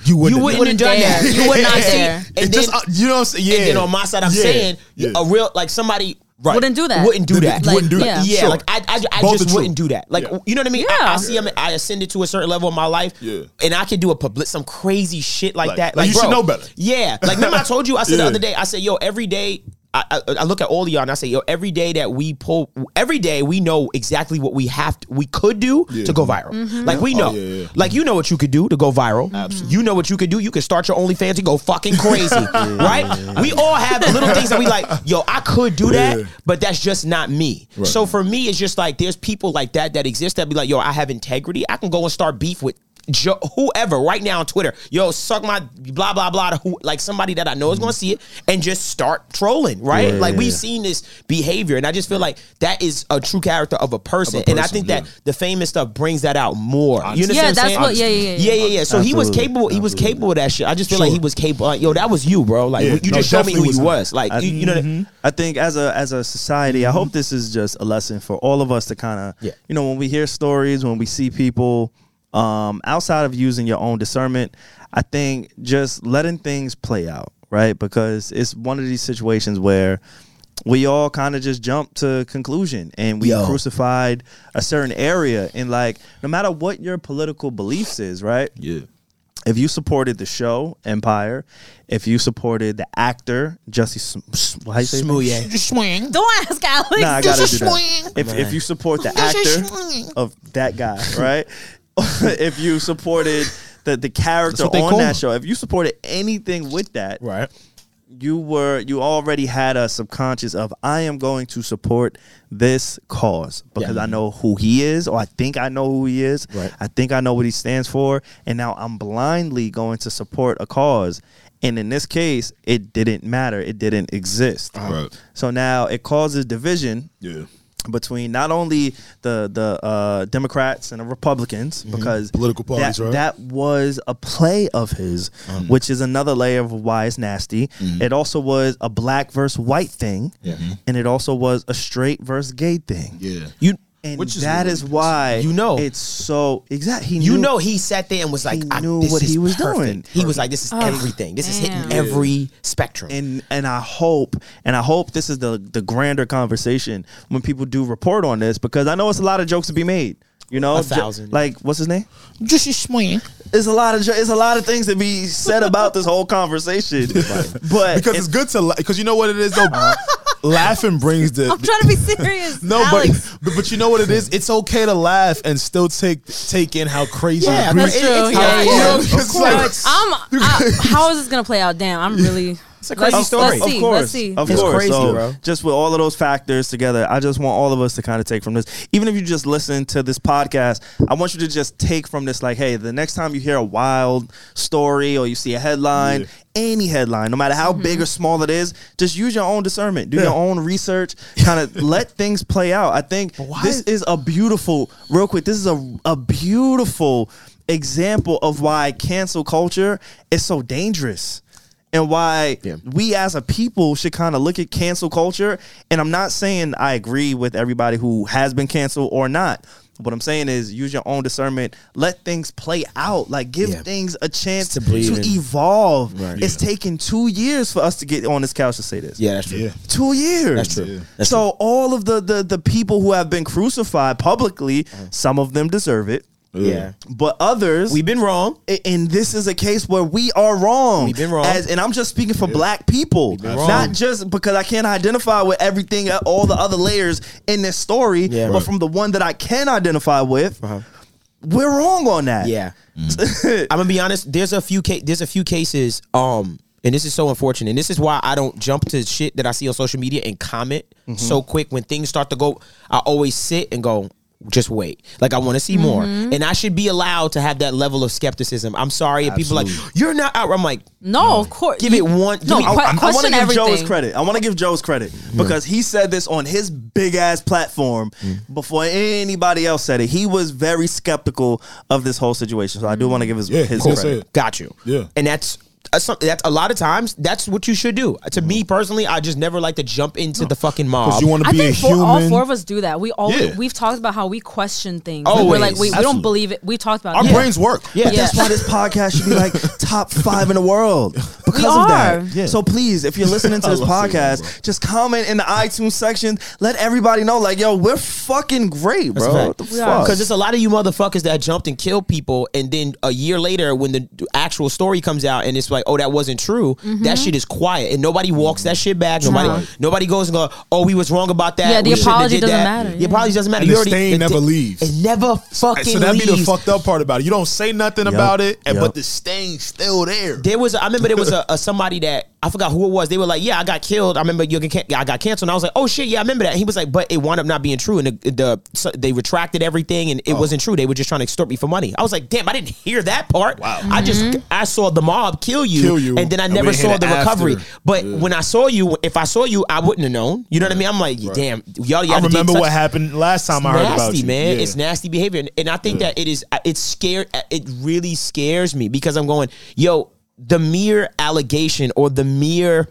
Speaker 4: you wouldn't.
Speaker 1: You wouldn't have done
Speaker 3: dare.
Speaker 1: that.
Speaker 3: You would not
Speaker 1: And-
Speaker 3: dare.
Speaker 1: and
Speaker 4: It
Speaker 1: then-
Speaker 4: just, uh, you know what I'm saying? Yeah.
Speaker 1: And then on my side, I'm
Speaker 4: Yeah.
Speaker 1: saying
Speaker 4: Yeah.
Speaker 1: a real like somebody
Speaker 3: Wouldn't do that.
Speaker 1: Wouldn't do
Speaker 4: Th-
Speaker 1: that.
Speaker 4: th- wouldn't do
Speaker 3: Like,
Speaker 4: that.
Speaker 1: Yeah,
Speaker 4: Sure.
Speaker 1: like I, I, I
Speaker 4: Both are
Speaker 1: just
Speaker 4: true.
Speaker 1: wouldn't do that. Like
Speaker 4: Yeah.
Speaker 1: you know what I mean? I, I
Speaker 3: Yeah.
Speaker 1: see them. I ascended to a certain level of my life.
Speaker 4: Yeah.
Speaker 1: and I could do a public some crazy shit like,
Speaker 4: Like-
Speaker 1: that.
Speaker 4: like you should
Speaker 1: bro,
Speaker 4: know better.
Speaker 1: Yeah, like remember I told you I said the
Speaker 4: Yeah.
Speaker 1: other day. I said, yo, every day. I, I, I look at all of y'all and I say, yo, every day that we pull, every day we know exactly what we have, to, we could do to go viral.
Speaker 3: Mm-hmm.
Speaker 1: Like we know,
Speaker 4: yeah, Oh, yeah.
Speaker 1: like you know what you could do to go viral. Absolutely. You know what you could do. You could start your OnlyFans and go fucking crazy, right? We all have little things that we like. Yo, I could do that,
Speaker 4: Yeah.
Speaker 1: but that's just not me. So for me, it's just like there's people like that that exist that be like, yo, I have integrity. I can go and start beef with. Jo- whoever right now on Twitter, yo, suck my blah blah blah to who, like somebody that I know is gonna see it and just start trolling, right? like we've seen this behavior, and I just feel like that is a true character of a person, and I
Speaker 4: person,
Speaker 1: think
Speaker 4: yeah.
Speaker 1: that the famous stuff brings that out more. You understand?
Speaker 3: Yeah,
Speaker 1: what I'm
Speaker 3: that's
Speaker 1: saying?
Speaker 3: what- yeah, yeah,
Speaker 1: yeah,
Speaker 3: yeah,
Speaker 1: yeah, yeah. So he was
Speaker 2: Absolutely.
Speaker 1: capable. He was capable of that shit. I just feel like he
Speaker 4: Sure.
Speaker 1: was capable. Like, yo, that was you, bro. Like
Speaker 4: Yeah,
Speaker 1: you
Speaker 4: no,
Speaker 1: just showed me who
Speaker 4: definitely
Speaker 1: you was.
Speaker 4: was.
Speaker 1: Like you, you know. That,
Speaker 2: I Mm-hmm. think as a as a society, I hope this is just a lesson for all of us to kind of,
Speaker 1: Mm-hmm. Yeah.
Speaker 2: you know, when we hear stories, when we see people, um, outside of using your own discernment, I think just letting things play out, right? Because it's one of these situations where we all kind of just jump to conclusion and we
Speaker 1: Yo.
Speaker 2: crucified a certain area and like no matter what your political beliefs is, right?
Speaker 4: Yeah.
Speaker 2: if you supported the show Empire, if you supported the actor Jesse Sm- Sm- how you say his name?
Speaker 1: Smooye.
Speaker 6: Swing.
Speaker 3: Don't ask Alex.
Speaker 2: Nah, I gotta do that.
Speaker 6: swing.
Speaker 2: If, if you support the actor of that guy, right? if you supported the, the character
Speaker 4: what they
Speaker 2: on
Speaker 4: call him.
Speaker 2: that show, if you supported anything with that,
Speaker 4: Right.
Speaker 2: you were you already had a subconscious of I am going to support this cause because I know who he is or I think I know who he is.
Speaker 1: Right.
Speaker 2: I think I know what he stands for and now I'm blindly going to support a cause. And in this case, it didn't matter. It didn't exist.
Speaker 4: Right.
Speaker 2: So now it causes division
Speaker 4: Yeah.
Speaker 2: between not only the the uh, Democrats and the Republicans because
Speaker 4: Mm-hmm. Political parties,
Speaker 2: that,
Speaker 4: right? Um.
Speaker 2: that was a play of his, which is another layer of why it's nasty.
Speaker 4: Mm-hmm.
Speaker 2: It also was a black versus white thing, and it also was a straight versus gay thing.
Speaker 4: Yeah.
Speaker 1: You
Speaker 2: And
Speaker 4: Which is
Speaker 2: that
Speaker 4: really
Speaker 2: is why
Speaker 1: You know.
Speaker 2: it's so exactly he
Speaker 1: you
Speaker 2: knew-
Speaker 1: know he sat there and was like,
Speaker 2: He
Speaker 1: I
Speaker 2: knew
Speaker 1: this
Speaker 2: what
Speaker 1: is
Speaker 2: he was
Speaker 1: perfect.
Speaker 2: doing.
Speaker 1: He was like, this is everything. This is hitting
Speaker 3: damn.
Speaker 1: every spectrum.
Speaker 2: and and I hope and I hope this is the the grander conversation when people do report on this because I know it's a lot of jokes to be made. You know,
Speaker 1: A
Speaker 2: J-
Speaker 1: thousand, yeah.
Speaker 2: like what's his name?
Speaker 1: Just a swing.
Speaker 2: It's a lot of it's a lot of things to be said about this whole conversation, but
Speaker 6: because it's good to because you know what it is though.
Speaker 1: Uh-huh.
Speaker 6: laughing brings the
Speaker 3: I'm trying to be serious.
Speaker 6: no,
Speaker 3: Alex.
Speaker 6: but, but but you know what it is. It's okay to laugh and still take take in how crazy.
Speaker 1: Yeah,
Speaker 6: the
Speaker 1: that's
Speaker 6: Greek-
Speaker 1: true.
Speaker 6: how-
Speaker 1: Yeah,
Speaker 6: you
Speaker 1: yeah.
Speaker 6: know,
Speaker 1: Of
Speaker 6: it's like-
Speaker 3: I'm. I, how is this gonna play out? Damn, I'm really. It's
Speaker 1: a crazy
Speaker 3: let's,
Speaker 1: story.
Speaker 3: Let's
Speaker 2: Of
Speaker 3: see.
Speaker 2: course,
Speaker 3: Let's see.
Speaker 2: of
Speaker 1: It's
Speaker 2: course.
Speaker 1: crazy,
Speaker 2: so
Speaker 1: bro.
Speaker 2: just with all of those factors together, I just want all of us to kind of take from this. Even if you just listen to this podcast, I want you to just take from this, like, hey, the next time you hear a wild story or you see a headline, any headline, no matter how
Speaker 3: Mm-hmm.
Speaker 2: big or small it is, just use your own discernment, do your own research, kind of let things play out. I think this is a beautiful, real quick. This is a a beautiful example of why cancel culture is so dangerous and why
Speaker 1: Yeah.
Speaker 2: we as a people should kind of look at cancel culture. And I'm not saying I agree with everybody who has been canceled or not. What I'm saying is use your own discernment. Let things play out. Like give
Speaker 1: Yeah.
Speaker 2: things a chance
Speaker 1: to
Speaker 2: to,
Speaker 1: bleed in.
Speaker 2: evolve.
Speaker 1: Right.
Speaker 2: It's taken two years for us to get on this couch to say this.
Speaker 1: Yeah, that's true.
Speaker 6: Yeah.
Speaker 2: Two years.
Speaker 1: That's true. That's
Speaker 2: so all of the, the the people who have been crucified publicly, some of them deserve it.
Speaker 1: Uh-huh. Yeah.
Speaker 2: But others
Speaker 1: We've been wrong.
Speaker 2: a- and this is a case where we are wrong.
Speaker 1: We've been wrong.
Speaker 2: As, and I'm just speaking for black people,
Speaker 1: been wrong.
Speaker 2: not just because I can't identify with everything, uh, all the other layers in this story,
Speaker 1: Yeah.
Speaker 2: but
Speaker 1: Right.
Speaker 2: from the one that I can identify with,
Speaker 1: Uh-huh.
Speaker 2: we're wrong on that.
Speaker 1: Yeah. Mm. I'm gonna be honest. There's a few ca- there's a few cases. Um, and this is so unfortunate. And this is why I don't jump to shit that I see on social media and comment
Speaker 4: Mm-hmm.
Speaker 1: so quick when things start to go. I always sit and go. Just wait. Like I want to see more,
Speaker 4: Mm-hmm.
Speaker 1: and I should be allowed to have that level of skepticism. I'm sorry if people are like you're not out. I'm like,
Speaker 3: no, of course.
Speaker 1: Give it one- give
Speaker 3: No,
Speaker 1: me-
Speaker 3: que-
Speaker 1: I- I
Speaker 2: I
Speaker 3: question
Speaker 2: want to give
Speaker 3: everything.
Speaker 2: Joe's credit. I want to give Joe's credit
Speaker 4: Mm.
Speaker 2: because he said this on his big ass platform
Speaker 4: Mm.
Speaker 2: before anybody else said it. He was very skeptical of this whole situation, so I do want to give his,
Speaker 4: Yeah,
Speaker 2: his
Speaker 4: cool.
Speaker 2: credit.
Speaker 4: Say it.
Speaker 1: got you.
Speaker 4: Yeah.
Speaker 1: and that's. that's some- That's a lot of times. That's what you should do. To me personally, I just never like to jump into the fucking mob.
Speaker 4: Because Mm-hmm. you want to
Speaker 3: I
Speaker 4: be a
Speaker 3: think four,
Speaker 4: human.
Speaker 3: all four of us do that. We always
Speaker 4: Yeah.
Speaker 3: we've talked about how we question things. Like, we're like
Speaker 1: Always.
Speaker 3: we, we
Speaker 4: Absolutely.
Speaker 3: don't believe it. We talked about
Speaker 4: Our
Speaker 3: it.
Speaker 4: brains work.
Speaker 1: yeah,
Speaker 3: Yeah.
Speaker 2: That's why this podcast should be like top five in the world because
Speaker 3: We
Speaker 2: of
Speaker 3: are.
Speaker 2: that.
Speaker 4: Yeah.
Speaker 2: So please, if you're listening to this
Speaker 4: love saying that,
Speaker 2: podcast, just comment in the iTunes section. Let everybody know, like, yo, we're fucking great, bro. What the
Speaker 3: We are.
Speaker 2: fuck?
Speaker 1: Because it's a lot of you motherfuckers that jumped and killed people, and then a year later, when the d- actual story comes out, and it's like, oh, that wasn't true.
Speaker 4: Mm-hmm.
Speaker 1: That shit is quiet, and nobody walks that shit back. Nobody,
Speaker 3: Right.
Speaker 1: nobody goes and go, oh, we was wrong about that.
Speaker 3: Yeah, the
Speaker 1: We shouldn't have
Speaker 3: apology
Speaker 1: did
Speaker 3: doesn't
Speaker 1: that.
Speaker 3: matter,
Speaker 1: The
Speaker 3: yeah.
Speaker 1: apology doesn't matter.
Speaker 4: And
Speaker 1: You already-
Speaker 4: the stain
Speaker 1: the
Speaker 4: never
Speaker 1: thing-
Speaker 4: leaves.
Speaker 1: It never fucking
Speaker 4: So that'd be the
Speaker 1: leaves.
Speaker 4: fucked up part about it. You don't say nothing about it, and,
Speaker 2: Yup.
Speaker 4: but the stain's still there.
Speaker 1: There was, I remember there was a, a somebody that I forgot who it was. They were like, "Yeah, I got killed." I remember you can, I got canceled. And I was like, "Oh shit, yeah, I remember that." And he was like, "But it wound up not being true, and the, the so they retracted everything, and it
Speaker 4: Oh.
Speaker 1: wasn't true. They were just trying to extort me for money." I was like, "Damn, I didn't hear that part. Wow, I just I saw the mob kill you,
Speaker 4: Kill you,
Speaker 1: and then I
Speaker 4: and
Speaker 1: never
Speaker 4: we didn't
Speaker 1: saw
Speaker 4: hear
Speaker 1: the
Speaker 4: the
Speaker 1: recovery.
Speaker 4: after.
Speaker 1: But when I saw you, if I saw you, I wouldn't have known. You know what I mean? I'm like, damn, y'all. y'all
Speaker 4: I
Speaker 1: did
Speaker 4: remember
Speaker 1: such-
Speaker 4: what happened last time I heard
Speaker 1: nasty,
Speaker 4: about you.
Speaker 1: man.
Speaker 4: Yeah.
Speaker 1: It's nasty behavior, and, and I think that it is. It's scared. It really scares me because I'm going, yo. The mere allegation or the mere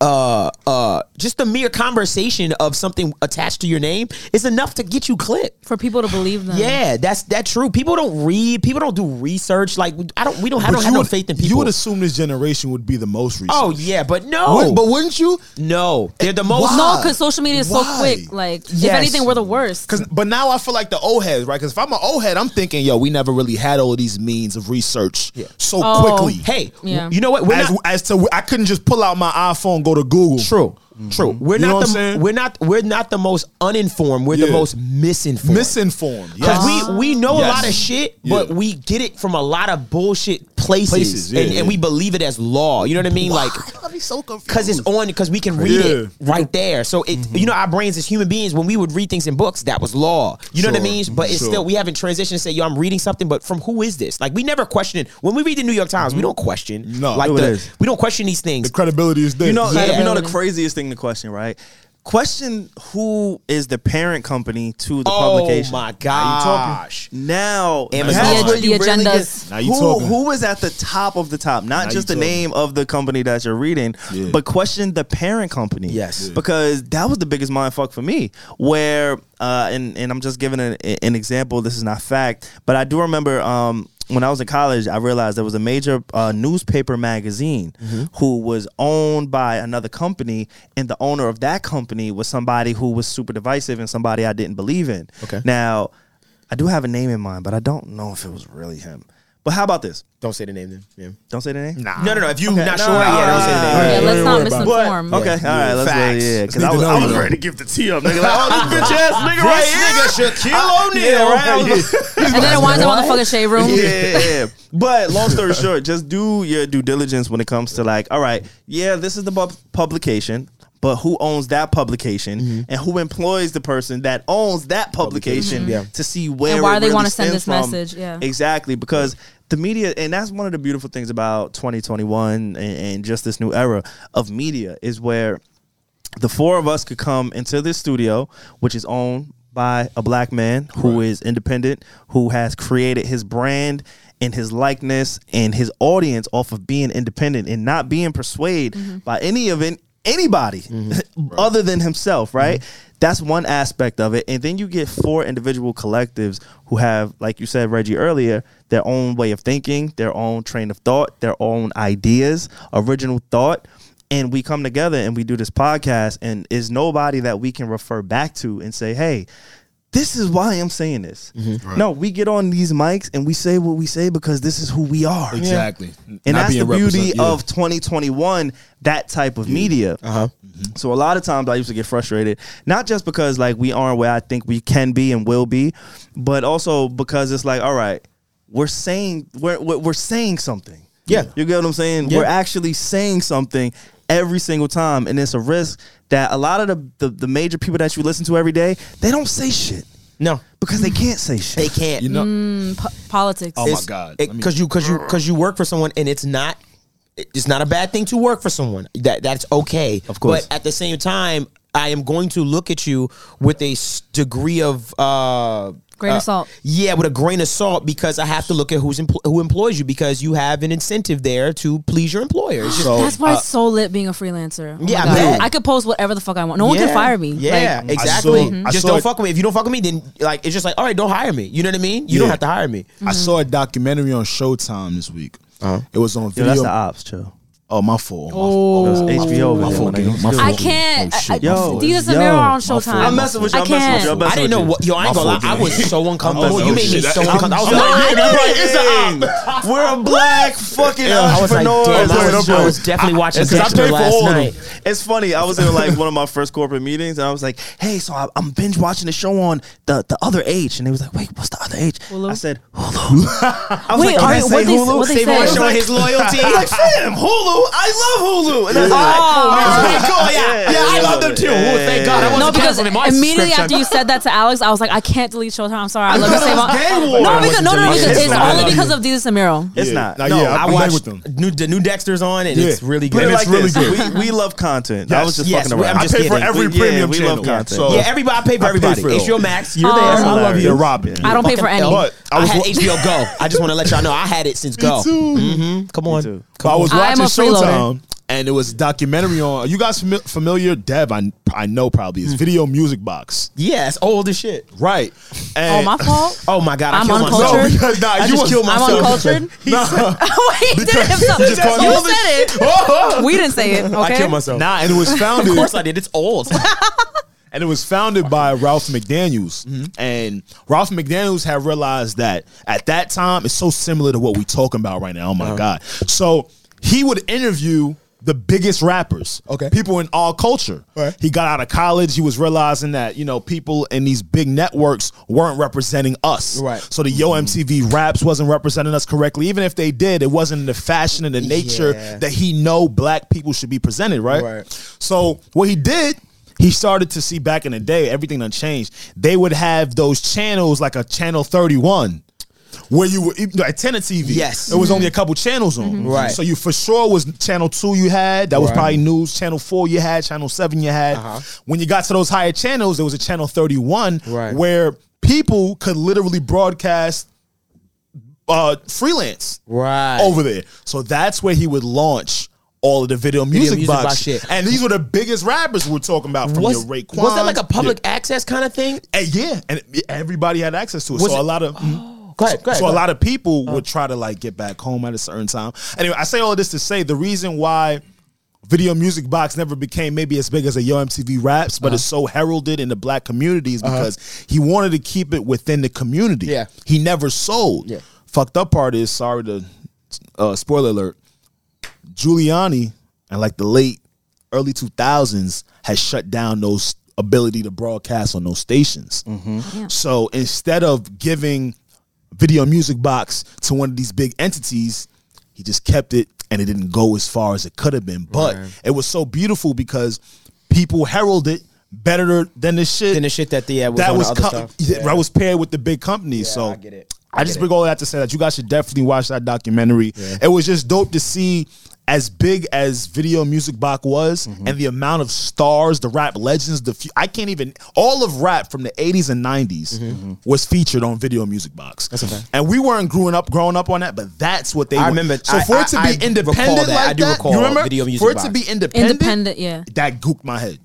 Speaker 1: uh uh just the mere conversation of something attached to your name is enough to get you clipped.
Speaker 3: for people to believe them.
Speaker 1: Yeah, that's that true. People don't read. People don't do research. Like I don't. We don't. I
Speaker 4: But
Speaker 1: don't
Speaker 4: you
Speaker 1: have no
Speaker 4: would-
Speaker 1: faith in
Speaker 4: You
Speaker 1: people.
Speaker 4: would assume this generation would be the most recent.
Speaker 1: oh yeah, but no,
Speaker 6: but wouldn't you?
Speaker 1: no, they're the most.
Speaker 3: No, because social media is
Speaker 4: Why?
Speaker 3: so quick. Like, if
Speaker 1: Yes.
Speaker 3: anything, we're the worst.
Speaker 6: Cause, but now I feel like the old heads, right? Because if I'm an old head, I'm thinking, yo, we never really had all these means of research so
Speaker 3: Oh.
Speaker 6: quickly.
Speaker 1: Hey,
Speaker 3: Yeah.
Speaker 1: you know what? We're
Speaker 6: as,
Speaker 1: not-
Speaker 6: as to I couldn't just pull out my iPhone, go to Google.
Speaker 1: True. True. We're
Speaker 4: Mm-hmm. You know
Speaker 1: not
Speaker 4: what I'm
Speaker 1: the
Speaker 4: saying?
Speaker 1: we're not we're not the most uninformed. We're the
Speaker 4: Yeah.
Speaker 1: most misinformed.
Speaker 6: misinformed.
Speaker 1: because
Speaker 6: Yes.
Speaker 1: we, we know a
Speaker 4: Yes.
Speaker 1: lot of shit, but
Speaker 4: Yeah.
Speaker 1: we get it from a lot of bullshit places,
Speaker 4: Places, yeah,
Speaker 1: and, and
Speaker 4: yeah.
Speaker 1: we believe it as law. You know what I mean? Like
Speaker 6: I'd be so confused.
Speaker 1: because it's on because we can read it
Speaker 4: Yeah. Mm-hmm.
Speaker 1: right there. So it you know our brains as human beings when we would read things in books that was law. You know what I
Speaker 4: Sure.
Speaker 1: mean? But it's
Speaker 4: Sure.
Speaker 1: still we haven't transitioned to say yo I'm reading something, but from who is this? Like we never question when we read the New York Times. We don't question
Speaker 4: Mm-hmm. No,
Speaker 1: like
Speaker 4: it
Speaker 1: the,
Speaker 4: is.
Speaker 1: we don't question these things.
Speaker 4: The credibility is there.
Speaker 2: You know,
Speaker 1: Yeah.
Speaker 2: you know the craziest thing to question, right? Question who is the parent company to the
Speaker 1: Oh,
Speaker 2: publication?
Speaker 1: my
Speaker 2: Now you talking.
Speaker 1: gosh.
Speaker 2: Now,
Speaker 1: Amazon.
Speaker 2: that's
Speaker 1: The-
Speaker 2: where you
Speaker 3: the
Speaker 2: really get-
Speaker 3: agendas.
Speaker 4: Now you
Speaker 2: who,
Speaker 4: talking.
Speaker 2: who is at the top of the top? Not
Speaker 4: Now
Speaker 2: just the
Speaker 4: you talking.
Speaker 2: name of the company that you're reading,
Speaker 4: Yeah.
Speaker 2: but question the parent company.
Speaker 1: Yes. Yeah.
Speaker 2: because that was the biggest mind fuck for me. Where uh, and and I'm just giving an, an example. This is not fact, but I do remember. Um, when I was in college, I realized there was a major uh, newspaper magazine
Speaker 1: Mm-hmm.
Speaker 2: who was owned by another company, and the owner of that company was somebody who was super divisive and somebody I didn't believe in.
Speaker 1: Okay.
Speaker 2: Now, I do have a name in mind, but I don't know if it was really him. But how about this?
Speaker 1: Don't say the name then. Yeah.
Speaker 2: Don't say the name. Nah.
Speaker 1: No, no, no. If you not
Speaker 2: no,
Speaker 1: sure, yeah, don't say the name.
Speaker 3: Yeah, let's
Speaker 4: Hey, don't
Speaker 3: not
Speaker 4: worry about it.
Speaker 3: misinform.
Speaker 2: Okay, all right,
Speaker 1: Facts.
Speaker 2: let's go. Yeah,
Speaker 4: need
Speaker 2: because I
Speaker 4: to
Speaker 2: was,
Speaker 4: know,
Speaker 2: I was
Speaker 4: though.
Speaker 2: ready to give the tea up, nigga. Like, oh, this bitch ass nigga right here.
Speaker 1: Shaquille
Speaker 2: Yeah, right? I was like-
Speaker 3: And then it winds up on the fucking shade room.
Speaker 2: yeah, yeah. But long story short, just do your due diligence when it comes to like, all right, yeah, this is the bu- publication, but who owns that publication and who employs the person that owns that publication
Speaker 1: Publication, Mhm. yeah.
Speaker 2: to see where
Speaker 3: And why
Speaker 2: it
Speaker 3: they
Speaker 2: really
Speaker 3: wanna send
Speaker 2: stems
Speaker 3: this
Speaker 2: from.
Speaker 3: message, yeah.
Speaker 2: exactly because the media and that's one of the beautiful things about 2021 and, and just this new era of media is where the four of us could come into this studio, which is owned by a black man who is independent, who has created his brand and his likeness and his audience off of being independent and not being persuaded by any of it, anybody other than himself, right? That's one aspect of it. And then you get four individual collectives who have, like you said, Reggie, earlier, their own way of thinking, their own train of thought, their own ideas, original thought and we come together and we do this podcast and is nobody that we can refer back to and say hey this is why i'm saying this no we get on these mics and we say what we say because this is who we are
Speaker 4: Exactly.
Speaker 2: and
Speaker 4: Not
Speaker 2: that's the
Speaker 4: being
Speaker 2: beauty
Speaker 4: represent- yeah.
Speaker 2: of 2021 that type of media
Speaker 1: Uh-huh.
Speaker 2: so a lot of times I used to get frustrated, not just because like we aren't where I think we can be and will be, but also because it's like, all right, we're saying we're we're, we're saying something.
Speaker 1: Yeah.
Speaker 2: you get what I'm saying.
Speaker 1: Yeah.
Speaker 2: We're actually saying something every single time, and it's a risk that a lot of the, the the major people that you listen to every day they don't say shit
Speaker 1: No,
Speaker 2: because they can't say shit.
Speaker 1: they can't.
Speaker 4: You know,
Speaker 3: Po- politics.
Speaker 4: Oh my
Speaker 1: It's-
Speaker 4: God.
Speaker 1: it-
Speaker 4: Let me-
Speaker 1: you because you because you work for someone and it's not it's not a bad thing to work for someone. That that's okay.
Speaker 2: Of course.
Speaker 1: But at the same time, I am going to look at you with a s- degree of uh
Speaker 3: Grain of
Speaker 1: uh,
Speaker 3: salt.
Speaker 1: Yeah, with a grain of salt because I have to look at who's empl- who employs you because you have an incentive there to please your employer. It's just-
Speaker 3: That's why it's so lit being a freelancer. Oh my
Speaker 1: Yeah, I
Speaker 3: God.
Speaker 1: bet.
Speaker 3: I could post whatever the fuck I want. No one
Speaker 1: yeah,
Speaker 3: can fire me.
Speaker 1: Yeah,
Speaker 3: Like,
Speaker 1: exactly.
Speaker 4: I saw- I
Speaker 1: Just
Speaker 4: saw
Speaker 1: don't
Speaker 4: it-
Speaker 1: fuck with me. If you don't fuck with me, then like it's just like, all right, don't hire me. You know what I mean? You don't
Speaker 4: Yeah.
Speaker 1: have to hire me.
Speaker 4: I saw a documentary on Showtime this week. It was on
Speaker 2: Yo,
Speaker 4: video.
Speaker 2: that's the Oh. ops, chill.
Speaker 4: oh, my fault. My
Speaker 2: That's
Speaker 4: fault.
Speaker 2: HBO.
Speaker 4: Oh, My
Speaker 2: video,
Speaker 4: fault,
Speaker 2: my nigga.
Speaker 4: nigga. My fault.
Speaker 3: I can't.
Speaker 4: Oh, shit.
Speaker 3: I- I-
Speaker 4: My
Speaker 2: Yo.
Speaker 4: fault.
Speaker 3: These are
Speaker 2: Yo.
Speaker 3: Samira are on
Speaker 4: My fault.
Speaker 3: Showtime.
Speaker 4: I'm
Speaker 2: messing with you.
Speaker 3: I
Speaker 2: I'm messing with you.
Speaker 3: can't.
Speaker 2: I'm messing
Speaker 1: I didn't know
Speaker 2: with you.
Speaker 1: what yo. I ain't
Speaker 4: My
Speaker 1: gonna lie.
Speaker 4: fault,
Speaker 1: I
Speaker 4: gang.
Speaker 1: was so uncomfortable.
Speaker 4: messing
Speaker 1: You
Speaker 4: with
Speaker 1: made
Speaker 4: you.
Speaker 1: me
Speaker 4: Shit,
Speaker 1: so
Speaker 4: that-
Speaker 1: uncomfortable. I was
Speaker 4: I'm
Speaker 1: like,
Speaker 2: Like,
Speaker 1: nigga,
Speaker 2: hey, We're a black fucking
Speaker 1: damn,
Speaker 2: entrepreneur.
Speaker 4: Don't play it,
Speaker 1: I
Speaker 4: don't
Speaker 1: was,
Speaker 4: play
Speaker 1: I
Speaker 4: it.
Speaker 1: was definitely watching
Speaker 2: Because I
Speaker 1: Dexter
Speaker 2: paid for
Speaker 1: last
Speaker 2: all
Speaker 1: night.
Speaker 2: of them. It's funny. I was in like one of my first corporate meetings, and I was like, "Hey, so I, I'm binge watching the show on the the other H," and they was like, "Wait, what's the other H?" I said, "Hulu." I was
Speaker 3: Wait,
Speaker 2: like, "Can
Speaker 3: are
Speaker 2: I
Speaker 3: you-
Speaker 2: say
Speaker 3: what they-
Speaker 2: Hulu?"
Speaker 3: what they Savon said? showing
Speaker 1: his loyalty.
Speaker 2: I'm like, "Fam, Hulu. I love Hulu." And I was like,
Speaker 3: Oh.
Speaker 2: "All right,
Speaker 1: cool, yeah. Yeah, I love them too. Ooh, thank God. I
Speaker 2: yeah,
Speaker 1: wasn't
Speaker 3: no, because
Speaker 1: canceling my
Speaker 3: immediately
Speaker 1: subscription.
Speaker 3: after you said that to Alex, I was like, I can't delete Showtime. I'm sorry. I love you,
Speaker 2: thought it was gang war.
Speaker 3: Savon. No,
Speaker 2: I
Speaker 3: because,
Speaker 4: wasn't
Speaker 3: no, no, no.
Speaker 4: deleting
Speaker 3: It's
Speaker 4: it. I
Speaker 3: only
Speaker 4: love
Speaker 3: because
Speaker 4: you.
Speaker 3: of Deez and Miro.
Speaker 2: It's
Speaker 4: Yeah.
Speaker 2: not.
Speaker 4: Nah,
Speaker 2: no,
Speaker 4: yeah,
Speaker 2: I
Speaker 4: I'm
Speaker 1: I
Speaker 4: back
Speaker 1: watched
Speaker 4: with them.
Speaker 1: New, the new Dexter's on, and it's
Speaker 4: Yeah.
Speaker 1: really
Speaker 2: Put
Speaker 1: good.
Speaker 2: it
Speaker 4: it's
Speaker 2: like this.
Speaker 4: really
Speaker 2: We, we love content. I
Speaker 4: Yes,
Speaker 2: was just
Speaker 1: yes,
Speaker 2: fucking
Speaker 1: I'm
Speaker 2: around.
Speaker 1: just
Speaker 4: I pay for
Speaker 1: kidding.
Speaker 4: every
Speaker 2: We- yeah,
Speaker 4: premium
Speaker 2: we
Speaker 4: channel.
Speaker 2: love content.
Speaker 4: So,
Speaker 1: yeah, everybody. I pay for
Speaker 4: I pay
Speaker 1: everybody.
Speaker 4: for it all.
Speaker 1: HBO Max, you're
Speaker 3: Oh.
Speaker 1: there. I love
Speaker 2: Hilarious.
Speaker 1: you.
Speaker 4: You're robbing.
Speaker 3: I don't pay for any.
Speaker 4: But
Speaker 1: I,
Speaker 4: I was
Speaker 1: had
Speaker 4: wa-
Speaker 1: HBO Go. I just want to let y'all know I had it since Go. hmm Come on.
Speaker 2: too.
Speaker 4: But I was
Speaker 3: I am
Speaker 4: watching
Speaker 3: a freeloader.
Speaker 4: Showtime, and it was a documentary on. Are you guys fami- familiar? Dev, I, I know probably
Speaker 2: Hmm.
Speaker 4: is Video Music Box,
Speaker 1: Yeah, it's old as shit.
Speaker 4: right?
Speaker 3: Oh,
Speaker 4: And
Speaker 3: my fault.
Speaker 1: Oh my god, I
Speaker 3: I'm
Speaker 1: killed myself.
Speaker 3: uncultured.
Speaker 4: No, because nah,
Speaker 1: I
Speaker 4: you
Speaker 1: just
Speaker 4: was
Speaker 1: killed
Speaker 3: I'm
Speaker 1: myself.
Speaker 3: uncultured.
Speaker 4: Nah,
Speaker 3: Oh, he did it himself.
Speaker 4: Just called
Speaker 3: You
Speaker 4: all the-
Speaker 3: said it. We didn't say it. Okay.
Speaker 1: Oh, I killed myself.
Speaker 4: nah, and it was
Speaker 1: Of
Speaker 4: founded.
Speaker 1: course I did. It's old.
Speaker 4: and it was founded by Ralph McDaniels. And Ralph McDaniels had realized that at that time, it's so similar to what we're talking about right now. Oh my God. So he would interview the biggest rappers,
Speaker 1: Okay.
Speaker 4: people in all culture.
Speaker 1: Right.
Speaker 4: He got out of college. He was realizing that you know people in these big networks weren't representing us.
Speaker 1: Right.
Speaker 4: So the Yo MTV Raps wasn't representing us correctly. Even if they did, it wasn't in the fashion and the nature
Speaker 1: Yeah.
Speaker 4: that he know black people should be presented. Right right?
Speaker 1: Right.
Speaker 4: So what he did, he started to see back in the day, everything done changed. They would have those channels like a channel 31. Where you were like Tenet TV?
Speaker 1: Yes. Mm-hmm.
Speaker 4: it was only a couple channels on.
Speaker 1: Right.
Speaker 4: so you for sure was channel two you had. That was
Speaker 1: Right. Uh-huh.
Speaker 4: probably news. Channel four you had. Channel seven you had. When you got to those higher channels, there was a channel thirty one
Speaker 1: Right.
Speaker 4: where people could literally broadcast uh, freelance
Speaker 1: Right.
Speaker 4: over there. So that's where he would launch all of the video music,
Speaker 1: music
Speaker 4: box.
Speaker 1: box shit.
Speaker 4: And these were the biggest rappers we're talking about from
Speaker 1: was,
Speaker 4: your Raekwon.
Speaker 1: was that like a public access kind of thing?
Speaker 4: Yeah, and, yeah, and it- everybody had access to it.
Speaker 1: Was
Speaker 4: so
Speaker 1: it-
Speaker 4: a lot of mm-hmm.
Speaker 1: Go ahead. Go ahead.
Speaker 4: so
Speaker 1: go
Speaker 4: a
Speaker 1: ahead. Uh-huh.
Speaker 4: lot of people would try to like get back home at a certain time. Anyway, I say all this to say the reason why Video music box never became maybe as big as a Yo MTV Raps, but it's
Speaker 1: Uh-huh.
Speaker 4: so heralded in the black communities because he wanted to keep it within the community.
Speaker 1: Yeah.
Speaker 4: he never sold.
Speaker 1: Yeah.
Speaker 4: fucked up part is sorry to uh, spoiler alert. Giuliani and like the late early 2000s has shut down those ability to broadcast on those stations. So instead of giving Video Music Box to one of these big entities, he just kept it and it didn't go as far as it could have been. But it was so beautiful because people heralded it better than the shit
Speaker 1: Than the shit that the, uh, was
Speaker 4: that
Speaker 1: on
Speaker 4: was
Speaker 1: the other
Speaker 4: co-
Speaker 1: stuff.
Speaker 4: yeah,
Speaker 1: Yeah.
Speaker 4: I was paired with the big company. so
Speaker 1: I get it.
Speaker 4: I just bring all that to say that you guys should definitely watch that documentary. It was just dope to see as big as Video Music Box was
Speaker 1: Mm-hmm.
Speaker 4: and the amount of stars, the rap legends, the few, I can't even all of rap from the 80s and 90s
Speaker 1: Mm-hmm.
Speaker 4: was featured on Video Music Box. That's okay. And we weren't growing up growing up on that, but that's what they
Speaker 1: I
Speaker 4: were-
Speaker 1: remember-
Speaker 4: So
Speaker 1: I-
Speaker 4: for
Speaker 1: I-
Speaker 4: it to
Speaker 1: I
Speaker 4: be
Speaker 1: recall
Speaker 4: independent
Speaker 1: that. I
Speaker 4: like
Speaker 1: do
Speaker 4: that,
Speaker 1: recall
Speaker 4: you remember?
Speaker 1: Video Music
Speaker 4: for it to
Speaker 1: Box.
Speaker 4: be independent,
Speaker 3: Independent, yeah.
Speaker 4: that gooped my head.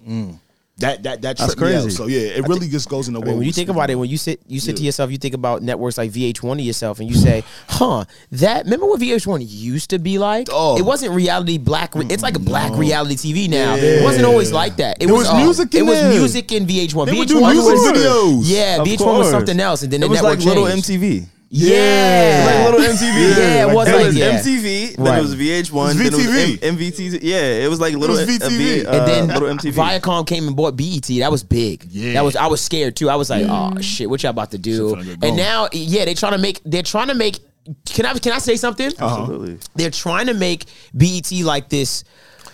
Speaker 4: That that that
Speaker 2: That's
Speaker 4: tripped me out.
Speaker 2: crazy.
Speaker 4: So yeah, it really just goes in the
Speaker 1: Mm. I
Speaker 4: way
Speaker 1: mean, when
Speaker 4: we
Speaker 1: you think
Speaker 4: speak.
Speaker 1: about it, when you sit, you sit to yourself, you think about networks like VH1 to yourself, and you say, "Huh, that." Remember what VH1 used to be like?
Speaker 4: Oh.
Speaker 1: it wasn't reality black. Re- it's like a black reality TV now. It wasn't always like that. It
Speaker 4: There was music
Speaker 1: It
Speaker 4: in
Speaker 1: was
Speaker 4: there.
Speaker 1: music in VH1.
Speaker 4: They
Speaker 1: VH1
Speaker 4: would do music
Speaker 1: was,
Speaker 4: videos.
Speaker 1: Yeah,
Speaker 2: Of
Speaker 1: VH1
Speaker 2: course.
Speaker 1: was something else, and then the
Speaker 2: it was
Speaker 1: network
Speaker 2: like little
Speaker 1: changed.
Speaker 2: MTV.
Speaker 1: Yeah,
Speaker 2: Like little MTV.
Speaker 1: Yeah, it was
Speaker 2: it
Speaker 1: like
Speaker 2: was
Speaker 1: yeah.
Speaker 2: MTV. Then
Speaker 1: Right.
Speaker 2: it was VH1.
Speaker 4: It was
Speaker 2: Then
Speaker 4: VTV.
Speaker 2: it was M- MVT. Yeah, it was like little
Speaker 4: was
Speaker 2: M-
Speaker 4: VTV.
Speaker 2: uh,
Speaker 1: And then
Speaker 2: little MTV.
Speaker 1: Viacom came and bought BET. That was big.
Speaker 4: Yeah.
Speaker 1: That was I was scared too. I was like, oh shit, what y'all about to do?
Speaker 4: Shit finna get
Speaker 1: And
Speaker 4: going.
Speaker 1: now, yeah, they trying to make they're trying to make can I can I say something?
Speaker 4: Uh-huh.
Speaker 2: Absolutely.
Speaker 1: They're trying to make BET like this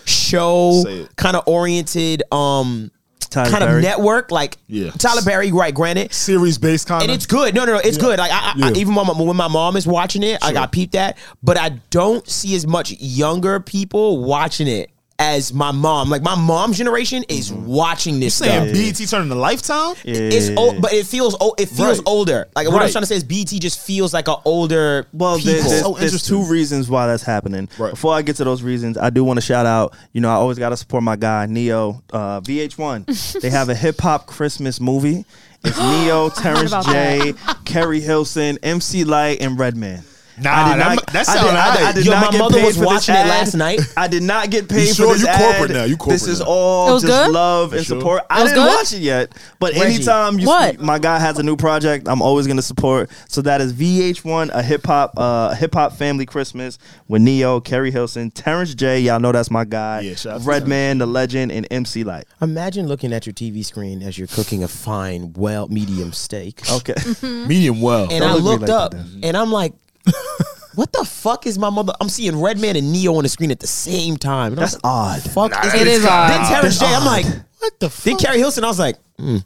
Speaker 1: show
Speaker 4: Say it.
Speaker 1: kind of oriented um
Speaker 2: Tyler
Speaker 1: kind of
Speaker 2: Perry.
Speaker 1: network like
Speaker 4: Yeah.
Speaker 1: Tyler Berry, right, granted.
Speaker 4: series based kind
Speaker 1: And it's good. No, no, no. It's good. Like I, I- I,
Speaker 4: Yeah.
Speaker 1: even my mom, when my mom is watching it, I got peeped at. But I don't see as much younger people watching it as my mom. Like my mom's generation is
Speaker 2: Mm-hmm.
Speaker 1: watching this
Speaker 4: saying
Speaker 1: stuff.
Speaker 4: BET turning to Lifetime.
Speaker 1: It's old, but it feels old. It feels
Speaker 4: Right.
Speaker 1: older. Like what I'm
Speaker 4: Right.
Speaker 1: trying to say is BT just feels like an older
Speaker 2: Well,
Speaker 1: people.
Speaker 2: there's, there's,
Speaker 4: So
Speaker 2: there's
Speaker 4: interesting.
Speaker 2: two reasons why that's happening.
Speaker 4: Right.
Speaker 2: Before I get to those reasons, I do want to shout out. You know, I always got to support my guy Neo. Uh, VH1. they have a hip hop Christmas movie. It's Neo, Terrence
Speaker 3: about
Speaker 2: J, Kerry Hilson, MC Light, and Redman. I
Speaker 4: Nah,
Speaker 2: did
Speaker 4: that-
Speaker 2: not,
Speaker 4: that
Speaker 2: I
Speaker 4: sound
Speaker 2: did- I-
Speaker 4: alright.
Speaker 2: I did
Speaker 1: Yo,
Speaker 2: not
Speaker 1: my
Speaker 2: get
Speaker 1: mother
Speaker 2: paid
Speaker 1: was
Speaker 2: for this
Speaker 1: watching it
Speaker 2: ad.
Speaker 1: last night.
Speaker 2: I did not get paid
Speaker 4: sure?
Speaker 2: for this
Speaker 4: You corporate
Speaker 2: ad.
Speaker 4: now. You
Speaker 2: This
Speaker 4: corporate
Speaker 2: is
Speaker 4: now.
Speaker 2: all
Speaker 3: It was
Speaker 2: just
Speaker 3: good?
Speaker 2: love and
Speaker 4: sure?
Speaker 2: support. I
Speaker 3: It was
Speaker 2: didn't
Speaker 3: good?
Speaker 2: watch it yet, but
Speaker 1: Reggie.
Speaker 2: anytime you
Speaker 3: What?
Speaker 2: my guy has a new project, I'm always going to support. So that is VH1, a hip hop, uh, hip hop family Christmas with Neo, Kerry Hilson, Terrence J. Y'all know that's my guy.
Speaker 4: Yeah, shout out to
Speaker 2: Redman, the legend, and MC Light.
Speaker 1: Imagine looking at your TV screen as you're cooking a fine, well, medium steak.
Speaker 2: Okay,
Speaker 4: Medium well.
Speaker 1: Mm-hmm. and
Speaker 2: Don't
Speaker 1: I
Speaker 2: look at me
Speaker 1: looked
Speaker 2: like
Speaker 1: up
Speaker 2: Oh, that,
Speaker 1: and I'm like, what the fuck is my mother? I'm seeing Redman and Neo on the screen at the same time. And I'm
Speaker 2: that's
Speaker 1: like,
Speaker 2: odd.
Speaker 1: fuck is
Speaker 3: It
Speaker 1: this?
Speaker 3: is odd.
Speaker 1: Then Terrence J, I'm like, what the fuck? Then Carrie Hilson, I was like, mm.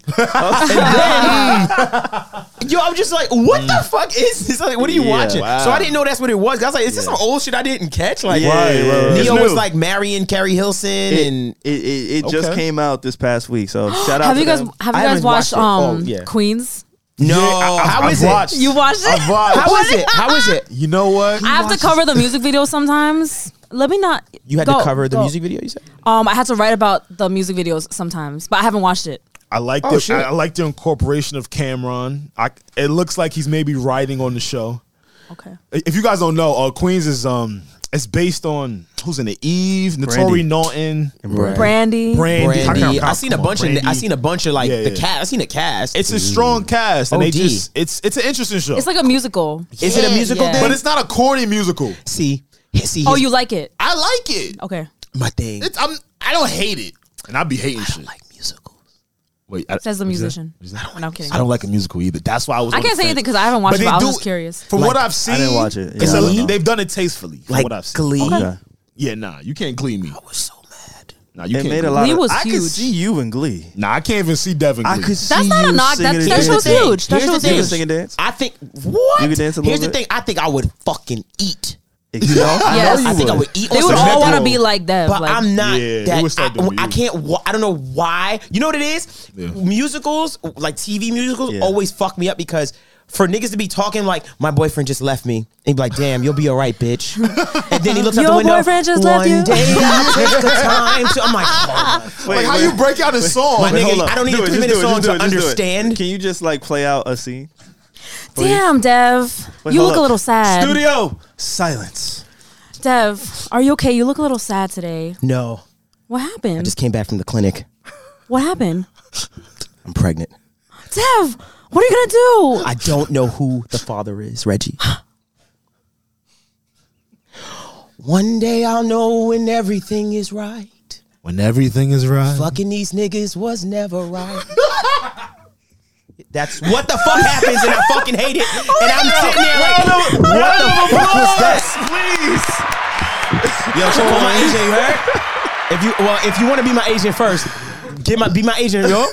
Speaker 1: and then, yo, I'm just like, what the fuck is this? Like, what are you
Speaker 2: Yeah,
Speaker 1: watching?
Speaker 4: wow.
Speaker 1: So I didn't know that's what it was. 'Cause I was like, is this some old shit I didn't catch? Like,
Speaker 2: Yeah, Right, yeah, right, right.
Speaker 1: Neo
Speaker 4: It's
Speaker 1: was
Speaker 4: new.
Speaker 1: like marrying Carrie Hilson and.
Speaker 2: It, it, it, it just
Speaker 4: Okay.
Speaker 2: came out this past week, so shout out.
Speaker 3: Have
Speaker 2: to
Speaker 3: you guys
Speaker 2: them.
Speaker 3: have
Speaker 1: I
Speaker 3: you
Speaker 1: haven't
Speaker 3: guys watched,
Speaker 1: watched it.
Speaker 3: um
Speaker 1: Oh, yeah.
Speaker 3: Queens?
Speaker 1: No,
Speaker 4: I-
Speaker 1: how
Speaker 4: I've
Speaker 1: is it?
Speaker 4: watched.
Speaker 3: You watched it?
Speaker 4: watched.
Speaker 1: How is it? How is it?
Speaker 4: You know what?
Speaker 3: I have to cover the music video sometimes. Let me not.
Speaker 1: You had
Speaker 3: go-
Speaker 1: to cover the
Speaker 3: go.
Speaker 1: music video. You said
Speaker 3: Um, I had to write about the music videos sometimes, but I haven't watched it.
Speaker 4: I like
Speaker 1: Oh,
Speaker 4: the
Speaker 1: shit.
Speaker 4: I, I like the incorporation of Cameron. I, it looks like he's maybe writing on the show.
Speaker 3: Okay.
Speaker 4: If you guys don't know, uh, Queens is um it's based on who's in the Eve,
Speaker 2: Brandy.
Speaker 4: Notori Naughton,
Speaker 3: Brandy.
Speaker 4: Brandy.
Speaker 1: Brandy.
Speaker 4: Come on,
Speaker 1: I seen a
Speaker 4: come on,
Speaker 1: bunch of. I
Speaker 4: Brandy.
Speaker 1: seen a bunch of like
Speaker 4: Yeah,
Speaker 1: the
Speaker 4: yeah.
Speaker 1: cast. I seen a cast.
Speaker 4: It's a strong cast, and they
Speaker 1: OD.
Speaker 4: just it's it's an interesting show.
Speaker 3: It's like a musical.
Speaker 1: Is it a
Speaker 3: Yeah,
Speaker 1: musical
Speaker 3: yeah.
Speaker 1: thing?
Speaker 4: but it's not a corny musical.
Speaker 1: see, see.
Speaker 3: Oh,
Speaker 1: here's
Speaker 3: you like it?
Speaker 4: I like it.
Speaker 3: Okay.
Speaker 1: my thing.
Speaker 4: It's I'm I don't hate it, and I be hating shit.
Speaker 1: like musicals.
Speaker 4: Wait,
Speaker 3: Says the musician. No, I'm kidding.
Speaker 4: I don't like a musical either. That's why I was.
Speaker 3: I
Speaker 4: on the
Speaker 3: can't say
Speaker 4: fence.
Speaker 3: anything 'cause I haven't watched
Speaker 4: But
Speaker 3: it, but
Speaker 4: they
Speaker 3: I was
Speaker 4: do-
Speaker 3: just curious.
Speaker 4: From
Speaker 1: Like,
Speaker 4: what I've seen,
Speaker 2: I didn't watch it.
Speaker 4: It's
Speaker 2: Yeah.
Speaker 4: a, they've done it tastefully. From
Speaker 1: Like
Speaker 4: what I've seen.
Speaker 1: Glee.
Speaker 2: Okay.
Speaker 4: Yeah, nah, you can't glee me.
Speaker 1: I was so mad.
Speaker 4: Nah, you
Speaker 2: It
Speaker 4: can't.
Speaker 2: made
Speaker 4: glee
Speaker 2: a lot.
Speaker 3: Glee
Speaker 2: of,
Speaker 3: was
Speaker 2: I could
Speaker 3: huge.
Speaker 2: see you in Glee.
Speaker 4: me. Nah, I can't even see Devin.
Speaker 2: I
Speaker 4: Glee.
Speaker 2: could
Speaker 3: That's
Speaker 2: see
Speaker 3: not a
Speaker 2: you
Speaker 3: knock.
Speaker 2: singing
Speaker 3: That's-
Speaker 2: and
Speaker 3: that
Speaker 2: dancing.
Speaker 3: show's huge. That
Speaker 1: Here's
Speaker 3: show's
Speaker 1: the thing.
Speaker 2: You can
Speaker 3: huge.
Speaker 2: sing and dance.
Speaker 1: I think what?
Speaker 2: You can dance a
Speaker 1: Here's
Speaker 2: little
Speaker 1: the
Speaker 2: bit?
Speaker 1: thing. I think I would fucking eat.
Speaker 2: You know,
Speaker 3: Yes.
Speaker 2: I, know
Speaker 1: I
Speaker 2: you
Speaker 1: think I
Speaker 2: would.
Speaker 1: would eat.
Speaker 3: They
Speaker 1: on
Speaker 3: would
Speaker 1: some
Speaker 3: all want to
Speaker 1: Deadpool.
Speaker 3: be like them.
Speaker 1: But
Speaker 3: like,
Speaker 1: I'm not
Speaker 4: Yeah, they would
Speaker 1: that.
Speaker 4: start
Speaker 1: I,
Speaker 4: doing
Speaker 1: I
Speaker 4: you.
Speaker 1: can't. wa- I don't know why. You know what it is?
Speaker 4: Yeah.
Speaker 1: Musicals, like TV musicals,
Speaker 2: Yeah.
Speaker 1: always fuck me up because for niggas to be talking like my boyfriend just left me, and be like, "Damn, you'll be all right, bitch." And then he looks out the
Speaker 3: Your
Speaker 1: window.
Speaker 3: boyfriend just
Speaker 1: One
Speaker 3: left you."
Speaker 1: day I'll take the time to. I'm like, oh,
Speaker 2: Wait,
Speaker 4: like how
Speaker 2: wait.
Speaker 4: you break out a song.
Speaker 1: My
Speaker 4: Like,
Speaker 1: nigga,
Speaker 4: hold up.
Speaker 1: I don't need a
Speaker 2: Do it,
Speaker 1: three
Speaker 2: just
Speaker 1: minute
Speaker 2: do it,
Speaker 1: song
Speaker 2: just do
Speaker 1: to
Speaker 2: it, just do it.
Speaker 1: understand.
Speaker 2: Can you just like play out a scene?
Speaker 3: damn, Dev,
Speaker 2: Wait,
Speaker 3: you
Speaker 2: hold
Speaker 3: look
Speaker 2: up.
Speaker 3: a little sad.
Speaker 2: Studio silence.
Speaker 3: Dev, are you okay? You look a little sad today.
Speaker 1: No,
Speaker 3: What happened?
Speaker 1: just came back from the clinic.
Speaker 3: what happened?
Speaker 1: I'm pregnant.
Speaker 3: Dev, what are you gonna do?
Speaker 1: I don't know who the father is, Reggie. One day I'll know when everything is right.
Speaker 4: When everything is right.
Speaker 1: Fucking these niggas was never right. That's what the fuck happens, and I fucking hate it. And I'm sitting there like, what the fuck was that?
Speaker 2: Please.
Speaker 1: Yo, check on my agent, you heard? If you well, if you want to be my agent first, get my be my agent, yo.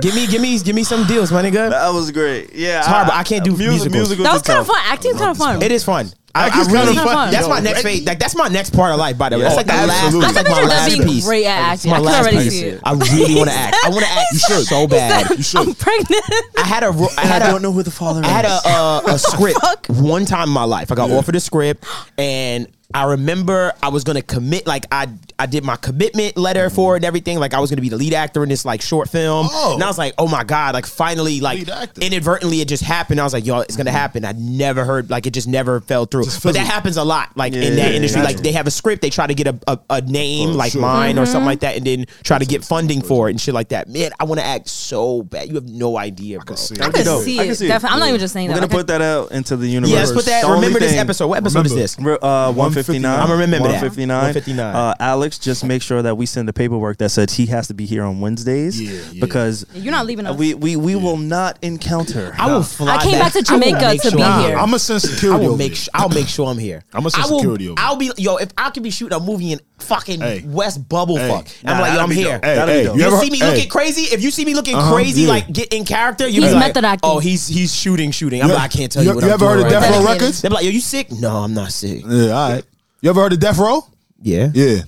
Speaker 1: Give me, give me, give me some deals, my nigga.
Speaker 2: That was great. Yeah. It's
Speaker 1: horrible. I can't do musicals.
Speaker 3: That was kind of fun. Acting's kind of fun.
Speaker 1: It is fun. I, I
Speaker 3: It's
Speaker 1: really,
Speaker 3: kinda fun.
Speaker 1: that's my
Speaker 2: Yo,
Speaker 1: next phase. Like that's my next part of life. By the way, that's like the
Speaker 4: absolutely.
Speaker 1: last.
Speaker 3: I
Speaker 1: That's
Speaker 3: think
Speaker 1: like my
Speaker 3: Richard Dove
Speaker 1: last
Speaker 3: being
Speaker 1: piece.
Speaker 3: great at
Speaker 1: It's
Speaker 3: acting.
Speaker 1: my
Speaker 3: I can
Speaker 1: last
Speaker 3: already
Speaker 1: piece.
Speaker 3: see it.
Speaker 1: I really want to act. I want to act. You should so bad. You should.
Speaker 3: I'm pregnant.
Speaker 1: I had a. ro- I had a-
Speaker 2: who the father
Speaker 1: I had a, uh, a, a script one time in my life. I got offered a script, and I remember I was gonna commit. Like I, I did my commitment letter for it and everything. Like I was gonna be the lead actor in this like short film,
Speaker 6: Oh.
Speaker 1: and I was like, oh my god, like finally, like
Speaker 6: Lead actor.
Speaker 1: inadvertently, it just happened. I was like, yo, it's gonna happen. I never heard like it just never fell through. But that happens a lot, like in
Speaker 2: Yeah,
Speaker 1: that industry.
Speaker 2: yeah,
Speaker 1: Like they have a script, they try to get a a, a name like mine or something like that, and then try to get funding for it and shit like that. Man, I want to act so bad. You have no idea, bro.
Speaker 4: see it.
Speaker 3: I
Speaker 4: I
Speaker 3: could
Speaker 2: dope.
Speaker 3: see
Speaker 2: I can
Speaker 3: it.
Speaker 2: see it.
Speaker 3: Definitely. I'm not even just saying
Speaker 2: We're
Speaker 3: that.
Speaker 2: gonna
Speaker 3: Like, I-
Speaker 2: put that out into the universe.
Speaker 1: Yeah, let's put that.
Speaker 2: The only
Speaker 1: Remember this
Speaker 2: thing-
Speaker 1: episode. What episode is this?
Speaker 2: Re- Uh, 159.
Speaker 1: I'm gonna remember that.
Speaker 2: 159.
Speaker 1: 159.
Speaker 2: Uh, Alex, just make sure that we send the paperwork that says he has to be here on Wednesdays
Speaker 4: Yeah, yeah.
Speaker 2: because
Speaker 3: You're not leaving us.
Speaker 2: we we, we will not encounter.
Speaker 1: I will fly.
Speaker 3: I came back to
Speaker 1: I will
Speaker 3: Jamaica
Speaker 1: make
Speaker 3: to be
Speaker 1: I'm-
Speaker 3: here.
Speaker 1: I'm-
Speaker 6: I'm gonna send
Speaker 1: Uh-huh. I
Speaker 6: security.
Speaker 1: will
Speaker 6: over
Speaker 1: make.
Speaker 6: there.
Speaker 1: Sure, I'll make sure I'm here.
Speaker 4: I'ma send
Speaker 1: I will-
Speaker 4: security over
Speaker 1: I'll be yo. If I could be shooting a movie in fucking
Speaker 4: Hey.
Speaker 1: West Bubble,
Speaker 4: Hey.
Speaker 1: oh, fuck. I'm like, yo,
Speaker 2: that'd
Speaker 1: I'm
Speaker 2: be
Speaker 1: here.
Speaker 2: dope. That'd be
Speaker 4: hey,
Speaker 2: dope.
Speaker 4: you
Speaker 1: You
Speaker 4: ever-
Speaker 1: see me
Speaker 4: hey.
Speaker 1: looking crazy? If you see me looking
Speaker 4: Uh-huh,
Speaker 1: crazy,
Speaker 4: yeah.
Speaker 1: like get in character, you
Speaker 3: He's
Speaker 1: be like,
Speaker 3: method acting.
Speaker 1: oh, he's he's shooting, shooting. I'm
Speaker 4: You-
Speaker 1: like, I can't tell you.
Speaker 4: you-
Speaker 1: what
Speaker 4: you
Speaker 1: I'm
Speaker 4: ever
Speaker 1: doing
Speaker 4: heard of
Speaker 1: right
Speaker 4: Death
Speaker 1: now.
Speaker 4: Row
Speaker 3: Dedicated.
Speaker 4: Records?
Speaker 1: They're like, yo, you sick? No, I'm not sick.
Speaker 4: Yeah, all right. You ever heard of Death Row?
Speaker 1: Yeah,
Speaker 4: Yeah,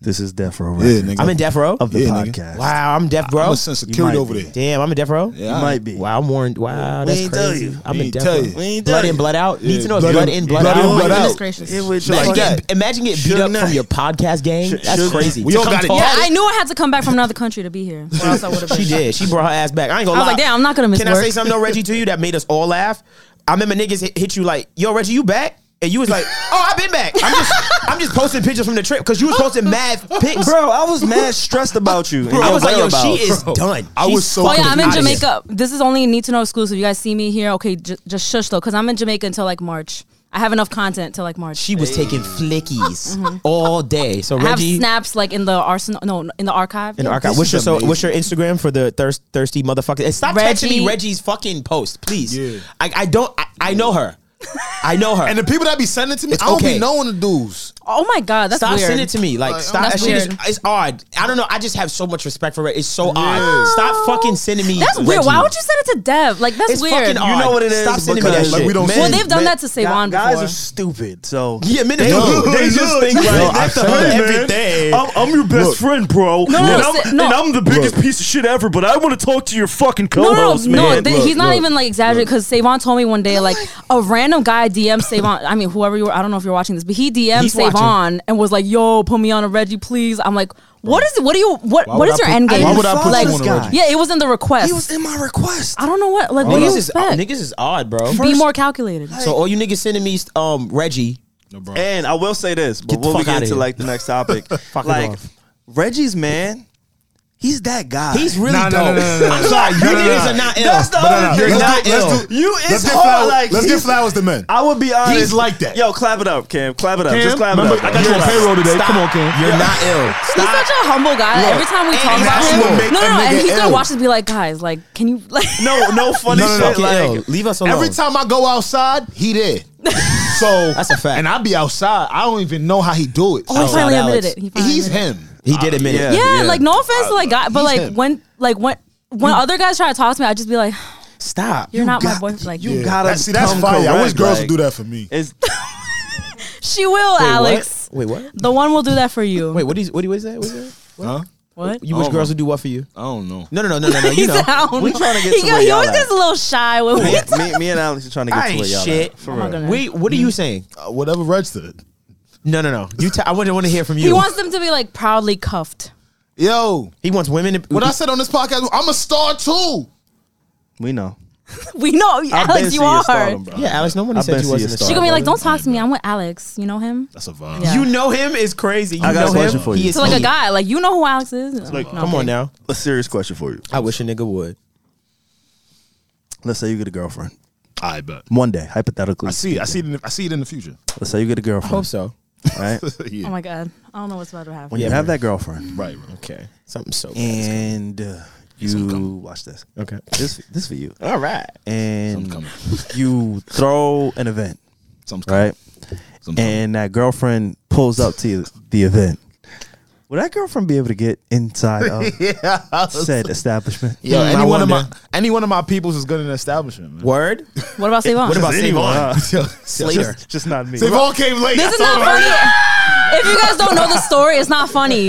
Speaker 2: This is Death Row
Speaker 4: yeah,
Speaker 2: Records
Speaker 4: nigga.
Speaker 1: I'm in Death Row.
Speaker 2: of the
Speaker 4: Yeah, nigga.
Speaker 2: podcast.
Speaker 1: Wow, I'm Death
Speaker 4: I'm
Speaker 1: Row.
Speaker 4: gonna send security
Speaker 2: might
Speaker 4: over
Speaker 2: be.
Speaker 4: there.
Speaker 1: Damn, I'm in Death Row.
Speaker 2: You might be.
Speaker 1: Wow, I'm warned. Wow, that's
Speaker 2: ain't tell
Speaker 1: crazy.
Speaker 2: you.
Speaker 1: I'm
Speaker 4: We
Speaker 1: in
Speaker 4: ain't
Speaker 1: Death
Speaker 4: tell
Speaker 1: Row.
Speaker 4: you. We
Speaker 2: ain't
Speaker 1: Blood
Speaker 2: tell
Speaker 1: in,
Speaker 2: you.
Speaker 1: blood out. You need to know
Speaker 4: Blood
Speaker 1: blood
Speaker 4: in-
Speaker 1: in, blood,
Speaker 4: blood in,
Speaker 1: out.
Speaker 4: blood
Speaker 3: Goodness
Speaker 4: out.
Speaker 3: gracious.
Speaker 2: It would
Speaker 1: Imagine,
Speaker 2: like
Speaker 1: getting,
Speaker 2: that.
Speaker 1: imagine getting beat
Speaker 2: Suge
Speaker 1: up from
Speaker 2: Knight.
Speaker 1: your podcast gang.
Speaker 2: Suge-
Speaker 1: That's
Speaker 2: Suge
Speaker 1: crazy.
Speaker 2: Knight.
Speaker 1: To
Speaker 4: all
Speaker 1: come
Speaker 4: got it.
Speaker 1: talk-
Speaker 3: Yeah, I knew I had to come back from another country to be here. Or else I would have been.
Speaker 1: She did. She brought her ass back. I ain't gonna
Speaker 3: I was
Speaker 1: lie.
Speaker 3: like, damn, I'm not gonna miss
Speaker 1: Can I
Speaker 3: work.
Speaker 1: say something though, Reggie, to you that made us all laugh? I remember niggas hit, hit you like, "Yo, Reggie, you back?" And you was like, "Oh, I've been back. I'm just, I'm just posting pictures from the trip because you was posting mad pics."
Speaker 2: Bro, I was mad stressed about you. and
Speaker 1: I
Speaker 2: your
Speaker 1: was like, "Yo, she
Speaker 2: whereabouts.
Speaker 1: is done."
Speaker 4: I
Speaker 1: She's
Speaker 4: was so
Speaker 3: Oh yeah, I'm in
Speaker 1: outta here.
Speaker 3: Jamaica. This is only need to know exclusive. You guys see me here? Okay, j- just shush though, because I'm in Jamaica until like March. I have enough content till like March.
Speaker 1: She was taking
Speaker 2: Mm-hmm.
Speaker 1: flickies all day. So
Speaker 3: I have
Speaker 1: Reggie,
Speaker 3: snaps like in the arsenal. No, in the archive.
Speaker 1: in the
Speaker 3: Yeah.
Speaker 1: archive.
Speaker 4: This
Speaker 1: What's
Speaker 4: is
Speaker 1: your so,
Speaker 4: amazing.
Speaker 1: what's your Instagram for the thirst, thirsty motherfucker? And stop texting
Speaker 3: Reggie.
Speaker 1: me Reggie's fucking post, please.
Speaker 4: Yeah.
Speaker 1: I, I don't. I, I know her. I know her.
Speaker 6: And the people that be sending it to me,
Speaker 1: It's
Speaker 6: I don't
Speaker 1: okay.
Speaker 6: be knowing the dudes.
Speaker 3: Oh my god, that's
Speaker 1: stop
Speaker 3: weird.
Speaker 1: sending it to me. Like,
Speaker 6: Like,
Speaker 1: stop.
Speaker 3: that's
Speaker 1: that shit is,
Speaker 3: weird.
Speaker 1: it's odd. I don't know. I just have so much respect for Reggie. It's so odd. Stop fucking sending me.
Speaker 3: That's weird.
Speaker 1: Reggie.
Speaker 3: Why would you send it to Dev? Like that's
Speaker 1: It's
Speaker 3: weird.
Speaker 1: fucking odd.
Speaker 2: You know what it is?
Speaker 1: Stop sending me that
Speaker 2: Because,
Speaker 1: shit.
Speaker 6: like, we don't
Speaker 1: man.
Speaker 3: Well, they've done that to Savon
Speaker 2: Guys
Speaker 3: before.
Speaker 2: are stupid. So
Speaker 1: Yeah, men are
Speaker 2: They-
Speaker 1: dumb. They just think
Speaker 2: Yo,
Speaker 1: like
Speaker 2: I
Speaker 1: that's the
Speaker 2: said that.
Speaker 1: everything.
Speaker 3: Oh,
Speaker 2: I'm, I'm your best friend, bro.
Speaker 3: No,
Speaker 2: and,
Speaker 3: no,
Speaker 2: I'm,
Speaker 3: si- no.
Speaker 2: and I'm the biggest piece of shit ever, but I want to talk to your fucking
Speaker 3: No,
Speaker 2: co
Speaker 3: no,
Speaker 2: host,
Speaker 3: no, no.
Speaker 2: man.
Speaker 3: th- he's not even like exaggerating because Savon told me one day, like a random guy DM Savon. I mean, whoever you were, I don't know if you're watching this, but he DM
Speaker 1: He's
Speaker 3: Savon
Speaker 1: watching.
Speaker 3: and was like, "Yo, put me on a Reggie, please." I'm like, "What is it? What do you? What? what
Speaker 4: would
Speaker 3: is
Speaker 4: I
Speaker 3: your
Speaker 4: put-
Speaker 3: end game?"
Speaker 4: why would I put
Speaker 3: like,
Speaker 4: you on a Reggie?
Speaker 3: Yeah, it was in the request.
Speaker 2: He was in my request.
Speaker 3: I don't know what. Like, what do you
Speaker 1: Niggas is,
Speaker 3: expect?
Speaker 1: niggas is odd, bro.
Speaker 3: Be more calculated.
Speaker 1: so all you niggas sending me um Reggie.
Speaker 2: And I will say this
Speaker 1: Get the
Speaker 2: before we
Speaker 1: fuck
Speaker 2: get
Speaker 1: outta
Speaker 2: into
Speaker 1: here.
Speaker 2: like the next topic.
Speaker 1: Fuck it
Speaker 2: like,
Speaker 1: off.
Speaker 2: Reggie's man, he's that guy.
Speaker 1: He's really
Speaker 4: Nah, nah,
Speaker 1: dope.
Speaker 4: nah, nah, nah,
Speaker 1: I'm
Speaker 4: nah.
Speaker 1: sorry, you
Speaker 4: Nah, nah,
Speaker 1: niggas
Speaker 4: nah.
Speaker 1: are not ill.
Speaker 2: That's the
Speaker 1: But
Speaker 2: other thing.
Speaker 1: You're
Speaker 4: let's
Speaker 1: not
Speaker 4: do- let's
Speaker 1: ill.
Speaker 4: do-
Speaker 2: You
Speaker 4: let's
Speaker 2: is
Speaker 4: get
Speaker 2: hard,
Speaker 4: flowers-
Speaker 2: like,
Speaker 4: let's
Speaker 2: he's-
Speaker 4: get flowers to men.
Speaker 2: I would be honest.
Speaker 4: like that.
Speaker 2: Yo, clap it up, Cam. Clap it up. Just clap
Speaker 4: remember,
Speaker 2: it
Speaker 4: I
Speaker 2: up.
Speaker 4: got you on
Speaker 2: Clap it up.
Speaker 4: payroll today.
Speaker 1: Stop.
Speaker 4: Come on, Cam.
Speaker 1: You're not ill.
Speaker 3: He's
Speaker 1: Stop.
Speaker 3: such a humble guy. Like,
Speaker 1: Look,
Speaker 3: every time we
Speaker 1: and
Speaker 3: talk about
Speaker 1: that's
Speaker 3: him,
Speaker 1: what make
Speaker 3: no, no,
Speaker 4: a
Speaker 3: no, and
Speaker 4: nigga
Speaker 3: he's gonna
Speaker 4: ill.
Speaker 3: watch this and be like, guys, like, can you like?
Speaker 2: No, no funny
Speaker 4: No, no, no.
Speaker 2: shit.
Speaker 1: Fucking
Speaker 2: like,
Speaker 1: ill. Leave us alone.
Speaker 6: Every time I go outside, he there. So
Speaker 1: That's a fact.
Speaker 6: And I be outside. I don't even know how he do it.
Speaker 3: Oh, he
Speaker 1: Shout
Speaker 3: finally
Speaker 1: out
Speaker 3: admitted
Speaker 1: Alex.
Speaker 3: it. He finally
Speaker 6: He's
Speaker 3: admitted it.
Speaker 6: him.
Speaker 1: he did admit it.
Speaker 2: Yeah.
Speaker 3: Yeah, like no offense, to, like guy, but
Speaker 6: he's
Speaker 3: like
Speaker 6: him.
Speaker 3: when, like when, when other guys try to talk to me, I just be like,
Speaker 1: Stop.
Speaker 3: "You're not my
Speaker 6: got-
Speaker 3: boyfriend." Like,
Speaker 2: You gotta
Speaker 4: That's- see, that's
Speaker 2: come
Speaker 4: fire. I wish
Speaker 2: correct,
Speaker 4: girls
Speaker 2: like,
Speaker 4: would do that for me.
Speaker 2: It's
Speaker 3: she will,
Speaker 1: Wait, what?
Speaker 3: Alex.
Speaker 1: Wait, what?
Speaker 3: The one will do that for you.
Speaker 1: Wait, what is what? do you- What is that? What is that?
Speaker 4: Huh?
Speaker 3: what?
Speaker 1: You wish
Speaker 4: Oh,
Speaker 1: girls would do what for you?
Speaker 4: I don't know.
Speaker 1: No, no, no, no, no, no. You
Speaker 3: He's
Speaker 1: know.
Speaker 3: down.
Speaker 2: we tryna get
Speaker 3: he,
Speaker 2: to
Speaker 3: go-
Speaker 2: where
Speaker 3: he
Speaker 2: y'all
Speaker 3: always
Speaker 2: at.
Speaker 3: gets a little shy when we.
Speaker 2: me, me, me and Alex are trying to get
Speaker 1: I
Speaker 2: to
Speaker 1: ain't
Speaker 2: where y'all
Speaker 1: shit.
Speaker 2: At, for
Speaker 3: I'm not
Speaker 2: real.
Speaker 3: gonna-
Speaker 1: Wait, what are you saying?
Speaker 6: Uh, whatever Reg did.
Speaker 1: No, no, no. You. T- I want to want to hear from you.
Speaker 3: He wants them to be like proudly cuffed.
Speaker 6: Yo,
Speaker 1: He wants women. To,
Speaker 6: what I said on this podcast, I'm a star too.
Speaker 2: We know.
Speaker 3: we know,
Speaker 2: I've been
Speaker 3: Alex,
Speaker 2: see
Speaker 3: you are.
Speaker 2: stardom, bro.
Speaker 1: Yeah, Alex, nobody
Speaker 2: I've
Speaker 1: said
Speaker 2: been
Speaker 1: you
Speaker 2: see
Speaker 1: wasn't
Speaker 2: a
Speaker 1: a
Speaker 2: star.
Speaker 3: She gonna be
Speaker 2: bro.
Speaker 3: like, don't talk to me. I'm with Alex. You know him.
Speaker 4: That's a vibe.
Speaker 3: Yeah.
Speaker 1: You know him is crazy. You
Speaker 2: I got a
Speaker 1: know
Speaker 2: question
Speaker 1: him.
Speaker 2: for you.
Speaker 1: He is
Speaker 3: So like a
Speaker 1: heat.
Speaker 3: guy, like you know who Alex is.
Speaker 2: like-
Speaker 1: Come on now.
Speaker 2: A serious question for you.
Speaker 1: I wish a nigga would.
Speaker 2: Let's say you get a girlfriend
Speaker 4: I bet.
Speaker 2: one day, hypothetically.
Speaker 4: I see. It. I see. It in the, I see it in the future.
Speaker 2: Let's say you get a
Speaker 1: I hope
Speaker 2: girlfriend,
Speaker 1: so.
Speaker 2: right?
Speaker 4: yeah.
Speaker 3: Oh my god, I don't know what's about to happen.
Speaker 2: When you
Speaker 1: Yeah,
Speaker 2: have that girlfriend,
Speaker 4: Right. right.
Speaker 1: Okay. Something so bad.
Speaker 2: and uh, you watch this.
Speaker 1: Okay.
Speaker 2: This this for you.
Speaker 1: All right.
Speaker 2: And
Speaker 4: Something's coming.
Speaker 2: you throw an event,
Speaker 4: Something's coming.
Speaker 2: right?
Speaker 4: Something's coming.
Speaker 2: And that girlfriend pulls up to the event. Would that girlfriend be able to get inside of
Speaker 6: yeah, I was-
Speaker 2: said establishment?
Speaker 6: Yo,
Speaker 1: Mm, I
Speaker 6: any one of my
Speaker 1: wonder.
Speaker 6: any one of my peoples is good in an establishment. Man.
Speaker 1: Word.
Speaker 3: What about Savon?
Speaker 1: What about Savon? Slater.
Speaker 2: Just, just not me.
Speaker 6: They've all came late.
Speaker 3: This is not funny. If you guys don't know the story, it's not funny.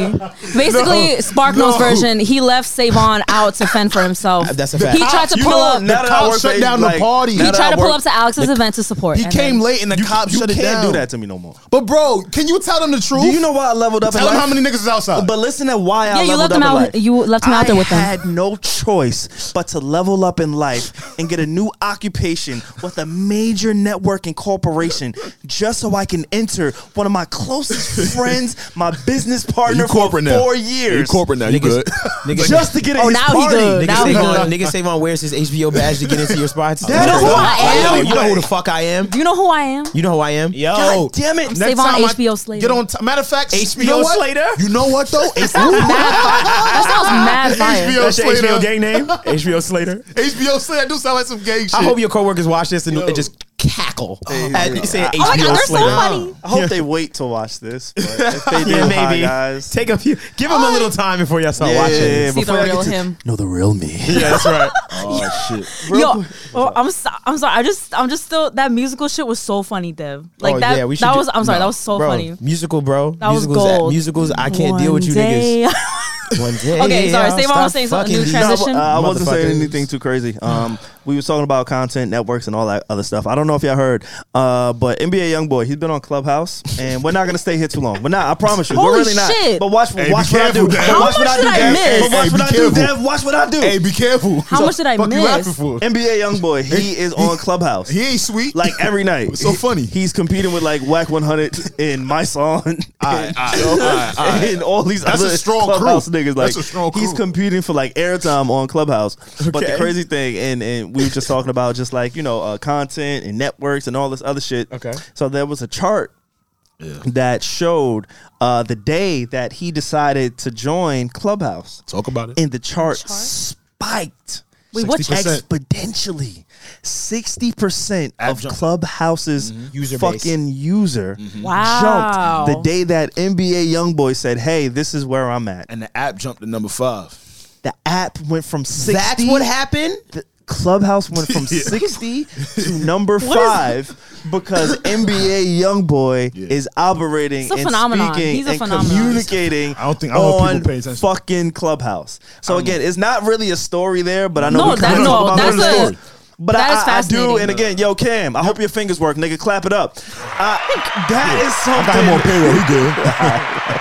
Speaker 3: Basically, Spark Notes
Speaker 6: no.
Speaker 3: version, he left Savon out to fend for himself.
Speaker 1: That's a fact.
Speaker 3: He tried to
Speaker 2: You
Speaker 3: pull
Speaker 2: know,
Speaker 3: up.
Speaker 2: now that I
Speaker 6: cops
Speaker 2: work
Speaker 6: shut
Speaker 2: for-
Speaker 6: down the party.
Speaker 2: now
Speaker 3: He
Speaker 2: that
Speaker 3: tried
Speaker 2: I
Speaker 3: to pull
Speaker 2: work-
Speaker 3: up to Alex's event to support.
Speaker 6: He
Speaker 3: and
Speaker 6: came
Speaker 3: then-
Speaker 6: late and the cops
Speaker 2: You
Speaker 6: shut it
Speaker 2: can't
Speaker 6: down.
Speaker 2: do that to me no more.
Speaker 6: But bro, can you tell them the truth?
Speaker 2: Do you know why I leveled up? in
Speaker 6: tell them
Speaker 2: life? Uh,
Speaker 6: how many niggas is outside.
Speaker 2: But listen to why I
Speaker 3: Yeah, you
Speaker 2: leveled
Speaker 3: left him
Speaker 2: up in
Speaker 3: out-
Speaker 2: life.
Speaker 3: you left him out there with them.
Speaker 2: I had no choice but to level up in life and get a new occupation with a major networking corporation, just so I can enter one of my closest friends, my business partner
Speaker 4: You corporate
Speaker 2: for
Speaker 4: now.
Speaker 2: four
Speaker 4: You
Speaker 2: years,
Speaker 4: corporate now. You good?
Speaker 1: Niggas,
Speaker 2: just to get in
Speaker 3: Oh,
Speaker 2: his
Speaker 3: now he
Speaker 2: party.
Speaker 3: good.
Speaker 1: Nigga
Speaker 3: Now he
Speaker 1: Savon, nigga Savon wears his HBO badge to get into your spots.
Speaker 2: That's
Speaker 1: You know Oh,
Speaker 2: who
Speaker 3: I am?
Speaker 1: You know who the fuck I am?
Speaker 3: Do you know who I am?
Speaker 1: You know who I am? Yeah.
Speaker 2: God damn it!
Speaker 3: Savon
Speaker 6: time I
Speaker 3: HBO Slater.
Speaker 6: Get on. T- matter of fact,
Speaker 1: HBO
Speaker 6: you know what?
Speaker 1: Slater?
Speaker 6: You know what though? It's
Speaker 3: That sounds mad fire. That sounds mad fire.
Speaker 6: HBO Slater.
Speaker 1: name? HBO Slater.
Speaker 6: HBO Slater. That do sound like some gay shit.
Speaker 1: I hope your coworkers watch this and,
Speaker 6: Yo.
Speaker 1: and just cackle at me saying
Speaker 3: Oh my
Speaker 1: HBO
Speaker 3: god, they're so
Speaker 1: Slater.
Speaker 3: funny.
Speaker 2: I hope they wait to watch this. But if they do,
Speaker 1: yeah,
Speaker 2: hi,
Speaker 1: maybe.
Speaker 2: guys.
Speaker 1: Take a few. Give them a
Speaker 3: Oh.
Speaker 1: little time before y'all start
Speaker 2: Yeah,
Speaker 1: watching.
Speaker 2: yeah, yeah,
Speaker 1: this.
Speaker 3: See
Speaker 2: before
Speaker 3: the
Speaker 2: I get
Speaker 3: real
Speaker 2: to-
Speaker 3: him.
Speaker 2: Know the real me.
Speaker 1: Yeah, that's right.
Speaker 4: Oh shit.
Speaker 3: Yo, oh, I'm so, I'm sorry. I just I'm just still that musical shit was so funny, Dev. Like
Speaker 1: Oh,
Speaker 3: that
Speaker 1: yeah, we should
Speaker 3: that
Speaker 1: do-
Speaker 3: was I'm sorry,
Speaker 1: no.
Speaker 3: that was so
Speaker 1: Bro,
Speaker 3: funny.
Speaker 1: Musical, bro.
Speaker 3: That was
Speaker 1: musicals,
Speaker 3: gold.
Speaker 1: musicals. I can't
Speaker 3: One
Speaker 1: deal with you
Speaker 3: day-
Speaker 1: niggas. One day.
Speaker 3: Okay, sorry, Savon was
Speaker 1: stop
Speaker 3: saying something,
Speaker 1: fucking
Speaker 3: new
Speaker 1: these
Speaker 3: transition.
Speaker 2: Uh, I wasn't
Speaker 1: motherfuckers.
Speaker 2: saying anything too crazy. Um, we was talking about content networks and all that other stuff. I don't know if y'all heard, uh, but NBA YoungBoy, he's been on Clubhouse, and we're not gonna stay here too long. We're not. I promise you, we're
Speaker 3: Holy
Speaker 2: really
Speaker 3: shit.
Speaker 2: not. But watch,
Speaker 6: Hey,
Speaker 2: watch
Speaker 6: be
Speaker 2: what I do.
Speaker 6: careful, Dad.
Speaker 2: But
Speaker 6: How
Speaker 2: watch what
Speaker 3: much
Speaker 2: I do,
Speaker 3: did I
Speaker 2: Dad.
Speaker 3: miss?
Speaker 2: But watch
Speaker 6: Hey,
Speaker 2: what
Speaker 6: be
Speaker 2: I do,
Speaker 6: careful.
Speaker 2: Dev. Watch what I do.
Speaker 6: Hey, be careful.
Speaker 3: How much did I
Speaker 6: fuck
Speaker 3: miss?
Speaker 6: You rapping for?
Speaker 2: NBA YoungBoy, he is on Clubhouse.
Speaker 6: He ain't sweet.
Speaker 2: like every night,
Speaker 6: It's so funny.
Speaker 2: He's competing with like Whack 100 in my song,
Speaker 6: Aight, aight, aight, aight.
Speaker 2: and all these
Speaker 6: That's a
Speaker 2: other
Speaker 6: strong crew.
Speaker 2: Clubhouse niggas. Like
Speaker 6: That's a strong
Speaker 2: he's
Speaker 6: crew.
Speaker 2: competing for like airtime on Clubhouse. But the
Speaker 1: Okay.
Speaker 2: crazy thing, and and we were just talking about just like you know uh, content and networks and all this other shit.
Speaker 1: Okay.
Speaker 2: so there was a chart. That showed uh, the day that he decided to join Clubhouse,
Speaker 4: Talk about it.
Speaker 2: and the chart,
Speaker 3: Chart?
Speaker 2: spiked
Speaker 3: Wait, what
Speaker 4: 60%.
Speaker 2: exponentially 60% of Clubhouse's
Speaker 1: Mm-hmm. User base. Mm-hmm.
Speaker 2: fucking user
Speaker 3: Wow.
Speaker 2: jumped the day that NBA Youngboy said, "Hey, this is where I'm at."
Speaker 4: And the app jumped to number five.
Speaker 2: The app went from 60
Speaker 1: That's what happened.
Speaker 2: the Clubhouse went from 60 to number 5 because NBA Youngboy is operating
Speaker 3: It's a
Speaker 2: and
Speaker 3: phenomenon.
Speaker 2: speaking
Speaker 3: He's a
Speaker 2: and
Speaker 3: phenomenon.
Speaker 2: communicating
Speaker 4: I don't think- I don't think
Speaker 2: on
Speaker 4: people pay attention.
Speaker 2: fucking Clubhouse. So again, it's not really a story there, but I know
Speaker 3: No,
Speaker 2: we kinda
Speaker 3: that-
Speaker 2: talk
Speaker 3: no,
Speaker 2: about
Speaker 3: that's
Speaker 2: it in the
Speaker 3: a-
Speaker 2: story. But
Speaker 3: that
Speaker 2: I,
Speaker 3: is
Speaker 2: I- I do,
Speaker 3: fascinating.
Speaker 2: and again, yo Cam, I hope your fingers work, nigga. Clap it up. I, that is
Speaker 4: I got him on
Speaker 2: something.
Speaker 4: payroll. He good.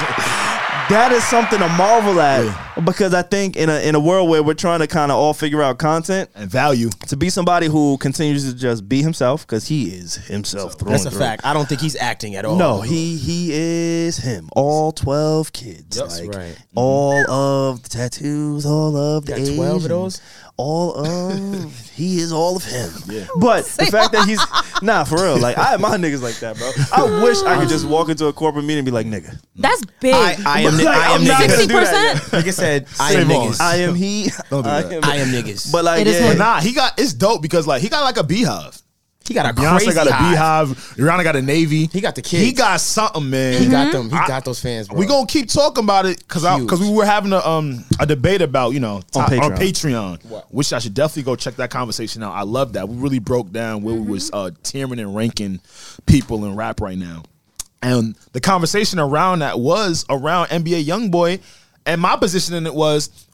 Speaker 2: That is something to marvel at
Speaker 4: Yeah.
Speaker 2: because I think in a in a world where we're trying to kind of all figure out content,
Speaker 4: and value.
Speaker 2: to be somebody who continues to just be himself because he is himself. through
Speaker 1: That's
Speaker 2: and
Speaker 1: a
Speaker 2: through.
Speaker 1: fact. I don't think he's acting at all.
Speaker 2: No, he he is him. All twelve kids.
Speaker 1: That's
Speaker 2: like,
Speaker 1: right.
Speaker 2: All of the tattoos. All of the
Speaker 1: Got 12 of
Speaker 2: Asian,
Speaker 1: those?
Speaker 2: All of he is all of him. But the fact that he's nah for real. Like I admire niggas like that, bro. I wish I could just walk into a corporate meeting and be like nigga.
Speaker 3: That's big.
Speaker 1: I, I am.
Speaker 2: Like,
Speaker 1: I am
Speaker 2: I'm not gonna
Speaker 1: niggas.
Speaker 2: do that.
Speaker 3: 60%?
Speaker 1: Like I said, I am
Speaker 4: Save on.
Speaker 1: niggas.
Speaker 2: I am he.
Speaker 4: Don't do
Speaker 2: I
Speaker 4: that.
Speaker 2: am-
Speaker 1: I am niggas.
Speaker 2: But like
Speaker 3: It is
Speaker 2: yeah,
Speaker 3: him.
Speaker 4: But nah, he got it's dope because like he got like a beehive.
Speaker 1: he got a
Speaker 4: Beyonce
Speaker 1: crazy
Speaker 4: got a
Speaker 1: hive.
Speaker 4: beehive. Rihanna got a navy.
Speaker 1: He got the kids.
Speaker 4: He got something, man.
Speaker 1: He got them. He
Speaker 4: I-
Speaker 1: got those fans, bro.
Speaker 4: We gonna keep talking about it because
Speaker 1: Huge.
Speaker 4: because we were having a um a debate about you know top- on Patreon,
Speaker 2: Patreon.
Speaker 4: which I should definitely go check that conversation out. I love that we really broke down where we was uh tiering and ranking people in rap right now, and the conversation around that was around NBA YoungBoy, and my position in it was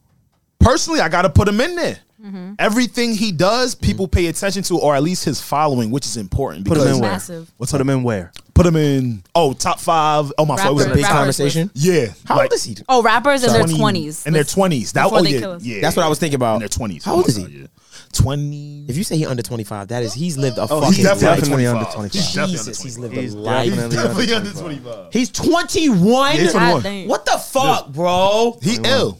Speaker 4: personally, I got to put him in there.
Speaker 1: Mm-hmm.
Speaker 4: Everything he does, people pay attention to, or at least his following, which is important.
Speaker 2: Put him in
Speaker 4: because-
Speaker 2: where?
Speaker 3: Massive.
Speaker 2: What's put him in where?
Speaker 4: Put him in. Oh, top five. Oh my, God, it was a
Speaker 3: Rapper.
Speaker 4: big
Speaker 1: big
Speaker 3: rappers
Speaker 1: conversation.
Speaker 4: yeah.
Speaker 1: How
Speaker 4: like
Speaker 1: old is he?
Speaker 3: Oh, rappers in their
Speaker 4: 20
Speaker 3: twenties.
Speaker 4: In their twenties. That
Speaker 3: before
Speaker 4: oh
Speaker 3: they
Speaker 4: yeah,
Speaker 3: kill us.
Speaker 4: yeah.
Speaker 1: That's what I was thinking about.
Speaker 4: in their twenties.
Speaker 1: How old is he?
Speaker 4: Yeah. twenty.
Speaker 1: If you say he under 25, that is he's lived a
Speaker 2: Oh,
Speaker 1: fucking
Speaker 2: he's definitely
Speaker 1: life.
Speaker 2: under
Speaker 4: 25.
Speaker 2: 25.
Speaker 4: He's definitely
Speaker 1: Jesus,
Speaker 4: under
Speaker 1: he's lived
Speaker 4: 25.
Speaker 1: a life.
Speaker 2: definitely
Speaker 6: Definitely
Speaker 2: under
Speaker 6: under 25.
Speaker 1: He's 21.
Speaker 4: he's
Speaker 3: God
Speaker 4: 21.
Speaker 3: dang.
Speaker 1: What the fuck, bro?
Speaker 6: He ill.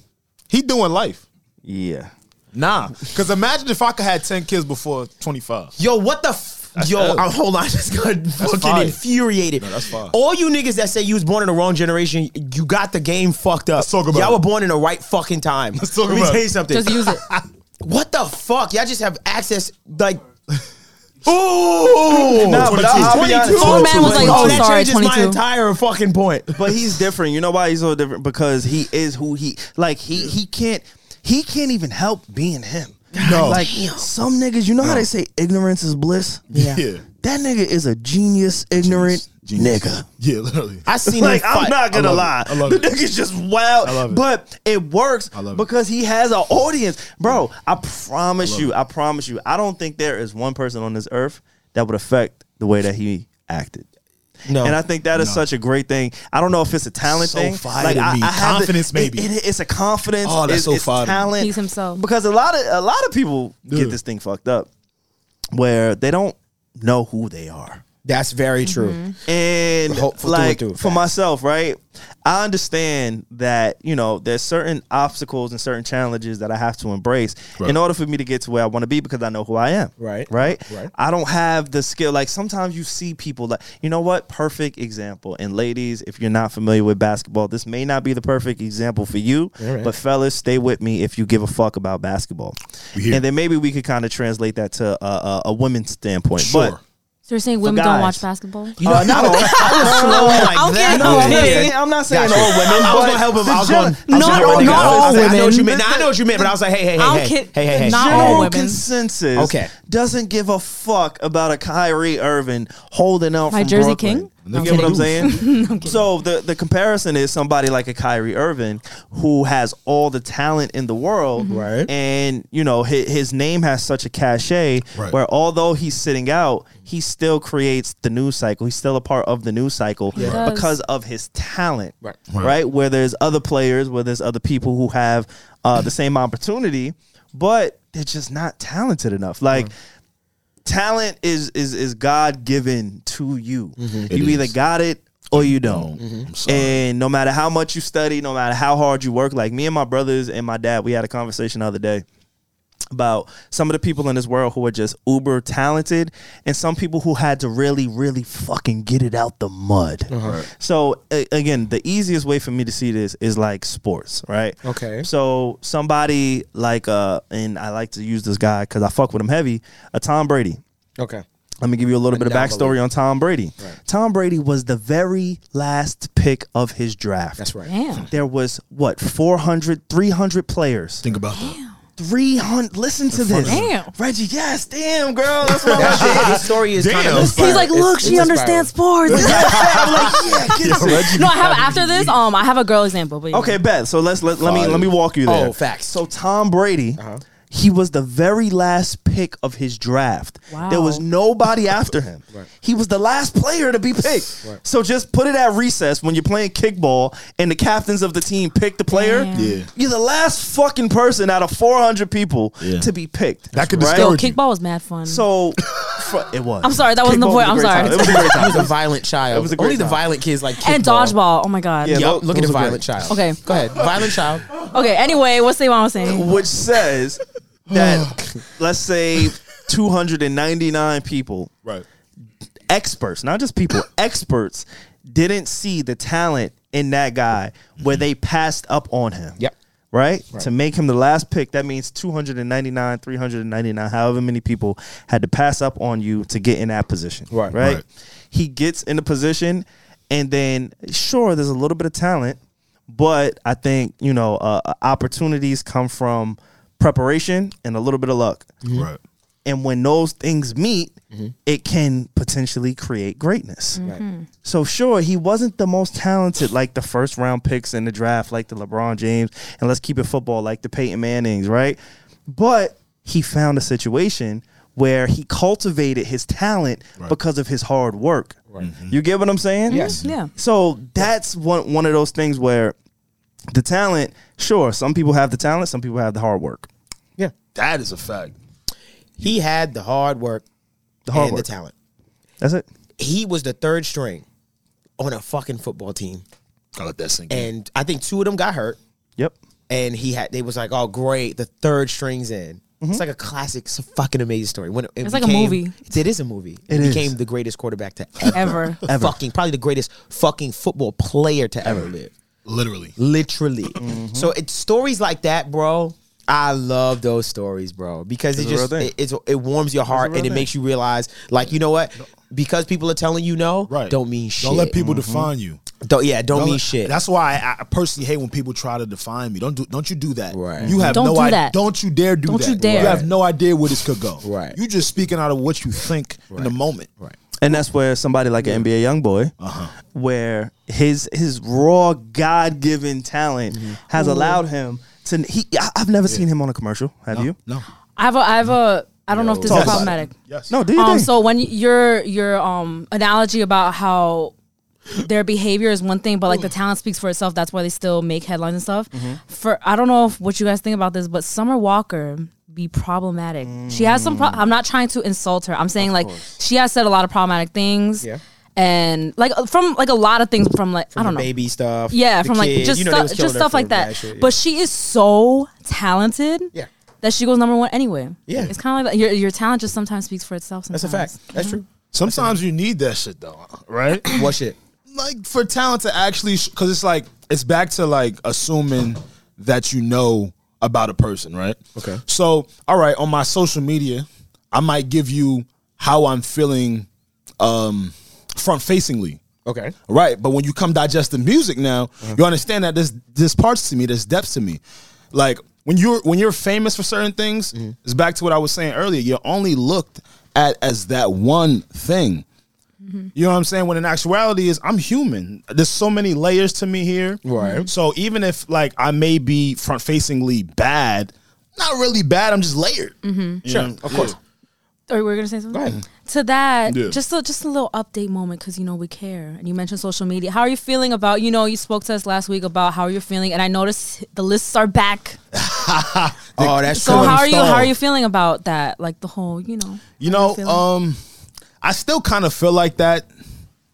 Speaker 6: He doing life.
Speaker 2: Yeah.
Speaker 4: Nah,
Speaker 6: Because imagine if I could have 10 kids before 25.
Speaker 1: Yo, what the f- Yo,
Speaker 6: ill.
Speaker 1: I'm, hold on. I just got fucking
Speaker 6: fire.
Speaker 1: infuriated.
Speaker 6: that's fire.
Speaker 1: All you niggas that say you was born in the wrong generation, you got the game fucked up.
Speaker 6: Let's talk about
Speaker 1: Y'all
Speaker 6: it.
Speaker 1: were born in the right fucking time. Let's
Speaker 6: talk
Speaker 1: Let me
Speaker 6: about
Speaker 1: tell
Speaker 6: it.
Speaker 1: you something.
Speaker 3: Just use it.
Speaker 1: what the fuck? Y'all just have access, like.
Speaker 4: Oh,
Speaker 1: Ooh!
Speaker 2: Nah, but I'll- I'll be honest.
Speaker 3: Old man was like, oh,
Speaker 1: that
Speaker 3: sorry,
Speaker 1: changes my
Speaker 3: 22.
Speaker 1: entire fucking point.
Speaker 2: But he's different. You know why he's so different? Because he is who he like he he can't he can't even help being him.
Speaker 6: No.
Speaker 2: Like some niggas, you know how they say ignorance is bliss?
Speaker 1: Yeah.
Speaker 6: Yeah.
Speaker 2: That nigga is a genius, ignorant
Speaker 6: Genius.
Speaker 2: nigga.
Speaker 6: Yeah, literally.
Speaker 1: I seen
Speaker 2: Like
Speaker 1: him
Speaker 2: I'm
Speaker 1: fight.
Speaker 2: not gonna
Speaker 6: I love it.
Speaker 2: lie,
Speaker 6: I love
Speaker 2: the
Speaker 6: it.
Speaker 2: nigga's just wild.
Speaker 6: I love it.
Speaker 2: But it works
Speaker 6: I love it.
Speaker 2: because he has an audience, bro. I promise you, I promise you, I don't think there is one person on this earth that would affect the way that he acted.
Speaker 1: No.
Speaker 2: And I think that is such a great thing. I don't know if it's a talent
Speaker 6: So
Speaker 2: thing.
Speaker 6: fire to me.
Speaker 2: have
Speaker 6: Confidence,
Speaker 2: it-
Speaker 6: maybe.
Speaker 2: it- it's a confidence.
Speaker 6: Oh, that's
Speaker 2: it's,
Speaker 6: so
Speaker 2: it's
Speaker 6: fire to me.
Speaker 2: talent.
Speaker 3: He's himself.
Speaker 2: Because a lot of a lot of people
Speaker 6: Yeah.
Speaker 2: get this thing fucked up, where they don't know who they are.
Speaker 1: That's very
Speaker 3: Mm-hmm.
Speaker 1: true.
Speaker 2: And
Speaker 1: Ho- for through and
Speaker 2: like
Speaker 1: through,
Speaker 2: for
Speaker 1: facts.
Speaker 2: myself, right? I understand that you know there's certain obstacles and certain challenges that I have to embrace in order for me to get to where I want to be because I know who I am.
Speaker 1: Right.
Speaker 2: Right.
Speaker 1: Right.
Speaker 2: I don't have the skill. Like sometimes you see people like you know what? Perfect example. And ladies, if you're not familiar with basketball, this may not be the perfect example for you.
Speaker 1: Alright.
Speaker 2: But fellas, stay with me if you give a fuck about basketball.
Speaker 4: here.
Speaker 2: And then maybe we could kind of translate that to a, a, a women's standpoint.
Speaker 4: sure.
Speaker 2: But
Speaker 3: So you're saying women
Speaker 2: guys.
Speaker 3: don't watch basketball?
Speaker 1: You know, not all. I
Speaker 3: I
Speaker 1: was
Speaker 3: don't
Speaker 1: slow like that.
Speaker 3: care.
Speaker 2: No, I'm not
Speaker 1: Yeah.
Speaker 2: saying, I'm not saying
Speaker 1: Gotcha.
Speaker 2: all women.
Speaker 1: I was
Speaker 2: but
Speaker 1: gonna help him.
Speaker 2: the
Speaker 1: I was gonna. I
Speaker 2: gen-
Speaker 1: was
Speaker 3: Not
Speaker 1: gonna
Speaker 3: all-
Speaker 1: help him.
Speaker 3: not
Speaker 1: I was
Speaker 3: all
Speaker 1: like, I know what you
Speaker 3: women.
Speaker 1: meant. I know what you meant, but I was like, hey, hey, hey,
Speaker 3: I'm
Speaker 1: hey,
Speaker 3: kid-
Speaker 1: hey, hey, hey.
Speaker 3: not all
Speaker 2: General
Speaker 3: women.
Speaker 2: consensus
Speaker 1: Okay.
Speaker 2: doesn't give a fuck about a Kyrie Irving holding out
Speaker 3: My
Speaker 2: from
Speaker 3: Jersey
Speaker 2: Brooklyn.
Speaker 3: King?
Speaker 2: You get what I'm saying? so the, the comparison is somebody like a Kyrie Irving who has all the talent in the world,
Speaker 1: Right.
Speaker 2: And you know his, his name has such a cachet
Speaker 4: Right.
Speaker 2: where although he's sitting out, he still creates the news cycle. He's still a part of the news cycle
Speaker 3: does.
Speaker 2: because of his talent,
Speaker 1: Right.
Speaker 2: right? Where there's other players, where there's other people who have uh, the same opportunity, but they're just not talented enough. Like talent is is is God given to you. You
Speaker 4: It
Speaker 2: either
Speaker 4: is.
Speaker 2: got it or you don't. And no matter how much you study, no matter how hard you work, like me and my brothers and my dad, we had a conversation the other day about some of the people in this world who are just uber talented and some people who had to really really fucking get it out the mud
Speaker 1: Uh-huh.
Speaker 2: so a- again the easiest way for me to see this is like sports right
Speaker 1: Okay.
Speaker 2: so somebody like uh and i like to use this guy because i fuck with him heavy a tom brady
Speaker 1: Okay.
Speaker 2: let me give you a little bit of
Speaker 1: Anomaly.
Speaker 2: backstory on Tom Brady. Tom Brady was the very last pick of his draft.
Speaker 1: That's right.
Speaker 3: Damn.
Speaker 2: There was what 400 300 players.
Speaker 4: Think about that.
Speaker 2: 300 Listen to this.
Speaker 3: Damn.
Speaker 2: Reggie, yes, damn girl. That's what
Speaker 1: That shit, his story is kind of.
Speaker 3: He's like, look, she understands sports. no, I have after this. Um, I have a girl example, but yeah.
Speaker 2: Okay, bet. So let's let, let me let me walk you there.
Speaker 1: Oh, facts.
Speaker 2: So Tom Brady,
Speaker 6: Uh-huh.
Speaker 2: he was the very last pick of his draft. There was
Speaker 3: Wow.
Speaker 2: nobody after him. He was the last player to be picked. So just put it at recess when you're playing kickball and the captains of the team pick the player.
Speaker 3: Damn.
Speaker 6: Yeah.
Speaker 2: You're the last fucking person out of 400 people
Speaker 4: Yeah.
Speaker 2: to be picked.
Speaker 6: That could
Speaker 3: Yo,
Speaker 6: discourage you.
Speaker 3: kickball was mad fun.
Speaker 2: So fr- it was.
Speaker 3: I'm sorry, that wasn't the
Speaker 2: Kickball
Speaker 3: point.
Speaker 2: was a
Speaker 3: I'm
Speaker 2: great time. It was
Speaker 3: sorry.
Speaker 2: a great
Speaker 1: He
Speaker 2: time.
Speaker 1: was a violent child.
Speaker 2: It was a great
Speaker 1: Only the
Speaker 2: time.
Speaker 1: violent kids like kickball.
Speaker 3: and dodgeball. Oh my god.
Speaker 2: Yeah.
Speaker 1: Yup, look at
Speaker 2: Those
Speaker 1: the
Speaker 2: were
Speaker 1: violent
Speaker 2: great.
Speaker 1: child.
Speaker 3: Okay.
Speaker 1: Go ahead. Violent child.
Speaker 3: Okay. Anyway, what's the one I was saying?
Speaker 2: which says that let's say 299 people
Speaker 6: Right.
Speaker 2: experts not just people experts didn't see the talent in that guy where they passed up on him
Speaker 1: Mm-hmm. Yep.
Speaker 2: Right? to make him the last pick that means 299 399 however many people had to pass up on you to get in that position
Speaker 1: Right.
Speaker 2: right,
Speaker 4: Right.
Speaker 2: he gets in the position and then sure there's a little bit of talent but i think you know uh, opportunities come from preparation and a little bit of luck
Speaker 4: Right.
Speaker 2: and when those things meet it can potentially create greatness
Speaker 1: Mm-hmm. Right.
Speaker 2: so sure he wasn't the most talented like the first round picks in the draft like the lebron james and let's keep it football like the peyton mannings right but he found a situation where he cultivated his talent because of his hard work you get what i'm saying
Speaker 1: Mm-hmm. Yes.
Speaker 3: Yeah.
Speaker 2: so that's one one of those things where the talent, sure, some people have the talent, some people have the hard work.
Speaker 1: Yeah.
Speaker 4: That is a fact.
Speaker 1: He had the hard work
Speaker 2: The hard
Speaker 1: and
Speaker 2: work.
Speaker 1: the talent.
Speaker 2: That's it.
Speaker 1: He was the third string on a fucking football team,
Speaker 4: I let that sink in.
Speaker 1: and I think two of them got hurt.
Speaker 2: Yep.
Speaker 1: and he had they was like, oh great, the third string's in. It's like a classic, it's a fucking amazing story. When it, it
Speaker 3: It's like a
Speaker 1: became-
Speaker 3: movie.
Speaker 1: It is a movie. It
Speaker 2: It is.
Speaker 1: became the greatest quarterback to
Speaker 3: Ever.
Speaker 1: ever, fucking probably the greatest fucking football player to ever live.
Speaker 4: Literally.
Speaker 1: Literally. So it's stories like that, bro. I love those stories, bro, because it
Speaker 2: It's a real
Speaker 1: just
Speaker 2: thing.
Speaker 1: it, it's, it warms your heart
Speaker 2: real
Speaker 1: and it
Speaker 2: thing.
Speaker 1: makes you realize, like, you know what? Because people are telling you no,
Speaker 4: Right.
Speaker 1: don't mean shit.
Speaker 4: Don't let people define you.
Speaker 1: Don't, yeah, don't,
Speaker 4: Don't
Speaker 1: mean
Speaker 4: let-
Speaker 1: shit.
Speaker 4: That's why I, I personally hate when people try to define me. Don't do. Don't you do that?
Speaker 1: Right.
Speaker 4: You have
Speaker 3: Don't
Speaker 4: no
Speaker 3: do
Speaker 4: idea.
Speaker 3: that.
Speaker 4: Don't you dare do
Speaker 3: Don't
Speaker 4: that.
Speaker 3: you dare.
Speaker 4: You have no idea where this could go.
Speaker 1: Right.
Speaker 4: You just speaking out of what you think in the moment. Right.
Speaker 2: And that's where somebody like an NBA young boy, where his his raw God given talent has allowed him to. He, I, I've never seen him on a commercial. Have you?
Speaker 4: No.
Speaker 3: I have a, I have a, I don't know if this
Speaker 2: Talk
Speaker 3: is
Speaker 2: about it.
Speaker 3: problematic.
Speaker 4: Yes.
Speaker 2: No. Do you
Speaker 3: Um,
Speaker 2: think?
Speaker 3: so when y- your your um analogy about how their behavior is one thing, but like the talent speaks for itself. That's why they still make headlines and stuff.
Speaker 1: Mm-hmm.
Speaker 3: For I don't know if, what you guys think about this, but Summer Walker be problematic. She has some. Pro- I'm not trying to insult her. I'm saying like she has said a lot of problematic things.
Speaker 1: Yeah.
Speaker 3: And like uh, from like a lot of things from like I
Speaker 1: the
Speaker 3: don't know
Speaker 1: baby stuff.
Speaker 3: yeah,
Speaker 1: the
Speaker 3: from like
Speaker 1: kids.
Speaker 3: just
Speaker 1: You know, they was
Speaker 3: stuff,
Speaker 1: killing
Speaker 3: just
Speaker 1: her
Speaker 3: stuff
Speaker 1: for
Speaker 3: like that.
Speaker 1: that shit, yeah.
Speaker 3: But she is so talented.
Speaker 1: Yeah.
Speaker 3: That she goes number one anyway.
Speaker 1: Yeah.
Speaker 3: it's kind of like that. your your talent just sometimes speaks for itself. Sometimes.
Speaker 1: That's a fact. That's true.
Speaker 4: Sometimes you need that shit though, right?
Speaker 1: What shit?
Speaker 4: like for talent to actually because it's like it's back to like assuming that you know about a person right
Speaker 1: Okay.
Speaker 4: so all right on my social media i might give you how i'm feeling um front facingly
Speaker 1: Okay.
Speaker 4: right but when you come digest the music now you understand that there's there's parts to me there's depths to me like when you're when you're famous for certain things it's back to what i was saying earlier you're only looked at as that one thing
Speaker 3: Mm-hmm.
Speaker 4: you know what I'm saying? When in actuality is I'm human. There's so many layers to me here.
Speaker 1: Right.
Speaker 4: So even if like I may be front facingly bad, not really bad. I'm just layered. Mm-hmm. Sure, of course.
Speaker 3: Or we're gonna say something
Speaker 1: Go ahead.
Speaker 3: to that.
Speaker 4: Yeah.
Speaker 3: Just a, just a little update moment because you know we care. And you mentioned social media. How are you feeling about? You know, you spoke to us last week about how you're feeling, and I noticed the lists are back.
Speaker 1: oh, that's
Speaker 3: So
Speaker 1: true.
Speaker 3: how are you? How are you feeling about that? Like the whole, you know.
Speaker 4: You
Speaker 3: how
Speaker 4: know,
Speaker 3: feeling?
Speaker 4: um, I still kind of feel like that.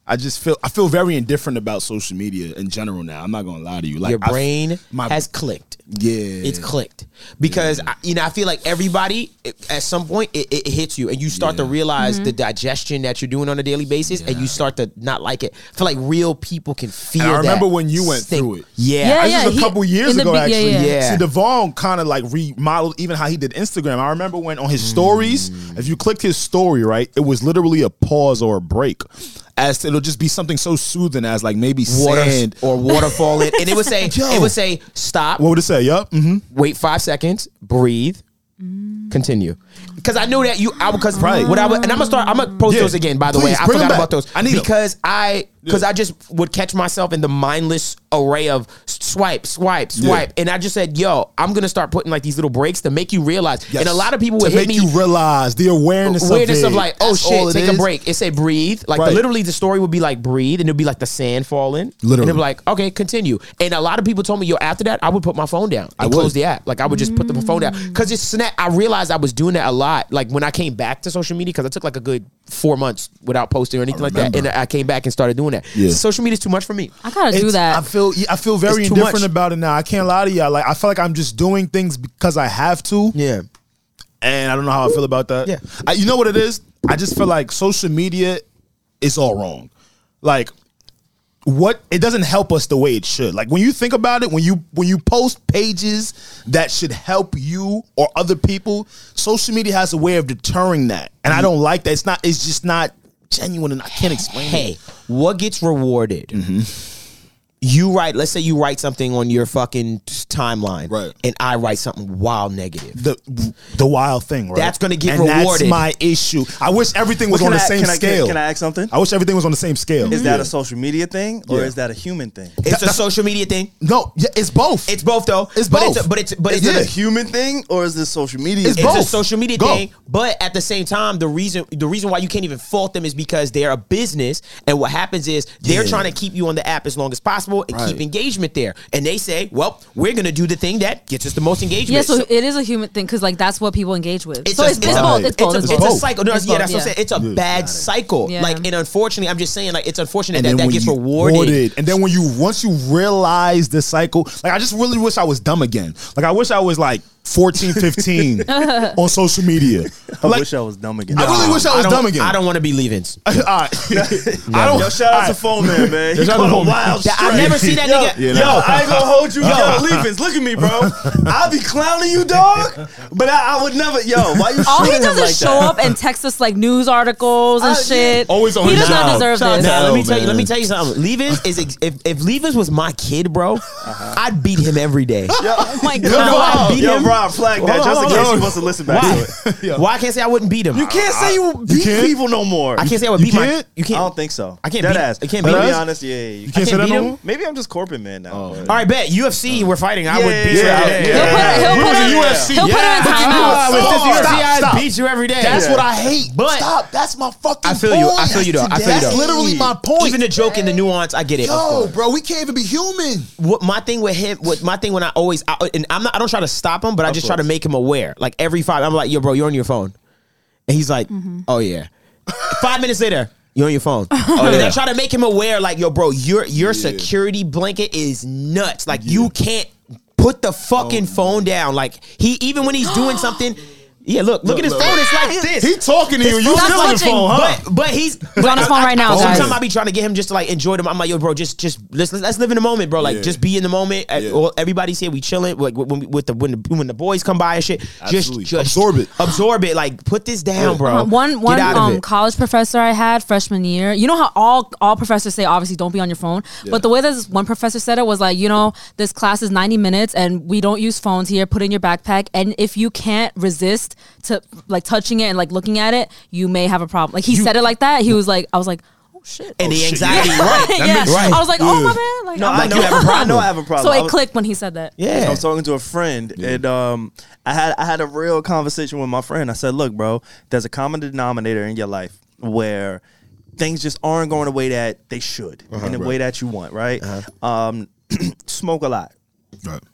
Speaker 4: I just feel I feel very indifferent about social media in general now. I'm not gonna lie to you. Like
Speaker 1: Your
Speaker 4: I f-
Speaker 1: brain
Speaker 4: my
Speaker 1: has clicked.
Speaker 4: yeah,
Speaker 1: It's clicked because I, you know I feel like everybody it- at some point it, it hits you and you start to
Speaker 4: Yeah.
Speaker 1: realize the digestion that you're doing on a daily basis and you start to not like it. I feel like real people can feel.
Speaker 4: And I remember
Speaker 1: that
Speaker 4: when you went
Speaker 1: stink.
Speaker 4: through it.
Speaker 1: Yeah,
Speaker 3: Yeah,
Speaker 4: I
Speaker 1: I-
Speaker 4: just
Speaker 3: yeah,
Speaker 4: a
Speaker 3: he-
Speaker 4: couple years
Speaker 3: in the
Speaker 4: ago,
Speaker 3: be-
Speaker 4: actually.
Speaker 3: yeah,
Speaker 1: yeah. Yeah.
Speaker 4: See, Devon kind of like remodeled even how he did Instagram. I remember when on his stories,
Speaker 1: Mm.
Speaker 4: if you clicked his story, right, it was literally a pause or a break. As to, it'll just be something so soothing as like maybe
Speaker 1: water
Speaker 4: sand.
Speaker 1: or waterfall it, and it would say
Speaker 4: Yo.
Speaker 1: it would say stop,
Speaker 4: What would it say? Yup. Mm-hmm.
Speaker 1: wait five seconds, breathe, continue. Because I know that you, I because
Speaker 4: Right.
Speaker 1: what I would, and I'm gonna start. I'm gonna post
Speaker 4: Yeah.
Speaker 1: those again. By the way,
Speaker 4: Please,
Speaker 1: I
Speaker 4: bring 'em
Speaker 1: forgot
Speaker 4: back.
Speaker 1: about those.
Speaker 4: I need 'em.
Speaker 1: because I because
Speaker 4: Yeah.
Speaker 1: I just would catch myself in the mindless array of swipe, swipe,
Speaker 4: Yeah.
Speaker 1: swipe, and I just said, "Yo, I'm gonna start putting like these little breaks to make you realize." And a lot of people would
Speaker 4: to
Speaker 1: hit
Speaker 4: make
Speaker 1: me.
Speaker 4: you realize the awareness,
Speaker 1: Weirdness
Speaker 4: of, it.
Speaker 1: of like, oh
Speaker 4: That's all
Speaker 1: shit,
Speaker 4: it
Speaker 1: take a
Speaker 4: is.
Speaker 1: break. It said breathe. Like
Speaker 4: Right.
Speaker 1: literally, the story would be like breathe, and it'd be like the sand falling.
Speaker 4: Literally.
Speaker 1: and it'd be like, okay, continue. And a lot of people told me, yo, after that, I would put my phone down. I
Speaker 4: would. Mm.
Speaker 1: close the app. Like I would just put the phone down because it's snap. I realized I was doing that a lot. Like when I came back to social media, because I took like a good four months without posting or anything like that, and
Speaker 4: remember.
Speaker 1: I came back and started doing that.
Speaker 4: Yeah.
Speaker 1: Social media is too much for me.
Speaker 3: I gotta do
Speaker 4: It's-
Speaker 3: that.
Speaker 4: I feel yeah, I feel very
Speaker 1: It's too
Speaker 4: indifferent
Speaker 1: much.
Speaker 4: about it now. I can't lie to y'all. Like I feel like I'm just doing things because I have to.
Speaker 1: Yeah,
Speaker 4: and I don't know how I feel about that.
Speaker 1: Yeah.
Speaker 4: I, you know what it is? I just feel like social media is all wrong. Like what it doesn't help us the way it should. Like when you think about it, when you when you post pages that should help you or other people, social media has a way of deterring that. And
Speaker 1: Mm-hmm.
Speaker 4: I don't like that. It's not it's just not genuine and I can't explain
Speaker 1: hey,
Speaker 4: it.
Speaker 1: what gets rewarded?
Speaker 4: Mm-hmm.
Speaker 1: You write, let's say you write something on your fucking t- timeline,
Speaker 4: Right.
Speaker 1: And I write something wild negative.
Speaker 4: The the wild thing, right?
Speaker 1: That's gonna get
Speaker 4: and
Speaker 1: rewarded.
Speaker 4: That's my issue. I wish everything was
Speaker 2: Well, can
Speaker 4: on the
Speaker 2: I-
Speaker 4: same
Speaker 2: can I- can I-
Speaker 4: scale.
Speaker 2: can I ask something?
Speaker 4: I wish everything was on the same scale.
Speaker 2: Is that a social media thing or
Speaker 4: Yeah.
Speaker 2: is that a human thing?
Speaker 1: It's a social media thing.
Speaker 4: no? Yeah, it's both.
Speaker 1: It's both though.
Speaker 4: It's
Speaker 1: but
Speaker 4: both.
Speaker 1: It's a, but it's but it's,
Speaker 4: Yeah.
Speaker 1: a,
Speaker 2: Is it a human thing or is this social media?
Speaker 4: It's
Speaker 2: thing?
Speaker 1: it's a
Speaker 4: both.
Speaker 1: social media
Speaker 4: Go.
Speaker 1: thing. But at the same time, the reason the reason why you can't even fault them is because they're a business, and what happens is they're
Speaker 4: Yeah.
Speaker 1: trying to keep you on the app as long as possible and keep engagement there. And they say, well, we're going to do the thing that gets us the most engagement.
Speaker 3: Yeah, so,
Speaker 1: So-
Speaker 3: it is a human thing because like that's what people engage with.
Speaker 1: it's
Speaker 3: so
Speaker 1: a,
Speaker 3: it's, it's,
Speaker 1: a-
Speaker 3: both. It's both.
Speaker 1: a-
Speaker 3: It's,
Speaker 1: it's a
Speaker 3: both.
Speaker 1: cycle. No,
Speaker 3: It's
Speaker 1: yeah,
Speaker 3: both,
Speaker 1: that's what I'm saying. It's a bad cycle.
Speaker 3: Yeah.
Speaker 1: Like, and unfortunately, I'm just saying, like, it's unfortunate that
Speaker 6: then
Speaker 1: that
Speaker 6: when
Speaker 1: gets
Speaker 6: you-
Speaker 1: rewarded.
Speaker 6: rewarded. And then when you once you realize the cycle, like I just really wish I was dumb again. Like I wish I was like 14, 15 on social media.
Speaker 2: I
Speaker 6: Like,
Speaker 2: wish I was dumb again.
Speaker 6: I really wish I was
Speaker 1: don't-
Speaker 6: dumb again.
Speaker 1: I don't want to be leaving.
Speaker 6: All right. I don't.
Speaker 2: Yo, shout out
Speaker 6: all
Speaker 2: to
Speaker 6: right.
Speaker 2: Phone Man, man. He
Speaker 6: Shout out to
Speaker 2: caught
Speaker 6: Phone
Speaker 2: a
Speaker 6: Man.
Speaker 2: wild
Speaker 1: That- I've
Speaker 2: stray.
Speaker 1: never seen that
Speaker 2: yo,
Speaker 1: nigga-
Speaker 2: Yo,
Speaker 1: Yeah, nah.
Speaker 2: I ain't gonna hold you. Yo, Leafins, look at me, bro. I be clowning you, dog, but I, I would never. Yo, why you
Speaker 3: All he
Speaker 2: shooting him
Speaker 3: does
Speaker 2: like
Speaker 3: is show
Speaker 2: that?
Speaker 3: up and text us like news articles and
Speaker 2: Uh,
Speaker 3: shit.
Speaker 4: Always on
Speaker 3: He
Speaker 4: his
Speaker 3: does not
Speaker 4: job.
Speaker 3: deserve
Speaker 1: Nah,
Speaker 3: this.
Speaker 1: nah, let me
Speaker 6: No,
Speaker 1: tell you. Let me
Speaker 6: man.
Speaker 1: tell you something. Leavens is ex- if if Leavens was my kid, bro, I'd beat him every day.
Speaker 3: Oh my
Speaker 1: You know why
Speaker 3: god.
Speaker 1: I beat
Speaker 2: Yo,
Speaker 1: him?
Speaker 2: Rob, flag that
Speaker 1: Hold
Speaker 2: just in
Speaker 1: on,
Speaker 2: case
Speaker 1: hold on.
Speaker 2: he wants to listen back
Speaker 1: Why?
Speaker 2: to it.
Speaker 1: Why I can't say I wouldn't beat him?
Speaker 2: You can't say you beat
Speaker 6: can't?
Speaker 2: people no more.
Speaker 1: I can't say I would beat my.
Speaker 6: can't?
Speaker 1: You
Speaker 2: I
Speaker 1: can't.
Speaker 2: don't think so.
Speaker 1: I can't
Speaker 2: Dead
Speaker 1: beat-
Speaker 2: ass.
Speaker 1: I can't
Speaker 2: But
Speaker 1: beat
Speaker 2: to be
Speaker 1: him.
Speaker 2: honest, yeah, yeah, yeah. You
Speaker 6: can't
Speaker 1: I
Speaker 6: say
Speaker 1: can't Oh.
Speaker 6: that
Speaker 1: beat
Speaker 6: no
Speaker 1: him?
Speaker 6: more?
Speaker 2: Maybe I'm just corporate man now. but-
Speaker 1: All right, bet UFC. We're fighting. I would
Speaker 2: Yeah,
Speaker 1: beat you
Speaker 2: yeah,
Speaker 1: every day.
Speaker 2: yeah.
Speaker 3: He'll put her, he'll
Speaker 6: You
Speaker 3: put
Speaker 6: was
Speaker 3: her,
Speaker 6: in UFC.
Speaker 3: He'll put her in
Speaker 6: Yeah.
Speaker 1: Ah,
Speaker 3: timeout.
Speaker 1: with this
Speaker 6: Stop,
Speaker 1: UFC,
Speaker 6: stop,
Speaker 1: I'd
Speaker 6: stop.
Speaker 1: beat you every day.
Speaker 6: That's
Speaker 2: Yeah.
Speaker 6: what I hate.
Speaker 1: But-
Speaker 6: Stop. That's my fucking.
Speaker 1: I feel you. I
Speaker 6: point.
Speaker 1: feel you though. I feel you
Speaker 6: That's
Speaker 1: though.
Speaker 6: literally my point.
Speaker 1: Even the joke and the nuance, I get it. of
Speaker 6: Yo,
Speaker 1: course.
Speaker 6: bro, we can't even be human.
Speaker 1: what my thing with him, what my thing when I always, I, and I'm not, I don't try to stop him, but I just try to make him aware. Like every five, I'm like, yo, bro, you're on your phone, and he's like,
Speaker 6: Mm-hmm.
Speaker 1: oh yeah. five minutes later, you're on your phone. and I try to make him aware, like, yo, bro, your your security blanket is nuts. Like you can't put the fucking
Speaker 6: Oh.
Speaker 1: phone down. Like he, even when he's doing something. Yeah, look, look, at his
Speaker 6: look,
Speaker 1: phone. It's like this.
Speaker 6: He talking to you. You
Speaker 3: Stop
Speaker 6: still on the
Speaker 3: touching.
Speaker 6: phone, huh?
Speaker 1: But but he's
Speaker 3: He's on his phone right now,
Speaker 1: Sometimes
Speaker 3: guys.
Speaker 1: I be trying to get him just to like enjoy them. I'm like, yo, bro, just just let's let's live in the moment, bro. Like
Speaker 4: Yeah.
Speaker 1: just be in the moment. Uh,
Speaker 4: Yeah.
Speaker 1: all- everybody's here, we chilling. Like when we, with the when the when the boys come by and shit, just,
Speaker 4: Absolutely.
Speaker 1: just
Speaker 6: Absorb it.
Speaker 1: absorb it. Like put this down, bro.
Speaker 3: Uh, One one
Speaker 1: Get out of
Speaker 3: um,
Speaker 1: it.
Speaker 3: college professor I had freshman year. You know how all all professors say obviously don't be on your phone, but the way that this one professor said it was like, you know, this class is 90 minutes and we don't use phones here. Put it in your backpack and if you can't resist to like touching it and like looking at it, you may have a problem. Like he said it like that. He was like I was like, "Oh shit."
Speaker 1: and the
Speaker 4: shit,
Speaker 1: anxiety, right?
Speaker 3: yeah. I was like, "Oh my man." Like,
Speaker 2: No,
Speaker 3: I'm
Speaker 2: I
Speaker 3: like-
Speaker 2: know, I have a problem. I know I have a problem.
Speaker 3: So
Speaker 2: I
Speaker 3: it
Speaker 2: was-
Speaker 3: clicked when he said that.
Speaker 1: Yeah.
Speaker 2: I was talking to a friend, and um, I had I had a real conversation with my friend. I said, "Look, bro, there's a common denominator in your life where things just aren't going the way that they should, in the way that you want, right? Um, smoke a lot,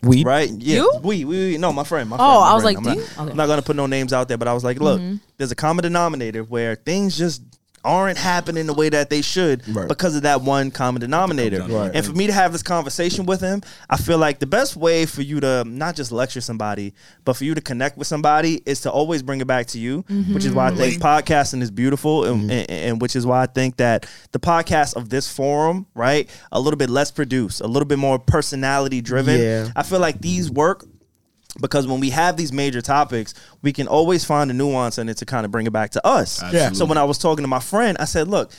Speaker 1: Weed.
Speaker 2: right? Yeah,
Speaker 3: You?
Speaker 2: we, we, we- no, my friend. My
Speaker 3: Oh,
Speaker 2: friend, my
Speaker 3: I was
Speaker 2: friend.
Speaker 3: like,
Speaker 2: I'm
Speaker 3: do
Speaker 2: not,
Speaker 3: you? Okay.
Speaker 2: I'm not gonna put no names out there, but I was like, look, there's a common denominator where things just aren't happening the way that they should because of that one common denominator. And for me to have this conversation with him, I feel like the best way for you to not just lecture somebody, but for you to connect with somebody is to always bring it back to you, which is why I think podcasting is beautiful and, and, and which is why I think that the podcast of this forum, right, a little bit less produced, a little bit more personality driven.
Speaker 1: Yeah.
Speaker 2: I feel like these work because when we have these major topics, we can always find a nuance in it to kind of bring it back to us.
Speaker 4: Absolutely.
Speaker 2: So when I was talking to my friend, I said, "Look,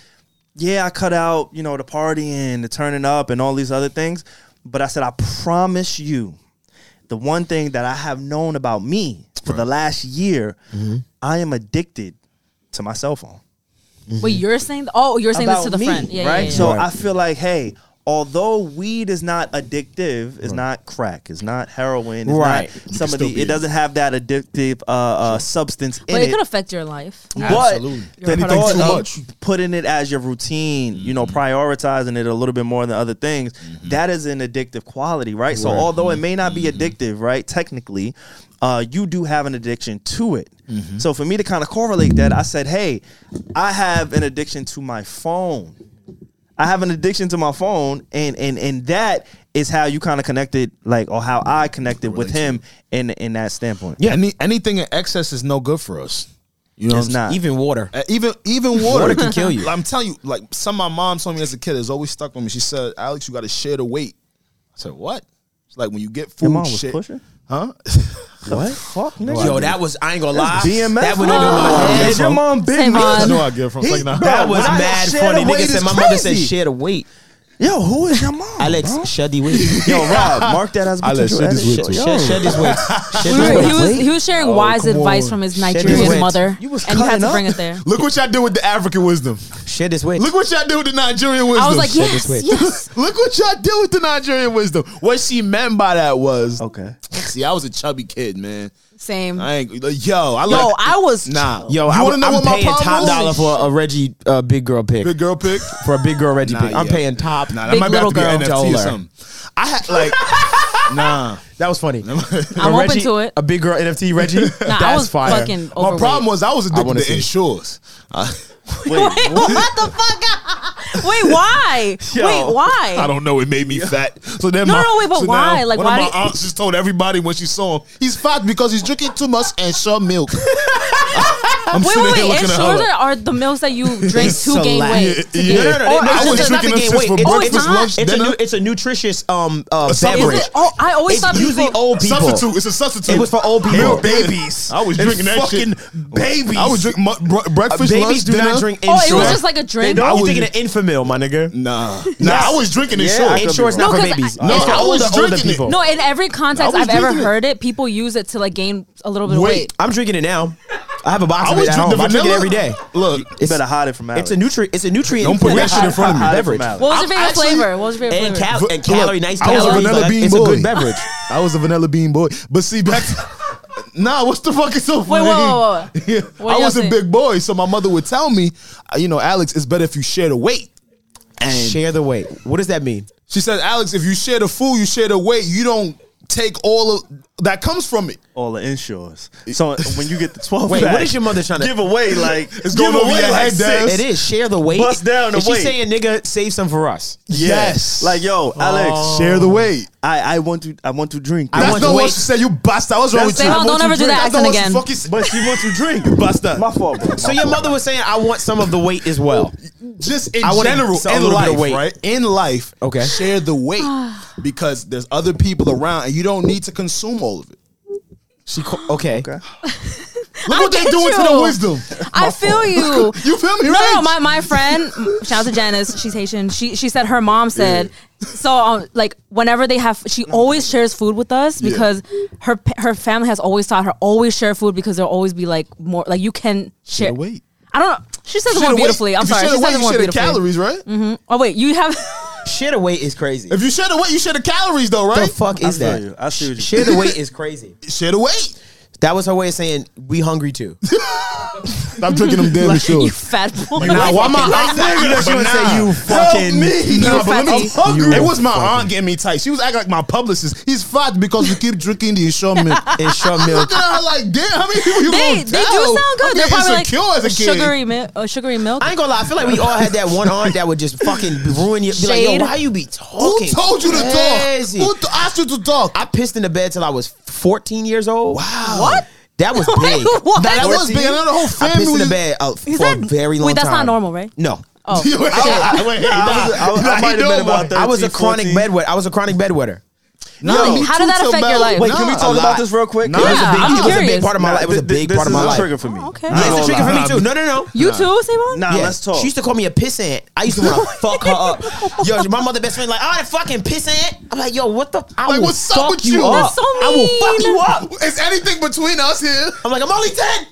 Speaker 2: yeah, I cut out, you know, the partying, the turning up, and all these other things, but I said, I promise you, the one thing that I have known about me for the last year, I am addicted to my cell phone."
Speaker 3: Wait, you're saying Oh, you're saying this to
Speaker 2: about
Speaker 3: the
Speaker 2: me,
Speaker 3: friend. Yeah,
Speaker 2: right?
Speaker 3: yeah, yeah.
Speaker 2: So I feel like, hey, although weed is not addictive, it's not crack, it's not heroin, it's
Speaker 1: Right.
Speaker 2: not some of the, it doesn't have that addictive uh, uh, substance in
Speaker 3: but it
Speaker 2: it.
Speaker 3: could affect your life.
Speaker 2: But the
Speaker 3: Anything
Speaker 2: thought
Speaker 6: too
Speaker 2: of
Speaker 6: much.
Speaker 2: putting it as your routine, you know, prioritizing it a little bit more than other things, that is an addictive quality, right? So although it may not be addictive, right, technically, uh, you do have an addiction to it. So for me to kind of correlate that, I said, hey, I have an addiction to my phone. I have an addiction to my phone, and and and that is how you kind of connected, like, or how I connected with him in in that standpoint.
Speaker 6: Yeah. Any, anything in excess is no good for us. You know,
Speaker 2: It's
Speaker 6: what I'm
Speaker 2: not.
Speaker 1: Even water.
Speaker 6: saying? Uh, even even water,
Speaker 1: Water can kill you.
Speaker 6: Like, I'm telling you, like some of my mom told me as a kid is always stuck with me. She said, "Alex, you got to share the weight." I said, "What?" It's like when you get food,
Speaker 2: Your mom was
Speaker 6: shit,
Speaker 2: pushing?
Speaker 6: huh?
Speaker 2: What? Fuck, nigga.
Speaker 1: Yo, that was I ain't gonna lie.
Speaker 2: BMF.
Speaker 1: That went over my head.
Speaker 2: Oh, Is your mom big?
Speaker 3: Save
Speaker 6: I
Speaker 3: on.
Speaker 6: know I get from
Speaker 2: He-
Speaker 6: second hand.
Speaker 2: bro,
Speaker 1: That was
Speaker 2: When I
Speaker 1: mad
Speaker 2: share
Speaker 1: funny.
Speaker 2: the
Speaker 1: Nigga
Speaker 2: weight
Speaker 1: said
Speaker 2: is
Speaker 1: my mother said
Speaker 2: crazy.
Speaker 1: share the weight.
Speaker 2: Yo, who is your mom?
Speaker 1: Alex,
Speaker 2: bro?
Speaker 1: shed the weight.
Speaker 2: Yo, Rob, mark that as
Speaker 6: Alex,
Speaker 2: potential
Speaker 6: shit is
Speaker 2: edit.
Speaker 6: with you.
Speaker 2: Yo,
Speaker 1: Shed, shed his weight. Shed
Speaker 3: We
Speaker 1: his
Speaker 3: were-
Speaker 1: weight.
Speaker 3: he was he was sharing wise
Speaker 6: come
Speaker 3: advice
Speaker 6: on.
Speaker 3: from his
Speaker 1: Shit,
Speaker 3: Nigerian
Speaker 1: went.
Speaker 3: mother,
Speaker 2: You was
Speaker 3: and you had
Speaker 2: cutting
Speaker 3: to
Speaker 2: up.
Speaker 3: bring it there.
Speaker 6: Look what y'all did with the African wisdom.
Speaker 1: Shed his weight.
Speaker 6: Look what y'all did with the Nigerian wisdom.
Speaker 3: I was like,
Speaker 1: Shit,
Speaker 3: yes,
Speaker 1: this went.
Speaker 3: yes.
Speaker 6: Look what y'all did with the Nigerian wisdom. What she meant by that was
Speaker 2: Okay.
Speaker 6: See, I was a chubby kid, man.
Speaker 3: Same.
Speaker 4: I ain't, like, yo, I
Speaker 3: Yo,
Speaker 4: like.
Speaker 3: I was
Speaker 4: nah,
Speaker 1: Yo,
Speaker 6: You
Speaker 1: I,
Speaker 6: wanna know
Speaker 1: am
Speaker 6: what my
Speaker 1: paying
Speaker 6: problem
Speaker 1: top
Speaker 6: is?
Speaker 1: dollar for a Reggie uh, big girl pick.
Speaker 4: big girl pick.
Speaker 1: for a big girl Reggie
Speaker 4: Nah,
Speaker 1: pick. I'm
Speaker 4: yeah.
Speaker 1: paying top.
Speaker 4: Nah, that
Speaker 1: big
Speaker 4: might
Speaker 1: little
Speaker 4: have to be
Speaker 1: girl
Speaker 4: an NFT
Speaker 1: dollar.
Speaker 4: or something. I had like, nah.
Speaker 1: That was funny.
Speaker 3: I'm open to it.
Speaker 1: A big girl NFT Reggie.
Speaker 3: Nah,
Speaker 1: That's
Speaker 3: I was
Speaker 1: fire.
Speaker 3: fucking.
Speaker 6: My problem was I was addicted
Speaker 1: wanna
Speaker 6: to
Speaker 1: see.
Speaker 6: insurance. I,
Speaker 3: Wait, what the fuck? wait, why? wait, why?
Speaker 4: I don't know. It made me fat. So then,
Speaker 3: No,
Speaker 4: my,
Speaker 3: no, wait, but
Speaker 4: so
Speaker 3: why?
Speaker 4: now
Speaker 3: Like,
Speaker 4: one
Speaker 3: why
Speaker 4: of
Speaker 3: do-
Speaker 4: my aunts just told everybody when she saw him.
Speaker 6: he's fat because he's drinking too much ensure milk.
Speaker 4: I'm
Speaker 3: Wait,
Speaker 4: sitting
Speaker 3: wait,
Speaker 4: here
Speaker 3: wait.
Speaker 4: looking at her.
Speaker 3: Insurers
Speaker 4: like,
Speaker 3: are the meals that you drink to gain
Speaker 1: Select.
Speaker 3: weight. to
Speaker 4: Yeah,
Speaker 3: gain-
Speaker 4: yeah.
Speaker 1: No, no,
Speaker 3: Or
Speaker 1: no.
Speaker 3: is
Speaker 1: I
Speaker 3: it
Speaker 1: was
Speaker 3: just-
Speaker 4: drinking
Speaker 1: drinking
Speaker 4: them shits for
Speaker 3: Oh, it's
Speaker 1: It's,
Speaker 3: not?
Speaker 1: lunch, it's, a
Speaker 4: dinner?
Speaker 1: nu- it's a nutritious um uh,
Speaker 4: A
Speaker 1: beverage.
Speaker 4: supplement.
Speaker 3: Is it? Oh, I always
Speaker 1: it's
Speaker 3: thought people-
Speaker 1: usually old people.
Speaker 4: Substitute. It's a substitute.
Speaker 1: It was for old people.
Speaker 4: Milk
Speaker 2: babies.
Speaker 4: I was
Speaker 2: And
Speaker 4: drinking that
Speaker 2: fucking
Speaker 4: shit.
Speaker 2: babies.
Speaker 4: I was drinking mu- br-
Speaker 1: Uh,
Speaker 4: breakfast,
Speaker 1: babies
Speaker 4: lunch,
Speaker 1: do
Speaker 4: dinner.
Speaker 1: not drink
Speaker 3: Oh,
Speaker 1: insurance.
Speaker 3: it was just like a
Speaker 1: They
Speaker 3: drink.
Speaker 1: don't.
Speaker 4: I
Speaker 1: you
Speaker 4: was-
Speaker 1: thinking an infamil, my nigga.
Speaker 4: Nah, nah. I was drinking
Speaker 1: Yeah,
Speaker 4: insurance.
Speaker 1: insurance
Speaker 3: No,
Speaker 1: not for
Speaker 3: 'cause I-
Speaker 1: babies.
Speaker 3: No,
Speaker 1: it's for
Speaker 4: I
Speaker 1: older,
Speaker 4: was
Speaker 1: older
Speaker 4: drinking it.
Speaker 1: people.
Speaker 3: No, in every context
Speaker 4: I was
Speaker 3: I've ever
Speaker 4: drinking it.
Speaker 3: heard it, people use it to like gain a little bit of weight.
Speaker 1: I'm drinking it now. I have a box
Speaker 4: I
Speaker 1: of it
Speaker 4: was
Speaker 1: at
Speaker 4: drinking
Speaker 1: home.
Speaker 4: the
Speaker 1: I drink it
Speaker 4: vanilla.
Speaker 1: every day.
Speaker 4: Look,
Speaker 2: You better hide it from Alex.
Speaker 1: It's a nutrient. It's a nutrient.
Speaker 4: Don't put that shit in front of me.
Speaker 2: Hide it
Speaker 1: Beverage.
Speaker 2: from Alex.
Speaker 3: What was your
Speaker 4: I'm
Speaker 3: favorite
Speaker 4: actually-
Speaker 3: flavor? What was your favorite
Speaker 1: And,
Speaker 3: flavor?
Speaker 1: cal- and
Speaker 4: Look,
Speaker 1: calorie, nice
Speaker 4: I was a
Speaker 1: calorie.
Speaker 4: vanilla
Speaker 1: but
Speaker 4: bean
Speaker 1: it's
Speaker 4: boy.
Speaker 1: a good beverage.
Speaker 4: I was a vanilla bean boy. But see, back. nah, what's the fuck is so
Speaker 3: Wait,
Speaker 4: funny?
Speaker 3: whoa, whoa, whoa.
Speaker 4: Yeah,
Speaker 3: What
Speaker 4: I
Speaker 3: y'all
Speaker 4: was a
Speaker 3: think?
Speaker 4: big boy, so my mother would tell me, uh, you know, Alex, it's better if you share the weight. And
Speaker 1: Share the weight. What does that mean?
Speaker 4: she said, Alex, if you share the food, you share the weight. You don't take all of that comes from it.
Speaker 2: all the insurance. So when you get the twelve
Speaker 1: Wait,
Speaker 2: pack,
Speaker 1: what is your mother trying to-
Speaker 2: give away? Like it's
Speaker 4: going over your head, Dad.
Speaker 1: It is share the weight.
Speaker 2: Bust down the
Speaker 1: Is
Speaker 2: weight.
Speaker 1: she saying, "Nigga, save some for us"? Oh.
Speaker 4: Yes.
Speaker 2: Like yo, Alex,
Speaker 4: Share the weight.
Speaker 2: I I want to Oh. I want to drink.
Speaker 1: I
Speaker 4: That's
Speaker 1: want
Speaker 4: not
Speaker 1: to
Speaker 4: what
Speaker 1: wait.
Speaker 4: she said. You bastard. What's wrong with
Speaker 2: That's
Speaker 4: you?
Speaker 2: not
Speaker 4: I
Speaker 3: what
Speaker 4: want
Speaker 3: you
Speaker 4: you
Speaker 3: drink.
Speaker 4: That's not what
Speaker 3: Accent
Speaker 4: she fucking said.
Speaker 2: but she wants to drink.
Speaker 4: Bastard.
Speaker 2: My fault, bro.
Speaker 1: So your mother was saying, "I want some of the weight as well."
Speaker 4: just in
Speaker 1: I wanna
Speaker 4: general
Speaker 1: sell a
Speaker 4: in
Speaker 1: little bit
Speaker 4: life,
Speaker 1: of weight.
Speaker 4: right? In life,
Speaker 1: Okay.
Speaker 4: share the weight because there's other people around and you don't need to consume all of it.
Speaker 1: She co- okay.
Speaker 4: Look what they're
Speaker 3: get
Speaker 4: doing to
Speaker 3: you.
Speaker 4: the wisdom.
Speaker 3: I feel you.
Speaker 4: You feel me?
Speaker 3: No,
Speaker 4: right?
Speaker 3: no, my, my friend, shout out to Janice, she's Haitian. She she said her mom said so um, like whenever they have she always shares food with us
Speaker 4: Yeah.
Speaker 3: because her pa- her family has always taught her always share food because there'll always be like more like you can share.
Speaker 4: weight.
Speaker 3: I don't know. She says it
Speaker 4: Share
Speaker 3: more
Speaker 4: the weight.
Speaker 3: beautifully. I'm
Speaker 4: if
Speaker 3: sorry. She
Speaker 4: You share
Speaker 3: says
Speaker 4: the weight,
Speaker 3: it
Speaker 4: you
Speaker 3: more
Speaker 4: share the
Speaker 3: beautifully.
Speaker 4: calories, right?
Speaker 3: Oh wait, you have
Speaker 1: Share the weight is crazy.
Speaker 4: If you share the weight, you share the calories, though,
Speaker 1: the
Speaker 4: right?
Speaker 1: fuck is
Speaker 2: feel
Speaker 1: that?
Speaker 2: you. I see what you-
Speaker 1: Share the weight is crazy.
Speaker 4: share the weight.
Speaker 1: That was her way of saying we hungry too.
Speaker 4: I'm drinking them damn
Speaker 3: you
Speaker 4: sure.
Speaker 3: fat boy.
Speaker 4: Nah, why my aunt
Speaker 1: You know she
Speaker 4: but
Speaker 1: would say,
Speaker 4: nah.
Speaker 1: "You fucking-
Speaker 4: Help me. Nah, but let
Speaker 3: fatty.
Speaker 4: me- I'm hungry.
Speaker 1: You
Speaker 4: It was my
Speaker 1: fucking-
Speaker 4: aunt getting me tight. She was acting like my publicist. He's fat because you keep drinking the insurance milk.
Speaker 1: And short milk.
Speaker 4: Looking at her like, damn, how many people you
Speaker 3: They, they
Speaker 4: gonna
Speaker 3: do
Speaker 4: tell?
Speaker 3: sound
Speaker 4: I'm
Speaker 3: good. They're
Speaker 4: getting
Speaker 3: probably like
Speaker 4: insecure as a kid.
Speaker 3: sugary, mi- uh, sugary milk.
Speaker 1: I ain't gonna lie. I feel like we all had that one aunt that would just fucking ruin your. Be like,
Speaker 3: Shade.
Speaker 1: yo, why you be
Speaker 4: Who
Speaker 1: talking?
Speaker 4: told you to talk?
Speaker 1: crazy?"
Speaker 4: Who t- asked you to talk?
Speaker 1: I pissed in the bed till I was 14 years old.
Speaker 4: Wow.
Speaker 3: What?
Speaker 1: That was
Speaker 3: Wait,
Speaker 1: big.
Speaker 3: what?
Speaker 1: That,
Speaker 3: That
Speaker 1: was
Speaker 4: was
Speaker 1: big.
Speaker 4: big. I know the whole
Speaker 1: I pissed in the
Speaker 4: family-
Speaker 1: bed uh, for
Speaker 3: Is
Speaker 1: a
Speaker 3: that-
Speaker 1: very
Speaker 3: wait,
Speaker 1: long time.
Speaker 3: that's not normal, right?
Speaker 1: No.
Speaker 3: Oh.
Speaker 4: Wait, I- I- wait, nah,
Speaker 2: I was- I might
Speaker 4: nah, you
Speaker 2: have been
Speaker 4: know
Speaker 2: about
Speaker 4: what?
Speaker 2: that.
Speaker 1: I was a
Speaker 2: 13,
Speaker 1: chronic
Speaker 2: 14.
Speaker 1: bedwetter. I was a chronic bedwetter.
Speaker 4: Nah, me
Speaker 3: How did
Speaker 4: too,
Speaker 3: that affect
Speaker 4: Tamara.
Speaker 3: your life?
Speaker 2: Wait, can we
Speaker 4: Nah,
Speaker 2: talk
Speaker 4: a
Speaker 2: about
Speaker 4: lot.
Speaker 2: this real quick?
Speaker 4: Nah,
Speaker 1: It was a
Speaker 3: Yeah,
Speaker 1: big,
Speaker 3: I'm
Speaker 1: it was a big
Speaker 3: curious.
Speaker 1: part of my life. It was a
Speaker 2: Th- th-
Speaker 1: big
Speaker 2: this
Speaker 1: part of
Speaker 2: is
Speaker 1: my
Speaker 2: a
Speaker 1: life.
Speaker 2: Trigger for me.
Speaker 3: okay.
Speaker 1: Yeah, it's a trigger for me
Speaker 4: Nah,
Speaker 1: too. No, no, no.
Speaker 3: You too, Simon?
Speaker 2: Nah,
Speaker 1: Yeah.
Speaker 2: let's talk.
Speaker 1: She used to call me a pissant. I used to want to fuck her up. Yo, my mother best friend like, oh, that fucking pissant. I'm like, yo, what the? I
Speaker 4: Like,
Speaker 1: will
Speaker 4: what's up
Speaker 1: fuck
Speaker 4: with
Speaker 1: you
Speaker 4: you?
Speaker 1: up.
Speaker 4: That's
Speaker 3: so
Speaker 1: I will fuck
Speaker 3: mean.
Speaker 1: you up.
Speaker 4: Is anything between us here?
Speaker 1: I'm like, I'm only ten.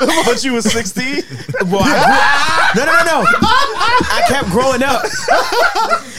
Speaker 2: but you was sixteen.
Speaker 1: Well, I grew- no, no, no, no. I kept growing up.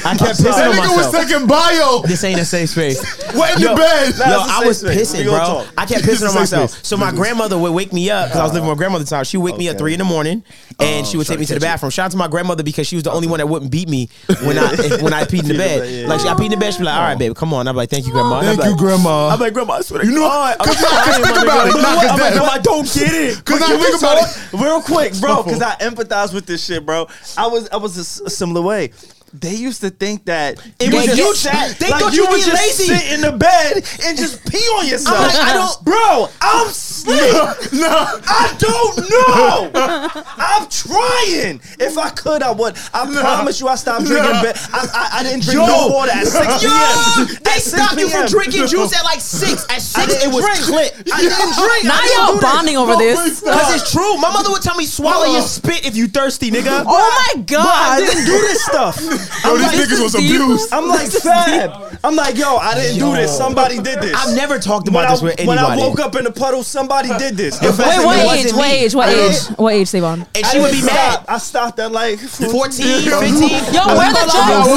Speaker 1: I kept pissing
Speaker 4: That
Speaker 1: on
Speaker 4: nigga was
Speaker 1: myself.
Speaker 4: taking bio.
Speaker 1: This ain't a safe space.
Speaker 4: Wet in the bed.
Speaker 1: Yo,
Speaker 2: That's the
Speaker 1: I
Speaker 2: safe
Speaker 1: was
Speaker 2: space.
Speaker 1: pissing,
Speaker 2: We gonna
Speaker 1: bro.
Speaker 2: talk.
Speaker 1: I kept pissing on
Speaker 4: This is safe
Speaker 1: myself.
Speaker 4: space.
Speaker 1: So
Speaker 2: Mm-hmm.
Speaker 1: my grandmother would wake me up because I was living with my grandmother at the time. She would wake me up three in the morning, and she would take me
Speaker 2: Oh,
Speaker 1: to the bathroom. Shout out to my grandmother because she was the only one that wouldn't beat me when I when I peed in the bed.
Speaker 2: yeah, Oh. yeah.
Speaker 1: Like she- I peed in the bed, she'd be like, "All right, baby, come on." I'm like, "Thank you, grandma." And I'm
Speaker 4: Thank you,
Speaker 1: like-
Speaker 4: grandma.
Speaker 1: I'm like, "Grandma, I swear to
Speaker 4: Uh, You know,
Speaker 1: God, I'm
Speaker 4: cause-
Speaker 1: sorry,
Speaker 4: cause think
Speaker 1: my
Speaker 4: about it.
Speaker 1: grandma."
Speaker 4: Nah, 'cause
Speaker 1: I'm like,
Speaker 4: that-
Speaker 1: "Grandma, don't get it."
Speaker 4: Cause
Speaker 1: Like,
Speaker 4: I
Speaker 1: you
Speaker 4: think
Speaker 1: just
Speaker 4: about
Speaker 1: saw-
Speaker 4: it.
Speaker 2: real quick, bro, because
Speaker 4: Oh.
Speaker 2: I empathize with this shit, bro. I was I was a s- a, similar way. They used to think that
Speaker 1: It
Speaker 2: you
Speaker 1: was
Speaker 2: just
Speaker 1: you-
Speaker 2: sat-
Speaker 1: they thought you
Speaker 2: would
Speaker 1: being
Speaker 2: just
Speaker 1: lazy.
Speaker 2: sit in the bed and just pee on yourself.
Speaker 3: I'm like, I don't-
Speaker 2: bro. I'm sleep.
Speaker 4: No.
Speaker 2: I don't know. I'm trying. If I could, I would. I promise you, I stopped drinking.
Speaker 4: No.
Speaker 2: Be- I, I, I didn't drink no water at six
Speaker 1: Yo,
Speaker 2: p.m.
Speaker 1: they
Speaker 2: At 6
Speaker 1: stopped you from
Speaker 2: p.m..
Speaker 1: drinking juice at like six. At six, it
Speaker 2: didn't
Speaker 1: was clit.
Speaker 2: drink. I didn't drink.
Speaker 3: Now
Speaker 2: I didn't
Speaker 3: y'all
Speaker 2: do that.
Speaker 3: bonding over
Speaker 2: Bro,
Speaker 3: this.
Speaker 1: Cause it's true. My mother would tell me, "Swallow your spit if you thirsty, nigga."
Speaker 3: Oh my
Speaker 2: Bro, I
Speaker 3: god.
Speaker 2: didn't do this stuff.
Speaker 6: Yo,
Speaker 2: I'm
Speaker 6: these
Speaker 2: like,
Speaker 6: niggas was
Speaker 3: this is
Speaker 6: abused.
Speaker 2: I'm like Fab. I'm like, yo, I didn't do this. Somebody did this.
Speaker 1: I've never talked
Speaker 2: When
Speaker 1: about
Speaker 2: I,
Speaker 1: this with
Speaker 2: when
Speaker 1: anybody.
Speaker 2: I woke up in the puddle, somebody did this. If
Speaker 1: Wait,
Speaker 2: I
Speaker 3: Wait,
Speaker 1: It
Speaker 3: what
Speaker 1: wasn't
Speaker 3: age? What
Speaker 1: me.
Speaker 3: age? What age? What age, Savon?
Speaker 1: and she would be mad.
Speaker 2: Stop. I stopped at like
Speaker 1: 14, 15.
Speaker 3: Yo, where are the
Speaker 1: All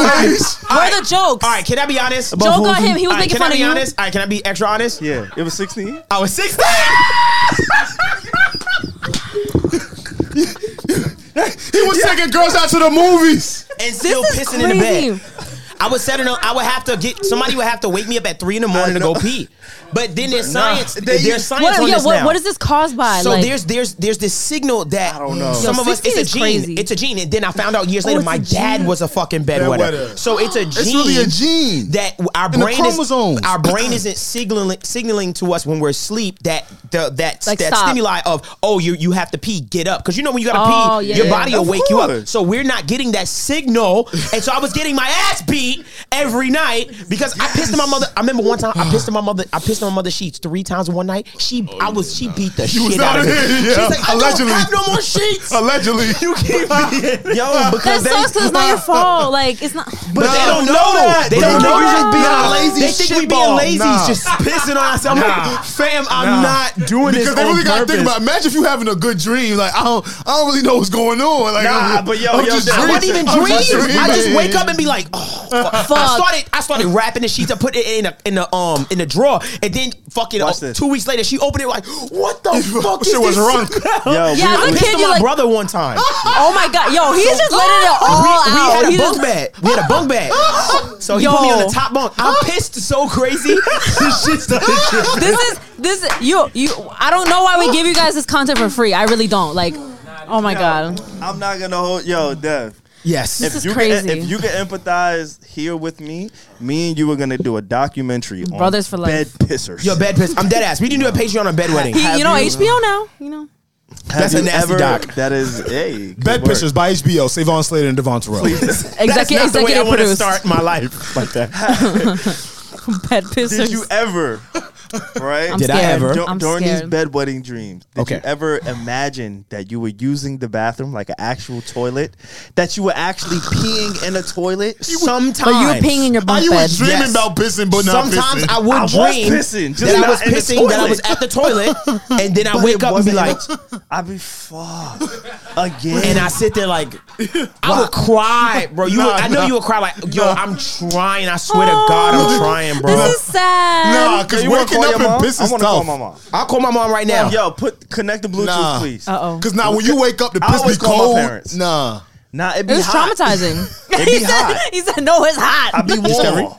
Speaker 1: right.
Speaker 3: jokes? Where are the jokes?
Speaker 1: All right, can I be honest?
Speaker 3: Joe got him. He was
Speaker 1: All right, can
Speaker 3: making fun
Speaker 1: I
Speaker 3: of
Speaker 1: be
Speaker 3: you.
Speaker 1: honest? All right, can I be extra honest?
Speaker 2: Yeah, it was 16.
Speaker 1: I was 16.
Speaker 6: He was taking girls out to the movies.
Speaker 1: and still
Speaker 3: This is
Speaker 1: pissing in the bed.
Speaker 3: crazy.
Speaker 1: I was setting up. I would have to get somebody would have to wake me up at three in the morning to go pee. But then there's science.
Speaker 2: they-
Speaker 1: there's science
Speaker 3: What,
Speaker 1: on
Speaker 3: yo,
Speaker 1: this
Speaker 3: what,
Speaker 1: now.
Speaker 3: what is this caused by?
Speaker 1: So
Speaker 3: like,
Speaker 1: there's there's there's this signal that some
Speaker 3: Yo,
Speaker 1: of us
Speaker 3: 16
Speaker 1: it's a
Speaker 3: is
Speaker 1: gene.
Speaker 3: crazy.
Speaker 1: It's a gene, and then I found out years
Speaker 3: Oh,
Speaker 1: later
Speaker 3: it's
Speaker 1: my
Speaker 3: a
Speaker 1: dad
Speaker 3: gene.
Speaker 1: was a fucking bedwetter.
Speaker 6: Bedwetter.
Speaker 1: So it's a gene.
Speaker 6: It's really a gene.
Speaker 1: that our
Speaker 6: the
Speaker 1: brain is
Speaker 6: chromosomes.
Speaker 1: our brain isn't signaling signaling to us when we're asleep that the, that
Speaker 3: Like,
Speaker 1: that
Speaker 3: stop.
Speaker 1: stimuli of oh you you have to pee get up because you know when you gotta
Speaker 3: Oh,
Speaker 1: pee
Speaker 3: yeah,
Speaker 1: your
Speaker 3: yeah,
Speaker 1: body
Speaker 3: yeah.
Speaker 1: will
Speaker 2: Of
Speaker 1: wake you up
Speaker 2: course.
Speaker 1: so we're not getting that signal and so I was getting my ass beat every night because I pissed on my mother I remember one time I pissed on my mother I pissed on my mother's sheets three times in one night she I was she beat the
Speaker 6: was
Speaker 1: shit
Speaker 6: out
Speaker 1: out of me
Speaker 6: of here, yeah.
Speaker 1: she's like I
Speaker 6: Allegedly.
Speaker 1: don't have no more sheets
Speaker 6: Allegedly, you keep
Speaker 1: yo
Speaker 3: that
Speaker 1: because they,
Speaker 3: sucks because it's not your fault. Like it's not.
Speaker 1: but they don't know that. They
Speaker 6: Bro,
Speaker 1: don't know
Speaker 6: niggas
Speaker 1: that.
Speaker 6: just
Speaker 1: Nah. They think we
Speaker 6: being lazy
Speaker 1: being
Speaker 6: shitball.
Speaker 1: lazy,
Speaker 6: Nah.
Speaker 1: just pissing on ourselves. I'm like, fam, I'm not doing this
Speaker 6: because they
Speaker 1: on
Speaker 6: really gotta
Speaker 1: purpose.
Speaker 6: think about. Imagine if you having a good dream. Like I don't, I don't really know what's going on. Like,
Speaker 2: Nah,
Speaker 6: I'm,
Speaker 2: but yo,
Speaker 6: I'm
Speaker 2: yo,
Speaker 6: just
Speaker 2: that-
Speaker 1: I
Speaker 6: dreaming.
Speaker 1: wouldn't even
Speaker 6: I'm just
Speaker 1: dream. I just
Speaker 6: dreaming.
Speaker 1: wake up and be like, oh, fuck. I
Speaker 3: Fuck.
Speaker 1: started, I started wrapping the sheets. I put it in a in the um in the drawer, and then fucking uh,
Speaker 2: Watch this.
Speaker 1: two weeks later, she opened it like, what the fuck is
Speaker 6: Shit
Speaker 1: this?
Speaker 6: was wrong.
Speaker 2: Yo, we-
Speaker 3: Yeah,
Speaker 1: I
Speaker 3: as a
Speaker 1: pissed
Speaker 3: kid,
Speaker 1: on
Speaker 3: you
Speaker 1: my
Speaker 3: like.
Speaker 1: brother one time.
Speaker 3: Oh my god, yo, he's just letting it all
Speaker 1: we,
Speaker 3: out.
Speaker 1: we had a
Speaker 3: He
Speaker 1: bunk
Speaker 3: just-
Speaker 1: bed. We had a bunk bed. So he put me on
Speaker 3: Yo.
Speaker 1: the top bunk. I pissed so crazy. this shit started.
Speaker 3: This is this is you you. I don't know why we give you guys this content for free. I really don't. Like, oh my god,
Speaker 2: I'm not gonna hold. Yo, Dev.
Speaker 1: Yes.
Speaker 3: This is
Speaker 2: you
Speaker 3: crazy.
Speaker 2: Can, if you can empathize here with me, me and you are gonna do a documentary on
Speaker 3: Brothers for
Speaker 2: bed
Speaker 3: life.
Speaker 2: pissers.
Speaker 1: Yo, bed piss. I'm dead ass. We didn't do a Patreon on bedwetting.
Speaker 3: he,
Speaker 2: Have
Speaker 3: you know
Speaker 2: you-
Speaker 3: HBO now. You know.
Speaker 2: Have
Speaker 1: that's a
Speaker 2: you
Speaker 1: nasty
Speaker 2: ever-
Speaker 1: doc.
Speaker 2: That is a
Speaker 6: Bed Pictures by HBO, Savon Slater and Devon Terrell.
Speaker 3: Executive, executive
Speaker 1: wanna
Speaker 3: produced.
Speaker 1: my life like that.
Speaker 3: Pet pissers.
Speaker 2: Did you ever? Right?
Speaker 3: I'm
Speaker 1: Did I
Speaker 3: scared.
Speaker 1: ever?
Speaker 2: Dur-
Speaker 3: I'm
Speaker 2: during these
Speaker 3: scared.
Speaker 2: bedwetting dreams, did
Speaker 1: Okay.
Speaker 2: you ever imagine that you were using the bathroom like an actual toilet? That you were actually peeing in a toilet?
Speaker 1: Sometimes.
Speaker 3: but you were peeing in your bunk
Speaker 6: you
Speaker 3: bed.
Speaker 6: was dreaming
Speaker 1: Yes.
Speaker 6: about pissing, but not
Speaker 1: Sometimes
Speaker 6: pissing.
Speaker 1: I would
Speaker 2: I was
Speaker 1: dream
Speaker 2: pissing, just
Speaker 1: that I
Speaker 2: not
Speaker 1: was
Speaker 2: in the
Speaker 1: pissing, that I
Speaker 2: toilet.
Speaker 1: was at the toilet, and then I
Speaker 2: But
Speaker 1: wake
Speaker 2: it
Speaker 1: up and be like,
Speaker 2: wasn't- I'd be fucked again.
Speaker 1: and I sit there like, I would cry, bro. You,
Speaker 6: Nah,
Speaker 1: would, I know
Speaker 6: nah.
Speaker 1: you would cry like, yo,
Speaker 6: Nah.
Speaker 1: I'm trying. I swear to God,
Speaker 2: Oh,
Speaker 1: I'm trying, bro.
Speaker 3: This is sad.
Speaker 6: Nah, because
Speaker 2: You wanna
Speaker 6: waking
Speaker 2: call
Speaker 6: up
Speaker 2: your mom?
Speaker 6: and piss
Speaker 2: I
Speaker 6: is
Speaker 2: wanna call my
Speaker 6: tough.
Speaker 2: mom.
Speaker 1: I'll call my mom right now.
Speaker 2: Yo, put connect the Bluetooth,
Speaker 6: Nah.
Speaker 2: please.
Speaker 3: Uh-oh.
Speaker 6: Because now when you wake up, the
Speaker 2: I
Speaker 6: piss be
Speaker 2: always call my
Speaker 6: cold.
Speaker 2: parents.
Speaker 6: Nah.
Speaker 2: Nah, it'd be
Speaker 3: It was
Speaker 2: hot.
Speaker 3: traumatizing.
Speaker 2: It'd be
Speaker 3: he, said,
Speaker 2: hot.
Speaker 3: he said, no, it's hot.
Speaker 2: I'd be
Speaker 1: Discovery.
Speaker 2: warm.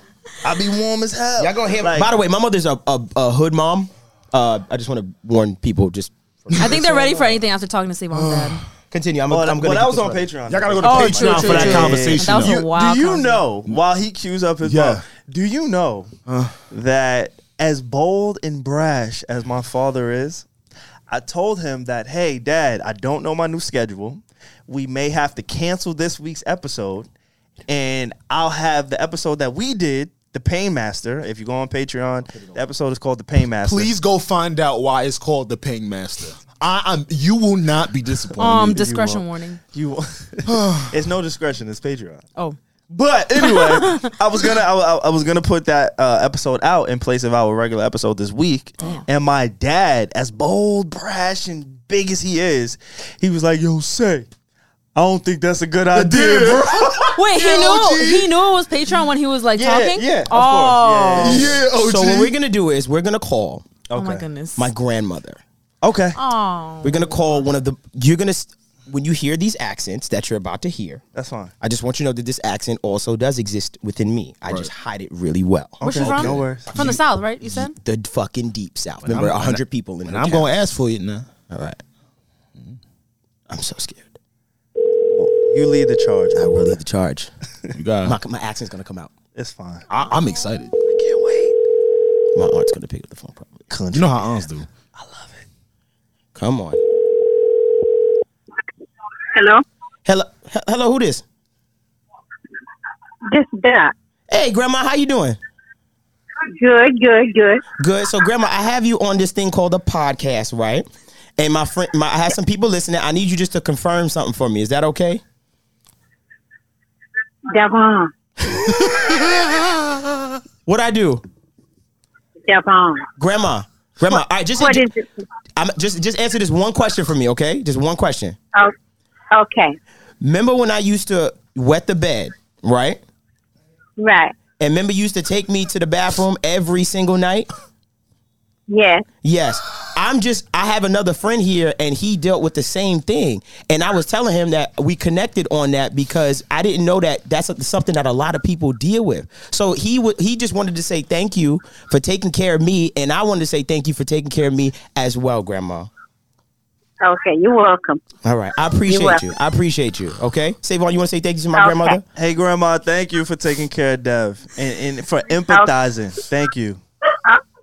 Speaker 2: I'd be warm as hell.
Speaker 1: Y'all gonna hear.
Speaker 2: Like,
Speaker 1: by the way, my mother's a, a, a hood mom. Uh, I just want to warn people. Just
Speaker 3: I think they're ready for anything after talking to Savon's dad.
Speaker 1: continue. I'm,
Speaker 2: Well,
Speaker 1: I'm gonna.
Speaker 2: well,
Speaker 1: get
Speaker 2: that was
Speaker 1: this
Speaker 2: on
Speaker 1: right.
Speaker 2: Patreon.
Speaker 6: Y'all gotta go to
Speaker 3: Oh,
Speaker 6: Patreon
Speaker 3: true,
Speaker 6: for
Speaker 3: true,
Speaker 6: that
Speaker 3: true.
Speaker 6: conversation.
Speaker 3: That was
Speaker 6: though.
Speaker 3: a wild
Speaker 2: do you
Speaker 3: concept.
Speaker 2: know while he cues up his
Speaker 6: Yeah. Uh.
Speaker 2: mom? Do you know that as bold and brash as my father is, I told him that hey, Dad, I don't know my new schedule. We may have to cancel this week's episode, and I'll have the episode that we did, the Pain Master. If you go on Patreon, the episode is called the Pain Master.
Speaker 6: Please go find out why it's called the Ping Master. I, I'm, you will not be disappointed.
Speaker 3: Um,
Speaker 6: You
Speaker 3: discretion
Speaker 6: won't.
Speaker 3: warning.
Speaker 2: you. it's no discretion. It's Patreon.
Speaker 3: Oh.
Speaker 2: But anyway, I was gonna I, I- I was gonna put that uh, episode out in place of our regular episode this week. And my dad, as bold, brash, and big as he is, he was like, "Yo, say, I don't think that's a good idea,
Speaker 6: did.
Speaker 2: bro."
Speaker 3: Wait, he
Speaker 6: Yeah,
Speaker 3: knew
Speaker 6: OG.
Speaker 3: he knew it was Patreon when he was like
Speaker 2: Yeah,
Speaker 3: talking?
Speaker 2: yeah, of course,
Speaker 3: Oh.
Speaker 2: yeah,
Speaker 6: Yeah, OG.
Speaker 1: So what we're gonna do is we're gonna call
Speaker 3: Oh my goodness.
Speaker 1: my grandmother.
Speaker 2: Okay,
Speaker 3: oh.
Speaker 1: We're gonna call one of the. You're gonna s- when you hear these accents that you're about to hear.
Speaker 2: that's fine.
Speaker 1: I just want you to know that this accent also does exist within me. I just hide it really well.
Speaker 3: Where's she from?
Speaker 2: no worries.
Speaker 3: From the south, right? You said?
Speaker 1: The fucking deep south. Remember, a hundred people in.
Speaker 6: and
Speaker 1: the
Speaker 6: I'm
Speaker 1: town.
Speaker 6: going Mm-hmm. to ask for it now.
Speaker 1: All right. I'm so scared.
Speaker 2: You lead the charge.
Speaker 1: I
Speaker 2: bro.
Speaker 1: will lead the charge.
Speaker 6: You got
Speaker 1: My, my accent's gonna come out.
Speaker 2: It's fine.
Speaker 6: I, I'm excited.
Speaker 2: I can't wait.
Speaker 1: My aunt's gonna pick up the phone probably.
Speaker 6: You know how aunts do.
Speaker 1: Come on.
Speaker 8: Hello?
Speaker 1: Hello, he- hello. Who this?
Speaker 8: This that.
Speaker 1: Hey, grandma. How you doing?
Speaker 8: Good, good, good.
Speaker 1: Good. So, Grandma, I have you on this thing called a podcast, right? And my friend, my, I have some people listening. I need you just to confirm something for me. Is that okay?
Speaker 8: Devon.
Speaker 1: What I do,
Speaker 8: Devon.
Speaker 1: Grandma? Grandma, all right, just
Speaker 8: What is it?
Speaker 1: I'm, just just answer this one question for me, okay? Just one question.
Speaker 8: Oh, okay.
Speaker 1: Remember when I used to wet the bed, right?
Speaker 8: Right.
Speaker 1: And remember you used to take me to the bathroom every single night?
Speaker 8: Yes.
Speaker 1: Yes. I'm just I have another friend here and he dealt with the same thing. And I was telling him that we connected on that because I didn't know that that's something that a lot of people deal with. So he would he just wanted to say thank you for taking care of me and I wanted to say thank you for taking care of me as well, grandma.
Speaker 8: Okay. You're welcome.
Speaker 1: All right. I appreciate
Speaker 8: welcome.
Speaker 1: you. I appreciate you. Okay? Savon, you want to say thank you to my
Speaker 8: Okay.
Speaker 1: grandmother?
Speaker 2: Hey, Grandma, thank you for taking care of Dev and, and for empathizing. Thank you.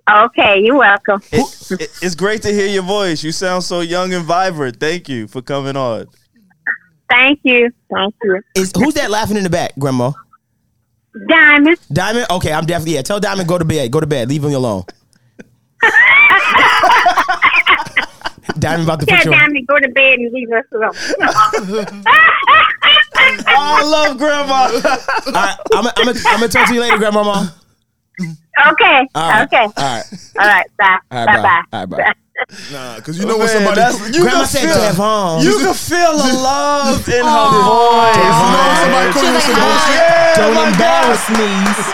Speaker 8: Uh, okay. You're welcome.
Speaker 2: It, it- it's great to hear your voice. You sound so young and vibrant. Thank you for coming on.
Speaker 8: Thank you. Thank you.
Speaker 1: Is who's that laughing in the back, grandma?
Speaker 8: Diamond.
Speaker 1: Diamond? Okay, I'm definitely yeah. Tell Diamond go to bed. Go to bed. Leave him alone. Diamond about to
Speaker 8: Tell
Speaker 1: put you on.
Speaker 8: Diamond to go to bed and leave us alone.
Speaker 2: I love Grandma.
Speaker 1: All right, I'm gonna I'm gonna talk to you later, grandmama.
Speaker 8: okay.
Speaker 1: All right.
Speaker 8: Okay.
Speaker 1: All right.
Speaker 8: All right. Bye.
Speaker 1: All right,
Speaker 8: bye. Bye.
Speaker 1: bye. All right, bye.
Speaker 6: Nah, because you know when
Speaker 2: Man,
Speaker 6: somebody
Speaker 2: that's- you
Speaker 1: Grandma
Speaker 2: can
Speaker 1: said
Speaker 2: feel,
Speaker 1: Devon.
Speaker 2: you can feel the love in her voice.
Speaker 6: somebody
Speaker 2: man.
Speaker 6: calling you some bullshit.
Speaker 2: Yeah, Oh my
Speaker 1: Don't embarrass
Speaker 2: God.
Speaker 1: me.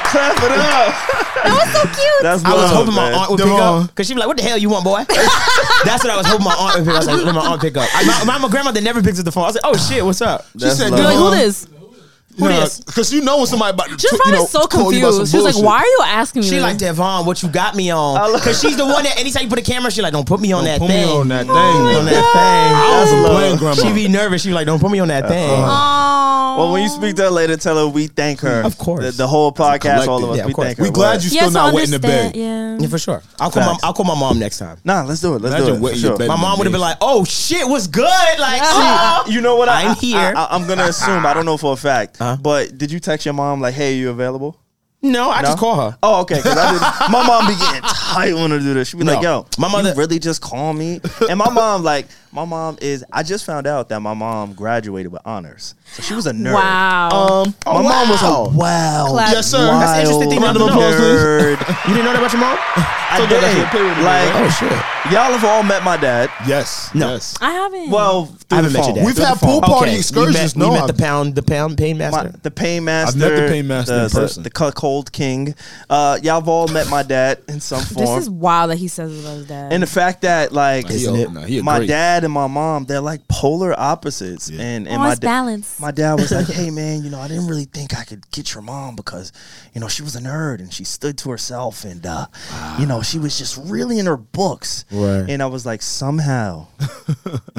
Speaker 2: Clap it up.
Speaker 3: so cute.
Speaker 2: That's
Speaker 1: I was
Speaker 2: love,
Speaker 1: hoping my
Speaker 2: man.
Speaker 1: aunt would pick
Speaker 6: Devon.
Speaker 1: up because she'd be like, "What the hell you want, boy?" That's what I was hoping my aunt would pick. up. I was like, "Let my aunt pick up." I, my, my grandmother never picks up the phone. I was like, "Oh shit, what's up?"
Speaker 2: That's
Speaker 6: said,
Speaker 2: love.
Speaker 3: You're like, who this?
Speaker 6: Who
Speaker 1: this?
Speaker 6: Because you know when somebody about to
Speaker 3: She
Speaker 6: t-
Speaker 3: was probably
Speaker 6: you know,
Speaker 3: so
Speaker 6: call you about
Speaker 3: confused. She
Speaker 6: some
Speaker 3: was like,
Speaker 6: bullshit.
Speaker 3: "Why are you asking me?"
Speaker 1: She like Devon, what you got me on?
Speaker 2: love-
Speaker 1: Because she's the one that anytime you put a camera, she like, "Don't put me on that
Speaker 6: Put
Speaker 1: thing."
Speaker 6: me on that thing.
Speaker 1: on that
Speaker 6: I
Speaker 1: thing.
Speaker 6: wasn't
Speaker 2: love.
Speaker 6: playing, grandma.
Speaker 1: Oh She be nervous. She be like, don't put me on that thing.
Speaker 3: Oh.
Speaker 2: Well, when you speak to her later, tell her we thank her.
Speaker 1: Of course.
Speaker 2: The, the whole podcast, all
Speaker 1: collective.
Speaker 2: of us,
Speaker 1: Yeah, of
Speaker 2: we
Speaker 1: course.
Speaker 2: thank her.
Speaker 6: We glad you
Speaker 3: yes,
Speaker 6: still
Speaker 3: I
Speaker 6: not wet in the
Speaker 3: understand.
Speaker 6: bed.
Speaker 1: yeah,
Speaker 3: Yeah.
Speaker 1: for sure. I'll call,
Speaker 2: Facts.
Speaker 1: my, I'll call my mom next time.
Speaker 2: Nah, let's do it. Let's do
Speaker 6: Imagine
Speaker 2: it.
Speaker 6: wetting
Speaker 2: for
Speaker 6: your
Speaker 2: sure.
Speaker 6: bed.
Speaker 1: My mom would have been like, oh shit, what's good? Like, oh.
Speaker 2: You know what? I,
Speaker 1: I'm here. Uh-huh.
Speaker 2: I, am gonna assume. I don't know for a fact.
Speaker 1: Huh?
Speaker 2: But did you text your mom like, "Hey, you available?"
Speaker 1: no, I
Speaker 2: No?
Speaker 1: just call her.
Speaker 2: Oh, okay. 'cause I didn't- my mom be getting tight when I do this. She be
Speaker 1: No.
Speaker 2: like, "Yo,
Speaker 1: My
Speaker 2: my mother
Speaker 1: mother-
Speaker 2: really just call me." And my mom, like, my mom is. I just found out that my mom graduated with honors, so she was a nerd.
Speaker 3: Wow.
Speaker 6: Um,
Speaker 2: My mom was a wow.
Speaker 3: Clap.
Speaker 6: yes, sir.
Speaker 2: Wild
Speaker 1: That's an interesting thing not to know.
Speaker 2: nerd.
Speaker 1: You didn't know that about your mom?
Speaker 2: I
Speaker 6: you that's your
Speaker 2: did.
Speaker 6: period,
Speaker 2: Like,
Speaker 1: Oh shit.
Speaker 2: y'all have all met my dad.
Speaker 6: Yes.
Speaker 1: No.
Speaker 6: Yes.
Speaker 3: I haven't.
Speaker 2: Well, through
Speaker 1: I haven't
Speaker 2: the
Speaker 1: met your
Speaker 2: phone.
Speaker 1: dad.
Speaker 6: We've had pool party excursions.
Speaker 1: We met,
Speaker 6: no,
Speaker 1: we met the
Speaker 6: I've-
Speaker 1: pound, the pound pain
Speaker 2: My-
Speaker 1: master.
Speaker 2: the pain master,
Speaker 6: met the pain master
Speaker 2: the,
Speaker 6: in person.
Speaker 2: the, the cold king. Uh, y'all have all met my dad in some
Speaker 3: this
Speaker 2: form.
Speaker 3: is wild that he says it about his dad.
Speaker 2: and the fact that like
Speaker 1: Isn't
Speaker 6: Yo,
Speaker 1: it?
Speaker 6: nah, he a
Speaker 2: my
Speaker 6: great-
Speaker 2: dad and my mom, they're like polar opposites. And and
Speaker 3: Oh,
Speaker 2: my
Speaker 3: it's
Speaker 2: da-
Speaker 3: balance.
Speaker 2: My dad was like, "Hey man, you know, I didn't really think I could get your mom because, you know, she was a nerd and she stood to herself and uh, you know, she was just really in her books."
Speaker 1: Right.
Speaker 2: And I was like, "Somehow,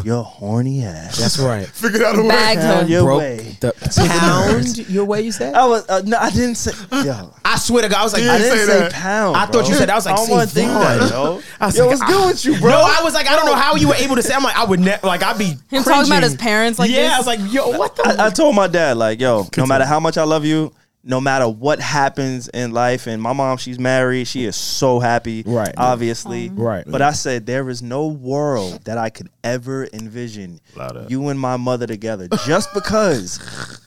Speaker 2: your horny ass
Speaker 1: That's right.
Speaker 6: Figured out a way.
Speaker 3: Bag
Speaker 2: found
Speaker 3: her.
Speaker 2: your
Speaker 1: Broke
Speaker 2: way."
Speaker 1: the pound your way, you said?
Speaker 2: I was uh, no, I didn't say. Yo,
Speaker 1: I swear to God, I was like,
Speaker 2: I
Speaker 1: I
Speaker 2: didn't
Speaker 1: didn't
Speaker 2: say,
Speaker 1: say that.
Speaker 2: pound.
Speaker 1: I thought you
Speaker 2: bro.
Speaker 1: said- I was like,
Speaker 2: don't wanna think
Speaker 1: Savon.
Speaker 2: that, yo.
Speaker 1: I was
Speaker 2: yo,
Speaker 1: like, "Ah."
Speaker 2: what's good with you, bro?
Speaker 1: No, I was like, I don't know how you were able to say. I'm like, I would never, like, I'd be him
Speaker 3: Him talking about his parents like
Speaker 1: yeah,
Speaker 3: this?
Speaker 1: I was like, yo, what the?
Speaker 2: I, I told my dad, like, yo, no matter how much I love you, no matter what happens in life, and my mom, she's married, she is so happy,
Speaker 1: Right.
Speaker 2: Obviously,
Speaker 1: Right.
Speaker 2: But I said there is no world that I could ever envision you and my mother together, just because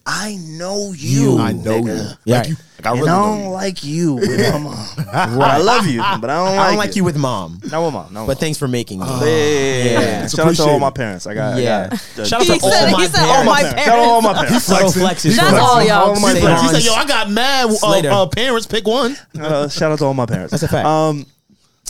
Speaker 2: I know you.
Speaker 6: I know you.
Speaker 2: nigga.
Speaker 1: Yeah.
Speaker 6: Like you. Like I
Speaker 2: And
Speaker 6: really
Speaker 2: I
Speaker 6: know
Speaker 2: don't
Speaker 6: you.
Speaker 2: like you with my mom. I love you, but I don't like,
Speaker 1: I don't like
Speaker 2: it.
Speaker 1: you with mom,
Speaker 2: Not with mom. Not
Speaker 1: but
Speaker 2: with mom.
Speaker 1: thanks for making me.
Speaker 2: Yeah, yeah, yeah, yeah.
Speaker 1: Yeah.
Speaker 6: It's
Speaker 2: Shout out to all
Speaker 6: appreciated.
Speaker 2: my parents. I got.
Speaker 1: Yeah.
Speaker 2: I got the-
Speaker 1: Shout out to
Speaker 3: He
Speaker 1: all my
Speaker 3: said- he
Speaker 1: parents.
Speaker 3: said, "Oh, my
Speaker 2: Shout out to all my parents.
Speaker 1: Subtle flexes.
Speaker 3: That's all
Speaker 1: Flexes.
Speaker 3: y'all.
Speaker 2: All my
Speaker 1: Say
Speaker 2: parents.
Speaker 1: on
Speaker 6: He said, "Yo, I got mad. Uh,
Speaker 1: Later.
Speaker 6: uh, parents pick one."
Speaker 2: Uh, shout out to all my parents.
Speaker 1: That's a fact.
Speaker 2: Um,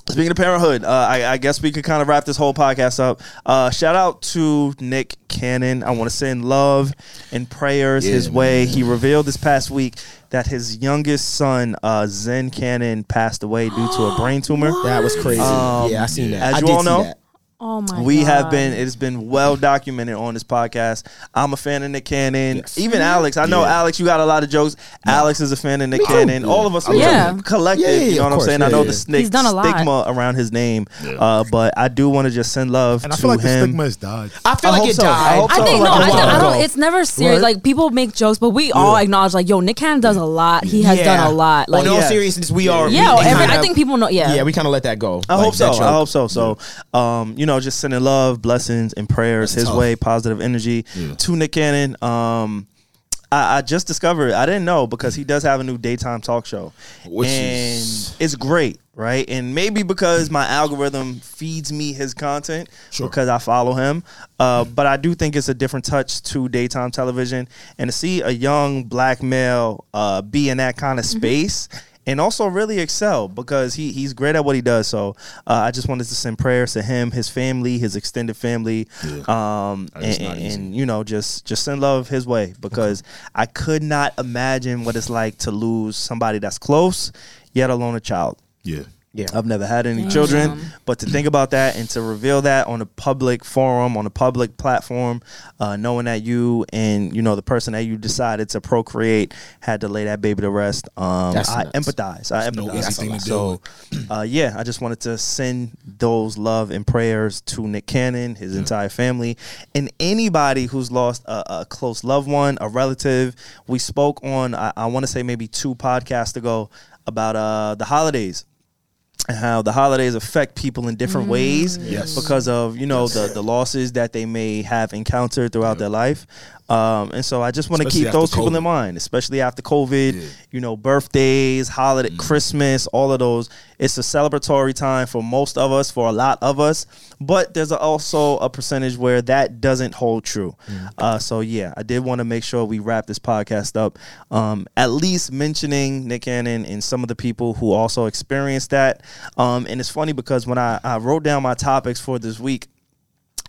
Speaker 2: speaking of parenthood, uh, I, I guess we could kind of wrap this whole podcast up. Uh, shout out to Nick Cannon. I want to send love and prayers his way. He revealed this past week that his youngest son, uh, Zen Cannon, passed away due to a brain tumor.
Speaker 1: That was crazy. yeah, I seen that.
Speaker 2: as
Speaker 1: I
Speaker 2: you
Speaker 1: did
Speaker 2: all
Speaker 1: see
Speaker 2: know,
Speaker 1: that.
Speaker 3: oh my
Speaker 2: we
Speaker 3: God.
Speaker 2: have been it has been well documented on this podcast i'm a fan of nick cannon even alex i know alex you got a lot of jokes alex is a fan of nick cannon all of us are
Speaker 3: Yeah.
Speaker 2: yeah. collective
Speaker 1: Yeah, yeah,
Speaker 2: you know
Speaker 1: of
Speaker 2: what i'm
Speaker 1: course.
Speaker 2: saying i
Speaker 1: Yeah,
Speaker 2: know
Speaker 1: yeah.
Speaker 2: the snick,
Speaker 3: He's done a lot.
Speaker 2: stigma around his name uh, but i do want to just send love
Speaker 6: And
Speaker 2: to
Speaker 6: I feel like
Speaker 2: him
Speaker 6: the stigma has died.
Speaker 1: I feel
Speaker 2: I hope
Speaker 1: like it
Speaker 2: so. I
Speaker 1: died.
Speaker 2: hope
Speaker 3: I
Speaker 2: so.
Speaker 3: think no,
Speaker 2: Like a
Speaker 3: I,
Speaker 2: while
Speaker 3: don't, I don't.
Speaker 1: ago.
Speaker 3: It's never serious.
Speaker 1: Right?
Speaker 3: Like people make jokes, but we all acknowledge, like, yo, Nick Cannon does a lot. He has done a lot. Like,
Speaker 1: On all
Speaker 2: yeah.
Speaker 1: seriousness, we are.
Speaker 3: yeah,
Speaker 1: Oh, we, we
Speaker 3: every,
Speaker 1: kinda-
Speaker 3: I think people know. Yeah,
Speaker 1: Yeah, we kind of let that go.
Speaker 2: I
Speaker 1: Like,
Speaker 2: hope so.
Speaker 1: that joke.
Speaker 2: I hope so. So, um, you know, just sending love, blessings, and prayers his way, positive energy to Nick Cannon. Um, I, I just discovered. I didn't know because he does have a new daytime talk show,
Speaker 4: Which
Speaker 2: and
Speaker 4: is-
Speaker 2: it's great, right? And maybe because my algorithm feeds me his content
Speaker 4: Sure.
Speaker 2: because I follow him, uh, but I do think it's a different touch to daytime television, and to see a young black male uh, be in that kind of space. And also really excel because he, he's great at what he does. So uh, I just wanted to send prayers to him, his family, his extended family, um,
Speaker 4: It's
Speaker 2: and,
Speaker 4: not easy.
Speaker 2: and, you know just just send love his way because I could not imagine what it's like to lose somebody that's close, yet alone a child.
Speaker 4: Yeah.
Speaker 1: Yeah.
Speaker 2: I've never had any children, but to think about that and to reveal that on a public forum, on a public platform, uh, knowing that you and you know the person that you decided to procreate had to lay that baby to rest, um,
Speaker 1: That's
Speaker 2: I
Speaker 1: nuts.
Speaker 2: empathize. I empathize.
Speaker 4: no easy thing to do.
Speaker 2: So, uh, yeah, I just wanted to send those love and prayers to Nick Cannon, his entire family, and anybody who's lost a, a close loved one, a relative. We spoke on, I, I want to say maybe two podcasts ago about uh, the holidays and how the holidays affect people in different ways
Speaker 4: Mm. Yes.
Speaker 2: because of you know the, the losses that they may have encountered throughout their life um, and so i just want to
Speaker 4: Especially
Speaker 2: keep those
Speaker 4: after
Speaker 2: people in
Speaker 4: COVID.
Speaker 2: mind especially after covid you know birthdays holiday christmas all of those it's a celebratory time for most of us for a lot of us but there's also a percentage where that doesn't hold true uh, so yeah i did want to make sure we wrap this podcast up um, at least mentioning nick cannon and some of the people who also experienced that um, and it's funny because when I, I wrote down my topics for this week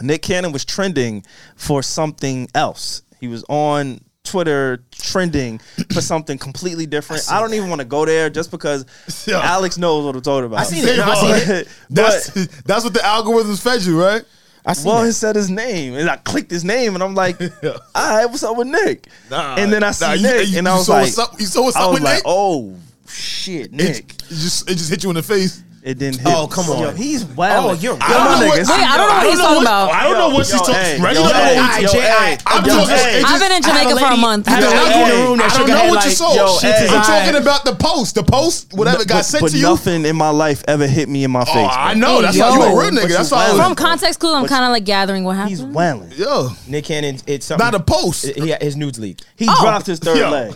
Speaker 2: Nick Cannon was trending for something else. He was on Twitter trending for something completely different. I, don't even want to go there just because
Speaker 6: Yeah.
Speaker 2: Alex knows what I'm talking about. I
Speaker 1: seen it. No, I seen
Speaker 2: it.
Speaker 6: That's that's what the algorithms fed you, right?
Speaker 1: I seen
Speaker 2: well,
Speaker 1: that.
Speaker 2: he said his name, and I clicked his name, and I'm like, "All right, what's up with Nick?"
Speaker 6: Nah,
Speaker 2: and then I see
Speaker 6: nah, you-
Speaker 2: Nick,
Speaker 6: you-
Speaker 2: and
Speaker 6: you
Speaker 2: I was
Speaker 6: saw
Speaker 2: like,
Speaker 6: what's up- you saw what's
Speaker 2: I
Speaker 6: up
Speaker 2: was
Speaker 6: with
Speaker 2: like,
Speaker 6: Nick?
Speaker 2: "Oh shit,
Speaker 6: It,
Speaker 2: Nick!"
Speaker 6: it just it just hit you in the face.
Speaker 2: It didn't hit.
Speaker 1: Oh, come on.
Speaker 2: Yo, he's wild.
Speaker 1: Oh, you're
Speaker 2: Yo,
Speaker 1: wild.
Speaker 2: my
Speaker 6: I don't know
Speaker 2: niggas.
Speaker 6: what-
Speaker 3: Wait, I don't know what he's talking about.
Speaker 6: I don't know what she's talking.
Speaker 2: hey,
Speaker 6: Right?
Speaker 2: yo,
Speaker 6: You know
Speaker 2: hey,
Speaker 6: what-
Speaker 2: yo, hey.
Speaker 6: I'm
Speaker 2: Yo,
Speaker 6: talking.
Speaker 2: hey.
Speaker 6: it
Speaker 3: I've been in
Speaker 1: I had
Speaker 3: Jamaica for a
Speaker 1: lady-
Speaker 3: month.
Speaker 1: I had
Speaker 6: Yo,
Speaker 1: a
Speaker 6: I
Speaker 1: lady in the
Speaker 6: don't-
Speaker 1: room that
Speaker 6: I
Speaker 1: shook
Speaker 6: don't
Speaker 1: her
Speaker 6: know
Speaker 1: head
Speaker 6: what you
Speaker 1: like,
Speaker 6: saw.
Speaker 2: yo,
Speaker 1: shit is
Speaker 2: hey.
Speaker 6: I'm
Speaker 1: all
Speaker 6: talking
Speaker 1: right.
Speaker 6: about the post. The post, whatever
Speaker 2: But-
Speaker 6: got
Speaker 2: but,
Speaker 6: sent to you.
Speaker 2: nothing in my life ever hit me in my face.
Speaker 6: Oh, I
Speaker 2: bro.
Speaker 6: know. That's why you
Speaker 1: yo,
Speaker 6: a real
Speaker 2: but
Speaker 6: nigga.
Speaker 2: you
Speaker 6: That's why I
Speaker 2: wild.
Speaker 3: From
Speaker 6: was.
Speaker 3: context clue, I'm kind of like gathering what happened.
Speaker 2: He's wailing.
Speaker 6: Yo,
Speaker 1: Nick Cannon, it's something.
Speaker 6: not a post.
Speaker 1: He had his nudes leak.
Speaker 2: He
Speaker 3: Oh.
Speaker 2: dropped his third
Speaker 6: Yo.
Speaker 2: leg.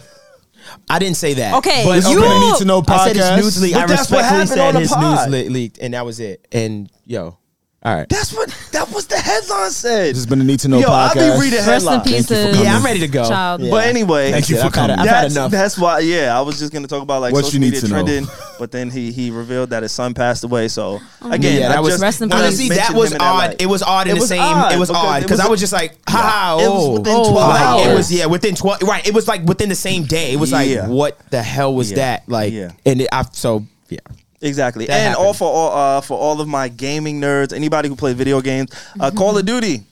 Speaker 1: I didn't say that.
Speaker 3: Okay,
Speaker 1: but
Speaker 3: you-
Speaker 1: okay.
Speaker 3: Need to Know
Speaker 1: I said his nudes leaked.
Speaker 2: But
Speaker 1: I
Speaker 2: that's what
Speaker 1: respectfully
Speaker 2: happened on
Speaker 1: said
Speaker 2: the
Speaker 1: his
Speaker 2: pod.
Speaker 1: nudes le- leaked, and that was it. And yo, all right.
Speaker 2: That's what that was the headline said.
Speaker 4: This has been the Need to Know
Speaker 2: Yo, I'll
Speaker 4: podcast.
Speaker 2: be reading
Speaker 3: Rest in
Speaker 2: headlines.
Speaker 3: peace.
Speaker 4: you for
Speaker 3: to-
Speaker 4: coming.
Speaker 1: Yeah, I'm ready to go.
Speaker 3: Child.
Speaker 1: Yeah.
Speaker 2: But anyway,
Speaker 4: Thank you
Speaker 1: That's
Speaker 4: for
Speaker 1: it. I've had-
Speaker 4: coming.
Speaker 1: I've had
Speaker 2: that's,
Speaker 1: enough.
Speaker 2: that's why. Yeah, I was just gonna talk about like
Speaker 4: What
Speaker 2: social
Speaker 4: you need
Speaker 2: media
Speaker 4: to know.
Speaker 2: trending, but then he he revealed that his son passed away. So again,
Speaker 1: Oh yeah,
Speaker 2: I
Speaker 1: that was
Speaker 2: just
Speaker 3: Rest in
Speaker 2: wanted to
Speaker 3: peace.
Speaker 1: honestly that
Speaker 2: mention
Speaker 1: was
Speaker 2: him in
Speaker 1: odd.
Speaker 2: light.
Speaker 1: It was odd in
Speaker 2: It
Speaker 1: the
Speaker 2: was
Speaker 1: same.
Speaker 2: odd
Speaker 1: it was
Speaker 2: because
Speaker 1: odd
Speaker 2: it
Speaker 1: because I was just like, ha ha.
Speaker 2: It was
Speaker 1: oh.
Speaker 2: within
Speaker 1: Oh,
Speaker 2: 12
Speaker 1: like, It
Speaker 2: hours.
Speaker 1: was yeah, within twelve. Right, it was like within the same day. It was
Speaker 2: Yeah.
Speaker 1: like, what the hell was
Speaker 2: Yeah.
Speaker 1: that? Like,
Speaker 2: Yeah.
Speaker 1: and it, I so yeah.
Speaker 2: Exactly,
Speaker 1: That
Speaker 2: and
Speaker 1: happened.
Speaker 2: all for all uh, for all of my gaming nerds, anybody who plays video games, uh, Call of Duty.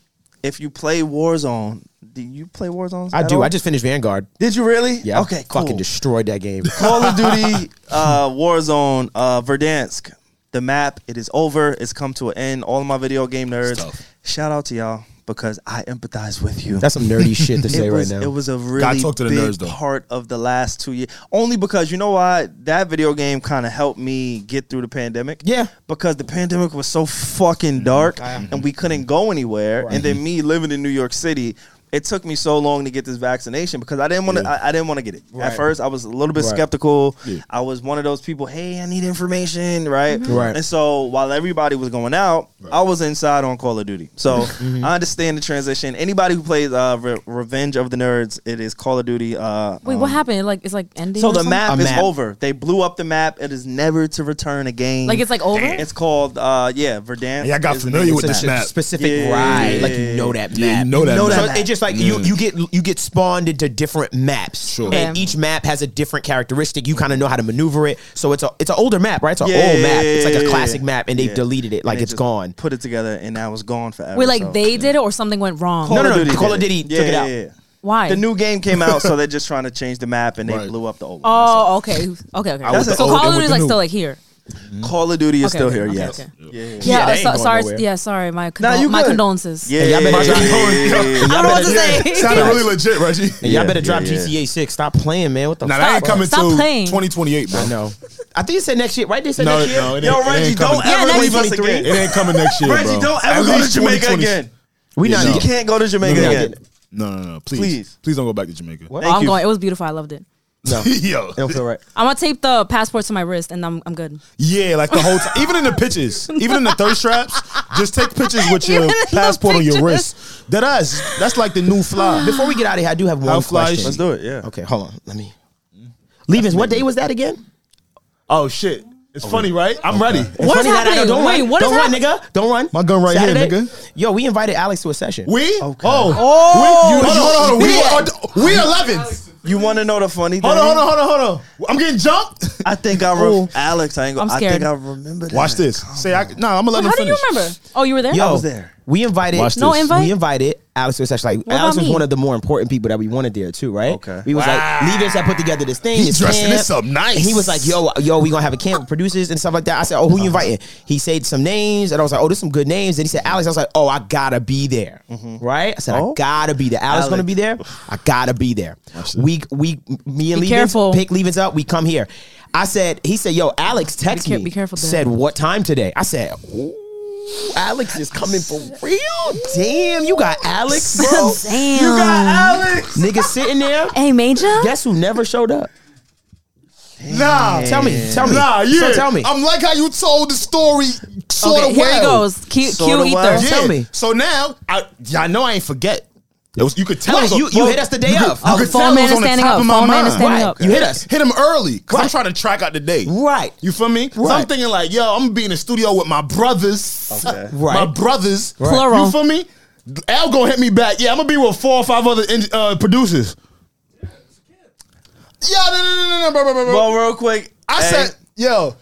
Speaker 2: If you play Warzone, do you play Warzone?
Speaker 1: I
Speaker 2: at
Speaker 1: do.
Speaker 2: all?
Speaker 1: I just finished Vanguard.
Speaker 2: did you really?
Speaker 1: Yeah, I
Speaker 2: Okay. Cool.
Speaker 1: fucking destroyed that game.
Speaker 2: Call of Duty uh, Warzone uh, Verdansk. The map, it is over. It's come to an end. All of my video game nerds,
Speaker 4: tough.
Speaker 2: shout out to y'all because I empathize with you.
Speaker 1: That's some nerdy shit to say
Speaker 2: it was,
Speaker 1: right now.
Speaker 2: It was a really
Speaker 4: talk to the
Speaker 2: big
Speaker 4: nerds, though.
Speaker 2: part of the last two years. Only because you know why that video game kind of helped me get through the pandemic.
Speaker 1: Yeah.
Speaker 2: because the pandemic was so fucking dark
Speaker 1: Mm-hmm.
Speaker 2: and we couldn't go anywhere. And then me living in New York City. It took me so long to get this vaccination because I didn't want to. I, I didn't want to get it
Speaker 1: Right.
Speaker 2: at first. I was a little bit
Speaker 1: Right.
Speaker 2: skeptical.
Speaker 4: Yeah.
Speaker 2: I was one of those people. Hey, I need information, right?
Speaker 1: Mm-hmm. Right.
Speaker 2: And so while everybody was going out, I was inside on Call of Duty. So
Speaker 1: Mm-hmm.
Speaker 2: I understand the transition. Anybody who plays uh, Re- Revenge of the Nerds, it is Call of Duty. Uh,
Speaker 3: Wait,
Speaker 2: um,
Speaker 3: what happened? It, Like it's like ending.
Speaker 2: So
Speaker 3: or
Speaker 2: the
Speaker 3: something?
Speaker 2: map
Speaker 1: A
Speaker 2: is
Speaker 1: map.
Speaker 2: over. They blew up the map. It is never to return again.
Speaker 3: Like it's like over.
Speaker 2: It's called uh, yeah, Verdansk.
Speaker 4: Yeah, I got
Speaker 2: is-
Speaker 4: familiar
Speaker 1: It's
Speaker 4: with
Speaker 1: a
Speaker 4: this
Speaker 1: spe-
Speaker 4: map.
Speaker 1: specific
Speaker 2: Yeah.
Speaker 1: ride. Like you know that map.
Speaker 4: Yeah, you know that
Speaker 2: know
Speaker 4: map.
Speaker 2: that Mm.
Speaker 1: So it's just like you you get you get spawned into different maps,
Speaker 4: Sure.
Speaker 1: and
Speaker 3: Okay.
Speaker 1: each map has a different characteristic. You kind of know how to maneuver it. So it's a it's an older map, right? It's an
Speaker 2: Yeah,
Speaker 1: old
Speaker 2: yeah,
Speaker 1: map.
Speaker 2: yeah,
Speaker 1: It's like
Speaker 2: yeah,
Speaker 1: a
Speaker 2: yeah,
Speaker 1: classic map, and they
Speaker 2: yeah.
Speaker 1: deleted it. Like
Speaker 2: they
Speaker 1: it's
Speaker 2: just
Speaker 1: gone.
Speaker 2: Put it together, and now it's gone forever.
Speaker 3: Wait, like
Speaker 2: So-
Speaker 3: they did it or something went wrong.
Speaker 1: No, no, no.
Speaker 2: did
Speaker 1: Call of
Speaker 2: it.
Speaker 1: Duty
Speaker 2: Yeah,
Speaker 1: took it
Speaker 2: yeah,
Speaker 1: out.
Speaker 2: yeah.
Speaker 3: Why?
Speaker 2: The new game came out, so they're just trying to change the map, and they
Speaker 4: Right.
Speaker 2: blew up the old one.
Speaker 3: Oh, okay, okay, okay.
Speaker 2: was the
Speaker 3: So
Speaker 2: old
Speaker 3: Call
Speaker 4: and
Speaker 3: of
Speaker 4: with
Speaker 3: Duty's
Speaker 4: the
Speaker 3: like
Speaker 4: new.
Speaker 3: still like here.
Speaker 2: Call of Duty is
Speaker 3: Okay,
Speaker 2: still
Speaker 3: okay,
Speaker 2: here.
Speaker 3: okay,
Speaker 2: yes.
Speaker 3: okay.
Speaker 2: Yeah, yeah, yeah.
Speaker 3: Yeah,
Speaker 1: they
Speaker 3: uh,
Speaker 1: ain't
Speaker 3: so,
Speaker 1: going
Speaker 3: sorry.
Speaker 1: nowhere.
Speaker 3: Yeah, sorry. My
Speaker 2: Nah, you
Speaker 3: condol- my
Speaker 2: good.
Speaker 3: condolences.
Speaker 2: Yeah,
Speaker 1: Hey, y'all
Speaker 2: yeah,
Speaker 1: better drop-
Speaker 2: yeah, yeah, yeah, yeah.
Speaker 3: I don't know what to say.
Speaker 6: Sounded really legit, Reggie.
Speaker 1: And
Speaker 2: Yeah,
Speaker 1: y'all better
Speaker 2: yeah,
Speaker 1: drop
Speaker 2: yeah.
Speaker 1: GTA Six. Stop playing, man. What the
Speaker 4: Nah,
Speaker 1: fuck?
Speaker 4: that ain't coming
Speaker 3: Stop
Speaker 4: till
Speaker 3: playing.
Speaker 4: 2028, bro.
Speaker 1: I know. I think it said next year, right? They said
Speaker 4: No,
Speaker 1: next year.
Speaker 4: no, it
Speaker 2: Yo,
Speaker 4: ain't- it
Speaker 2: Reggie,
Speaker 4: ain't
Speaker 2: don't
Speaker 4: coming.
Speaker 2: ever
Speaker 3: next
Speaker 2: leave us
Speaker 3: 23.
Speaker 2: again.
Speaker 4: It ain't coming next year,
Speaker 2: Reggie,
Speaker 4: bro.
Speaker 2: don't ever
Speaker 4: At
Speaker 2: go to
Speaker 4: least
Speaker 2: Jamaica
Speaker 4: 2020
Speaker 2: again.
Speaker 1: We
Speaker 4: Yeah,
Speaker 1: not.
Speaker 4: no.
Speaker 2: You can't go to Jamaica
Speaker 1: Yeah.
Speaker 2: again.
Speaker 9: No, no, no. Please,
Speaker 2: Please.
Speaker 9: please, don't go back to Jamaica.
Speaker 1: What?
Speaker 3: Oh, I'm
Speaker 2: you.
Speaker 3: going. It was beautiful. I loved it.
Speaker 1: No, it
Speaker 9: Yo,
Speaker 1: don't feel right.
Speaker 3: I'm gonna tape the passport to my wrist, and I'm I'm good.
Speaker 9: yeah, like the whole time. Even in the pictures, even in the thirst traps, just take pictures with
Speaker 3: Even
Speaker 9: your
Speaker 3: in the
Speaker 9: passport on your
Speaker 3: pictures.
Speaker 9: wrist. That us. That's like the new fly.
Speaker 1: Before we get out of here, I do have one
Speaker 9: How fly is
Speaker 1: question.
Speaker 2: Let's do it. Yeah.
Speaker 1: Okay, hold on. Let me. Leavings, what day was that again?
Speaker 9: Oh shit! It's funny, right? I'm ready.
Speaker 1: It's
Speaker 3: What is
Speaker 1: funny that I
Speaker 3: happening?
Speaker 1: don't
Speaker 3: Wait,
Speaker 1: run.
Speaker 3: what is
Speaker 1: don't run,
Speaker 3: hap-
Speaker 1: nigga. Don't run.
Speaker 9: My gun right here, nigga.
Speaker 1: Yo, we invited Alex to a session.
Speaker 9: We?
Speaker 1: Okay.
Speaker 9: Oh.
Speaker 3: Oh.
Speaker 9: We, you, hold on, hold on. We,
Speaker 1: We had-
Speaker 9: are, we 11th.
Speaker 2: You want to know the funny thing?
Speaker 9: Hold on, hold on, hold on, hold on. I'm getting jumped.
Speaker 2: I think I re- Alex. I ain't
Speaker 3: I'm
Speaker 2: gonna. I
Speaker 3: scared.
Speaker 2: think I remember. That.
Speaker 9: Watch this. Say, I, nah, I'm going to let him
Speaker 3: How do
Speaker 9: finish.
Speaker 3: you remember? Oh, you were there.
Speaker 1: Yo,
Speaker 2: was there.
Speaker 1: We invited
Speaker 9: Watch
Speaker 3: No this. invite?
Speaker 1: We invited Alex to a session. Like
Speaker 3: What
Speaker 1: Alex
Speaker 3: about
Speaker 1: was
Speaker 3: me?
Speaker 1: one of the more important people that we wanted there too, right?
Speaker 2: Okay.
Speaker 1: We was like leaders that put together this thing.
Speaker 9: He
Speaker 1: this
Speaker 9: dressing
Speaker 1: camp.
Speaker 9: this up nice.
Speaker 1: And he was like, "Yo, yo, we gonna have a camp with producers and stuff like that." I said, "Oh, who you inviting?" He said some names, and I was like, "Oh, there's some good names." Then he said, "Alex," I was like, "Oh, I gotta be there, right?" I said, "I
Speaker 2: Oh.
Speaker 1: gotta be there. Alex,
Speaker 2: Alex.
Speaker 1: gonna be there. I gotta be there." We we me and
Speaker 3: Be
Speaker 1: Levens
Speaker 3: careful.
Speaker 1: pick Levens up. We come here. I said, he said, "Yo, Alex, text
Speaker 3: care-
Speaker 1: me."
Speaker 3: be careful, Dad.
Speaker 1: Said what time today? I said, "Ooh." Alex is coming for real. Damn, you got Alex, bro.
Speaker 3: Damn.
Speaker 1: You got Alex. Nigga sitting there.
Speaker 3: Hey, Major.
Speaker 1: Guess who never showed up?
Speaker 9: Nah.
Speaker 1: Tell me. Tell me.
Speaker 9: Nah, yeah.
Speaker 1: So tell me.
Speaker 4: I'm like how you told the story sort
Speaker 3: Okay,
Speaker 4: of
Speaker 3: here
Speaker 4: well.
Speaker 3: he goes. Q,
Speaker 2: Sorta
Speaker 3: Q
Speaker 2: well.
Speaker 3: Ether.
Speaker 4: Yeah.
Speaker 1: Tell me.
Speaker 4: So now, I, yeah, I know I ain't forget. It was, you could tell.
Speaker 1: Right,
Speaker 4: it was a-
Speaker 1: you- you hit us the day
Speaker 4: you could-
Speaker 1: of.
Speaker 4: You could
Speaker 3: Phone
Speaker 4: tell it
Speaker 3: man
Speaker 4: was
Speaker 3: is
Speaker 4: on the
Speaker 3: standing
Speaker 4: top
Speaker 3: up.
Speaker 4: of my
Speaker 3: Phone man
Speaker 4: mind.
Speaker 3: is standing
Speaker 1: Right.
Speaker 3: up.
Speaker 1: You hit us.
Speaker 4: Hit him early because I'm
Speaker 1: Right.
Speaker 4: trying to track out the day.
Speaker 1: Right.
Speaker 4: You feel me? So I'm
Speaker 1: Right.
Speaker 4: thinking like, yo, I'm gonna be in the studio with my brothers.
Speaker 2: Okay.
Speaker 1: Right.
Speaker 4: My brothers.
Speaker 3: Plural.
Speaker 4: You feel me? Al gonna hit me back. Yeah, I'm gonna be with four or five other en- uh, producers. Yo, no, no, no, no, no, bro, bro, bro, bro.
Speaker 2: Well, real quick.
Speaker 4: I
Speaker 2: hey,
Speaker 4: said, yo,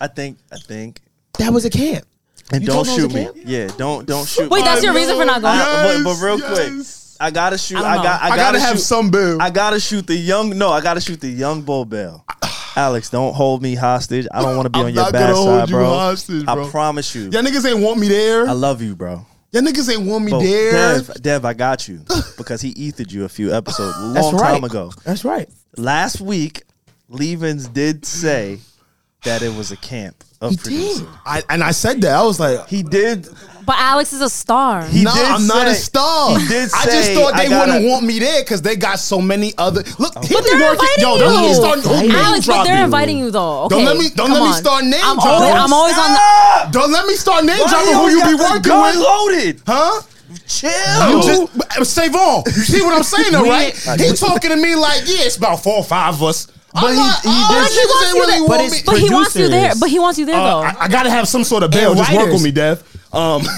Speaker 2: I think. I think.
Speaker 1: That was a camp.
Speaker 2: And
Speaker 1: You
Speaker 2: don't
Speaker 1: told him
Speaker 2: shoot
Speaker 1: it was
Speaker 2: me.
Speaker 1: a
Speaker 2: Yeah. Don't don't shoot.
Speaker 3: Wait,
Speaker 2: me.
Speaker 3: that's your reason for not going.
Speaker 2: I- but,
Speaker 4: Yes,
Speaker 2: but real
Speaker 4: yes.
Speaker 2: quick, I gotta shoot.
Speaker 3: I
Speaker 2: I,
Speaker 3: don't
Speaker 2: got. I,
Speaker 4: I, gotta, have
Speaker 2: shoot,
Speaker 4: some bill.
Speaker 2: I gotta shoot the young. No, I gotta shoot the young bull bell. Alex, don't hold me hostage. I don't want to be
Speaker 4: I'm
Speaker 2: on your
Speaker 4: not
Speaker 2: bad
Speaker 4: gonna hold
Speaker 2: side,
Speaker 4: you
Speaker 2: bro.
Speaker 4: hostage,
Speaker 2: I
Speaker 4: bro.
Speaker 2: promise you.
Speaker 4: Y'all niggas ain't want me there.
Speaker 2: I
Speaker 4: Y'all
Speaker 2: love you, bro.
Speaker 4: niggas ain't want me
Speaker 2: Bo,
Speaker 4: there.
Speaker 2: Dev, Dev, I got you because he ethered you a few episodes a long
Speaker 1: That's right.
Speaker 2: time ago.
Speaker 1: That's right.
Speaker 2: Last week, Levens did say that it was a camp of
Speaker 1: He
Speaker 2: producers.
Speaker 1: did.
Speaker 4: I, and I said that. I was like,
Speaker 2: He did.
Speaker 3: But Alex is a star.
Speaker 2: He
Speaker 4: no,
Speaker 2: did
Speaker 4: I'm not a
Speaker 2: say-
Speaker 4: star.
Speaker 2: He did
Speaker 4: I just
Speaker 2: say,
Speaker 4: thought they
Speaker 2: I gotta-
Speaker 4: wouldn't want me there because they got so many other. Look, he
Speaker 3: But
Speaker 4: was
Speaker 3: they're
Speaker 4: working.
Speaker 3: inviting
Speaker 4: Yo,
Speaker 3: you.
Speaker 4: don't let me start. who name
Speaker 3: Alex, but they're
Speaker 4: dropping?
Speaker 3: inviting you though. Okay,
Speaker 4: Don't let me- don't
Speaker 3: come
Speaker 4: let me
Speaker 3: on.
Speaker 4: start name
Speaker 3: I'm
Speaker 4: dropping.
Speaker 3: always, I'm always on the.
Speaker 2: Ah!
Speaker 4: Don't let me start name
Speaker 2: Why
Speaker 4: dropping who
Speaker 2: always
Speaker 4: you be
Speaker 2: got the
Speaker 4: working
Speaker 2: gun
Speaker 4: with,
Speaker 2: Loaded.
Speaker 4: huh?
Speaker 2: Chill.
Speaker 4: You just but, uh, save on. You see what I'm saying, though,
Speaker 1: We-
Speaker 4: right? He talking to me like, yeah, it's about four or five of us. But
Speaker 2: he- he
Speaker 3: But
Speaker 2: did-
Speaker 3: he wants you there.
Speaker 1: but
Speaker 4: want
Speaker 1: it's-
Speaker 4: me.
Speaker 3: But he wants you there.
Speaker 1: Producers.
Speaker 3: But he wants you there
Speaker 4: Uh,
Speaker 3: though.
Speaker 4: I, I gotta have some sort of bail.
Speaker 1: And
Speaker 4: Just work
Speaker 1: writers.
Speaker 4: with me, Dev. Um,
Speaker 1: I'm not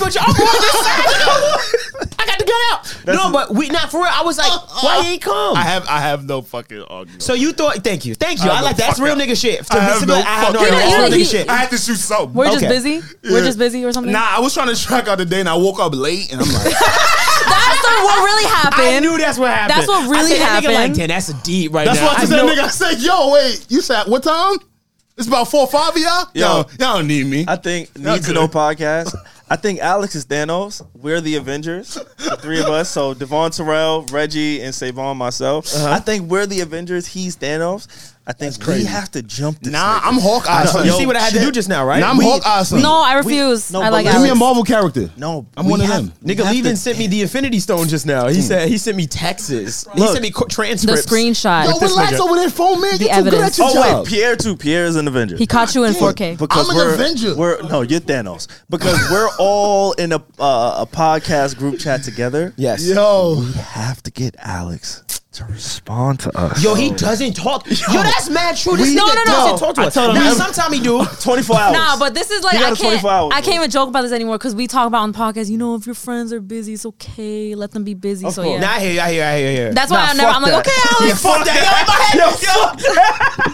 Speaker 1: working with you. I'm on this side. I got the gun out. no, but we not for real. I was like, why he ain't come?
Speaker 4: I have I have no fucking argument.
Speaker 1: so you thought? Thank you, thank you. I,
Speaker 4: have
Speaker 1: like
Speaker 4: no
Speaker 1: that. That's real
Speaker 4: fucking-
Speaker 1: nigga shit.
Speaker 4: I have
Speaker 1: To-
Speaker 4: no
Speaker 1: I have no,
Speaker 4: fucking
Speaker 1: that's real
Speaker 3: argument.
Speaker 1: nigga shit.
Speaker 4: I had to shoot something.
Speaker 3: We're
Speaker 1: okay.
Speaker 3: just busy. We're just busy or something.
Speaker 4: Nah, I was trying to track out the day, and I woke up late, and I'm like,
Speaker 3: That's the, what really
Speaker 1: I
Speaker 3: happened.
Speaker 1: knew that's what happened.
Speaker 3: That's what really
Speaker 1: I said, that Nigga
Speaker 3: happened.
Speaker 1: like, Damn, that's a deep right
Speaker 4: that's
Speaker 1: now.
Speaker 4: why I
Speaker 1: I
Speaker 4: said that
Speaker 1: know-
Speaker 4: nigga. I said, "Yo, wait, you said what time? It's about four or five of y'all.
Speaker 2: Yo.
Speaker 4: Yo, y'all don't need me.
Speaker 2: I think Need to
Speaker 4: good.
Speaker 2: Know podcast. I think Alex is Thanos. We're the Avengers, the three of us. So Devon Terrell, Reggie, and Savon myself.
Speaker 4: Uh-huh.
Speaker 2: I think we're the Avengers. He's Thanos. I think we have to jump this.
Speaker 4: nah,
Speaker 2: nigga.
Speaker 4: I'm Hawkeye. son.
Speaker 1: You
Speaker 2: Yo,
Speaker 1: see what I had to
Speaker 2: shit.
Speaker 1: do just now, right?
Speaker 4: Nah, I'm
Speaker 1: We-
Speaker 4: Hawkeye. son.
Speaker 3: No, I refuse.
Speaker 2: no,
Speaker 3: I
Speaker 2: but
Speaker 3: like
Speaker 2: listen-
Speaker 4: give me a
Speaker 3: Alex.
Speaker 4: Marvel character.
Speaker 2: No,
Speaker 4: I'm
Speaker 2: we
Speaker 4: one of
Speaker 2: have-
Speaker 4: them.
Speaker 2: we
Speaker 1: Nigga
Speaker 2: have
Speaker 1: Levin
Speaker 2: to-
Speaker 1: sent me the Infinity Stone just now. He said he sent me Texas. He
Speaker 2: Look.
Speaker 1: sent me co-
Speaker 3: the
Speaker 1: transcripts.
Speaker 3: screenshot.
Speaker 4: Yo, relax
Speaker 1: nigga.
Speaker 4: over there, phone man.
Speaker 3: The
Speaker 4: You're too good at
Speaker 3: evidence.
Speaker 4: your
Speaker 2: Oh
Speaker 4: job.
Speaker 2: wait, Pierre too. Pierre is an Avenger.
Speaker 3: He caught you in 4K.
Speaker 2: because
Speaker 4: I'm an
Speaker 2: we're,
Speaker 4: Avenger.
Speaker 2: We're no, you're Thanos. Because we're all in a uh, a podcast group chat together.
Speaker 1: Yes.
Speaker 4: Yo,
Speaker 2: We have to get Alex to respond to us.
Speaker 1: Yo, he doesn't talk. Yo, that's mad true. This
Speaker 3: No,
Speaker 1: nigga
Speaker 3: no, no.
Speaker 1: doesn't talk to
Speaker 2: I
Speaker 1: us.
Speaker 2: told him
Speaker 1: Now,
Speaker 2: every-
Speaker 1: sometime he do.
Speaker 2: 24 hours.
Speaker 3: Nah, but this is like
Speaker 2: He got
Speaker 3: I
Speaker 2: a 24
Speaker 3: can't.
Speaker 2: hours,
Speaker 3: I can't
Speaker 2: bro.
Speaker 3: even joke about this anymore because we talk about on the podcast. You know, if your friends are busy, it's okay. Let them be busy. So yeah,
Speaker 1: Nah, I hear you. I hear you. I hear you. I hear you.
Speaker 3: that's why
Speaker 2: Nah,
Speaker 3: I never.
Speaker 2: fuck
Speaker 3: I'm like,
Speaker 2: that.
Speaker 3: okay, Alex.
Speaker 1: fuck that. Yo, in my head.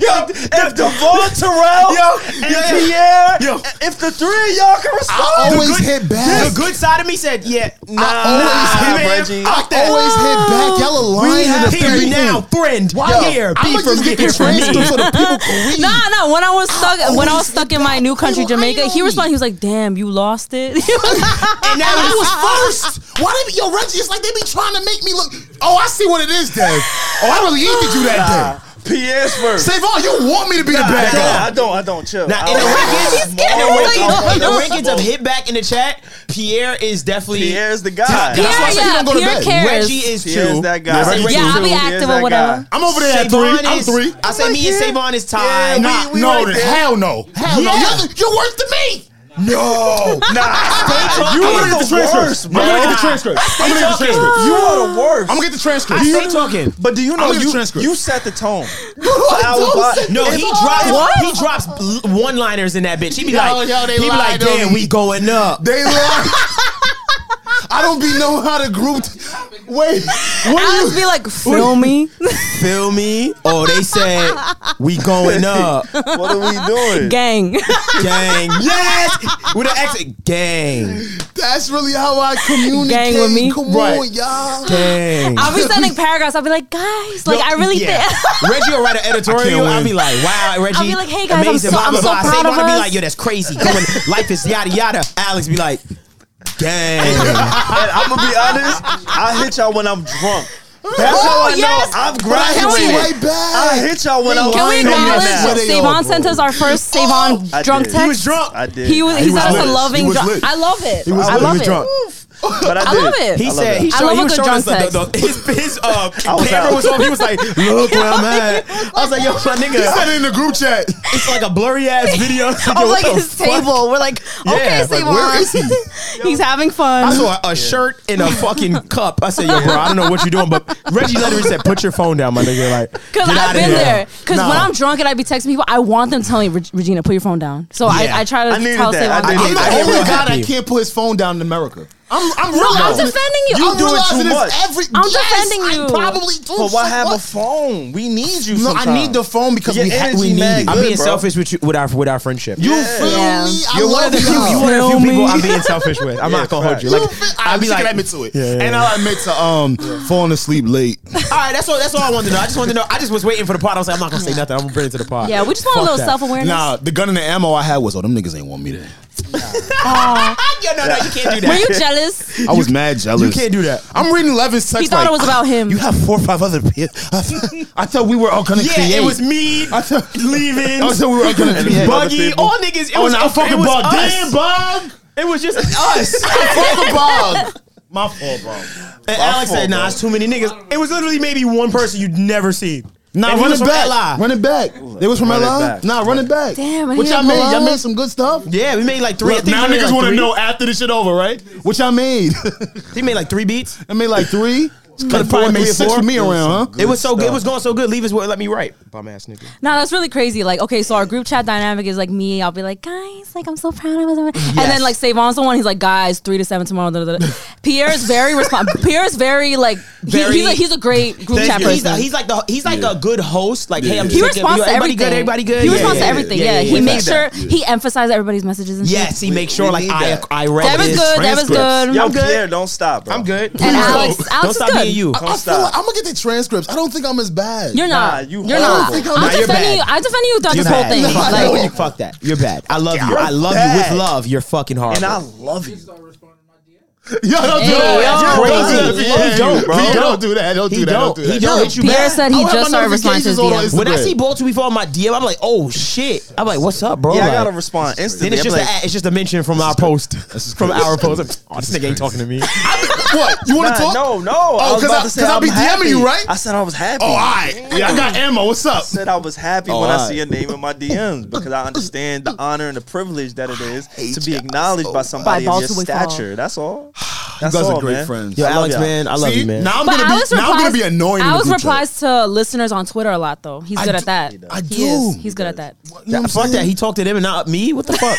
Speaker 2: Yo, if Devon Terrell and Pierre, if the three of y'all can respond,
Speaker 4: I
Speaker 1: The
Speaker 4: always
Speaker 1: good-
Speaker 4: hit back.
Speaker 1: The good side of me said, yeah, nah,
Speaker 4: I
Speaker 1: nah,
Speaker 2: always hit
Speaker 1: man,
Speaker 2: Reggie.
Speaker 1: fuck
Speaker 4: I
Speaker 1: that.
Speaker 4: always hit back. Y'all are
Speaker 1: We
Speaker 4: lying
Speaker 1: have
Speaker 4: in the
Speaker 1: here now, friend. Here, be
Speaker 4: I'm
Speaker 1: from
Speaker 4: just
Speaker 1: here.
Speaker 4: get the transcripts so the people can read.
Speaker 3: Nah, nah. When I was stuck, when I was
Speaker 4: always
Speaker 3: stuck
Speaker 4: hit
Speaker 3: in my
Speaker 4: back.
Speaker 3: new country,
Speaker 4: Why you
Speaker 3: Jamaica, he
Speaker 4: lying?
Speaker 3: responded. He was like, "Damn, you lost it."
Speaker 1: And now it
Speaker 4: I
Speaker 1: was
Speaker 4: was first. Why they be, yo, Reggie, it's like they be trying to make me look. Oh, I see what it is, Dave. Oh, I really eated you that day.
Speaker 2: Pierre's first.
Speaker 4: Savon, you want me to be the
Speaker 2: I
Speaker 4: bad
Speaker 2: don't,
Speaker 4: guy?
Speaker 2: I don't. I don't. Chill.
Speaker 1: Now,
Speaker 2: I
Speaker 1: in the
Speaker 2: don't-
Speaker 1: rankings, in the
Speaker 2: Small.
Speaker 1: rankings, in the rankings of hit back in the chat, Pierre is definitely
Speaker 2: Pierre's the guy.
Speaker 1: Pierre- That's why I
Speaker 3: Pierre,
Speaker 1: said
Speaker 4: he
Speaker 3: yeah,
Speaker 4: don't go to
Speaker 3: Pierre
Speaker 4: bed.
Speaker 3: cares.
Speaker 1: Reggie is
Speaker 2: Pierre's
Speaker 1: two.
Speaker 2: that guy.
Speaker 1: I say
Speaker 2: Yeah,
Speaker 1: Reggie
Speaker 3: yeah, I'll
Speaker 1: two.
Speaker 3: be
Speaker 2: Pierre's
Speaker 3: active
Speaker 2: that
Speaker 3: or whatever.
Speaker 2: guy.
Speaker 4: I'm over there at three.
Speaker 1: Savon
Speaker 4: I'm
Speaker 1: is-
Speaker 4: three.
Speaker 1: I say me and
Speaker 2: yeah.
Speaker 1: Savon is
Speaker 2: Yeah,
Speaker 1: tied.
Speaker 2: we-
Speaker 1: Nah,
Speaker 2: we
Speaker 4: no,
Speaker 2: right
Speaker 4: then
Speaker 2: there.
Speaker 4: hell no. Hell
Speaker 1: Yeah.
Speaker 4: no. You're, the- you're worse than me. No.
Speaker 2: Nah,
Speaker 1: talking.
Speaker 2: you are the worst,
Speaker 4: I'm gonna
Speaker 2: bro.
Speaker 4: get the transcripts. I'm gonna get the
Speaker 1: talking.
Speaker 4: transcripts.
Speaker 2: You are the worst.
Speaker 4: I'm gonna get the transcripts.
Speaker 1: I stay talking.
Speaker 2: But do you know
Speaker 4: gonna get
Speaker 2: you
Speaker 4: the transcript.
Speaker 2: you set the tone?
Speaker 4: I
Speaker 2: Our
Speaker 4: don't
Speaker 2: body-
Speaker 4: say-
Speaker 1: No,
Speaker 2: It's
Speaker 1: he
Speaker 2: all-
Speaker 1: drops. He drops one liners in that bitch. He be
Speaker 4: Yo,
Speaker 1: like,
Speaker 4: yo, they
Speaker 1: he be like,
Speaker 4: lied on
Speaker 1: damn,
Speaker 4: me."
Speaker 1: we going up.
Speaker 4: They lie. I don't be know how to group. Wait,
Speaker 3: I
Speaker 4: what
Speaker 3: just
Speaker 4: do
Speaker 3: be
Speaker 4: you?
Speaker 3: like, feel me.
Speaker 1: Feel me? Oh, they said we going up,
Speaker 2: What are we doing?
Speaker 3: Gang.
Speaker 1: gang. Yes, with an exit, gang,
Speaker 4: That's really how I communicate.
Speaker 3: Gang with me?
Speaker 4: Come
Speaker 1: Right.
Speaker 4: on, y'all.
Speaker 1: gang.
Speaker 3: I'll be sending paragraphs. I'll be like, guys, like,
Speaker 1: Yo,
Speaker 3: I really
Speaker 1: yeah.
Speaker 3: think.
Speaker 1: Reggie will write an editorial. I'll be like, wow, Reggie.
Speaker 3: I'll be like, hey, guys, I'm
Speaker 1: amazing,
Speaker 3: so-
Speaker 1: blah,
Speaker 3: I'm
Speaker 1: blah,
Speaker 3: so
Speaker 1: blah.
Speaker 3: proud
Speaker 1: Savon
Speaker 3: of
Speaker 1: will be
Speaker 3: us.
Speaker 1: like, yo, that's crazy. Come on, life is yada yada. Alex be like, gang.
Speaker 2: And I'm gonna be honest. I hit y'all when I'm drunk. That's how I
Speaker 3: Oh, yes.
Speaker 2: know I've
Speaker 4: But I hit you
Speaker 2: graduated.
Speaker 4: right back.
Speaker 2: I hit y'all when I was
Speaker 3: Can we
Speaker 4: Why not?
Speaker 2: Where
Speaker 3: acknowledge
Speaker 4: they all,
Speaker 3: Savon
Speaker 4: bro?
Speaker 3: sent us our first Savon
Speaker 2: I
Speaker 3: drunk
Speaker 2: did.
Speaker 3: text?
Speaker 2: He was drunk. I did.
Speaker 3: He was.
Speaker 2: He
Speaker 3: He
Speaker 2: was
Speaker 3: sent us a
Speaker 2: lit.
Speaker 4: He
Speaker 3: loving
Speaker 4: was
Speaker 3: drunk.
Speaker 4: lit.
Speaker 3: I love it.
Speaker 4: was
Speaker 3: I
Speaker 4: lit.
Speaker 3: love
Speaker 4: He was
Speaker 3: it.
Speaker 4: drunk.
Speaker 2: But I,
Speaker 3: I
Speaker 2: did.
Speaker 3: love it.
Speaker 1: He
Speaker 2: I love
Speaker 1: said
Speaker 2: it.
Speaker 1: he,
Speaker 3: I
Speaker 1: showed,
Speaker 3: love
Speaker 1: he
Speaker 3: a
Speaker 1: was
Speaker 3: good
Speaker 1: showing
Speaker 3: drunk
Speaker 1: us the, the, the, his his uh,
Speaker 2: was
Speaker 1: camera
Speaker 2: out.
Speaker 1: was on. He was like, look where I'm at. I was like, yo, my
Speaker 4: He said
Speaker 1: nigga,
Speaker 4: it in the group chat.
Speaker 1: it's like a blurry ass video.
Speaker 3: I was like his table. We're like, okay,
Speaker 1: like,
Speaker 3: Savon.
Speaker 4: where is
Speaker 3: He's having
Speaker 1: I
Speaker 3: fun.
Speaker 1: saw a, a shirt and a fucking cup. I said, yo, bro, I don't know what you're doing, but Reggie literally said, put your phone down, my nigga. Like,
Speaker 3: Cause
Speaker 1: get
Speaker 3: I've
Speaker 1: outta
Speaker 3: been
Speaker 1: here.
Speaker 3: there. Cause
Speaker 1: Nah.
Speaker 3: when I'm drunk and I be texting people, I want them to tell me, "Reg- Regina, put your phone down. So
Speaker 1: Yeah.
Speaker 3: I, I try to
Speaker 2: I needed
Speaker 3: tell
Speaker 2: that. I
Speaker 3: Savon.
Speaker 2: did
Speaker 3: like,
Speaker 4: I'm
Speaker 2: need
Speaker 4: the
Speaker 2: that.
Speaker 1: I
Speaker 4: only
Speaker 1: will
Speaker 4: guy
Speaker 1: help
Speaker 4: that
Speaker 1: you.
Speaker 4: can't put his phone down in America. I'm, I'm
Speaker 3: No,
Speaker 4: realizing
Speaker 3: I'm
Speaker 4: it.
Speaker 3: defending you. Oh,
Speaker 4: You
Speaker 3: I'm
Speaker 4: do
Speaker 2: realizing
Speaker 4: it too
Speaker 2: this
Speaker 4: much. Every,
Speaker 3: I'm
Speaker 4: Yes,
Speaker 3: defending
Speaker 4: I
Speaker 3: you.
Speaker 4: probably do.
Speaker 2: But why
Speaker 4: so
Speaker 2: have a
Speaker 4: what?
Speaker 2: phone? We need you.
Speaker 4: No,
Speaker 2: sometimes.
Speaker 4: I need the phone because
Speaker 2: Your
Speaker 4: we, ha-
Speaker 2: energy
Speaker 4: we need
Speaker 2: mad
Speaker 4: it.
Speaker 2: good.
Speaker 1: I'm being
Speaker 2: bro.
Speaker 1: selfish with you, with our with our friendship.
Speaker 4: You
Speaker 2: Yeah.
Speaker 4: feel
Speaker 3: Yeah.
Speaker 4: me? I
Speaker 1: You're one
Speaker 4: love
Speaker 1: of the few.
Speaker 4: y'all.
Speaker 1: You one of the
Speaker 3: Feel
Speaker 1: few people
Speaker 3: me?
Speaker 1: I'm being selfish with. I'm not gonna hold you.
Speaker 4: You
Speaker 1: Like,
Speaker 4: feel-
Speaker 1: I'll
Speaker 4: I'm
Speaker 1: be
Speaker 4: just
Speaker 1: like,
Speaker 4: gonna admit to it, and I'll admit to um falling asleep late.
Speaker 1: all right, that's all. That's all I wanted to know. I just wanted to know. I just was waiting for the pod. I was like, I'm not gonna say nothing. I'm gonna bring it to the pod.
Speaker 3: Yeah, we just want a
Speaker 1: Fuck
Speaker 3: little
Speaker 1: that.
Speaker 3: self awareness.
Speaker 4: Nah, the gun and the ammo I had was oh them niggas ain't want me there.
Speaker 1: Yo, no, no, you can't do
Speaker 3: Were you
Speaker 1: that.
Speaker 3: jealous?
Speaker 4: I was mad jealous.
Speaker 1: You can't do that.
Speaker 4: I'm reading Levin's text.
Speaker 3: He thought
Speaker 4: like,
Speaker 3: it was about him.
Speaker 4: You have four or five other people. I thought- I thought we were all gonna create.
Speaker 1: Yeah, it was me
Speaker 4: I thought,
Speaker 1: leaving.
Speaker 4: I thought we were all gonna create.
Speaker 1: Buggy, all niggas. It
Speaker 4: Oh,
Speaker 1: was
Speaker 4: now I'm fucking
Speaker 1: it was
Speaker 4: bug.
Speaker 1: us.
Speaker 4: Damn, bug.
Speaker 1: It was just us.
Speaker 4: Fuck a bug. My fault, bro.
Speaker 1: and Alex said, Nah, it's too many niggas. It was literally maybe one person you'd never seen.
Speaker 4: Nah,
Speaker 1: And he
Speaker 4: run
Speaker 1: was
Speaker 4: it
Speaker 1: from
Speaker 4: back.
Speaker 1: LI.
Speaker 4: Run it back. It was from
Speaker 2: Run it
Speaker 4: LI.
Speaker 2: back.
Speaker 4: Nah, run it back.
Speaker 3: Damn, I
Speaker 4: what
Speaker 3: hear
Speaker 4: y'all
Speaker 3: the
Speaker 4: made? Y'all
Speaker 3: love.
Speaker 4: made some good stuff.
Speaker 1: Yeah, we made like three. I think
Speaker 4: now
Speaker 1: we made,
Speaker 4: niggas
Speaker 1: like,
Speaker 4: want to
Speaker 1: three-
Speaker 4: know after this shit over, right? What y'all made?
Speaker 1: He made like three beats.
Speaker 4: I made like three. Could
Speaker 1: four,
Speaker 4: probably made
Speaker 1: three or
Speaker 4: six
Speaker 1: four.
Speaker 4: for me around, huh?
Speaker 1: it was so good. It was going so good. Leave us where let me write. Bum ass nigga.
Speaker 3: Nah, that's really crazy. Like, okay, so our group chat dynamic is like me. I'll be like, guys, like I'm so proud of us. And
Speaker 1: Yes.
Speaker 3: then like Savon's the one. He's like, guys, three to seven tomorrow. Da, da, da. Pierre is very responsive. Pierre is very like he-
Speaker 1: Very-
Speaker 3: he's, a, he's a great group chat
Speaker 1: Thank you. He's,
Speaker 3: person.
Speaker 1: he's like the he's like a good host. Like, hey, I'm
Speaker 3: he
Speaker 1: sick of-
Speaker 3: responds
Speaker 1: yo,
Speaker 3: to
Speaker 1: everybody
Speaker 3: everything.
Speaker 1: good, everybody good.
Speaker 3: He
Speaker 1: Yeah,
Speaker 3: responds
Speaker 1: yeah,
Speaker 3: to everything.
Speaker 1: yeah.
Speaker 3: Yeah, he makes sure he emphasizes everybody's messages and shit.
Speaker 1: Yes, he makes sure
Speaker 2: We
Speaker 1: like
Speaker 2: need
Speaker 1: I
Speaker 2: that.
Speaker 1: I read
Speaker 3: That was
Speaker 1: his
Speaker 3: good. That was
Speaker 1: transcripts.
Speaker 3: good.
Speaker 2: Yo,
Speaker 3: I'm good.
Speaker 2: Pierre, don't stop. Bro.
Speaker 1: I'm good.
Speaker 3: And Alex-
Speaker 1: Don't
Speaker 3: Alex is
Speaker 1: stop
Speaker 3: good.
Speaker 1: being you.
Speaker 4: I, I feel
Speaker 2: stop.
Speaker 4: like I'm gonna get the transcripts. I don't think I'm as bad.
Speaker 3: You're
Speaker 2: Nah,
Speaker 3: not.
Speaker 2: you
Speaker 3: are not.
Speaker 2: horrible.
Speaker 4: Nah,
Speaker 3: I'm
Speaker 1: you're bad.
Speaker 3: defending you. I'm defending you throughout
Speaker 1: You're
Speaker 3: this whole
Speaker 1: bad.
Speaker 3: thing.
Speaker 1: Fuck
Speaker 4: Nah,
Speaker 1: that.
Speaker 4: no,
Speaker 3: Like,
Speaker 4: you-
Speaker 1: fuck that. You're bad. I love you.
Speaker 2: You're
Speaker 1: I love you
Speaker 2: bad.
Speaker 1: with love. You're fucking horrible.
Speaker 2: And I love you.
Speaker 4: Yo, don't do
Speaker 3: Hey,
Speaker 4: that.
Speaker 3: yo.
Speaker 4: Don't
Speaker 1: Crazy.
Speaker 4: do that. He don't,
Speaker 1: He don't, bro.
Speaker 4: He don't do that. Don't
Speaker 1: He
Speaker 4: do that.
Speaker 1: don't.
Speaker 4: Don't do that.
Speaker 1: He don't hit you
Speaker 3: Pierre
Speaker 1: back.
Speaker 3: said he
Speaker 4: I'll have
Speaker 3: just
Speaker 4: my
Speaker 3: started responding to his
Speaker 4: notifications
Speaker 3: DMs.
Speaker 4: on
Speaker 1: when I
Speaker 4: Instagram.
Speaker 1: see both of you fall on my DM, I'm like, oh shit. I'm like, what's up, bro?
Speaker 2: Yeah, I
Speaker 1: Like,
Speaker 2: gotta respond instantly.
Speaker 1: Then it's just
Speaker 2: I'm like,
Speaker 1: a, it's just a mention from our post, from our post. Oh, this nigga ain't talking to me.
Speaker 4: What? You want to
Speaker 2: nah,
Speaker 4: talk?
Speaker 2: No, no.
Speaker 4: Oh,
Speaker 2: I was
Speaker 4: 'cause
Speaker 2: about
Speaker 4: I-
Speaker 2: to say
Speaker 4: 'cause I
Speaker 2: I'm
Speaker 4: be DMing
Speaker 2: happy.
Speaker 4: you, right?
Speaker 2: I said I was happy.
Speaker 4: Oh, all right. Yeah, I got ammo. What's up?
Speaker 2: said I was happy when I
Speaker 4: alright.
Speaker 2: see your name in my DMs because I understand the honor and the privilege that it is to be acknowledged by somebody
Speaker 3: By
Speaker 2: of your
Speaker 3: Baltimore Fall.
Speaker 2: stature. That's all. That's
Speaker 4: guys are
Speaker 2: all,
Speaker 4: great
Speaker 2: man.
Speaker 4: friends.
Speaker 1: Yo,
Speaker 2: I love
Speaker 1: Alex,
Speaker 2: y'all.
Speaker 1: man, I love
Speaker 4: See,
Speaker 1: you, man.
Speaker 4: Now I'm
Speaker 3: But
Speaker 4: gonna
Speaker 3: Alex
Speaker 4: be. Now I'm gonna be annoying. in the
Speaker 3: Alex
Speaker 4: group chat.
Speaker 3: replies to listeners on Twitter a lot, though. He's
Speaker 4: I
Speaker 3: good
Speaker 4: do-
Speaker 3: at that.
Speaker 4: I
Speaker 3: He
Speaker 4: do.
Speaker 3: is. He's good at that.
Speaker 4: You know what I'm
Speaker 1: fuck that.
Speaker 4: saying?
Speaker 1: He talked to them and not me. What the fuck?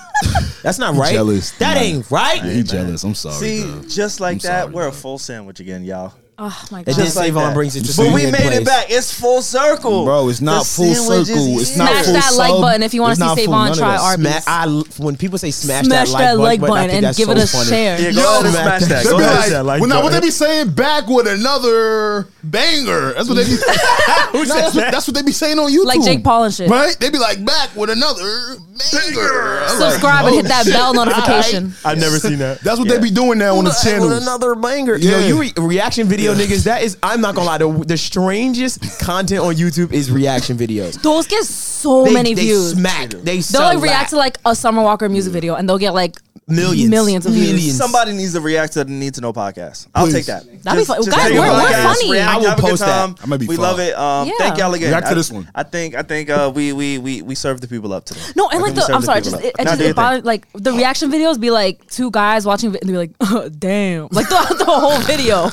Speaker 1: That's not right.
Speaker 4: jealous.
Speaker 1: That ain't right.
Speaker 3: Mm-hmm.
Speaker 4: He jealous. I'm sorry.
Speaker 2: See,
Speaker 4: girl.
Speaker 2: just like
Speaker 4: I'm
Speaker 2: that,
Speaker 4: sorry,
Speaker 2: we're a
Speaker 4: bro.
Speaker 2: full sandwich again, y'all.
Speaker 3: Oh my
Speaker 1: And
Speaker 3: god.
Speaker 1: then
Speaker 2: Just like
Speaker 1: Savon
Speaker 2: that.
Speaker 1: brings it to
Speaker 2: But we
Speaker 1: second
Speaker 2: made
Speaker 1: place.
Speaker 2: it back. It's full circle,
Speaker 4: Bro, it's not
Speaker 2: The
Speaker 4: full
Speaker 2: sandwich is
Speaker 4: circle. It's
Speaker 2: here.
Speaker 4: not
Speaker 3: Smash
Speaker 4: full
Speaker 3: that like
Speaker 4: sub.
Speaker 3: button if you wanna
Speaker 4: It's
Speaker 3: see
Speaker 4: not full
Speaker 3: Savon
Speaker 4: none of
Speaker 3: try
Speaker 4: that.
Speaker 3: our-
Speaker 1: Smash, I, when people say smash,
Speaker 3: Smash
Speaker 1: that, like button, I think
Speaker 3: and
Speaker 1: that's
Speaker 3: give
Speaker 1: so
Speaker 3: it a
Speaker 1: funny.
Speaker 3: share.
Speaker 2: Yeah, go ahead and smash that.
Speaker 4: They
Speaker 2: Go
Speaker 4: be
Speaker 2: ahead.
Speaker 4: like,
Speaker 1: Yeah, like
Speaker 4: well, now what they
Speaker 1: button.
Speaker 4: be saying back with another banger. That's what they be. Nah, that's, what, that's what they be saying on YouTube.
Speaker 3: Like Jake Paul and shit.
Speaker 4: right? They be like back with another
Speaker 6: banger. I'm like,
Speaker 3: Subscribe and hit
Speaker 6: oh,
Speaker 3: that
Speaker 6: shit.
Speaker 3: bell notification.
Speaker 2: I've never seen that.
Speaker 6: That's what they be doing now on the channel.
Speaker 1: another banger. You know,
Speaker 6: Yeah.
Speaker 1: you re- reaction video niggas. That is, I'm not gonna lie. The, the strangest content on YouTube is reaction videos.
Speaker 3: Those get so
Speaker 1: They-
Speaker 3: many
Speaker 1: they
Speaker 3: views.
Speaker 1: Smack. They
Speaker 3: They'll
Speaker 1: sell
Speaker 3: like react to
Speaker 1: that.
Speaker 3: like a Summer Walker music video, and they'll get like
Speaker 1: millions,
Speaker 3: millions of views.
Speaker 1: Millions.
Speaker 2: Somebody needs to react to the Need to Know podcast. I'll
Speaker 6: Please.
Speaker 2: take that.
Speaker 3: That'd be fun. Guys,
Speaker 2: take a
Speaker 3: we're- we're
Speaker 2: podcast,
Speaker 3: funny.
Speaker 2: react,
Speaker 1: I will
Speaker 2: have a good
Speaker 1: post that.
Speaker 2: time.
Speaker 6: I might be
Speaker 2: we
Speaker 6: fine.
Speaker 2: love it. Um,
Speaker 3: Yeah.
Speaker 2: Thank y'all again.
Speaker 6: React to
Speaker 2: I-
Speaker 6: this one.
Speaker 2: I think I think uh, we we we we serve the people up today.
Speaker 3: No, and
Speaker 2: I
Speaker 3: like
Speaker 2: think we
Speaker 3: the
Speaker 2: serve
Speaker 3: I'm sorry,
Speaker 2: people
Speaker 3: just
Speaker 2: up.
Speaker 3: it, it
Speaker 2: Now
Speaker 3: just
Speaker 2: do your thing.
Speaker 3: bothered like the reaction videos be like two guys watching vi- and they be like, damn, like throughout the whole video.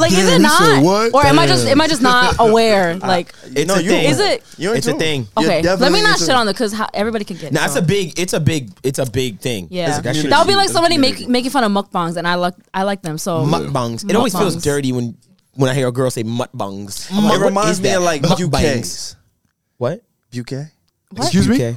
Speaker 3: Like, is
Speaker 6: Damn,
Speaker 3: it
Speaker 6: he
Speaker 3: not?
Speaker 6: said what?
Speaker 3: Or am I just am I just not aware? Like,
Speaker 1: It's
Speaker 2: No,
Speaker 1: a
Speaker 2: you-
Speaker 1: thing.
Speaker 3: Is it-
Speaker 2: You're in
Speaker 1: It's a
Speaker 2: tune.
Speaker 1: thing.
Speaker 2: You're
Speaker 3: okay, let me
Speaker 2: definitely in
Speaker 3: not
Speaker 2: tune.
Speaker 3: shit on it because everybody can get.
Speaker 1: Now it's
Speaker 3: so.
Speaker 1: a big. It's a big. It's a big thing.
Speaker 3: Yeah,
Speaker 1: It's
Speaker 3: that would be like somebody making making fun of mukbangs, and I like I like them so.
Speaker 1: mukbangs. It always feels
Speaker 3: Mukbangs.
Speaker 1: dirty when when I hear a girl say mukbangs. I'm like,
Speaker 2: Mm. It
Speaker 1: what
Speaker 2: reminds
Speaker 1: is
Speaker 2: me
Speaker 1: that?
Speaker 2: of like
Speaker 1: Mukbangs.
Speaker 2: UK's.
Speaker 1: What?
Speaker 2: UK.
Speaker 6: Excuse me.
Speaker 1: UK.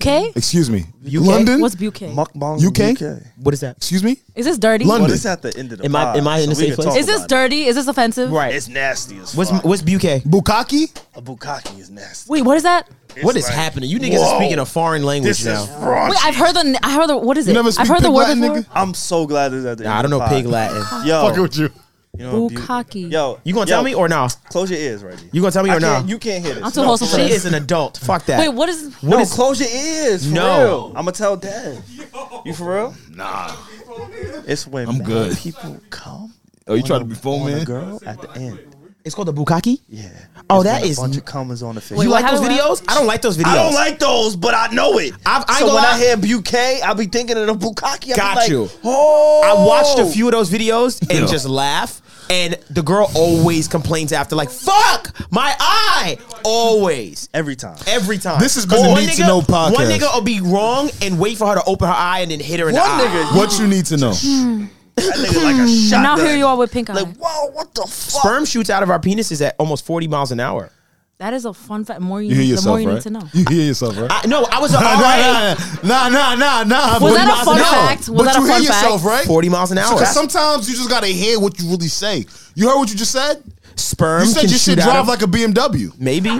Speaker 3: UK?
Speaker 6: Excuse me.
Speaker 1: UK?
Speaker 6: London.
Speaker 3: What's UK?
Speaker 2: Mukbang
Speaker 6: UK?
Speaker 2: UK.
Speaker 1: What is that?
Speaker 6: Excuse me.
Speaker 3: Is this dirty?
Speaker 6: London.
Speaker 2: But it's at the end of the
Speaker 1: Am I-
Speaker 2: pod,
Speaker 1: am I in the
Speaker 2: so we
Speaker 1: same
Speaker 2: can
Speaker 1: place?
Speaker 2: talk
Speaker 3: Is this
Speaker 2: about it.
Speaker 3: dirty? Is this offensive?
Speaker 1: Right.
Speaker 2: It's nasty as
Speaker 1: What's
Speaker 2: fuck.
Speaker 1: what's BUK?
Speaker 6: Bukaki.
Speaker 2: a bukkake is nasty.
Speaker 3: Wait, what is that?
Speaker 1: What is happening? You niggas are speaking a foreign language
Speaker 2: This
Speaker 1: now.
Speaker 2: is raunchy.
Speaker 3: Wait, I've heard the I heard the what is it?
Speaker 6: never
Speaker 3: I've
Speaker 6: speak
Speaker 3: heard the
Speaker 6: pig
Speaker 3: word
Speaker 6: Latin,
Speaker 3: before.
Speaker 6: nigga?
Speaker 2: I'm so glad it's at the
Speaker 1: Nah,
Speaker 2: end
Speaker 1: I don't
Speaker 2: of
Speaker 1: know
Speaker 2: the
Speaker 1: pig
Speaker 2: pod.
Speaker 1: Latin.
Speaker 2: Yo,
Speaker 6: Fuck with you.
Speaker 2: you know, bu-
Speaker 3: Bukkake.
Speaker 2: Yo,
Speaker 1: You gonna
Speaker 2: yo,
Speaker 1: tell me or no?
Speaker 2: Close your ears right here.
Speaker 1: You gonna tell me
Speaker 2: I
Speaker 1: or nah?
Speaker 2: can't- You can't hear this.
Speaker 3: I'm too wholesome for
Speaker 1: She
Speaker 3: this.
Speaker 1: is an adult. Fuck that.
Speaker 3: Wait, what is?
Speaker 2: No, close your ears. For
Speaker 1: No.
Speaker 2: real. I'm gonna tell dad. You for real? Nah. It's when
Speaker 6: I'm
Speaker 2: bad
Speaker 6: good.
Speaker 2: people come.
Speaker 6: Oh, you
Speaker 2: on
Speaker 6: trying
Speaker 2: a-
Speaker 6: to be phone
Speaker 2: on a
Speaker 6: man?
Speaker 2: girl at the end.
Speaker 1: It's called the bukkake.
Speaker 2: Yeah.
Speaker 1: Oh,
Speaker 2: It's
Speaker 1: that
Speaker 2: when
Speaker 1: is-
Speaker 2: a bunch of commas on the face.
Speaker 3: Wait,
Speaker 1: You
Speaker 3: what
Speaker 1: like those
Speaker 3: happened?
Speaker 1: videos? I don't like those videos.
Speaker 2: I don't like those, but I know it.
Speaker 1: I've- I ain't
Speaker 2: so
Speaker 1: gonna
Speaker 2: when I
Speaker 1: lie.
Speaker 2: hear Bukake, I'll be thinking of the Bukake. I
Speaker 1: Got
Speaker 2: be like,
Speaker 1: you.
Speaker 2: Oh,
Speaker 1: I watched a few of those videos and just laugh. And the girl always complains after, like, "Fuck my eye." Always,
Speaker 2: every time.
Speaker 1: every time.
Speaker 6: This has been the
Speaker 1: one
Speaker 6: Need to Know podcast.
Speaker 1: One nigga will be wrong and wait for her to open her eye and then hit her in
Speaker 2: One
Speaker 1: the eye.
Speaker 2: nigga,
Speaker 6: What you need to know.
Speaker 3: Hmm.
Speaker 2: that nigga like a shotgun.
Speaker 3: And now here you are with pink eye.
Speaker 2: Like, whoa, what the fuck?
Speaker 1: Sperm shoots out of our penises at almost forty miles an hour.
Speaker 3: that is a fun fact. More you,
Speaker 6: You hear
Speaker 3: need, the more
Speaker 6: yourself,
Speaker 3: you need
Speaker 6: right?
Speaker 3: to know.
Speaker 6: You hear yourself, right?
Speaker 1: I, no, I was all
Speaker 6: Nah,
Speaker 1: right.
Speaker 6: nah, nah, nah, nah, nah.
Speaker 3: Was
Speaker 6: but
Speaker 3: that
Speaker 6: you
Speaker 3: a
Speaker 6: might
Speaker 3: fun
Speaker 6: know.
Speaker 3: fact? Was
Speaker 6: but
Speaker 3: that a
Speaker 6: you
Speaker 3: fun
Speaker 6: hear yourself,
Speaker 3: fact?
Speaker 6: right?
Speaker 1: 40 miles an hour.
Speaker 6: Because sometimes you just gotta hear what you really say. You heard what you just said.
Speaker 1: Sperm.
Speaker 6: You said
Speaker 1: can
Speaker 6: you should
Speaker 1: shoot out
Speaker 6: drive
Speaker 1: of-
Speaker 6: like a BMW.
Speaker 1: maybe.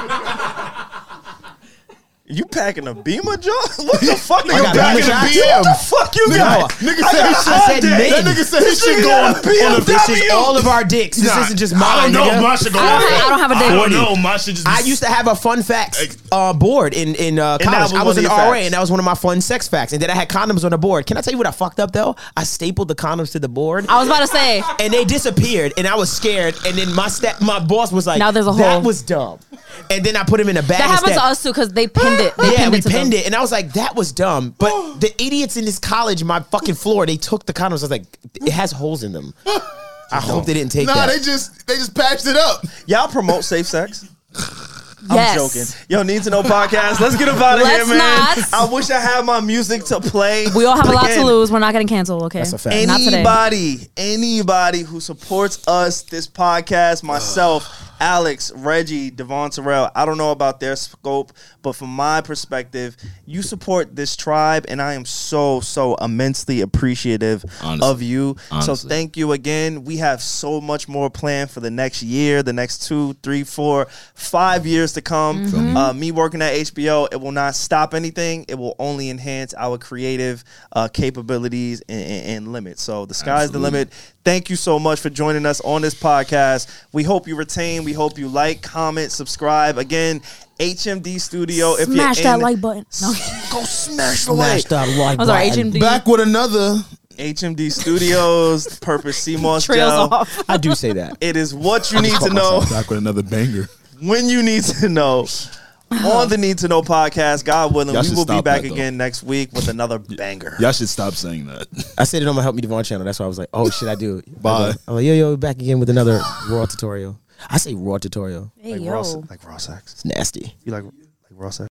Speaker 2: You packing a beamer, John? What the fuck?
Speaker 1: I got Beamer
Speaker 2: you packing a
Speaker 1: shots.
Speaker 2: What the fuck you
Speaker 6: Nigga,
Speaker 2: got?
Speaker 6: nigga
Speaker 2: I
Speaker 6: said
Speaker 2: got
Speaker 6: he
Speaker 2: a
Speaker 6: shot
Speaker 1: I said
Speaker 2: Hyundai.
Speaker 1: maybe.
Speaker 6: That nigga said his
Speaker 2: This
Speaker 6: shit
Speaker 2: nigga
Speaker 6: go on
Speaker 2: got a
Speaker 6: on a
Speaker 1: This is
Speaker 2: BMW.
Speaker 1: all of our dicks. This
Speaker 6: Nah,
Speaker 1: isn't just mine.
Speaker 6: I don't know
Speaker 1: nigga.
Speaker 6: if my shit go
Speaker 3: I don't have- I don't have a dick.
Speaker 6: I
Speaker 3: Forty.
Speaker 6: don't know. My shit just. be-
Speaker 1: I used to have a fun facts uh, board in in uh,
Speaker 2: And that
Speaker 1: college.
Speaker 2: was
Speaker 1: I was
Speaker 2: one
Speaker 1: an
Speaker 2: of your
Speaker 1: RA,
Speaker 2: facts.
Speaker 1: and that was one of my fun sex facts. And then I had condoms on the board. Can I tell you what I fucked up though? I stapled the condoms to the board.
Speaker 3: I was about to say.
Speaker 1: and they disappeared, and I was scared. And then my step, my boss was like,
Speaker 3: Now there's a
Speaker 1: "That
Speaker 3: hole."
Speaker 1: was dumb." And then I put him in a bag.
Speaker 3: That happened
Speaker 1: instead.
Speaker 3: to us too because they pinned it. They
Speaker 1: yeah,
Speaker 3: pinned
Speaker 1: we
Speaker 3: it to
Speaker 1: pinned
Speaker 3: them.
Speaker 1: it, and I was like, "That was dumb." But the idiots in this college, my fucking floor, they took the condoms. I was like, "It has holes in them." I hope they didn't take
Speaker 6: Nah,
Speaker 1: that.
Speaker 6: they just they just patched it up.
Speaker 2: Y'all promote safe sex?
Speaker 3: Yes.
Speaker 2: I'm joking. Yo, need to know podcast. Let's get up out of
Speaker 3: Let's
Speaker 2: here, man.
Speaker 3: not.
Speaker 2: I wish I had my music to play.
Speaker 3: We all have a lot to
Speaker 2: Again,
Speaker 3: lose. We're not getting canceled. Okay, that's
Speaker 1: a fact.
Speaker 3: Not today.
Speaker 2: Anybody, anybody who supports us, this podcast, myself, Alex, Reggie, Devon Terrell, I don't know about their scope, but from my perspective, you support this tribe, and I am so, so immensely appreciative
Speaker 4: Honestly.
Speaker 2: of you. So
Speaker 4: Honestly.
Speaker 2: thank you again. We have so much more planned for the next year, the next two, three, four, five years to come. Uh, me working at HBO, it will not stop anything. It will only enhance our creative uh, capabilities and, and, and limits. So the sky's the limit. Thank you so much for joining us on this podcast. We hope you retain. We hope you like, comment, subscribe. Again, HMD Studio. if you're
Speaker 3: Smash that
Speaker 2: in-
Speaker 3: like button. No.
Speaker 2: Go smash the like.
Speaker 1: Smash that like
Speaker 3: I'm sorry.
Speaker 1: button.
Speaker 3: HMD
Speaker 6: Back with another.
Speaker 2: HMD Studios, Purpose CMOS
Speaker 3: trails
Speaker 2: Gel.
Speaker 3: off.
Speaker 1: I do say that.
Speaker 2: It is what you need to know
Speaker 6: Back with another banger.
Speaker 2: when you need to know. On the Need to Know podcast, God willing,
Speaker 6: Y'all
Speaker 2: we
Speaker 6: should
Speaker 2: will be
Speaker 6: stop
Speaker 2: back
Speaker 6: that, though.
Speaker 2: again next week with another banger.
Speaker 6: Y'all should stop saying that.
Speaker 1: I said it on my Help Me Devon channel. That's why I was like, "Oh shit, I do."
Speaker 6: Bye.
Speaker 1: I'm like, "Yo, yo, back again with another raw tutorial." I say raw tutorial.
Speaker 3: Hey,
Speaker 2: Like raw,
Speaker 3: yo.
Speaker 2: like raw sex.
Speaker 1: It's nasty.
Speaker 2: You like like raw sex?